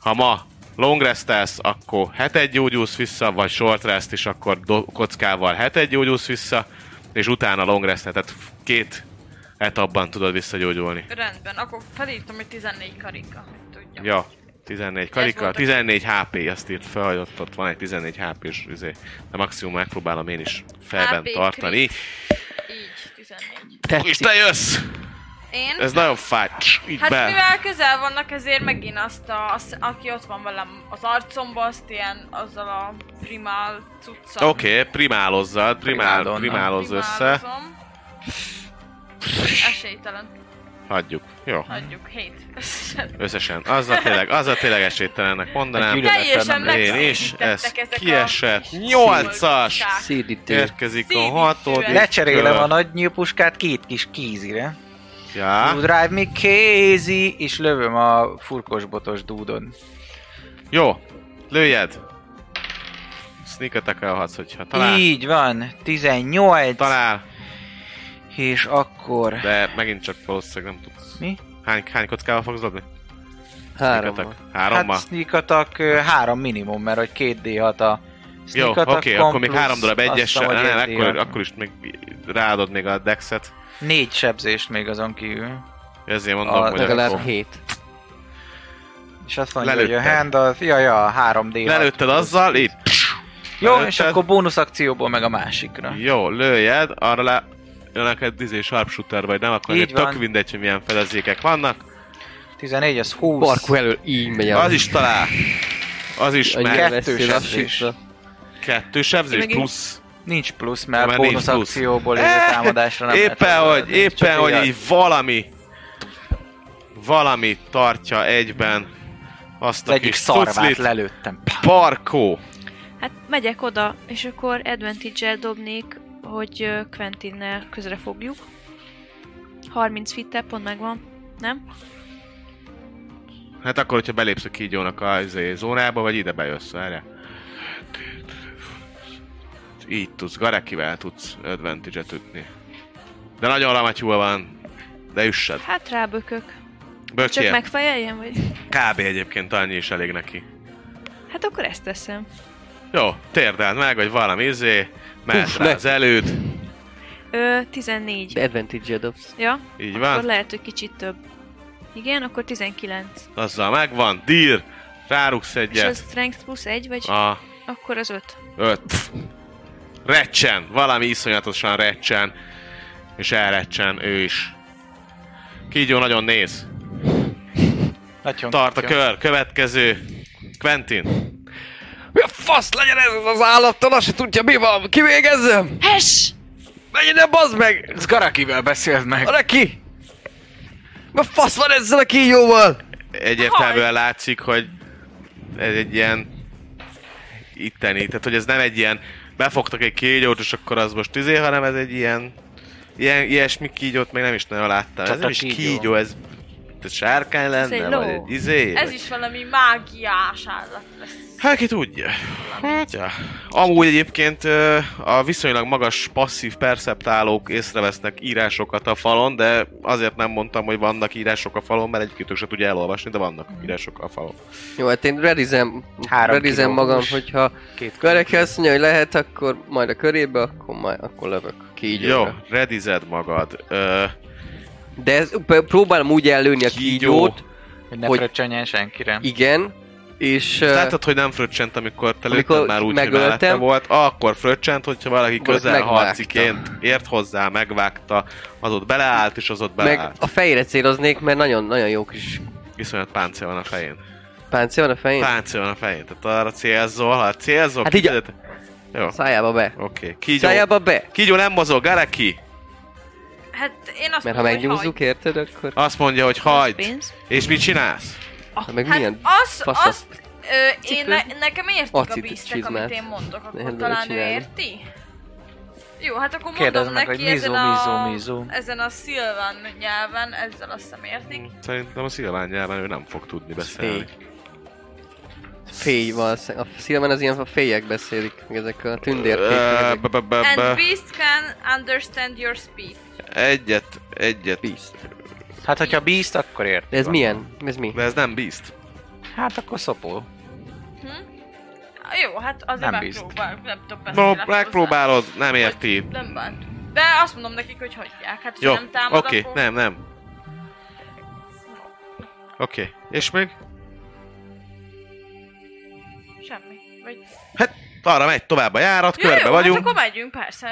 [SPEAKER 2] ha ma long restelsz, akkor hetet gyógyulsz vissza, vagy short rest is, akkor do- kockával hetet gyógyulsz vissza, és utána long rest, tehát két etapban tudod visszagyógyulni.
[SPEAKER 6] Rendben, akkor felírtam, hogy 14 karika, hogy tudjam.
[SPEAKER 2] Ja, 14 karika,
[SPEAKER 6] volt a-
[SPEAKER 2] 14 HP, azt írt fel, hogy ott, ott van egy 14 hp és izé, de maximum megpróbálom én is felben
[SPEAKER 6] HP
[SPEAKER 2] tartani.
[SPEAKER 6] Így, 14.
[SPEAKER 2] És te jössz!
[SPEAKER 6] Én?
[SPEAKER 2] Ez nagyon fáj. Cs, Így
[SPEAKER 6] Hát
[SPEAKER 2] be.
[SPEAKER 6] mivel közel vannak, ezért megint azt, a, azt aki ott van velem az arcomba, azt ilyen azzal a primál cucca.
[SPEAKER 2] Oké, okay, primálozzad, primál,
[SPEAKER 7] Primálon,
[SPEAKER 2] primálozz össze.
[SPEAKER 6] Primálozom. Esélytelen.
[SPEAKER 2] Hagyjuk. Jó,
[SPEAKER 6] Hagyjuk. Hét.
[SPEAKER 2] összesen. Azzal tényleg, azzal tényleg esélytelennek mondanám.
[SPEAKER 7] Egy
[SPEAKER 6] Teljesen
[SPEAKER 7] nem
[SPEAKER 2] Én is, ez
[SPEAKER 6] megszédítettek ezek a
[SPEAKER 2] kiesett.
[SPEAKER 6] kis
[SPEAKER 2] Nyolcas!
[SPEAKER 6] szimbolkák.
[SPEAKER 3] Szédítő.
[SPEAKER 2] Érkezik a
[SPEAKER 6] Szédítő
[SPEAKER 2] hatod.
[SPEAKER 6] erő.
[SPEAKER 7] Lecserélem a nagy nyílpuskát két kis kízire.
[SPEAKER 2] Ja.
[SPEAKER 7] You drive me crazy, és lövöm a furkosbotos dúdon.
[SPEAKER 2] Jó, lőjed. Sneak attack hogyha talál.
[SPEAKER 7] Így van, 18,
[SPEAKER 2] Talál.
[SPEAKER 7] és akkor...
[SPEAKER 2] De megint csak valószínűleg nem tudsz.
[SPEAKER 7] Mi?
[SPEAKER 2] Hány, hány kockával fogsz dobni?
[SPEAKER 3] Három.
[SPEAKER 2] Hárommal?
[SPEAKER 7] Hát sneak attack 3 minimum, mert hogy 2d6 a
[SPEAKER 2] Jó,
[SPEAKER 7] sneak
[SPEAKER 2] oké,
[SPEAKER 7] attack
[SPEAKER 2] okay,
[SPEAKER 7] kom
[SPEAKER 2] akkor még
[SPEAKER 7] plusz
[SPEAKER 2] három darab
[SPEAKER 7] azt
[SPEAKER 2] egyessel, nem,
[SPEAKER 7] hiszem,
[SPEAKER 2] nem,
[SPEAKER 7] hogy 1D6.
[SPEAKER 2] akkor, akkor is még ráadod még a dexet.
[SPEAKER 7] Négy sebzést még azon kívül.
[SPEAKER 2] Ezért mondom,
[SPEAKER 7] A-
[SPEAKER 2] hogy
[SPEAKER 3] Legalább
[SPEAKER 2] akkor
[SPEAKER 3] hét.
[SPEAKER 7] És azt mondja, hogy
[SPEAKER 2] Lelőtted.
[SPEAKER 7] a Handalf, ja, ja, 3D.
[SPEAKER 2] lelőtted azzal, így.
[SPEAKER 7] Jó, és
[SPEAKER 2] lelőtted.
[SPEAKER 7] akkor bónusz akcióból meg a másikra.
[SPEAKER 2] Jó, lőjed, arra le... Ja, neked izé sharpshooter vagy nem, akkor
[SPEAKER 7] Így
[SPEAKER 2] neked tök
[SPEAKER 7] van.
[SPEAKER 2] mindegy, hogy milyen fedezékek vannak.
[SPEAKER 7] 14, az 20.
[SPEAKER 3] Parkú elől így megy el.
[SPEAKER 2] Az is talál. Az is,
[SPEAKER 3] Annyira
[SPEAKER 2] mert
[SPEAKER 3] veszél
[SPEAKER 7] kettős
[SPEAKER 3] lassítva.
[SPEAKER 2] kettő sebzés
[SPEAKER 4] Megint-
[SPEAKER 2] plusz.
[SPEAKER 7] Nincs plusz, mert,
[SPEAKER 2] Mert
[SPEAKER 7] mert
[SPEAKER 2] nincs
[SPEAKER 7] bónusz
[SPEAKER 2] plusz. Eh,
[SPEAKER 7] akcióból élő támadásra nem
[SPEAKER 2] éppen
[SPEAKER 7] lehet
[SPEAKER 2] hogy,
[SPEAKER 7] hozzáadni, csak
[SPEAKER 2] éppen hogy
[SPEAKER 7] a-
[SPEAKER 2] így valami valami tartja egyben azt
[SPEAKER 7] Az
[SPEAKER 2] a
[SPEAKER 7] egyik
[SPEAKER 2] kis
[SPEAKER 7] szarvát
[SPEAKER 2] cuclit.
[SPEAKER 7] lelőttem. Pá.
[SPEAKER 2] Parkó!
[SPEAKER 4] Hát megyek oda, és akkor advantage dobnék, hogy ö, Quentinnel közre fogjuk. 30 fitte, pont megvan. Nem?
[SPEAKER 2] Hát akkor, hogyha belépsz a kígyónak a izé, zónába, vagy ide bejössz erre. így, így tudsz, Garekivel tudsz advantage-et ütni. De nagyon ramatyúl van, de üssed.
[SPEAKER 4] Hát rábökök. Csak
[SPEAKER 2] Bökjél, meg...
[SPEAKER 4] megfejeljen, vagy?
[SPEAKER 2] kb. egyébként annyi is elég neki.
[SPEAKER 4] Hát akkor ezt teszem.
[SPEAKER 2] Jó, térdeld meg, vagy valami izé, mehet
[SPEAKER 3] Uff,
[SPEAKER 2] rá
[SPEAKER 3] ne.
[SPEAKER 2] az előd,
[SPEAKER 4] Ö, 14.
[SPEAKER 3] Advantage-e dobsz.
[SPEAKER 4] Ja,
[SPEAKER 2] így
[SPEAKER 4] akkor
[SPEAKER 2] van,
[SPEAKER 4] lehet, hogy kicsit több. Igen, akkor 19.
[SPEAKER 2] azzal megvan, dír, rárugsz
[SPEAKER 4] És
[SPEAKER 2] egyet.
[SPEAKER 4] az strength plusz 1, vagy
[SPEAKER 2] A
[SPEAKER 4] akkor az 5.
[SPEAKER 2] öt. Pff. Recsen, valami iszonyatosan recsen. És elrecsen ő is. Kígyó nagyon néz.
[SPEAKER 7] Nagyon
[SPEAKER 2] Tart a
[SPEAKER 7] kutya.
[SPEAKER 2] kör, következő. Quentin.
[SPEAKER 3] Mi a fasz legyen ez az állattal, azt se tudja mi van, kivégezzem!
[SPEAKER 4] Hess!
[SPEAKER 3] Menj ide, bazd meg!
[SPEAKER 7] Ez Garakivel beszéld meg.
[SPEAKER 3] Neki! Mi a fasz van ezzel a kígyóval?
[SPEAKER 2] Egyértelműen látszik, hogy ez egy ilyen itteni, tehát hogy ez nem egy ilyen befogtak egy kígyót, és akkor az most izé, hanem ez egy ilyen, ilyen ilyesmi kígyót még nem is nagyon láttam. Ez
[SPEAKER 7] Csata
[SPEAKER 2] nem is
[SPEAKER 7] kígyó.
[SPEAKER 2] kígyó, ez ez sárkány
[SPEAKER 4] egy
[SPEAKER 2] lenne, vagy
[SPEAKER 4] ló.
[SPEAKER 2] egy izé,
[SPEAKER 6] Ez
[SPEAKER 2] vagy-
[SPEAKER 6] is valami mágiás állat lesz.
[SPEAKER 2] Hát ki tudja. Ja. Amúgy egyébként ö, a viszonylag magas passzív perceptálók észrevesznek írásokat a falon, de azért nem mondtam, hogy vannak írások a falon, mert egyikőtök se tudja elolvasni, de vannak írások a falon.
[SPEAKER 3] Jó, hát én redizem,
[SPEAKER 7] Három
[SPEAKER 3] redizem
[SPEAKER 7] kiló
[SPEAKER 3] magam,
[SPEAKER 7] hús.
[SPEAKER 3] hogyha
[SPEAKER 7] Két
[SPEAKER 3] Gareki azt mondja, hogy lehet, akkor majd a körébe, akkor majd akkor lövök a
[SPEAKER 2] Jó,
[SPEAKER 3] kígyóra.
[SPEAKER 2] redized magad. Ö,
[SPEAKER 3] De ez, p- próbálom úgy ellőni a
[SPEAKER 2] Kígyó.
[SPEAKER 3] kígyót,
[SPEAKER 7] Hogy ne
[SPEAKER 3] Hogy-
[SPEAKER 7] fröccsenjen senkire.
[SPEAKER 3] igen, és... ö,
[SPEAKER 2] látod, hogy nem fröccsent, amikor te
[SPEAKER 3] amikor
[SPEAKER 2] lőtted már úgy, hogy
[SPEAKER 3] megöltem.
[SPEAKER 2] mellette volt. Akkor fröccsent, hogyha valaki
[SPEAKER 3] Akkor ott
[SPEAKER 2] közel
[SPEAKER 3] megvágta.
[SPEAKER 2] harciként ért hozzá, megvágta, az ott beleállt, és az ott
[SPEAKER 3] meg
[SPEAKER 2] beleállt.
[SPEAKER 3] a fejére céloznék, mert nagyon-nagyon jó kis
[SPEAKER 2] Iszonyat páncél van a fején.
[SPEAKER 3] páncél van a fején.
[SPEAKER 2] Páncél van a fején, tehát arra célzol, ha célzol...
[SPEAKER 3] Hát így a-
[SPEAKER 2] kifejezett- Jó, oké.
[SPEAKER 3] Szájába be.
[SPEAKER 2] Okay. Kígyó,
[SPEAKER 3] Szájába be.
[SPEAKER 2] kígyó nem mozog, Gareki!
[SPEAKER 6] Hát én azt
[SPEAKER 3] Mert ha
[SPEAKER 6] mondom, hogy
[SPEAKER 3] megnyúzzuk, érted, akkor...
[SPEAKER 2] Azt mondja, hogy hagyd.
[SPEAKER 4] Pénz.
[SPEAKER 2] És mit csinálsz?
[SPEAKER 6] Ah,
[SPEAKER 3] meg
[SPEAKER 6] hát
[SPEAKER 3] milyen
[SPEAKER 6] az,
[SPEAKER 3] fasza-
[SPEAKER 6] az, ö, én
[SPEAKER 3] Cipő?
[SPEAKER 6] ne, nekem értik a
[SPEAKER 3] Acit
[SPEAKER 6] bíztek,
[SPEAKER 3] csizmát.
[SPEAKER 6] amit én mondok, akkor
[SPEAKER 3] Lehet
[SPEAKER 6] talán ő
[SPEAKER 3] csinálni.
[SPEAKER 6] érti? Jó, hát akkor
[SPEAKER 7] Kérdezd
[SPEAKER 6] mondom
[SPEAKER 7] meg,
[SPEAKER 6] neki
[SPEAKER 7] hogy mizó,
[SPEAKER 6] ezen, a,
[SPEAKER 7] mizó, mizó.
[SPEAKER 6] ezen a Szilván nyelven, ezzel azt hiszem értik.
[SPEAKER 2] Hmm. Szerintem a Szilván nyelven ő nem fog tudni beszélni.
[SPEAKER 3] Fény. Fény valószínűleg. A Szilván az ilyen a félyek beszélik, meg ezek a tündérkék.
[SPEAKER 2] Ö,
[SPEAKER 3] meg
[SPEAKER 2] be- be- be-
[SPEAKER 6] And
[SPEAKER 2] be.
[SPEAKER 6] beast can understand your speech.
[SPEAKER 2] Egyet, egyet.
[SPEAKER 3] Beast.
[SPEAKER 7] Hát, hogyha bízt, akkor ért.
[SPEAKER 3] De ez milyen? Ez mi?
[SPEAKER 2] De ez nem bízt.
[SPEAKER 7] Hát akkor szopó.
[SPEAKER 6] Ah, Jó, hát azért
[SPEAKER 7] Nem
[SPEAKER 6] nem
[SPEAKER 7] bízt.
[SPEAKER 6] megpróbál, nem tudom
[SPEAKER 2] No,
[SPEAKER 6] beszélek hozzá.
[SPEAKER 2] megpróbálod, nem érti.
[SPEAKER 6] Nem bánt. De azt mondom nekik, hogy hagyják. Hát,
[SPEAKER 2] Jó,
[SPEAKER 6] ha nem támad,
[SPEAKER 2] oké,
[SPEAKER 6] akkor...
[SPEAKER 2] nem, nem. Oké, és még?
[SPEAKER 6] Semmi. Vagy...
[SPEAKER 2] Hát, arra megy tovább a járat,
[SPEAKER 6] Jó,
[SPEAKER 2] körbe
[SPEAKER 6] jó,
[SPEAKER 2] vagyunk.
[SPEAKER 6] Hát akkor megyünk, persze.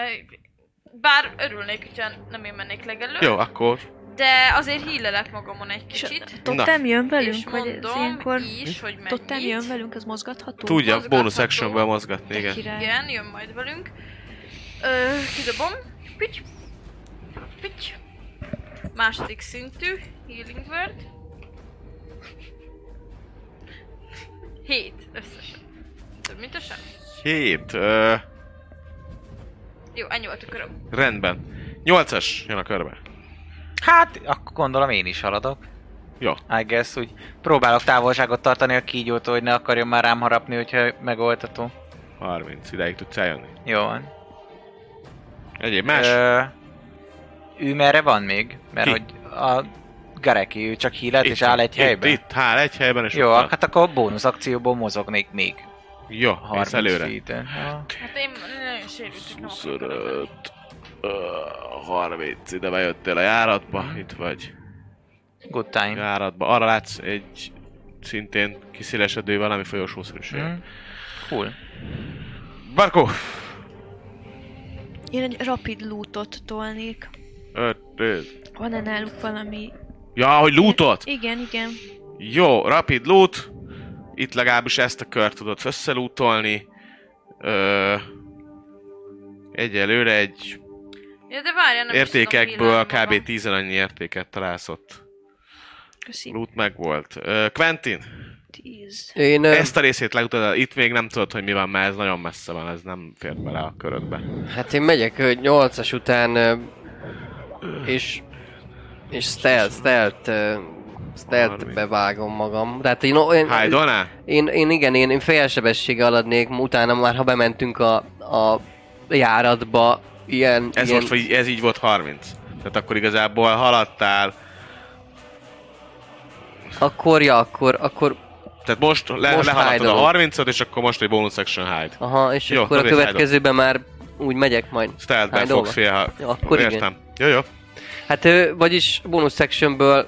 [SPEAKER 6] Bár örülnék, hogyha nem én mennék legelő.
[SPEAKER 2] Jó, akkor
[SPEAKER 6] De azért hílelek magamon egy
[SPEAKER 4] És
[SPEAKER 6] kicsit.
[SPEAKER 4] a totem jön
[SPEAKER 6] és
[SPEAKER 4] velünk, vagy ez
[SPEAKER 6] mondom
[SPEAKER 4] ilyenkor...
[SPEAKER 6] is,
[SPEAKER 2] Hm?
[SPEAKER 6] hogy mennyit.
[SPEAKER 4] Totem jön velünk, az mozgatható?
[SPEAKER 2] tudja,
[SPEAKER 6] mozgatható.
[SPEAKER 2] bónusz actionből mozgatni, igen.
[SPEAKER 4] igen.
[SPEAKER 6] Igen, jön majd velünk. Ö, kidobom. Pitty. Pitty. Második szintű. Healing Word. Hét összesen. Több mint a sem.
[SPEAKER 2] Hét. Ö,
[SPEAKER 6] Jó, ennyi volt a köröm.
[SPEAKER 2] rendben. Nyolcas jön a körbe.
[SPEAKER 7] Hát, akkor gondolom én is haladok.
[SPEAKER 2] Jó.
[SPEAKER 7] I guess, úgy próbálok távolságot tartani a kígyótól, hogy ne akarjon már rám harapni, hogyha megoldható.
[SPEAKER 2] 30. Ideig tudsz eljönni.
[SPEAKER 7] Jó van.
[SPEAKER 2] Egyéb más?
[SPEAKER 7] Ö, hát ő merre van még? Mert
[SPEAKER 2] Ki?
[SPEAKER 7] hogy a Gareki, ő csak hílet és áll egy
[SPEAKER 2] itt,
[SPEAKER 7] helyben.
[SPEAKER 2] Itt, itt, hál egy helyben, és
[SPEAKER 7] Jó,
[SPEAKER 2] ott áll.
[SPEAKER 7] hát akkor bónusz akcióból mozognék még.
[SPEAKER 2] Jó, mész
[SPEAKER 7] 30
[SPEAKER 2] előre.
[SPEAKER 7] feet-en. Ja.
[SPEAKER 6] Hát én nagyon sérültük, nem akarok körülni.
[SPEAKER 2] 25, ö, 30, ide bejöttél a járatba, itt vagy
[SPEAKER 7] Good time.
[SPEAKER 2] járatba. Arra látsz egy szintén kiszélesedő valami folyosószerűség.
[SPEAKER 7] Mm.
[SPEAKER 2] Mm.
[SPEAKER 7] Cool.
[SPEAKER 2] Barkó!
[SPEAKER 4] Én egy rapid lootot tolnék.
[SPEAKER 2] Öt, öt.
[SPEAKER 4] Van-e náluk valami...
[SPEAKER 2] Ja, hogy lootot!
[SPEAKER 4] Igen, igen.
[SPEAKER 2] Jó, rapid loot. Itt legalábbis ezt a kört tudod összelútolni. Ö, egyelőre egy
[SPEAKER 6] Ja, de várjál, nem is
[SPEAKER 2] értékekből
[SPEAKER 6] tudom,
[SPEAKER 2] kb.
[SPEAKER 6] villámban.
[SPEAKER 2] 10 annyi értéket találsz ott.
[SPEAKER 4] Köszi.
[SPEAKER 2] Loot megvolt. Ö, Quentin,
[SPEAKER 4] Tíz.
[SPEAKER 3] Én, ö,
[SPEAKER 2] ezt a részét legutad, itt még nem tudod, hogy mi van, mert ez nagyon messze van, ez nem fér bele a körödbe.
[SPEAKER 3] hát én megyek ö, nyolcas után, ö, és, és stealth, stealth, ö, stealth bevágom magam. Tehát én, én,
[SPEAKER 2] Hajdolná?
[SPEAKER 3] én, én igen, én, én félsebessége aladnék, utána már ha bementünk a, a járatba ilyen...
[SPEAKER 2] Ez
[SPEAKER 3] ilyen...
[SPEAKER 2] most, vagy ez így volt 30. Tehát akkor igazából haladtál,
[SPEAKER 3] Akkor, ja, akkor, akkor...
[SPEAKER 2] tehát most, le,
[SPEAKER 3] Most
[SPEAKER 2] most lehaladtad a
[SPEAKER 3] hide-olod.
[SPEAKER 2] 30-at, és akkor most egy bonus action hide.
[SPEAKER 3] Aha, és
[SPEAKER 2] Jó,
[SPEAKER 3] akkor a
[SPEAKER 2] akkor hide-ol.
[SPEAKER 3] következőben már úgy megyek majd.
[SPEAKER 2] Stealth-ben
[SPEAKER 3] Hide-olva.
[SPEAKER 2] fogsz fél...
[SPEAKER 3] Jó, akkor igen.
[SPEAKER 2] Értem. Jó, jó.
[SPEAKER 3] Hát ő, vagyis bonus sectionből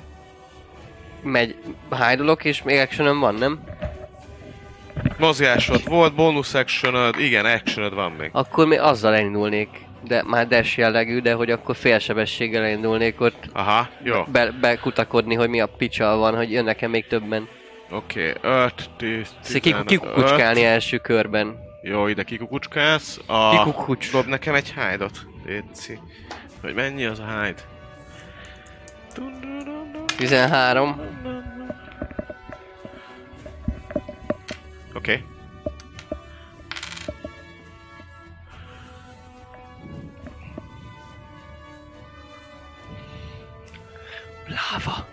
[SPEAKER 3] megy, hájdolok, és még actionem van, nem?
[SPEAKER 2] Mozgásod volt, bonus actionod, igen, actionod van még.
[SPEAKER 3] Akkor még azzal elindulnék. De már dash jellegű, de hogy akkor félsebességgel elindulnék ott
[SPEAKER 2] Aha, jó.
[SPEAKER 3] be, bekutakodni, hogy mi a picsa van, hogy jönnek-e még többen.
[SPEAKER 2] Oké, 5, 10,
[SPEAKER 3] Szóval kiku- kikukucskálni első körben.
[SPEAKER 2] Jó, ide kikukucskálsz. A...
[SPEAKER 3] Kikukucs.
[SPEAKER 2] Dob nekem egy hide-ot, Léci. Hogy mennyi az a hide?
[SPEAKER 3] 13.
[SPEAKER 2] Oké. Okay.
[SPEAKER 3] Láva.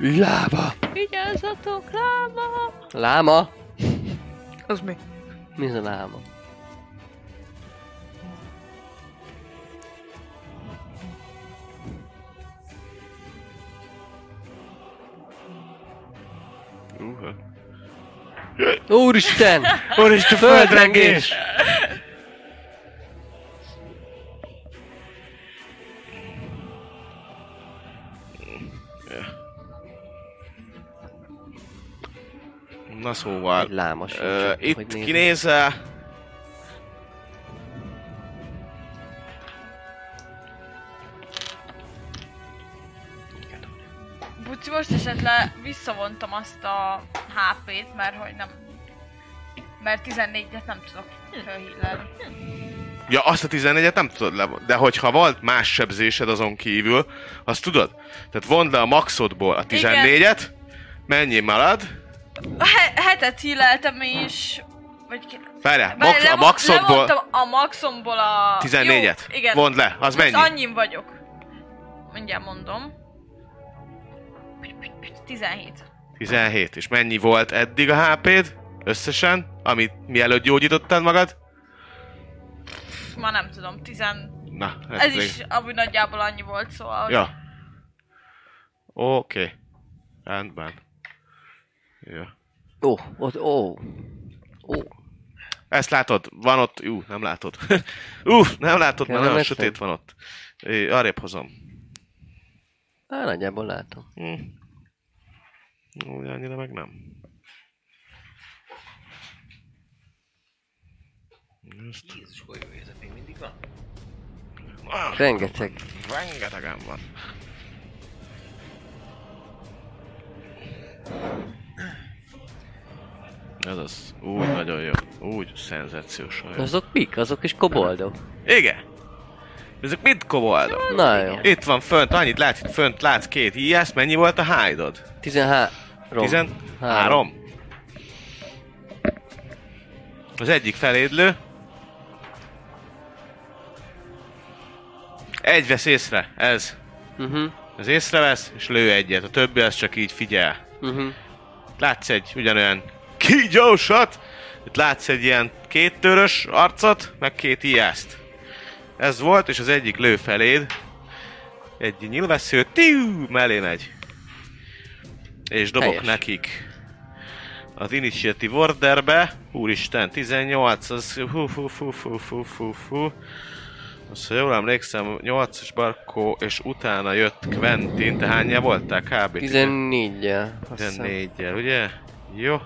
[SPEAKER 3] Láva.
[SPEAKER 4] Vigyázzatok, láma!
[SPEAKER 3] Láma?
[SPEAKER 6] Az mi?
[SPEAKER 3] Mi ez a láma?
[SPEAKER 2] Uh-huh.
[SPEAKER 3] Úristen!
[SPEAKER 2] Úristen,
[SPEAKER 3] földrengés!
[SPEAKER 2] Na szóval...
[SPEAKER 3] Egy láma sincs
[SPEAKER 2] ö,
[SPEAKER 3] ott, hogy
[SPEAKER 2] Itt
[SPEAKER 3] nézem.
[SPEAKER 2] kinézel...
[SPEAKER 6] Buci, most esetleg visszavontam azt a HP-t, mert hogy nem... Mert 14-et nem tudok felhillelni.
[SPEAKER 2] Ja, azt a 14-et nem tudod le... De hogyha volt más sebzésed azon kívül, azt tudod? Tehát vond le a maxodból a 14-et, mennyi marad?
[SPEAKER 6] A he- hetet hilleltem és... Vagy ki...
[SPEAKER 2] Várjál,
[SPEAKER 6] Bár
[SPEAKER 2] max, a
[SPEAKER 6] levon-
[SPEAKER 2] maxodból
[SPEAKER 6] levontam a maxomból a...
[SPEAKER 2] 14-et.
[SPEAKER 6] Jó, igen.
[SPEAKER 2] Vond le, az
[SPEAKER 6] Most
[SPEAKER 2] mennyi?
[SPEAKER 6] annyin vagyok. Mindjárt mondom. 17.
[SPEAKER 2] 17. És mennyi volt eddig a HP-d összesen, amit mielőtt gyógyítottad magad?
[SPEAKER 6] Pff, Már nem tudom, 10...
[SPEAKER 2] Na, hát
[SPEAKER 6] Ez is amúgy nagyjából annyi volt, szóval...
[SPEAKER 2] Ja. Oké. Okay. Rendben. Ja.
[SPEAKER 3] Ó, ott, ó. Ó,
[SPEAKER 2] Ezt látod, van ott, ú, nem látod. Uff, nem látod, mert nagyon
[SPEAKER 3] Kellemetlen.
[SPEAKER 2] sötét van ott. É, arrébb hozom.
[SPEAKER 3] á, nagyjából látom.
[SPEAKER 2] Hm. Úgy annyira meg nem.
[SPEAKER 7] Jézus, golyó ez még mindig van.
[SPEAKER 2] Ah,
[SPEAKER 3] Rengeteg.
[SPEAKER 2] rengetegen van. Ez az úgy nagyon jó, úgy szenzációs olyan.
[SPEAKER 3] Azok mik? Azok is koboldok.
[SPEAKER 2] Igen. Ezek mind koboldok.
[SPEAKER 3] Na jó.
[SPEAKER 2] Itt van fönt, annyit látsz, itt fönt látsz két ilyes, mennyi volt a hide-od?
[SPEAKER 3] 13.
[SPEAKER 2] 13? Az egyik felédlő. Egy vesz észre, ez.
[SPEAKER 3] Mhm,
[SPEAKER 2] Ez észrevesz, és lő egyet. A többi az csak így figyel.
[SPEAKER 3] mhm.
[SPEAKER 2] Látsz egy ugyanolyan kígyósat, itt látsz egy ilyen két törös arcot, meg két ijeszt. Ez volt, és az egyik lő feléd, egy nyilvessző, tiu, mellé megy. És dobok
[SPEAKER 3] Helyes.
[SPEAKER 2] Helyes. nekik az Initiative Orderbe. Úristen, 18, az hú, hú, hú, hú, hú, hú, hú. Azt, ha jól emlékszem, 8-as Barkó, és utána jött Quentin, te hányja voltál kb?
[SPEAKER 3] 14 -jel, azt hiszem.
[SPEAKER 2] 14-jel, ugye? Jó.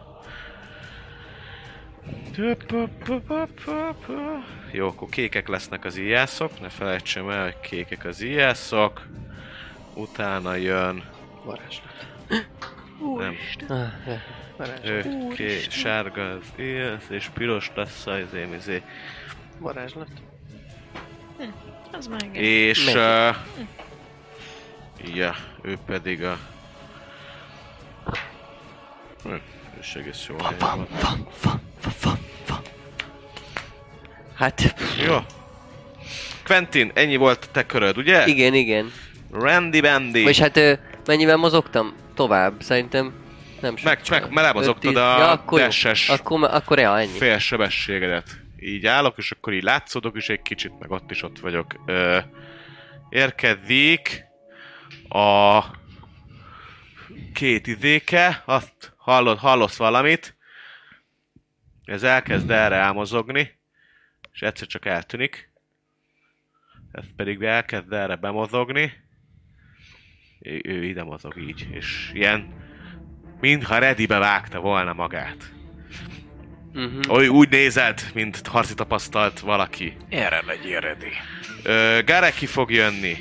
[SPEAKER 2] Jó, akkor kékek lesznek az ijászok, ne felejtsem el, hogy kékek az ijászok. Utána jön...
[SPEAKER 3] Varázslat.
[SPEAKER 2] Nem,
[SPEAKER 3] Ah, le- varázs-
[SPEAKER 2] ő, ké, sárga az ijász, és piros lesz az én izé.
[SPEAKER 3] Varázslat.
[SPEAKER 4] Az már igen.
[SPEAKER 2] És...
[SPEAKER 3] Megy.
[SPEAKER 2] Uh, ja, ő pedig a... Hm, És egész jó helyen van.
[SPEAKER 3] Fam, fam, fam, fam, fam, fam. Hát,
[SPEAKER 2] Jó. Quentin, ennyi volt a te köröd, ugye?
[SPEAKER 3] igen, igen.
[SPEAKER 2] Randy Bandy.
[SPEAKER 3] Vagyis hát ö, mennyivel mozogtam? Tovább, szerintem nem sok.
[SPEAKER 2] Meg, meg, meg lemozogtad a
[SPEAKER 3] ja, akkor, jó.
[SPEAKER 2] dashes
[SPEAKER 3] akkor, akkor ja, ennyi.
[SPEAKER 2] félsebességedet. így állok, és akkor így látszódok is egy kicsit, meg ott is ott vagyok. Ö, érkezik a két izéke, azt hallod, hallasz valamit, ez elkezd erre elmozogni, és egyszer csak eltűnik. Ez pedig elkezd erre bemozogni. Ő, ő ide mozog így, és ilyen, mintha Redibe vágta volna magát.
[SPEAKER 3] Uh-huh.
[SPEAKER 2] Oly úgy nézed, mint harci tapasztalt valaki.
[SPEAKER 5] Erre legyél ready.
[SPEAKER 2] Ö, Gareki fog jönni.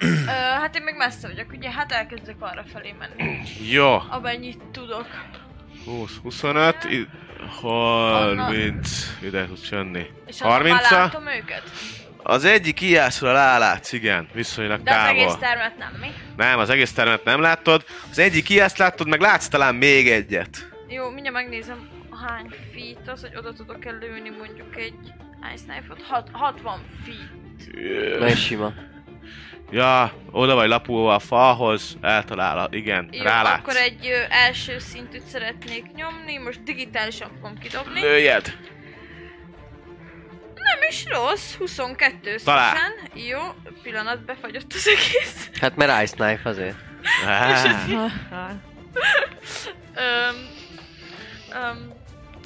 [SPEAKER 6] Ö, hát én még messze vagyok, ugye? Hát elkezdek arra felé menni.
[SPEAKER 2] Jó.
[SPEAKER 6] Amennyit tudok.
[SPEAKER 2] 20, 25, i- 30, ide tudsz jönni.
[SPEAKER 6] És akkor már
[SPEAKER 2] 30 -a?
[SPEAKER 6] látom őket.
[SPEAKER 2] Az egyik ijászra rálátsz, igen, viszonylag
[SPEAKER 6] De az egész
[SPEAKER 2] távol.
[SPEAKER 6] termet nem, mi?
[SPEAKER 2] Nem, az egész termet nem láttad. Az egyik ilyeszt láttad, meg látsz talán még egyet.
[SPEAKER 6] Jó, mindjárt megnézem hány feet az, hogy oda tudok előni mondjuk egy Ice Knife-ot. Hat, 60 feet.
[SPEAKER 3] Nagyon sima.
[SPEAKER 2] Ja, oda vagy lapulva a falhoz, eltalál, igen,
[SPEAKER 6] Jó,
[SPEAKER 2] rálátsz.
[SPEAKER 6] akkor egy ö, első szintűt szeretnék nyomni, most digitálisan fogom kidobni.
[SPEAKER 2] Lőjed.
[SPEAKER 6] Nem is rossz, 22
[SPEAKER 2] Talál.
[SPEAKER 6] összesen. Jó, pillanat, befagyott az egész.
[SPEAKER 3] Hát mert Ice Knife azért.
[SPEAKER 2] Á,
[SPEAKER 6] Öm, öm, nem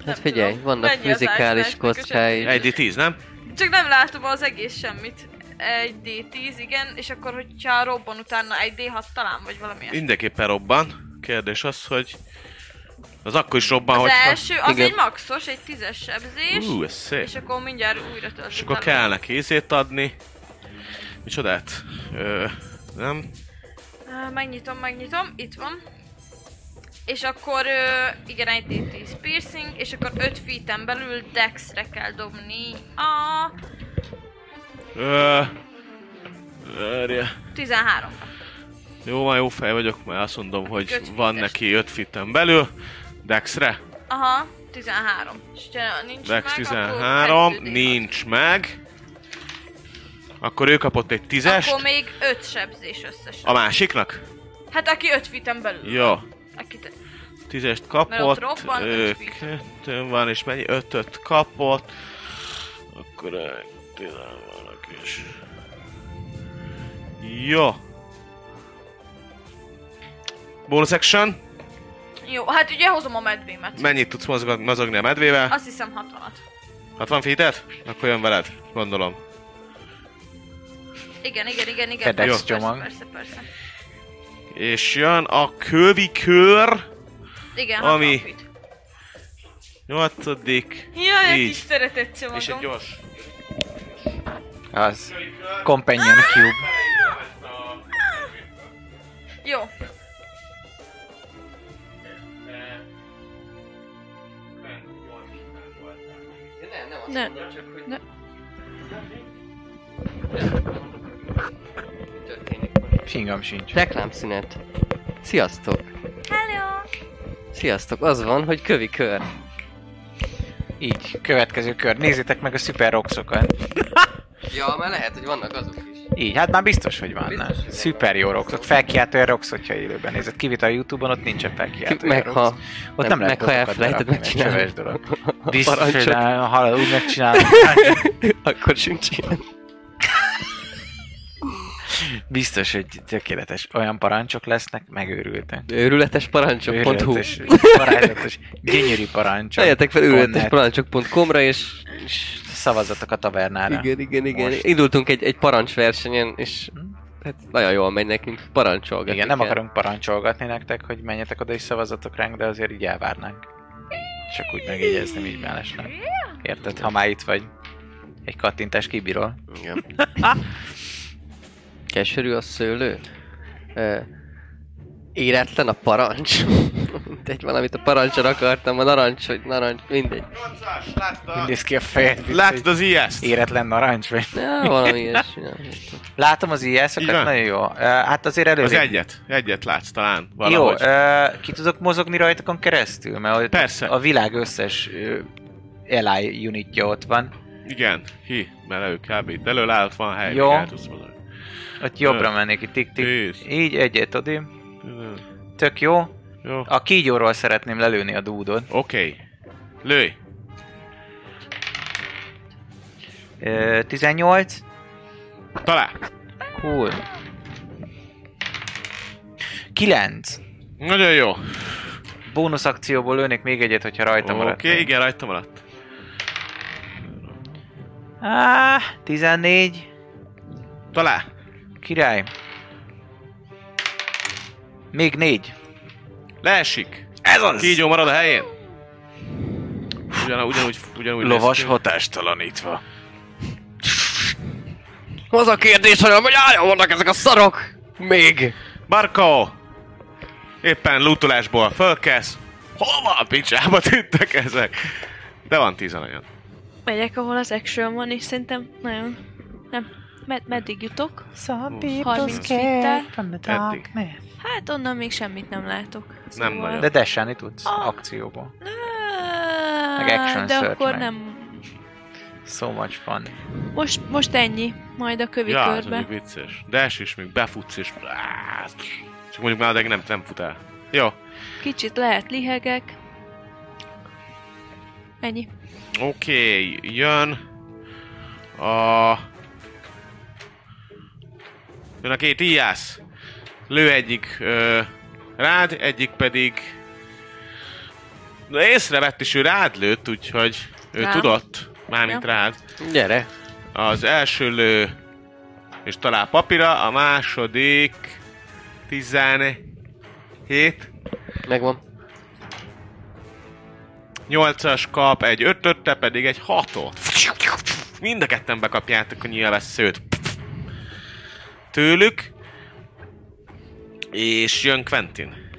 [SPEAKER 3] Hát figyelj,
[SPEAKER 6] tudom.
[SPEAKER 3] vannak
[SPEAKER 6] Mennyi az
[SPEAKER 3] fizikális
[SPEAKER 6] Ice Knife-nek összesen?
[SPEAKER 3] kockái.
[SPEAKER 2] Egy 10, nem?
[SPEAKER 6] Csak nem látom az egész semmit. Egy D10, igen, és akkor, hogyha robban utána egy D6 talán, vagy valami ilyesmi.
[SPEAKER 2] Mindenképpen robban. Kérdés az, hogy az akkor is robban,
[SPEAKER 6] Az
[SPEAKER 2] hogy...
[SPEAKER 6] első, az
[SPEAKER 3] Igen.
[SPEAKER 6] egy maxos, egy tízes sebzés,
[SPEAKER 2] Ú, ez szép.
[SPEAKER 6] és akkor mindjárt újra töltöttem.
[SPEAKER 2] És akkor kell neki ízét adni. Micsodát? Ö, nem?
[SPEAKER 6] Ö, Megnyitom, megnyitom, itt van. És akkor, ö, igen, egy D10 piercing, és akkor 5 feet belül dexre kell dobni a
[SPEAKER 2] Ö, várja.
[SPEAKER 6] 13
[SPEAKER 2] Jó, már jó fej vagyok, mert azt mondom, hogy
[SPEAKER 6] Öt
[SPEAKER 2] van
[SPEAKER 6] fites.
[SPEAKER 2] neki 5 fitten belül. Dexre?
[SPEAKER 6] Aha, 13. És ha nincs
[SPEAKER 2] Dex
[SPEAKER 6] meg,
[SPEAKER 2] 13,
[SPEAKER 6] akkor 2D6.
[SPEAKER 2] nincs meg. Akkor ő kapott egy tízest.
[SPEAKER 6] Akkor még 5 sebzés összesen.
[SPEAKER 2] A másiknak?
[SPEAKER 6] Hát aki 5 feet belül.
[SPEAKER 2] Jó.
[SPEAKER 6] Akit...
[SPEAKER 2] Tízest
[SPEAKER 6] Mert ott
[SPEAKER 2] kapott.
[SPEAKER 6] robban
[SPEAKER 2] ö,
[SPEAKER 6] öt fit.
[SPEAKER 2] Kettőn van, és mennyi? Ötöt kapott. Akkor egy tizen vannak is. Jó. Bonus action.
[SPEAKER 6] Jó, hát ugye hozom a medvémet.
[SPEAKER 2] Mennyit tudsz mozog- mozogni a medvével?
[SPEAKER 6] Azt hiszem 60-at.
[SPEAKER 2] 60 feet Akkor jön veled, gondolom.
[SPEAKER 6] Igen, igen, igen, igen.
[SPEAKER 7] FedEx
[SPEAKER 6] persze,
[SPEAKER 7] csomag.
[SPEAKER 6] Persze, persze, persze.
[SPEAKER 2] És jön a kövi kör.
[SPEAKER 6] Igen,
[SPEAKER 2] Ami-
[SPEAKER 6] Ami... 60 feet.
[SPEAKER 2] Nyolcadik.
[SPEAKER 6] Jaj, egy
[SPEAKER 2] Így.
[SPEAKER 6] kis szeretett csomagom.
[SPEAKER 2] És egy gyors.
[SPEAKER 7] Az. Companion Cube.
[SPEAKER 6] Jó.
[SPEAKER 4] Ne. Ne.
[SPEAKER 7] Fingam sincs.
[SPEAKER 3] Reklámszünet. Sziasztok!
[SPEAKER 6] Hello!
[SPEAKER 3] Sziasztok! Az van, hogy kövi kör.
[SPEAKER 7] Így, következő kör. Nézzétek meg a Super Roxokat.
[SPEAKER 3] Ja, már lehet, hogy vannak azok is.
[SPEAKER 7] Így, hát már biztos, hogy vannak.
[SPEAKER 3] Biztos, hogy
[SPEAKER 7] Szuper jó roxok. Felkiáltója rox, hogyha élőben nézed. Kivita a Youtube-on, ott nincsen felkiáltója
[SPEAKER 3] Meg
[SPEAKER 7] rox.
[SPEAKER 3] ha...
[SPEAKER 7] Ott nem,
[SPEAKER 3] nem-
[SPEAKER 7] lehet
[SPEAKER 3] meg ha
[SPEAKER 7] roxokat
[SPEAKER 3] elfelejted
[SPEAKER 7] darálni, mert
[SPEAKER 3] megcsinálni.
[SPEAKER 7] Csöves dolog.
[SPEAKER 3] a
[SPEAKER 7] Biztos, hogy
[SPEAKER 3] parancsot,
[SPEAKER 7] nem, ha úgy megcsinálom.
[SPEAKER 3] Akkor sincs ilyen.
[SPEAKER 7] Biztos, hogy tökéletes. Olyan parancsok lesznek, megőrültek.
[SPEAKER 3] Őrületes parancsok.hu
[SPEAKER 7] Őrületes, parancsok, gyönyörű parancsok.
[SPEAKER 3] Tegyetek fel
[SPEAKER 7] Pont
[SPEAKER 3] őrületes
[SPEAKER 7] net.
[SPEAKER 3] parancsok.com-ra és... és
[SPEAKER 7] Szavazatok a tavernára.
[SPEAKER 3] igen, igen, igen.
[SPEAKER 7] Most. Mhm.
[SPEAKER 3] Indultunk egy, egy parancsversenyen, és... Hát nagyon jól megy nekünk, parancsolgatunk.
[SPEAKER 7] Igen, nem
[SPEAKER 3] el.
[SPEAKER 7] akarunk parancsolgatni nektek, hogy menjetek oda és szavazatok ránk, de azért így elvárnánk. Csak úgy megjegyezném így mellesleg. Érted, ha már itt vagy. Egy kattintás kibírol.
[SPEAKER 3] Igen. Keserű a szőlő. Ö, éretlen a parancs. Mindegy, valamit a parancsra akartam, a narancs, vagy narancs, mindegy.
[SPEAKER 7] Úgy néz ki a fejed, mint
[SPEAKER 2] Látod
[SPEAKER 7] egy
[SPEAKER 2] az ilyeszt?
[SPEAKER 7] éretlen narancs vagy.
[SPEAKER 3] Ja, valami ilyesmi. nem tudom.
[SPEAKER 7] Látom az
[SPEAKER 2] Így
[SPEAKER 7] ilyeszokat,
[SPEAKER 2] van.
[SPEAKER 7] nagyon jó. Ö, Hát azért előrébb.
[SPEAKER 2] Az egyet. Egyet látsz talán.
[SPEAKER 7] Jó,
[SPEAKER 2] Valahogy.
[SPEAKER 7] ö, ki tudok mozogni rajtakon keresztül? Mert ott
[SPEAKER 2] Persze.
[SPEAKER 7] a világ összes ö, Eli unitja ott van.
[SPEAKER 2] Igen, hi, mert ő kb. itt elől állt, van hely,
[SPEAKER 7] Jó.
[SPEAKER 2] Jó. el tudsz mondani.
[SPEAKER 7] Ott jobbra mennék, így tik-tik.
[SPEAKER 2] Tíz.
[SPEAKER 7] Így egyet adj. Tök jó.
[SPEAKER 2] Jó.
[SPEAKER 7] A kígyóról szeretném lelőni a dúdot.
[SPEAKER 2] Oké. Lőj.
[SPEAKER 7] Ö, 18.
[SPEAKER 2] Talál.
[SPEAKER 7] Cool. 9.
[SPEAKER 2] Nagyon jó.
[SPEAKER 7] Bónusz akcióból lőnék még egyet, hogyha rajta
[SPEAKER 2] Oké,
[SPEAKER 7] maradt.
[SPEAKER 2] okay, igen, rajta maradt.
[SPEAKER 7] Á, 14.
[SPEAKER 2] Talál.
[SPEAKER 7] Király. Még négy.
[SPEAKER 2] Leesik. Ez az! Kígyó marad a helyén. Ugyan, ugyanúgy, ugyanúgy néz
[SPEAKER 5] Lovas
[SPEAKER 2] ki.
[SPEAKER 5] hatástalanítva.
[SPEAKER 3] Az a kérdés, hogy hogy álljon vannak ezek a szarok! Még!
[SPEAKER 2] Barkó! Éppen lootolásból fölkelsz. Hova a picsába tűntek ezek? De van tíz aranyad.
[SPEAKER 4] Megyek, ahol az action van, és szerintem nagyon... Nem, med- meddig jutok? 30 feet-tel.
[SPEAKER 2] Eddig.
[SPEAKER 4] Hát onnan még semmit nem látok. Szóval-
[SPEAKER 2] nagyon.
[SPEAKER 7] De desselni tudsz akcióból. Meg action
[SPEAKER 4] De
[SPEAKER 7] search
[SPEAKER 4] akkor
[SPEAKER 7] meg.
[SPEAKER 4] nem...
[SPEAKER 7] So much fun.
[SPEAKER 4] Most, most ennyi. Majd a kövi
[SPEAKER 2] Ja, ez
[SPEAKER 4] körbe.
[SPEAKER 2] mondjuk vicces. De es is, még befutsz és... Áh, Csak mondjuk már addig nem, nem fut el. Jó.
[SPEAKER 4] Kicsit lehet lihegek. Ennyi.
[SPEAKER 2] Oké, okay, jön a... Jön a két íjász. Lő egyik ö, rád, egyik pedig... De észrevett is, ő rád lőtt, úgyhogy ő
[SPEAKER 4] Rám?
[SPEAKER 2] tudott, mármint
[SPEAKER 4] Ja.
[SPEAKER 2] rád.
[SPEAKER 3] Gyere!
[SPEAKER 2] Az első lő, és talál papira, a második 17,
[SPEAKER 3] Megvan.
[SPEAKER 2] 8-as kap egy 5 te pedig egy 6-ot. Mind a ketten bekapjátok a nyilvesszőt. Tőlük. És jön Quentin.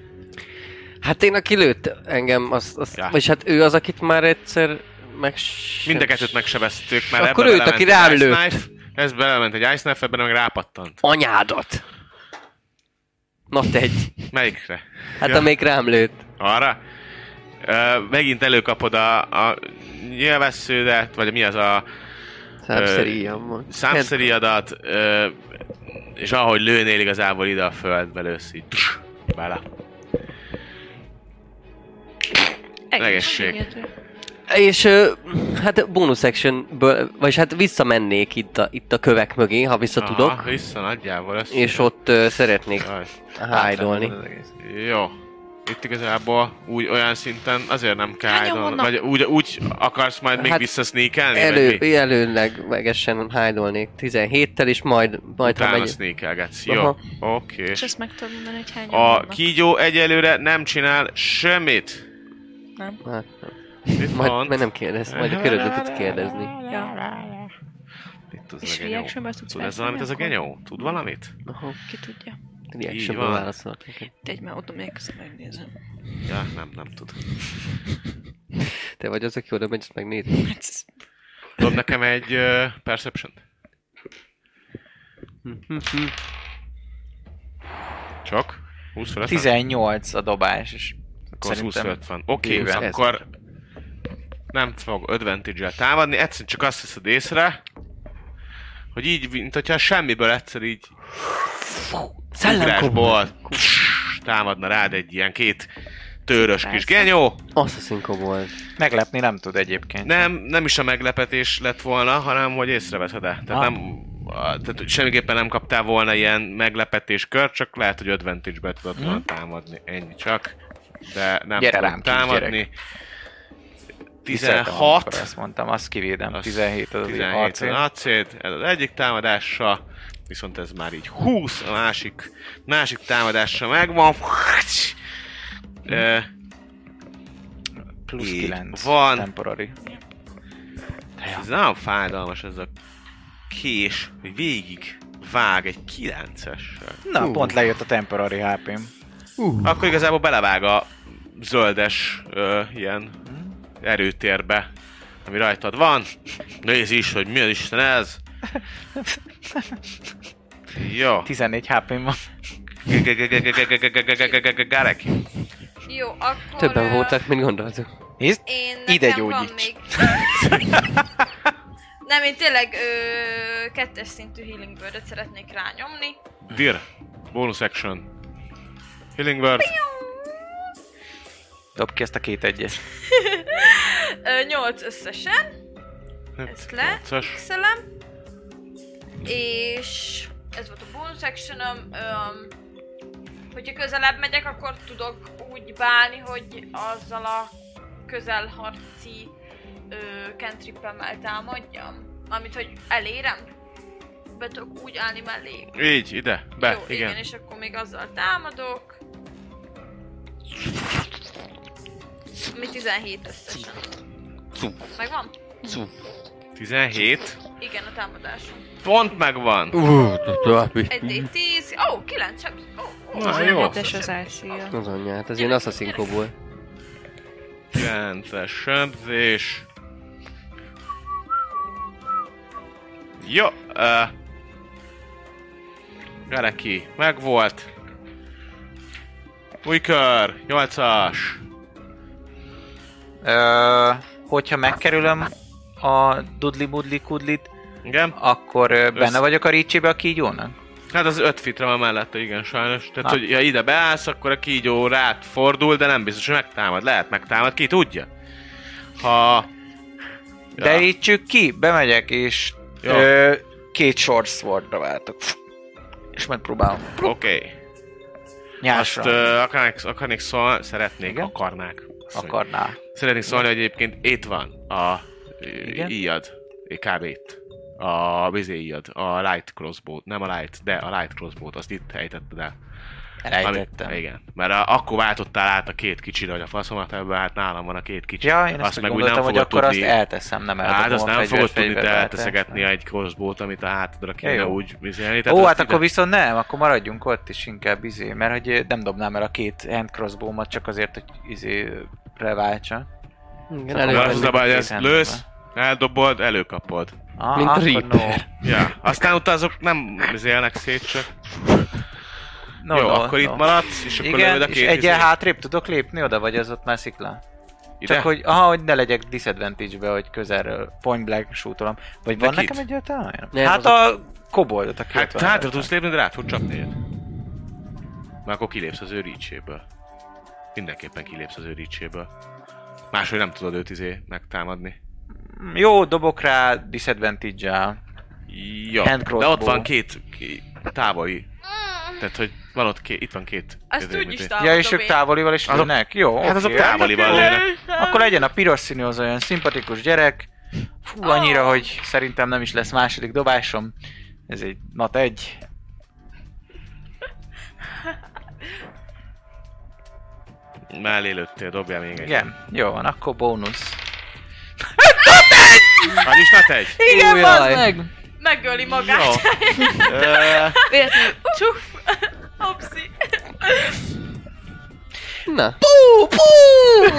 [SPEAKER 3] Hát én, aki lőtt engem, azt, azt
[SPEAKER 2] Ja.
[SPEAKER 3] ja. vagyis hát ő az, akit már egyszer meg... sem-
[SPEAKER 2] Mind a kettőt megsebeztük, már
[SPEAKER 3] Akkor
[SPEAKER 2] ebbe
[SPEAKER 3] őt,
[SPEAKER 2] belement
[SPEAKER 3] aki
[SPEAKER 2] egy
[SPEAKER 3] rám
[SPEAKER 2] Ice
[SPEAKER 3] lőtt.
[SPEAKER 2] Knife, Ez belement egy Ice Knife, ebben meg rápattant.
[SPEAKER 3] Anyádat! Na tegy.
[SPEAKER 2] Melyikre?
[SPEAKER 3] Hát
[SPEAKER 2] Ja.
[SPEAKER 3] ja. amelyik rám lőtt.
[SPEAKER 2] Arra? Ö, megint előkapod a, a nyilvessződet, vagy mi az a
[SPEAKER 3] Számszerű ilyen van.
[SPEAKER 2] számszerű
[SPEAKER 3] Hát-
[SPEAKER 2] adat, ö, és ahogy lőnél igazából ide a földbe lősz, így tus, bele. Egészség.
[SPEAKER 3] És ö, hát bonus actionből, vagyis hát visszamennék itt a, itt a kövek mögé, ha vissza
[SPEAKER 2] Aha, Hát,
[SPEAKER 3] tudok.
[SPEAKER 2] Vissza nagyjából össze.
[SPEAKER 3] És ott ö, szeretnék
[SPEAKER 2] Jaj.
[SPEAKER 3] hájdolni.
[SPEAKER 2] hát, Jó. Itt igazából úgy olyan szinten azért nem kell
[SPEAKER 4] Hányan
[SPEAKER 2] idol,
[SPEAKER 4] vannak?
[SPEAKER 2] vagy úgy, úgy akarsz majd még
[SPEAKER 3] Hát
[SPEAKER 2] visszasneakelni?
[SPEAKER 3] Elő,
[SPEAKER 2] vagy mi?
[SPEAKER 3] előleg megesen hájdolnék 17-tel, és majd, majd ha
[SPEAKER 2] Utána
[SPEAKER 3] megy.
[SPEAKER 2] sneakelgetsz. Jó,
[SPEAKER 3] Aha.
[SPEAKER 2] oké. Okay.
[SPEAKER 4] És ezt megtudom, mert egy hányan
[SPEAKER 2] A
[SPEAKER 4] vannak.
[SPEAKER 2] kígyó egyelőre nem csinál semmit.
[SPEAKER 3] Hát, majd,
[SPEAKER 2] Viszont...
[SPEAKER 3] majd nem kérdez, majd a körödbe tudsz kérdezni.
[SPEAKER 4] Ja,
[SPEAKER 2] Itt
[SPEAKER 4] És
[SPEAKER 2] az a genyó.
[SPEAKER 4] reactionből tudsz
[SPEAKER 2] Tud ez valamit ez a
[SPEAKER 4] feltenni
[SPEAKER 2] genyó? Tud valamit?
[SPEAKER 3] Aha,
[SPEAKER 4] ki tudja.
[SPEAKER 3] reactionből
[SPEAKER 2] van.
[SPEAKER 3] válaszolok neked.
[SPEAKER 4] Tegy már oda még ezt megnézem.
[SPEAKER 2] Ja, nem, nem tud.
[SPEAKER 3] Te vagy az, aki oda megy, ezt megnézi.
[SPEAKER 4] Hát,
[SPEAKER 2] Dob nekem egy uh, perception Csak? 20 fölött?
[SPEAKER 7] 18 a dobás, és
[SPEAKER 2] Akkor az 20
[SPEAKER 7] szerintem
[SPEAKER 2] fölött van. Oké,
[SPEAKER 3] Bőven.
[SPEAKER 2] okay, akkor nem fog advantage támadni, egyszerűen csak azt veszed észre, hogy így, mint hogyha semmiből egyszer így ugrásból támadna rád egy ilyen két tőrös kis genyó.
[SPEAKER 3] Assassin kobold.
[SPEAKER 7] meglepni nem tud egyébként.
[SPEAKER 2] Nem, nem is a meglepetés lett volna, hanem hogy észreveszed -e. Tehát,
[SPEAKER 7] Ah.
[SPEAKER 2] nem, a- tehát semmiképpen nem kaptál volna ilyen meglepetés kör, csak lehet, hogy advantage-be tudod volna támadni. Ennyi csak. De nem
[SPEAKER 7] Gyere
[SPEAKER 2] tudod
[SPEAKER 7] rám, kis
[SPEAKER 2] támadni.
[SPEAKER 7] gyerek. Tiszteltem, amikor
[SPEAKER 2] 16.
[SPEAKER 7] Azt mondtam, azt kivédem.
[SPEAKER 2] az
[SPEAKER 7] 17 az 17
[SPEAKER 2] 17
[SPEAKER 7] arcél.
[SPEAKER 2] az acélt, ez az egyik támadása, viszont ez már így 20, a másik, másik támadása megvan. Ö,
[SPEAKER 7] Plusz
[SPEAKER 2] Így
[SPEAKER 7] 9.
[SPEAKER 2] van.
[SPEAKER 7] Temporary.
[SPEAKER 2] Ez nagyon fájdalmas ez a kés, hogy végig vág egy 9-essel.
[SPEAKER 7] Na, pont lejött a temporary HP-m.
[SPEAKER 2] Akkor igazából belevág a zöldes ö, ilyen erőtérbe, ami rajtad van. Nézd is, hogy mi az Isten ez. Jó.
[SPEAKER 7] 14 HP-m van.
[SPEAKER 2] Garek.
[SPEAKER 6] Jó, akkor...
[SPEAKER 3] Többen
[SPEAKER 6] ö,
[SPEAKER 3] voltak, mint gondoltuk.
[SPEAKER 7] Nézd,
[SPEAKER 6] Én nekem
[SPEAKER 7] ide
[SPEAKER 6] van
[SPEAKER 7] gyógyíts.
[SPEAKER 6] még... Nem, én tényleg ö, kettes szintű healing bird szeretnék rányomni.
[SPEAKER 2] Dir. Bonus action. Healing Word.
[SPEAKER 7] Dob ki ezt a két egyes.
[SPEAKER 6] Ö, nyolc összesen. ezt le
[SPEAKER 2] Nyolcas.
[SPEAKER 6] Szelem. És ez volt a bonus actionom. Um, hogyha közelebb megyek, akkor tudok úgy bánni, hogy azzal a közelharci ö, cantrippemmel támadjam. Amit, hogy elérem. Be tudok úgy állni mellé.
[SPEAKER 2] Így, ide, be,
[SPEAKER 6] Jó, igen.
[SPEAKER 2] igen.
[SPEAKER 6] igen, és akkor még azzal támadok. Mi 17 összesen. Megvan?
[SPEAKER 2] 17.
[SPEAKER 6] Igen, a támadásom.
[SPEAKER 2] Pont megvan.
[SPEAKER 3] Ú, tovább itt.
[SPEAKER 2] Mhm.
[SPEAKER 6] 1d10, ó, 9 seb... Ó, ó,
[SPEAKER 2] Na,
[SPEAKER 6] seb-
[SPEAKER 2] jó.
[SPEAKER 6] seb-
[SPEAKER 4] Hetes az ICA.
[SPEAKER 3] Az anyját, ez ilyen Assassin Cowboy.
[SPEAKER 2] 9-es sömpzés. Jó, uh, Gareki, megvolt. Új kör, 8-as.
[SPEAKER 7] Ö, hogyha megkerülöm a dudli budli kudlit,
[SPEAKER 2] Igen?
[SPEAKER 7] akkor ö,
[SPEAKER 2] Össze-
[SPEAKER 7] benne vagyok a ricsibe a kígyónak?
[SPEAKER 2] Hát az 5 fitre van mellette, igen, sajnos. Tehát,
[SPEAKER 7] Na.
[SPEAKER 2] hogy ha ide beállsz, akkor a kígyó rád fordul, de nem biztos, hogy megtámad. Lehet megtámad, ki tudja. Ha...
[SPEAKER 7] Ja. De ítsük ki, bemegyek és
[SPEAKER 2] Jó.
[SPEAKER 7] ö, két short swordra váltok. És megpróbálom.
[SPEAKER 2] Oké. Okay. Azt
[SPEAKER 7] Nyásra.
[SPEAKER 2] uh, akarnék, akarnék szólni, szeretnék,
[SPEAKER 7] Igen?
[SPEAKER 2] Igen? akarnák. Azt
[SPEAKER 7] Akarná.
[SPEAKER 2] Szeretnék szólni, hogy egyébként itt van a
[SPEAKER 7] Igen?
[SPEAKER 2] Igen? íjad, kb. itt. A vizé íjad, a light crossbow, nem a light, de a light crossbow azt itt helytetted el.
[SPEAKER 7] Elejtettem.
[SPEAKER 2] Ami, igen, mert a, akkor váltottál át a két kicsire, hogy a faszomat ebben, hát nálam van a két kicsi.
[SPEAKER 7] Ja, én azt, azt meg gondoltam, hogy
[SPEAKER 2] fogod
[SPEAKER 7] akkor tudni. azt
[SPEAKER 2] tudni-
[SPEAKER 7] elteszem, nem eldobom
[SPEAKER 2] Hát azt
[SPEAKER 7] a
[SPEAKER 2] nem
[SPEAKER 7] fegyvert,
[SPEAKER 2] fogod tudni
[SPEAKER 7] fegyvert
[SPEAKER 2] te
[SPEAKER 7] elteszem.
[SPEAKER 2] elteszegetni egy crossbow amit a hátadra kéne
[SPEAKER 7] jó.
[SPEAKER 2] úgy vizelni.
[SPEAKER 7] Ó, hát akkor viszont nem, akkor maradjunk ott is inkább izé, mert hogy ö, nem dobnám el a két hand crossbow csak azért, hogy izé ö, reváltsa.
[SPEAKER 3] Igen,
[SPEAKER 7] Akkor
[SPEAKER 2] Az
[SPEAKER 3] előbb
[SPEAKER 2] a baj, hogy ezt
[SPEAKER 7] Két
[SPEAKER 2] lősz, eldobod, előkapod.
[SPEAKER 7] Ah,
[SPEAKER 3] Mint
[SPEAKER 7] akkor
[SPEAKER 3] Reaper.
[SPEAKER 7] No,
[SPEAKER 2] Ja, aztán utána azok nem élnek szét csak.
[SPEAKER 7] no,
[SPEAKER 2] Jó,
[SPEAKER 7] no,
[SPEAKER 2] akkor
[SPEAKER 7] no.
[SPEAKER 2] itt maradsz, és akkor lövöd
[SPEAKER 7] Igen,
[SPEAKER 2] a
[SPEAKER 7] és
[SPEAKER 2] két
[SPEAKER 7] egyen
[SPEAKER 2] izét.
[SPEAKER 7] hátrébb tudok lépni oda, vagy az ott már szikla?
[SPEAKER 2] Ide?
[SPEAKER 7] Csak hogy, aha, hogy ne legyek disadvantage-be, hogy közelről point blank shootolom. Vagy
[SPEAKER 2] De
[SPEAKER 7] van
[SPEAKER 2] kit?
[SPEAKER 7] nekem egyáltalán olyan?
[SPEAKER 3] Nem,
[SPEAKER 7] hát
[SPEAKER 3] az
[SPEAKER 7] a koboldot, aki ott
[SPEAKER 2] Hát
[SPEAKER 7] van
[SPEAKER 2] hátra
[SPEAKER 7] előttem.
[SPEAKER 2] tudsz lépni, de rá tud csapni egyet. Mert akkor kilépsz az ő reachéből. Mindenképpen kilépsz az ő reachéből. Máshogy nem tudod őt izé megtámadni.
[SPEAKER 7] Jó, dobok rá disadvantage-el.
[SPEAKER 2] Ja,
[SPEAKER 7] Hand
[SPEAKER 2] de
[SPEAKER 7] crossbow.
[SPEAKER 2] ott van két ki- távoli. Tehát, hogy van ott két, itt van két.
[SPEAKER 6] Mm. Azt
[SPEAKER 2] kezérműzé.
[SPEAKER 6] úgy is
[SPEAKER 7] Ja, és ők
[SPEAKER 6] támadom én.
[SPEAKER 7] távolival is
[SPEAKER 2] Azok-
[SPEAKER 7] lőnek? Jó,
[SPEAKER 2] Hát azok
[SPEAKER 7] oké.
[SPEAKER 2] távolival
[SPEAKER 7] Jó.
[SPEAKER 2] lőnek.
[SPEAKER 7] Akkor legyen a piros színű az olyan szimpatikus gyerek. Fú, annyira, hogy szerintem nem is lesz második dobásom. Ez egy nat egy.
[SPEAKER 2] Mellé lőttél, dobjál még egy.
[SPEAKER 7] Igen, jó van, akkor bónusz.
[SPEAKER 2] Vagyis ne egy.
[SPEAKER 7] Igen,
[SPEAKER 3] Újjaj.
[SPEAKER 7] bazd meg!
[SPEAKER 6] Megöli
[SPEAKER 2] Jó.
[SPEAKER 6] magát.
[SPEAKER 2] Ö,
[SPEAKER 4] Véletlenül
[SPEAKER 6] Csuf. Hopszi.
[SPEAKER 3] Na,
[SPEAKER 7] Pú, pú!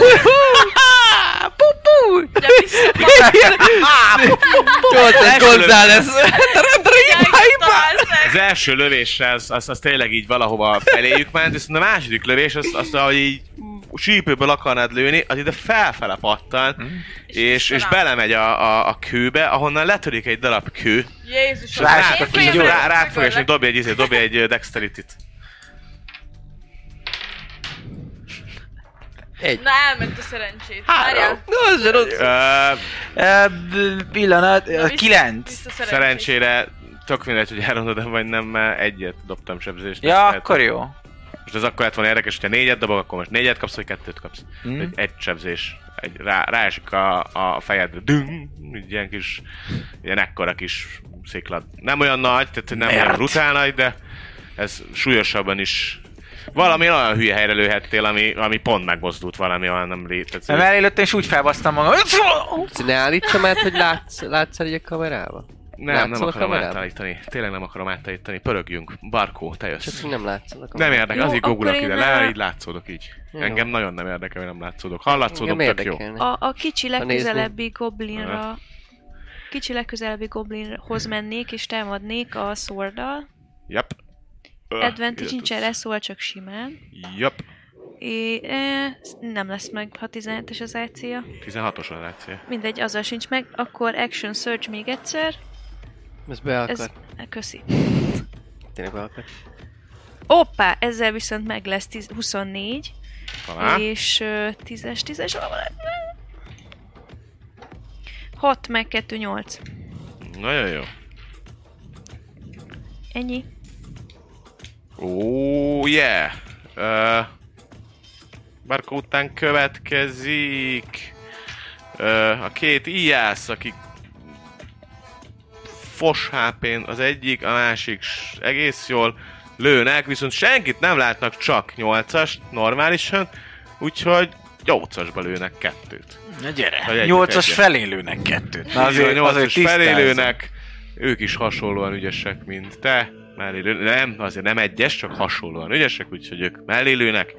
[SPEAKER 7] Pú, pú!
[SPEAKER 6] Ugye vissza.
[SPEAKER 3] Joltes González!
[SPEAKER 7] Hát,
[SPEAKER 6] Találsz meg.
[SPEAKER 2] Az első lövéssel az, az, az tényleg így valahova feléjük ment, viszont a második lövés az, az ahogy így sípőből akarnád lőni, az ide felfele pattan,
[SPEAKER 7] Mm.
[SPEAKER 2] és, és belemegy a, a, a kőbe, ahonnan letörik egy darab kő,
[SPEAKER 6] Jézusom.
[SPEAKER 7] Lásd
[SPEAKER 6] én
[SPEAKER 7] a
[SPEAKER 6] félre-
[SPEAKER 7] kígyót.
[SPEAKER 2] rá, rád fog, és még
[SPEAKER 6] megöllek.
[SPEAKER 2] dobj egy, izé, dobj egy ö, dexterity-t.
[SPEAKER 6] Na, elment a szerencsét. Várjál.
[SPEAKER 3] Na, az se rossz.
[SPEAKER 2] Ö,
[SPEAKER 7] Eh, Pillanat,
[SPEAKER 6] Na,
[SPEAKER 7] ö,
[SPEAKER 6] vissza-
[SPEAKER 7] kilenc.
[SPEAKER 6] vissza szerencsét.
[SPEAKER 2] szerencsére tök mindegy, hogy elrondod vagy nem, mert egyet dobtam sebzést.
[SPEAKER 7] Ja,
[SPEAKER 5] Hát.
[SPEAKER 7] akkor jó.
[SPEAKER 2] Most ez akkor lett volna érdekes, hogyha négyet dobok, akkor most négyet kapsz, vagy kettőt kapsz.
[SPEAKER 7] Mm.
[SPEAKER 2] Mm. Egy, egy sebzés. Egy, rá, ráesik a, a fejedre. Dün, egy ilyen kis, ilyen ekkora kis szikla. Nem olyan nagy, tehát nem Mert. olyan brutál nagy, de ez súlyosabban is valami olyan hülye helyre lőhettél, ami, ami pont megmozdult valami olyan nem
[SPEAKER 7] Mert
[SPEAKER 2] létező.
[SPEAKER 7] elé lőttem, és úgy felbasztam magam.
[SPEAKER 3] Ne állítsa már, hogy látsz, látsz el így a kamerába?
[SPEAKER 2] Nem, nem
[SPEAKER 3] látszol a
[SPEAKER 2] akarom
[SPEAKER 3] kamerán?
[SPEAKER 2] átállítani. Tényleg nem akarom átállítani. Pörögjünk. Barkó, te
[SPEAKER 3] Csak
[SPEAKER 2] jössz.
[SPEAKER 3] hogy nem látsz el a
[SPEAKER 2] Nem
[SPEAKER 3] kamerába.
[SPEAKER 2] érdekel,
[SPEAKER 4] Jó,
[SPEAKER 2] azért
[SPEAKER 4] akkor
[SPEAKER 2] googulok
[SPEAKER 4] én
[SPEAKER 2] ide
[SPEAKER 4] a-
[SPEAKER 2] le, így látszódok így.
[SPEAKER 3] Jó.
[SPEAKER 2] Engem nagyon nem érdekel, hogy nem látszódok. Hallatszódok, tök jó.
[SPEAKER 3] érdekelne.
[SPEAKER 4] A, a kicsi
[SPEAKER 3] nézni.
[SPEAKER 4] legközelebbi goblinra... Kicsi legközelebbi goblinhoz mennék, és támadnék a szordal.
[SPEAKER 2] Yep.
[SPEAKER 4] Advantage nincs erre, szóval csak simán.
[SPEAKER 2] Yep.
[SPEAKER 4] É, e, nem lesz meg, ha 17-es az IC-ja.
[SPEAKER 2] 16-os a ráció.
[SPEAKER 4] Mindegy, azzal sincs meg. Akkor Action Surge még egyszer.
[SPEAKER 3] Ez be
[SPEAKER 4] Ez,
[SPEAKER 3] akart.
[SPEAKER 4] köszi.
[SPEAKER 3] Tényleg be akart.
[SPEAKER 4] Hoppá, ezzel viszont meg lesz 10, 24,
[SPEAKER 2] Talán.
[SPEAKER 4] és 10-es, 10-es, 6 meg 2, 8.
[SPEAKER 2] Nagyon jó.
[SPEAKER 4] Ennyi.
[SPEAKER 2] Ó, yeah! Uh, Barka után következik uh, a két ijász, akik fos hp az egyik, a másik s- egész jól lőnek, viszont senkit nem látnak, csak 8-as normálisan, úgyhogy 8-asba lőnek kettőt.
[SPEAKER 5] Na
[SPEAKER 2] Vagy
[SPEAKER 5] gyere!
[SPEAKER 2] egyet,
[SPEAKER 5] Nyolcas
[SPEAKER 2] egyet.
[SPEAKER 5] felélőnek kettőt. Na
[SPEAKER 2] Azért,
[SPEAKER 5] azért, azért
[SPEAKER 2] 8-as
[SPEAKER 5] felélőnek.
[SPEAKER 2] felélőnek, ők is hasonlóan ügyesek, mint te. Mellélő, nem, azért nem egyes, csak hasonlóan ügyesek, úgyhogy ők mellélőnek.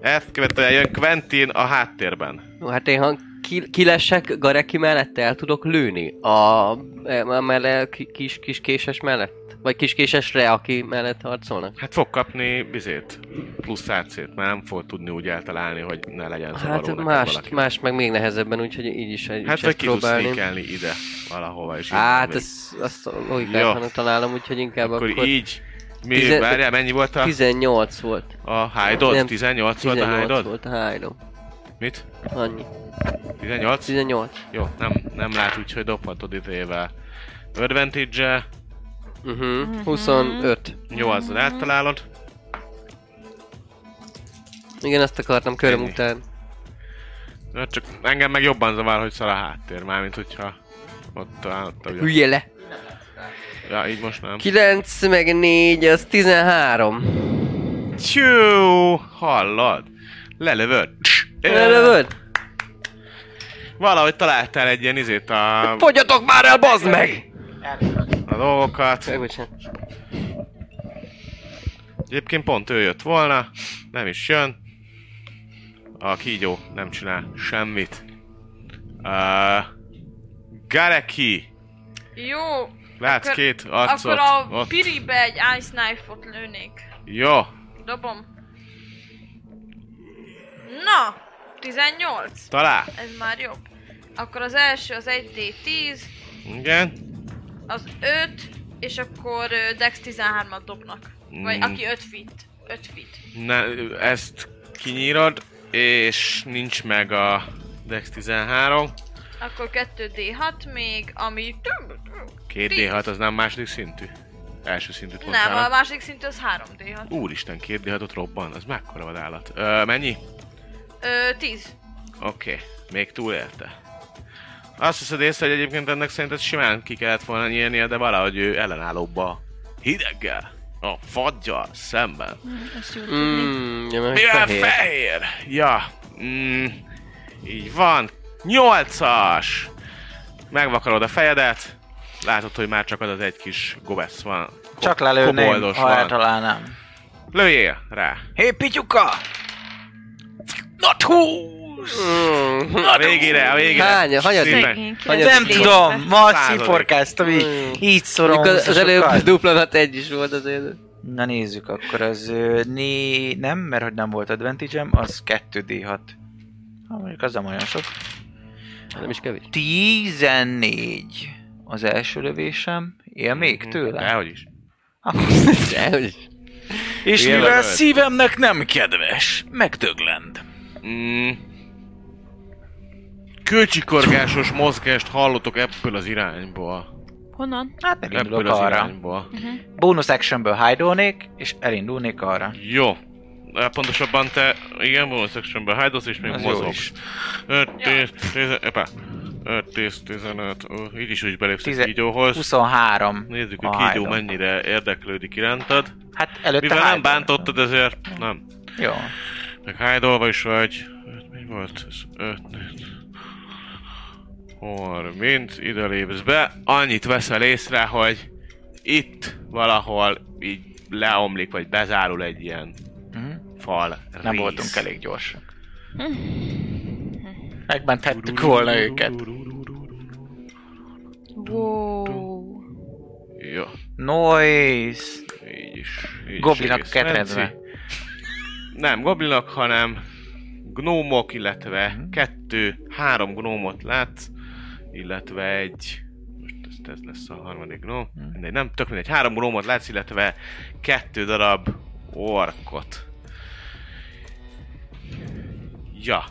[SPEAKER 2] Ezt követően jön Quentin a háttérben.
[SPEAKER 3] Jó, hát én ha ki, kilesek Gareki mellett, el tudok lőni. A, e, a mellett, kis, kis késes mellett. Vagy kis késesre, aki mellett harcolnak.
[SPEAKER 2] Hát fog kapni bizét, plusz AC-t, mert nem fog tudni úgy eltalálni, hogy ne legyen
[SPEAKER 3] Hát
[SPEAKER 2] zavarónak
[SPEAKER 3] más,
[SPEAKER 2] valaki.
[SPEAKER 3] más meg még nehezebben, úgyhogy így is egy
[SPEAKER 2] Hát vagy ki tudsz
[SPEAKER 3] próbálni.
[SPEAKER 2] sneakelni ide, valahova is.
[SPEAKER 3] Hát,
[SPEAKER 2] így menni.
[SPEAKER 3] ez, azt a
[SPEAKER 2] Jó.
[SPEAKER 3] logikát ja. találom, úgyhogy inkább
[SPEAKER 2] akkor,
[SPEAKER 3] akkor,
[SPEAKER 2] akkor így, mi,
[SPEAKER 3] Tizen-
[SPEAKER 2] várjál, mennyi volt a,
[SPEAKER 3] 18 volt.
[SPEAKER 2] a hide
[SPEAKER 3] Nem,
[SPEAKER 2] 18 volt a
[SPEAKER 3] 18
[SPEAKER 2] hide
[SPEAKER 3] volt a hide
[SPEAKER 2] Mit?
[SPEAKER 3] Annyi.
[SPEAKER 2] 18?
[SPEAKER 3] 18.
[SPEAKER 2] Jó, nem, nem lát úgy, hogy dobhatod izével. Advantage-e,
[SPEAKER 3] Uh-huh. 25.
[SPEAKER 2] jó, azzal áttalálod.
[SPEAKER 3] Igen, ezt akartam köröm
[SPEAKER 2] Ennyi.
[SPEAKER 3] után.
[SPEAKER 2] Na, csak engem meg jobban zavar, hogy szar a háttér, mármint hogyha ott állott a
[SPEAKER 3] Hülye le.
[SPEAKER 2] Ja, így most nem.
[SPEAKER 3] 9 meg 4, az 13.
[SPEAKER 2] Csú, hallod? Lelövöd. Cs,
[SPEAKER 3] Lelövöd?
[SPEAKER 2] Valahogy találtál egy ilyen izét a,
[SPEAKER 3] Fogjatok már el, bazd meg!
[SPEAKER 2] a dolgokat.
[SPEAKER 3] Megbocsánat.
[SPEAKER 2] Egyébként pont ő jött volna, nem is jön. A kígyó nem csinál semmit. Uh, Gareki!
[SPEAKER 6] Jó,
[SPEAKER 2] Látsz
[SPEAKER 6] Akkor-
[SPEAKER 2] két arcot.
[SPEAKER 6] akkor a
[SPEAKER 2] ott.
[SPEAKER 6] piribe egy ice knife-ot lőnék.
[SPEAKER 2] Jó,
[SPEAKER 6] Dobom. Na, 18.
[SPEAKER 2] talál.
[SPEAKER 6] Ez már jobb. Akkor az első az 1D10,
[SPEAKER 2] Igen.
[SPEAKER 6] az 5, és akkor ö, Dex 13-at dobnak. Vagy
[SPEAKER 2] Mm.
[SPEAKER 6] aki 5 feet. 5 feet.
[SPEAKER 2] Na, ezt kinyírod, és nincs meg a Dex 13.
[SPEAKER 6] Akkor 2D6 még, ami...
[SPEAKER 2] 2D6 az nem második szintű? Első szintűt
[SPEAKER 6] Nem, a
[SPEAKER 2] mondtál.
[SPEAKER 6] másik szintű az 3D6.
[SPEAKER 2] Úristen, 2D6-ot robban, az mekkora vadállat. Ö, mennyi?
[SPEAKER 6] Ö, 10.
[SPEAKER 2] Oké, okay. még túlélte. Azt hiszed észre, hogy egyébként ennek szerinted simán ki kellett volna nyírnia, de valahogy ő ellenállóba hideggel, a fagyjal szemben.
[SPEAKER 3] Mm, ja, mert
[SPEAKER 2] Mivel
[SPEAKER 3] fehér.
[SPEAKER 2] fehér? Ja. Mm, így van. Nyolcas! Megvakarod a fejedet. Látod, hogy már csak az az egy kis gobesz van. Ko-
[SPEAKER 7] Csak lelőném,
[SPEAKER 2] koboldos
[SPEAKER 7] ha
[SPEAKER 2] van.
[SPEAKER 7] eltalálnám.
[SPEAKER 2] Lőjél rá.
[SPEAKER 7] Hé, pityuka! Not húsz!
[SPEAKER 3] Mm.
[SPEAKER 2] A végére, a végére.
[SPEAKER 3] Hány? Hanyad?
[SPEAKER 2] Szépen. Mm,
[SPEAKER 4] Szegény,
[SPEAKER 3] Hanyad?
[SPEAKER 4] kilenc
[SPEAKER 7] Nem
[SPEAKER 4] lépve.
[SPEAKER 7] tudom, ma
[SPEAKER 2] Százalék.
[SPEAKER 7] sziporkáztam, így, így szorom.
[SPEAKER 3] Mondjuk az, az előbb
[SPEAKER 7] sokat.
[SPEAKER 3] duplanat egy is volt azért.
[SPEAKER 7] Na nézzük, akkor az ö, né... nem, mert hogy nem volt advantage az 2D6. Ha mondjuk az nem olyan sok.
[SPEAKER 3] Hát Nem is kevés.
[SPEAKER 7] 14 az első lövésem. Él még
[SPEAKER 2] Mhm.
[SPEAKER 7] tőle? Ah,
[SPEAKER 2] Dehogy is.
[SPEAKER 3] Dehogy.
[SPEAKER 5] És
[SPEAKER 2] Ilyen
[SPEAKER 5] mivel
[SPEAKER 2] lövöd.
[SPEAKER 5] szívemnek nem kedves, megdöglend.
[SPEAKER 2] Mm. Kölcsikorgásos mozgást hallotok ebből az irányból.
[SPEAKER 4] Honnan?
[SPEAKER 7] Hát elindulok
[SPEAKER 2] Ebből az
[SPEAKER 7] arra.
[SPEAKER 2] irányból.
[SPEAKER 7] Bonus actionből hide és elindulnék arra.
[SPEAKER 2] Jó. Eh, Pontosabban te, igen, bonus actionben hide és még
[SPEAKER 7] Az jó
[SPEAKER 2] mozogsz.
[SPEAKER 7] is.
[SPEAKER 2] 5, 10, 15, epa. 5, 10, 15, ó, így is úgy belépsz a
[SPEAKER 7] Tize-
[SPEAKER 2] kígyóhoz.
[SPEAKER 7] 23.
[SPEAKER 2] Nézzük, hogy kígyó
[SPEAKER 7] hide-on.
[SPEAKER 2] mennyire érdeklődik irántad.
[SPEAKER 7] Hát előtte
[SPEAKER 2] Mivel nem
[SPEAKER 7] hide-on.
[SPEAKER 2] bántottad, ezért nem.
[SPEAKER 7] Jó.
[SPEAKER 2] Meg hide is vagy. Öt, Mi volt ez? 5, 30, ide lépsz be. Annyit veszel észre, hogy itt valahol így leomlik, vagy bezárul egy ilyen
[SPEAKER 7] Mhm.
[SPEAKER 2] fal.
[SPEAKER 7] Nem
[SPEAKER 2] rész.
[SPEAKER 7] voltunk elég gyorsak.
[SPEAKER 4] Hm.
[SPEAKER 7] Megmenthettük volna őket.
[SPEAKER 4] Wow.
[SPEAKER 2] Jó,
[SPEAKER 7] Noise!
[SPEAKER 2] így is. Így is
[SPEAKER 7] Goblinak
[SPEAKER 2] egész
[SPEAKER 7] ketrecbe.
[SPEAKER 2] rendszer. Nem goblinak, hanem gnómok, illetve
[SPEAKER 7] Mhm.
[SPEAKER 2] kettő, három gnómot látsz, illetve egy most ez, ez lesz a harmadik gnóm,
[SPEAKER 7] Hm.
[SPEAKER 2] mindegy, nem, tök mindegy, három gnómot látsz, illetve kettő darab orkot. Ja.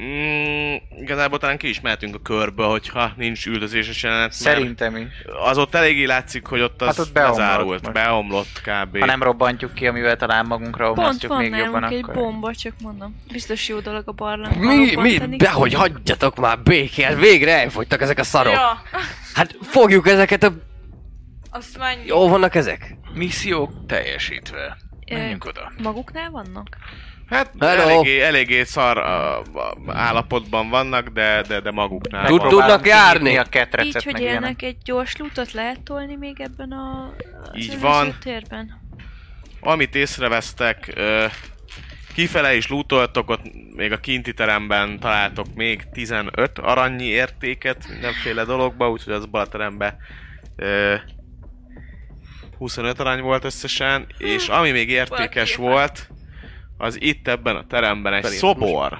[SPEAKER 2] Mm, igazából talán ki is mehetünk a körbe, hogyha nincs üldözéses jelenet. mert
[SPEAKER 7] Szerintem is.
[SPEAKER 2] Az ott eléggé látszik, hogy ott az
[SPEAKER 7] Hát
[SPEAKER 2] hát
[SPEAKER 7] ott
[SPEAKER 2] ott
[SPEAKER 7] beomlott
[SPEAKER 2] bezárult,
[SPEAKER 7] most.
[SPEAKER 2] beomlott kb.
[SPEAKER 7] Ha nem robbantjuk ki, amivel talán magunkra
[SPEAKER 4] Pont
[SPEAKER 7] omlasztjuk
[SPEAKER 4] van
[SPEAKER 7] még jobban,
[SPEAKER 4] nálunk egy
[SPEAKER 7] akkor...
[SPEAKER 4] bomba, csak mondom. Biztos jó dolog a barlang.
[SPEAKER 3] Mi, mi, de hogy hagyjatok már békén, végre elfogytak ezek a szarok.
[SPEAKER 6] Ja,
[SPEAKER 3] Hát fogjuk ezeket a...
[SPEAKER 6] azt mondjuk.
[SPEAKER 3] Jó vannak ezek?
[SPEAKER 5] Missziók teljesítve. Menjünk oda.
[SPEAKER 4] Maguknál vannak?
[SPEAKER 2] Hát
[SPEAKER 3] Hello.
[SPEAKER 2] eléggé, eléggé szar a, a, állapotban vannak, de, de, de maguknál.
[SPEAKER 3] Tud-
[SPEAKER 2] van.
[SPEAKER 3] tudnak járni?
[SPEAKER 7] kinyitni a
[SPEAKER 4] Így,
[SPEAKER 7] ketrecet,
[SPEAKER 4] hogy
[SPEAKER 7] meg ilyenek.
[SPEAKER 4] élnek egy gyors lútot lehet tolni még ebben a... az
[SPEAKER 2] Így
[SPEAKER 4] előző
[SPEAKER 2] van.
[SPEAKER 4] térben.
[SPEAKER 2] Amit észrevesztek, ö, kifele is lootoltok, ott még a kinti teremben találtok még 15 aranyi értéket mindenféle dologba, úgyhogy az balaterembe ö, 25 arany volt összesen, és ami még értékes
[SPEAKER 6] Valaki-
[SPEAKER 2] volt, az itt ebben a teremben egy
[SPEAKER 3] Felírtam
[SPEAKER 2] szobor.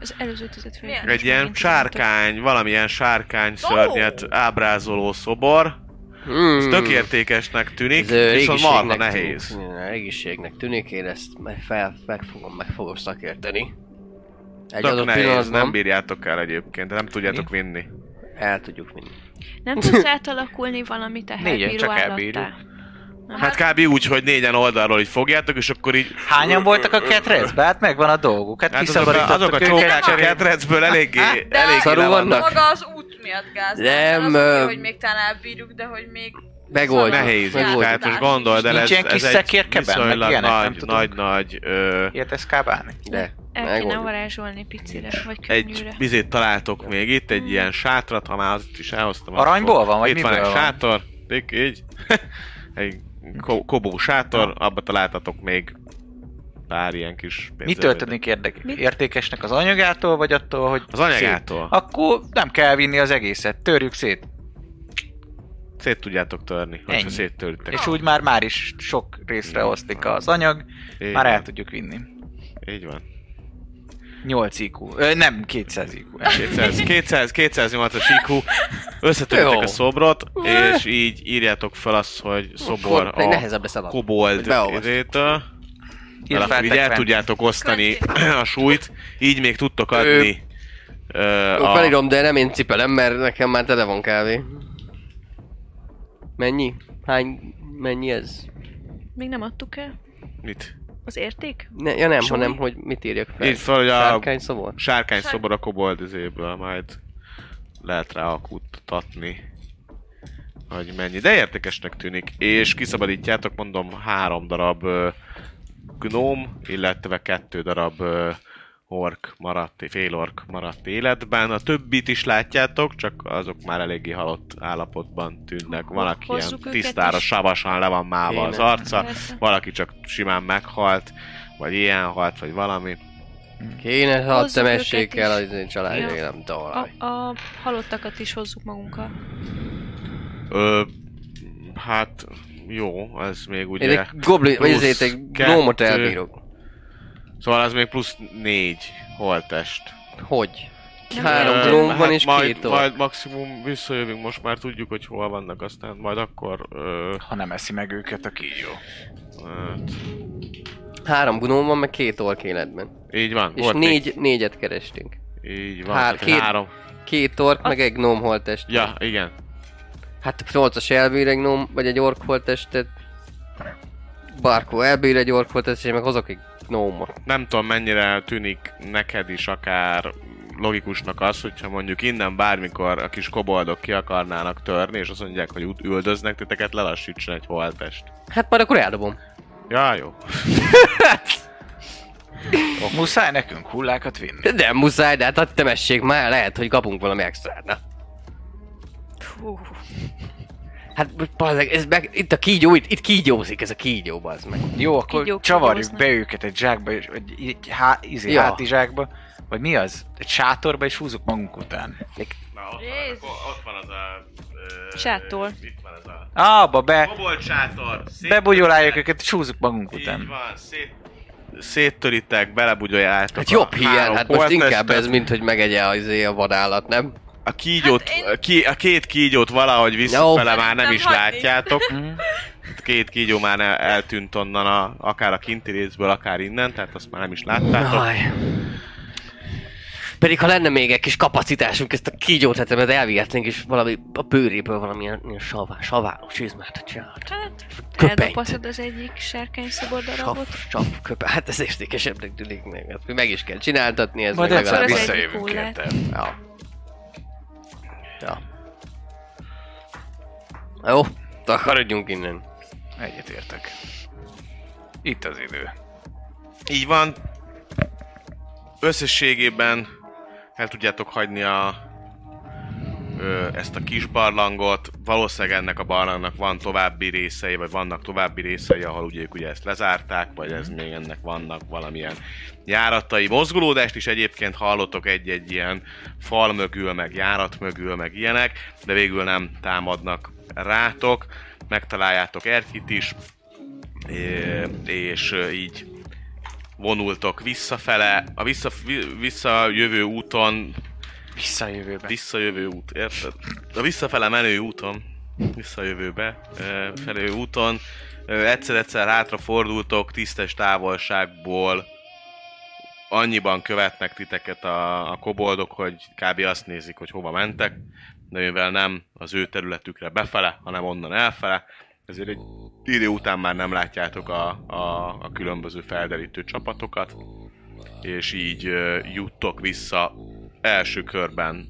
[SPEAKER 4] Az előző tüzet fel.
[SPEAKER 6] Milyen?
[SPEAKER 2] Egy ilyen sárkány, valamilyen sárkány szörnyet ábrázoló szobor.
[SPEAKER 3] Hmm.
[SPEAKER 2] Ez tök értékesnek tűnik, viszont marha nehéz.
[SPEAKER 3] Tűnik, egészségnek tűnik, én ezt meg, fel, meg, fogom, meg fogom szakérteni. Egy
[SPEAKER 2] Tök
[SPEAKER 3] adott
[SPEAKER 2] nehéz,
[SPEAKER 3] pillanatban
[SPEAKER 2] nem bírjátok el egyébként, de nem tudjátok vinni.
[SPEAKER 3] el tudjuk vinni.
[SPEAKER 4] Nem tudsz átalakulni valamit a
[SPEAKER 7] Négyen
[SPEAKER 4] helybíró
[SPEAKER 7] csak
[SPEAKER 4] állattá.
[SPEAKER 7] elbírjuk.
[SPEAKER 2] Hát kb. úgy, hogy négyen oldalról így fogjátok, és akkor így...
[SPEAKER 7] Hányan voltak a ketrecbe? Hát megvan a dolguk. Hát,
[SPEAKER 2] Hát
[SPEAKER 7] hát
[SPEAKER 2] azok, a, azok a
[SPEAKER 7] kiszabadítottak
[SPEAKER 2] csókák
[SPEAKER 7] őket. Hát,
[SPEAKER 2] a
[SPEAKER 7] cserébe.
[SPEAKER 2] ketrecből eléggé,
[SPEAKER 6] De
[SPEAKER 2] eléggé
[SPEAKER 3] Szarul
[SPEAKER 2] le van.
[SPEAKER 3] vannak?
[SPEAKER 6] maga az út miatt gáz.
[SPEAKER 3] Nem,
[SPEAKER 6] Az,
[SPEAKER 3] ö-
[SPEAKER 6] hogy még talán elbírjuk, de hogy még...
[SPEAKER 3] Megold.
[SPEAKER 6] Szóval
[SPEAKER 2] Nehéz,
[SPEAKER 6] megoldjuk.
[SPEAKER 2] tehát most gondold el,
[SPEAKER 7] Nincs
[SPEAKER 2] ez,
[SPEAKER 7] ilyen kis
[SPEAKER 2] ez egy
[SPEAKER 7] szekérkeben, meg
[SPEAKER 2] viszonylag
[SPEAKER 7] ilyenek, nem
[SPEAKER 2] nagy,
[SPEAKER 7] tudunk.
[SPEAKER 2] nagy, nagy, ö,
[SPEAKER 7] Ilyet eszkábálni.
[SPEAKER 3] De,
[SPEAKER 4] El kéne
[SPEAKER 3] megoldjuk.
[SPEAKER 4] varázsolni picire, vagy
[SPEAKER 2] egy
[SPEAKER 4] könnyűre.
[SPEAKER 2] vizét találtok még itt, egy ilyen sátrat, ha már azt is elhoztam.
[SPEAKER 7] Aranyból
[SPEAKER 2] akkor-
[SPEAKER 7] van, vagy
[SPEAKER 2] Itt van egy
[SPEAKER 7] miből van?
[SPEAKER 2] sátor, tik, így. egy ko- kobó sátor, abba találtatok még pár ilyen kis
[SPEAKER 7] Mi
[SPEAKER 2] pénzerőt.
[SPEAKER 7] történik érdek- értékesnek az anyagától, vagy attól, hogy
[SPEAKER 2] Az anyagától.
[SPEAKER 7] Szét? Akkor nem kell vinni az egészet, törjük szét.
[SPEAKER 2] Szét tudjátok törni, hogyha
[SPEAKER 7] Ennyi.
[SPEAKER 2] széttörtek.
[SPEAKER 7] És úgy már már is sok részre oszlik az anyag,
[SPEAKER 2] Így
[SPEAKER 7] már el
[SPEAKER 2] van,
[SPEAKER 7] tudjuk vinni.
[SPEAKER 2] Így van.
[SPEAKER 7] 8 IQ, ö, nem 200 IQ.
[SPEAKER 2] 200, 200, 208-as IQ. Összetörtek
[SPEAKER 3] Jó.
[SPEAKER 2] a szobrot, és így írjátok fel azt, hogy szobor
[SPEAKER 3] Akkor még nehezebb
[SPEAKER 2] a
[SPEAKER 3] lesz eladni.
[SPEAKER 2] kobold izé-
[SPEAKER 3] Hogy beolvasd.
[SPEAKER 2] izétől.
[SPEAKER 7] Írd
[SPEAKER 2] Mert
[SPEAKER 7] fel,
[SPEAKER 2] akkor így el
[SPEAKER 7] Tekven.
[SPEAKER 2] tudjátok osztani a súlyt, így még tudtok
[SPEAKER 3] Ö,
[SPEAKER 2] adni ö,
[SPEAKER 3] Jó,
[SPEAKER 2] a
[SPEAKER 3] felírom, de nem én cipelem, mert nekem már tele van kávé. Mennyi? Hány? Mennyi ez?
[SPEAKER 4] Még nem adtuk el
[SPEAKER 2] mit?
[SPEAKER 4] az érték?
[SPEAKER 3] Ne, ja nem,
[SPEAKER 4] Súly?
[SPEAKER 3] hanem hogy mit írjak fel.
[SPEAKER 2] Így szóval, fel, hogy a
[SPEAKER 3] Sárkány szobor.
[SPEAKER 2] sárkány szobor a kobold izéből, majd lehet rá kutatni, hogy mennyi. De értékesnek tűnik, és kiszabadítjátok, mondom, három darab ö, gnóm, illetve kettő darab ö, ork maradt, fél ork maradt életben. A többit is látjátok, csak azok már eléggé halott állapotban tűnnek. Van, aki ilyen
[SPEAKER 4] Hozzuk őket
[SPEAKER 2] tisztára,
[SPEAKER 4] is.
[SPEAKER 2] savasan le van máva az
[SPEAKER 3] Tényleg.
[SPEAKER 2] arca,
[SPEAKER 4] Persze.
[SPEAKER 2] valaki csak simán meghalt, vagy ilyen halt, vagy valami.
[SPEAKER 3] Kéne, ha
[SPEAKER 4] Hozzuk
[SPEAKER 3] temessék
[SPEAKER 4] őket
[SPEAKER 3] el
[SPEAKER 4] is.
[SPEAKER 3] az én családja,
[SPEAKER 4] Ja.
[SPEAKER 3] nem tudom. valami.
[SPEAKER 4] A, a halottakat is hozzuk magunkkal.
[SPEAKER 2] Ö, hát jó, ez még ugye...
[SPEAKER 3] Én egy goblin, vagy
[SPEAKER 2] plusz
[SPEAKER 3] ezért egy gnomot
[SPEAKER 2] kettő.
[SPEAKER 3] elbírok.
[SPEAKER 2] Szóval az még plusz négy holtest.
[SPEAKER 3] Hogy?
[SPEAKER 4] Nem
[SPEAKER 3] Három
[SPEAKER 4] tudom.
[SPEAKER 3] gnóm van és
[SPEAKER 2] hát majd,
[SPEAKER 3] két ork.
[SPEAKER 2] majd maximum visszajövünk, most már tudjuk, hogy hol vannak, aztán majd akkor... Ö,
[SPEAKER 5] Ha nem eszi meg őket a kígyó.
[SPEAKER 2] hát,
[SPEAKER 3] Három gnóm van, meg két ork életben.
[SPEAKER 2] így van,
[SPEAKER 3] És
[SPEAKER 2] volt
[SPEAKER 3] négy, négyet kerestünk.
[SPEAKER 2] Még, így van,
[SPEAKER 3] hár-
[SPEAKER 2] hát,
[SPEAKER 3] két-
[SPEAKER 2] két... három.
[SPEAKER 3] Két ork, meg egy gnóm holtest.
[SPEAKER 2] Ja, igen.
[SPEAKER 3] Hát Tolcas elbír egy gnóm, vagy egy ork holtestet. Barkó elbír egy ork holtestet, és én meg hozok egy gnómot.
[SPEAKER 2] Nem tudom, mennyire tűnik neked is akár logikusnak az, hogyha mondjuk innen bármikor a kis koboldok ki akarnának törni, és azt mondják, hogy ú- üldöznek titeket, lelassítson egy holtest.
[SPEAKER 3] Hát majd akkor eldobom.
[SPEAKER 2] Ja, jó.
[SPEAKER 5] Muszáj nekünk hullákat vinni.
[SPEAKER 3] De nem muszáj, de hát hát temessék már, lehet, hogy kapunk valami extrát. Na.
[SPEAKER 4] Fú,
[SPEAKER 3] Hát most bazeg, ez meg, itt a kígyó, itt, itt kígyózik ez a kígyó, bazd meg.
[SPEAKER 7] Jó, akkor
[SPEAKER 4] Kígyók
[SPEAKER 7] csavarjuk
[SPEAKER 4] kígyóznak.
[SPEAKER 7] be őket egy zsákba, és- vagy egy há, izé,
[SPEAKER 3] Ja.
[SPEAKER 7] hátizsákba, vagy mi az? Egy sátorba, és húzzuk magunk után.
[SPEAKER 2] Na, ott,
[SPEAKER 6] Jézus.
[SPEAKER 2] van, ott van az a... Ö,
[SPEAKER 4] Sátor.
[SPEAKER 2] Itt van ez a...
[SPEAKER 7] Á, Abba be,
[SPEAKER 2] Kobolt sátor. szét-
[SPEAKER 7] bebugyoláljuk őket, és húzzuk magunk
[SPEAKER 2] Így
[SPEAKER 7] után.
[SPEAKER 2] van, szét... Széttörítek, belebugyoljátok.
[SPEAKER 3] Hát
[SPEAKER 2] a
[SPEAKER 3] jobb hiány,
[SPEAKER 2] három
[SPEAKER 3] hát most
[SPEAKER 2] holttestet.
[SPEAKER 3] inkább ez, mint hogy megegye az a vadállat, nem?
[SPEAKER 2] A kígyót,
[SPEAKER 6] Hát én-
[SPEAKER 2] a ki, a két kígyót valahogy
[SPEAKER 3] No.
[SPEAKER 2] visszafele már nem
[SPEAKER 6] Nem
[SPEAKER 2] is
[SPEAKER 6] hagyni.
[SPEAKER 2] látjátok.
[SPEAKER 3] Mhm.
[SPEAKER 2] Hát Két kígyó már el, eltűnt onnan, a, akár a kinti részből, akár innen, tehát azt már nem is láttátok.
[SPEAKER 3] Aj. Pedig ha lenne még egy kis kapacitásunk, ezt a kígyót hetemet elvihetnénk, és valami a bőréből valamilyen ilyen savá, saváló csizmát csinált.
[SPEAKER 4] Hát,
[SPEAKER 3] Köpenyt.
[SPEAKER 4] eldobhatod az egyik sárkány szobordarabot.
[SPEAKER 3] Saf, saf, köpe. Hát ez értékesebbnek tűnik meg. Ezt mi meg is kell csináltatni, ez
[SPEAKER 7] Majd
[SPEAKER 3] meg
[SPEAKER 7] egyszer
[SPEAKER 3] legalább...
[SPEAKER 4] az
[SPEAKER 3] Vissza...
[SPEAKER 4] egy-
[SPEAKER 5] Visszajövünk
[SPEAKER 4] Egyik
[SPEAKER 5] érte.
[SPEAKER 3] Ja. ja. Jó, takarodjunk innen.
[SPEAKER 5] Egyetértek. Itt az idő.
[SPEAKER 2] Így van. Összességében el tudjátok hagyni a, ö, ezt a kis barlangot. Valószínűleg ennek a barlangnak van további részei, vagy vannak további részei, ahol ugye, ők ugye ezt lezárták, vagy ez még ennek vannak valamilyen járatai. Mozgulódást is egyébként hallotok egy-egy ilyen fal mögül, meg járat mögül, meg ilyenek, de végül nem támadnak rátok. Megtaláljátok Erkit is, É, és ö, így vonultok visszafele. A vissza, vi- visszajövő úton,
[SPEAKER 7] Visszajövőben.
[SPEAKER 2] visszajövő út, érted? A visszafele menő úton, visszajövőbe, ö, felő úton ö, egyszer-egyszer hátrafordultok tisztes távolságból, annyiban követnek titeket a, a koboldok, hogy kb. azt nézik, hogy hova mentek, de mivel nem az ő területükre befele, hanem onnan elfele, ezért egy idő után már nem látjátok a, a, a különböző felderítő csapatokat, és így ö, juttok vissza első körben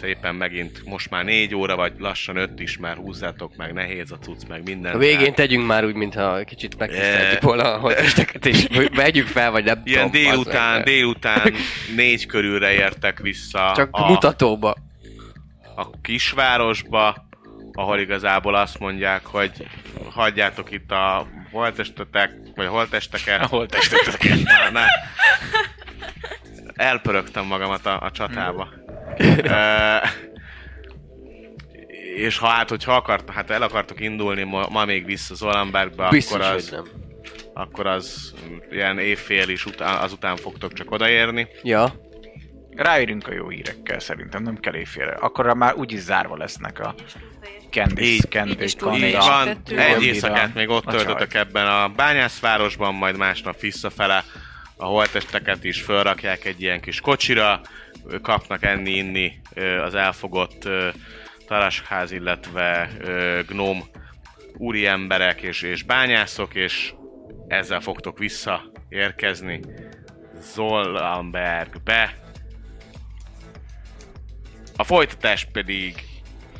[SPEAKER 2] szépen megint most már négy óra, vagy lassan öt is már húzzátok meg, nehéz a cucc, meg minden.
[SPEAKER 3] A végén tegyünk már úgy, mintha kicsit megtiszteltük
[SPEAKER 2] Eh.
[SPEAKER 3] volna a holtesteket, és megyünk fel, vagy nem
[SPEAKER 2] Ilyen
[SPEAKER 3] tudom, bazd meg.
[SPEAKER 2] délután, délután négy körülre értek vissza
[SPEAKER 3] Csak
[SPEAKER 2] a,
[SPEAKER 3] mutatóba.
[SPEAKER 2] a kisvárosba, ahol igazából azt mondják, hogy hagyjátok itt a holtestetek, vagy a holtesteket. A holtesteket. Na, na. Elpörögtem magamat a, a csatába. Ö, és ha hát, hogyha akart, hát el akartok indulni ma, ma még vissza Zolambergbe,
[SPEAKER 3] Biztos,
[SPEAKER 2] akkor az,
[SPEAKER 3] hogy nem.
[SPEAKER 2] akkor az mm, ilyen évfél is után, azután fogtok csak odaérni.
[SPEAKER 3] Ja.
[SPEAKER 7] Ráérünk a jó hírekkel, szerintem nem kell éjfélre. Akkor már úgyis zárva lesznek a Candice,
[SPEAKER 2] Így-
[SPEAKER 4] így is
[SPEAKER 7] Candice,
[SPEAKER 4] túl
[SPEAKER 2] Így
[SPEAKER 4] Kandida.
[SPEAKER 7] Candice.
[SPEAKER 2] van,
[SPEAKER 4] Sütöttünk.
[SPEAKER 2] egy
[SPEAKER 7] Kandida.
[SPEAKER 2] éjszakát még ott
[SPEAKER 7] A
[SPEAKER 2] töltötök ebben a bányászvárosban, majd másnap visszafele a holtesteket is felrakják egy ilyen kis kocsira, ö, kapnak enni-inni ö, az elfogott ö, tarasház, illetve ö, gnóm úri emberek és, és bányászok, és ezzel fogtok visszaérkezni Zollambergbe. A folytatás pedig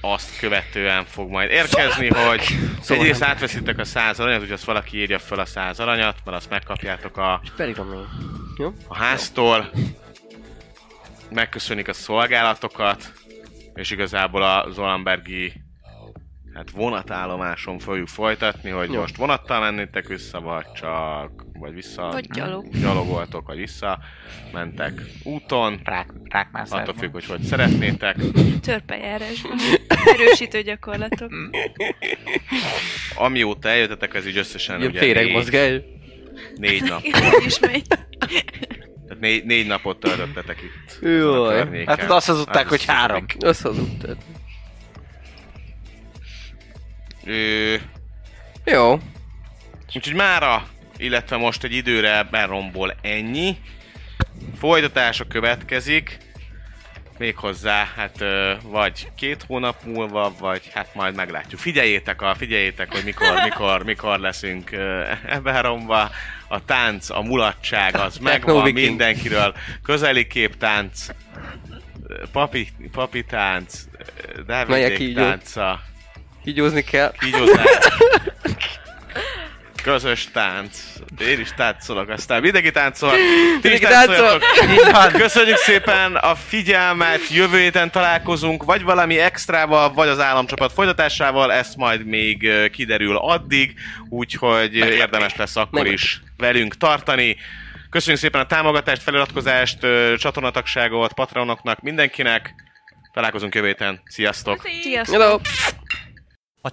[SPEAKER 2] azt követően fog majd érkezni, hogy egyrészt átveszitek a száz aranyat, úgyhogy azt valaki írja fel a száz aranyat, mert azt megkapjátok a,
[SPEAKER 3] Pedig a Jó?
[SPEAKER 2] a háztól, megköszönik a szolgálatokat, és igazából a Zolambergi hát vonatállomáson fogjuk folytatni, hogy
[SPEAKER 3] Jó.
[SPEAKER 2] most vonattal mennétek vissza, vagy csak, vagy vissza, Hm?
[SPEAKER 4] Vagy gyalog.
[SPEAKER 2] gyalogoltok, vagy vissza, mentek úton,
[SPEAKER 7] Rák, rákmászárban.
[SPEAKER 2] attól függ, hogy hogy szeretnétek.
[SPEAKER 4] Törpejárás. Erősítő gyakorlatok.
[SPEAKER 2] Amióta eljöttetek, ez így összesen
[SPEAKER 3] Ilyen
[SPEAKER 2] ugye
[SPEAKER 3] féreg
[SPEAKER 2] négy,
[SPEAKER 3] mozgás.
[SPEAKER 2] négy nap
[SPEAKER 4] Így is megy.
[SPEAKER 2] Tehát négy, négy napot töltöttetek itt.
[SPEAKER 3] Jaj.
[SPEAKER 2] ezen a környéken.
[SPEAKER 7] Hát azt hazudták,
[SPEAKER 2] Hát
[SPEAKER 7] hogy
[SPEAKER 2] ez-
[SPEAKER 7] három.
[SPEAKER 3] Azt hazudtad.
[SPEAKER 2] Ö,
[SPEAKER 3] Jó.
[SPEAKER 2] úgyhogy mára, illetve most egy időre beromból ennyi. Folytatása következik. Méghozzá, hát ö, vagy két hónap múlva, vagy hát majd meglátjuk. Figyeljétek, a, figyeljétek hogy mikor, mikor, mikor leszünk ö, Eberomba. A tánc, a mulatság, az megvan
[SPEAKER 3] Technoviking.
[SPEAKER 2] mindenkiről. Közeli képtánc, ö, papi, papi tánc, ö, Dávidék
[SPEAKER 3] kígyó?
[SPEAKER 2] tánca.
[SPEAKER 3] Kígyózni kell.
[SPEAKER 2] kígyózás, közös tánc. Én is táncolok, aztán mindenki táncol. Ti is
[SPEAKER 3] Mindenki
[SPEAKER 2] táncoljatok. Így van. Köszönjük szépen a figyelmet, jövő héten találkozunk, vagy valami extrával, vagy az államcsapat folytatásával, ezt majd még ö, kiderül addig, úgyhogy ö, érdemes lesz akkor
[SPEAKER 3] Meglep.
[SPEAKER 2] is velünk tartani. Köszönjük szépen a támogatást, feliratkozást, ö, csatornatagságot, patronoknak, mindenkinek. Találkozunk jövő héten. Sziasztok!
[SPEAKER 4] Sziasztok!
[SPEAKER 3] Hello.
[SPEAKER 1] A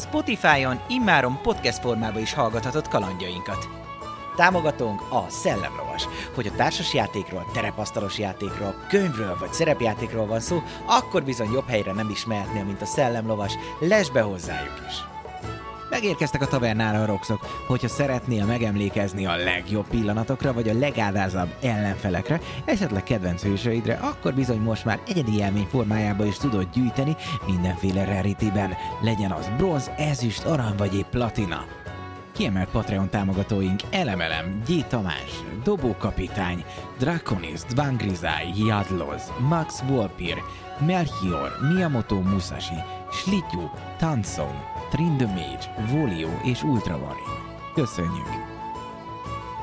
[SPEAKER 1] Spotify-on immáron podcast formában is hallgathatod kalandjainkat. Támogatónk a Szellemlovas. Hogy a társasjátékról, terepasztalos játékról, könyvről vagy szerepjátékról van szó, akkor bizony jobb helyre nem is mehetnél, mint a Szellemlovas. Lesz be hozzájuk is! Megérkeztek a tavernára a roxok. Hogyha szeretnél megemlékezni a legjobb pillanatokra, vagy a legádázabb ellenfelekre, esetleg kedvenc hősöidre, akkor bizony most már egyedi élmény formájába is tudod gyűjteni mindenféle rarityben. Legyen az bronz, ezüst, arany vagy épp platina. Kiemelt Patreon támogatóink Elemelem, G. Tamás, Dobókapitány, Draconis, Dvangrizai, Jadloz, Max Volpir, Melchior, Miyamoto Musashi, Slityu, Tanson, Trindomage, Volio és Ultravarin. Köszönjük!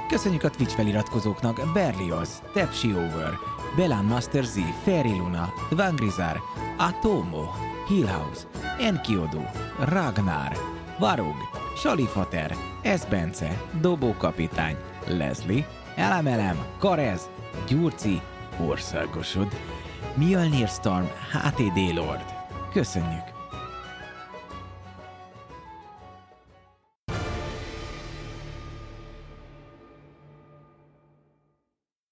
[SPEAKER 1] Köszönjük a Twitch feliratkozóknak Berlioz, Tepsiover, Belán Master Z, Fairy Luna, Dvangrizar, Atomo, Hillhouse, Enkiodu, Ragnar, Varug, Salifater, Esbence, Dobókapitány, Leslie, Elemelem, Karez, Gyurci, Országosod, Mjölnir Storm, HTD Lord. Köszönjük!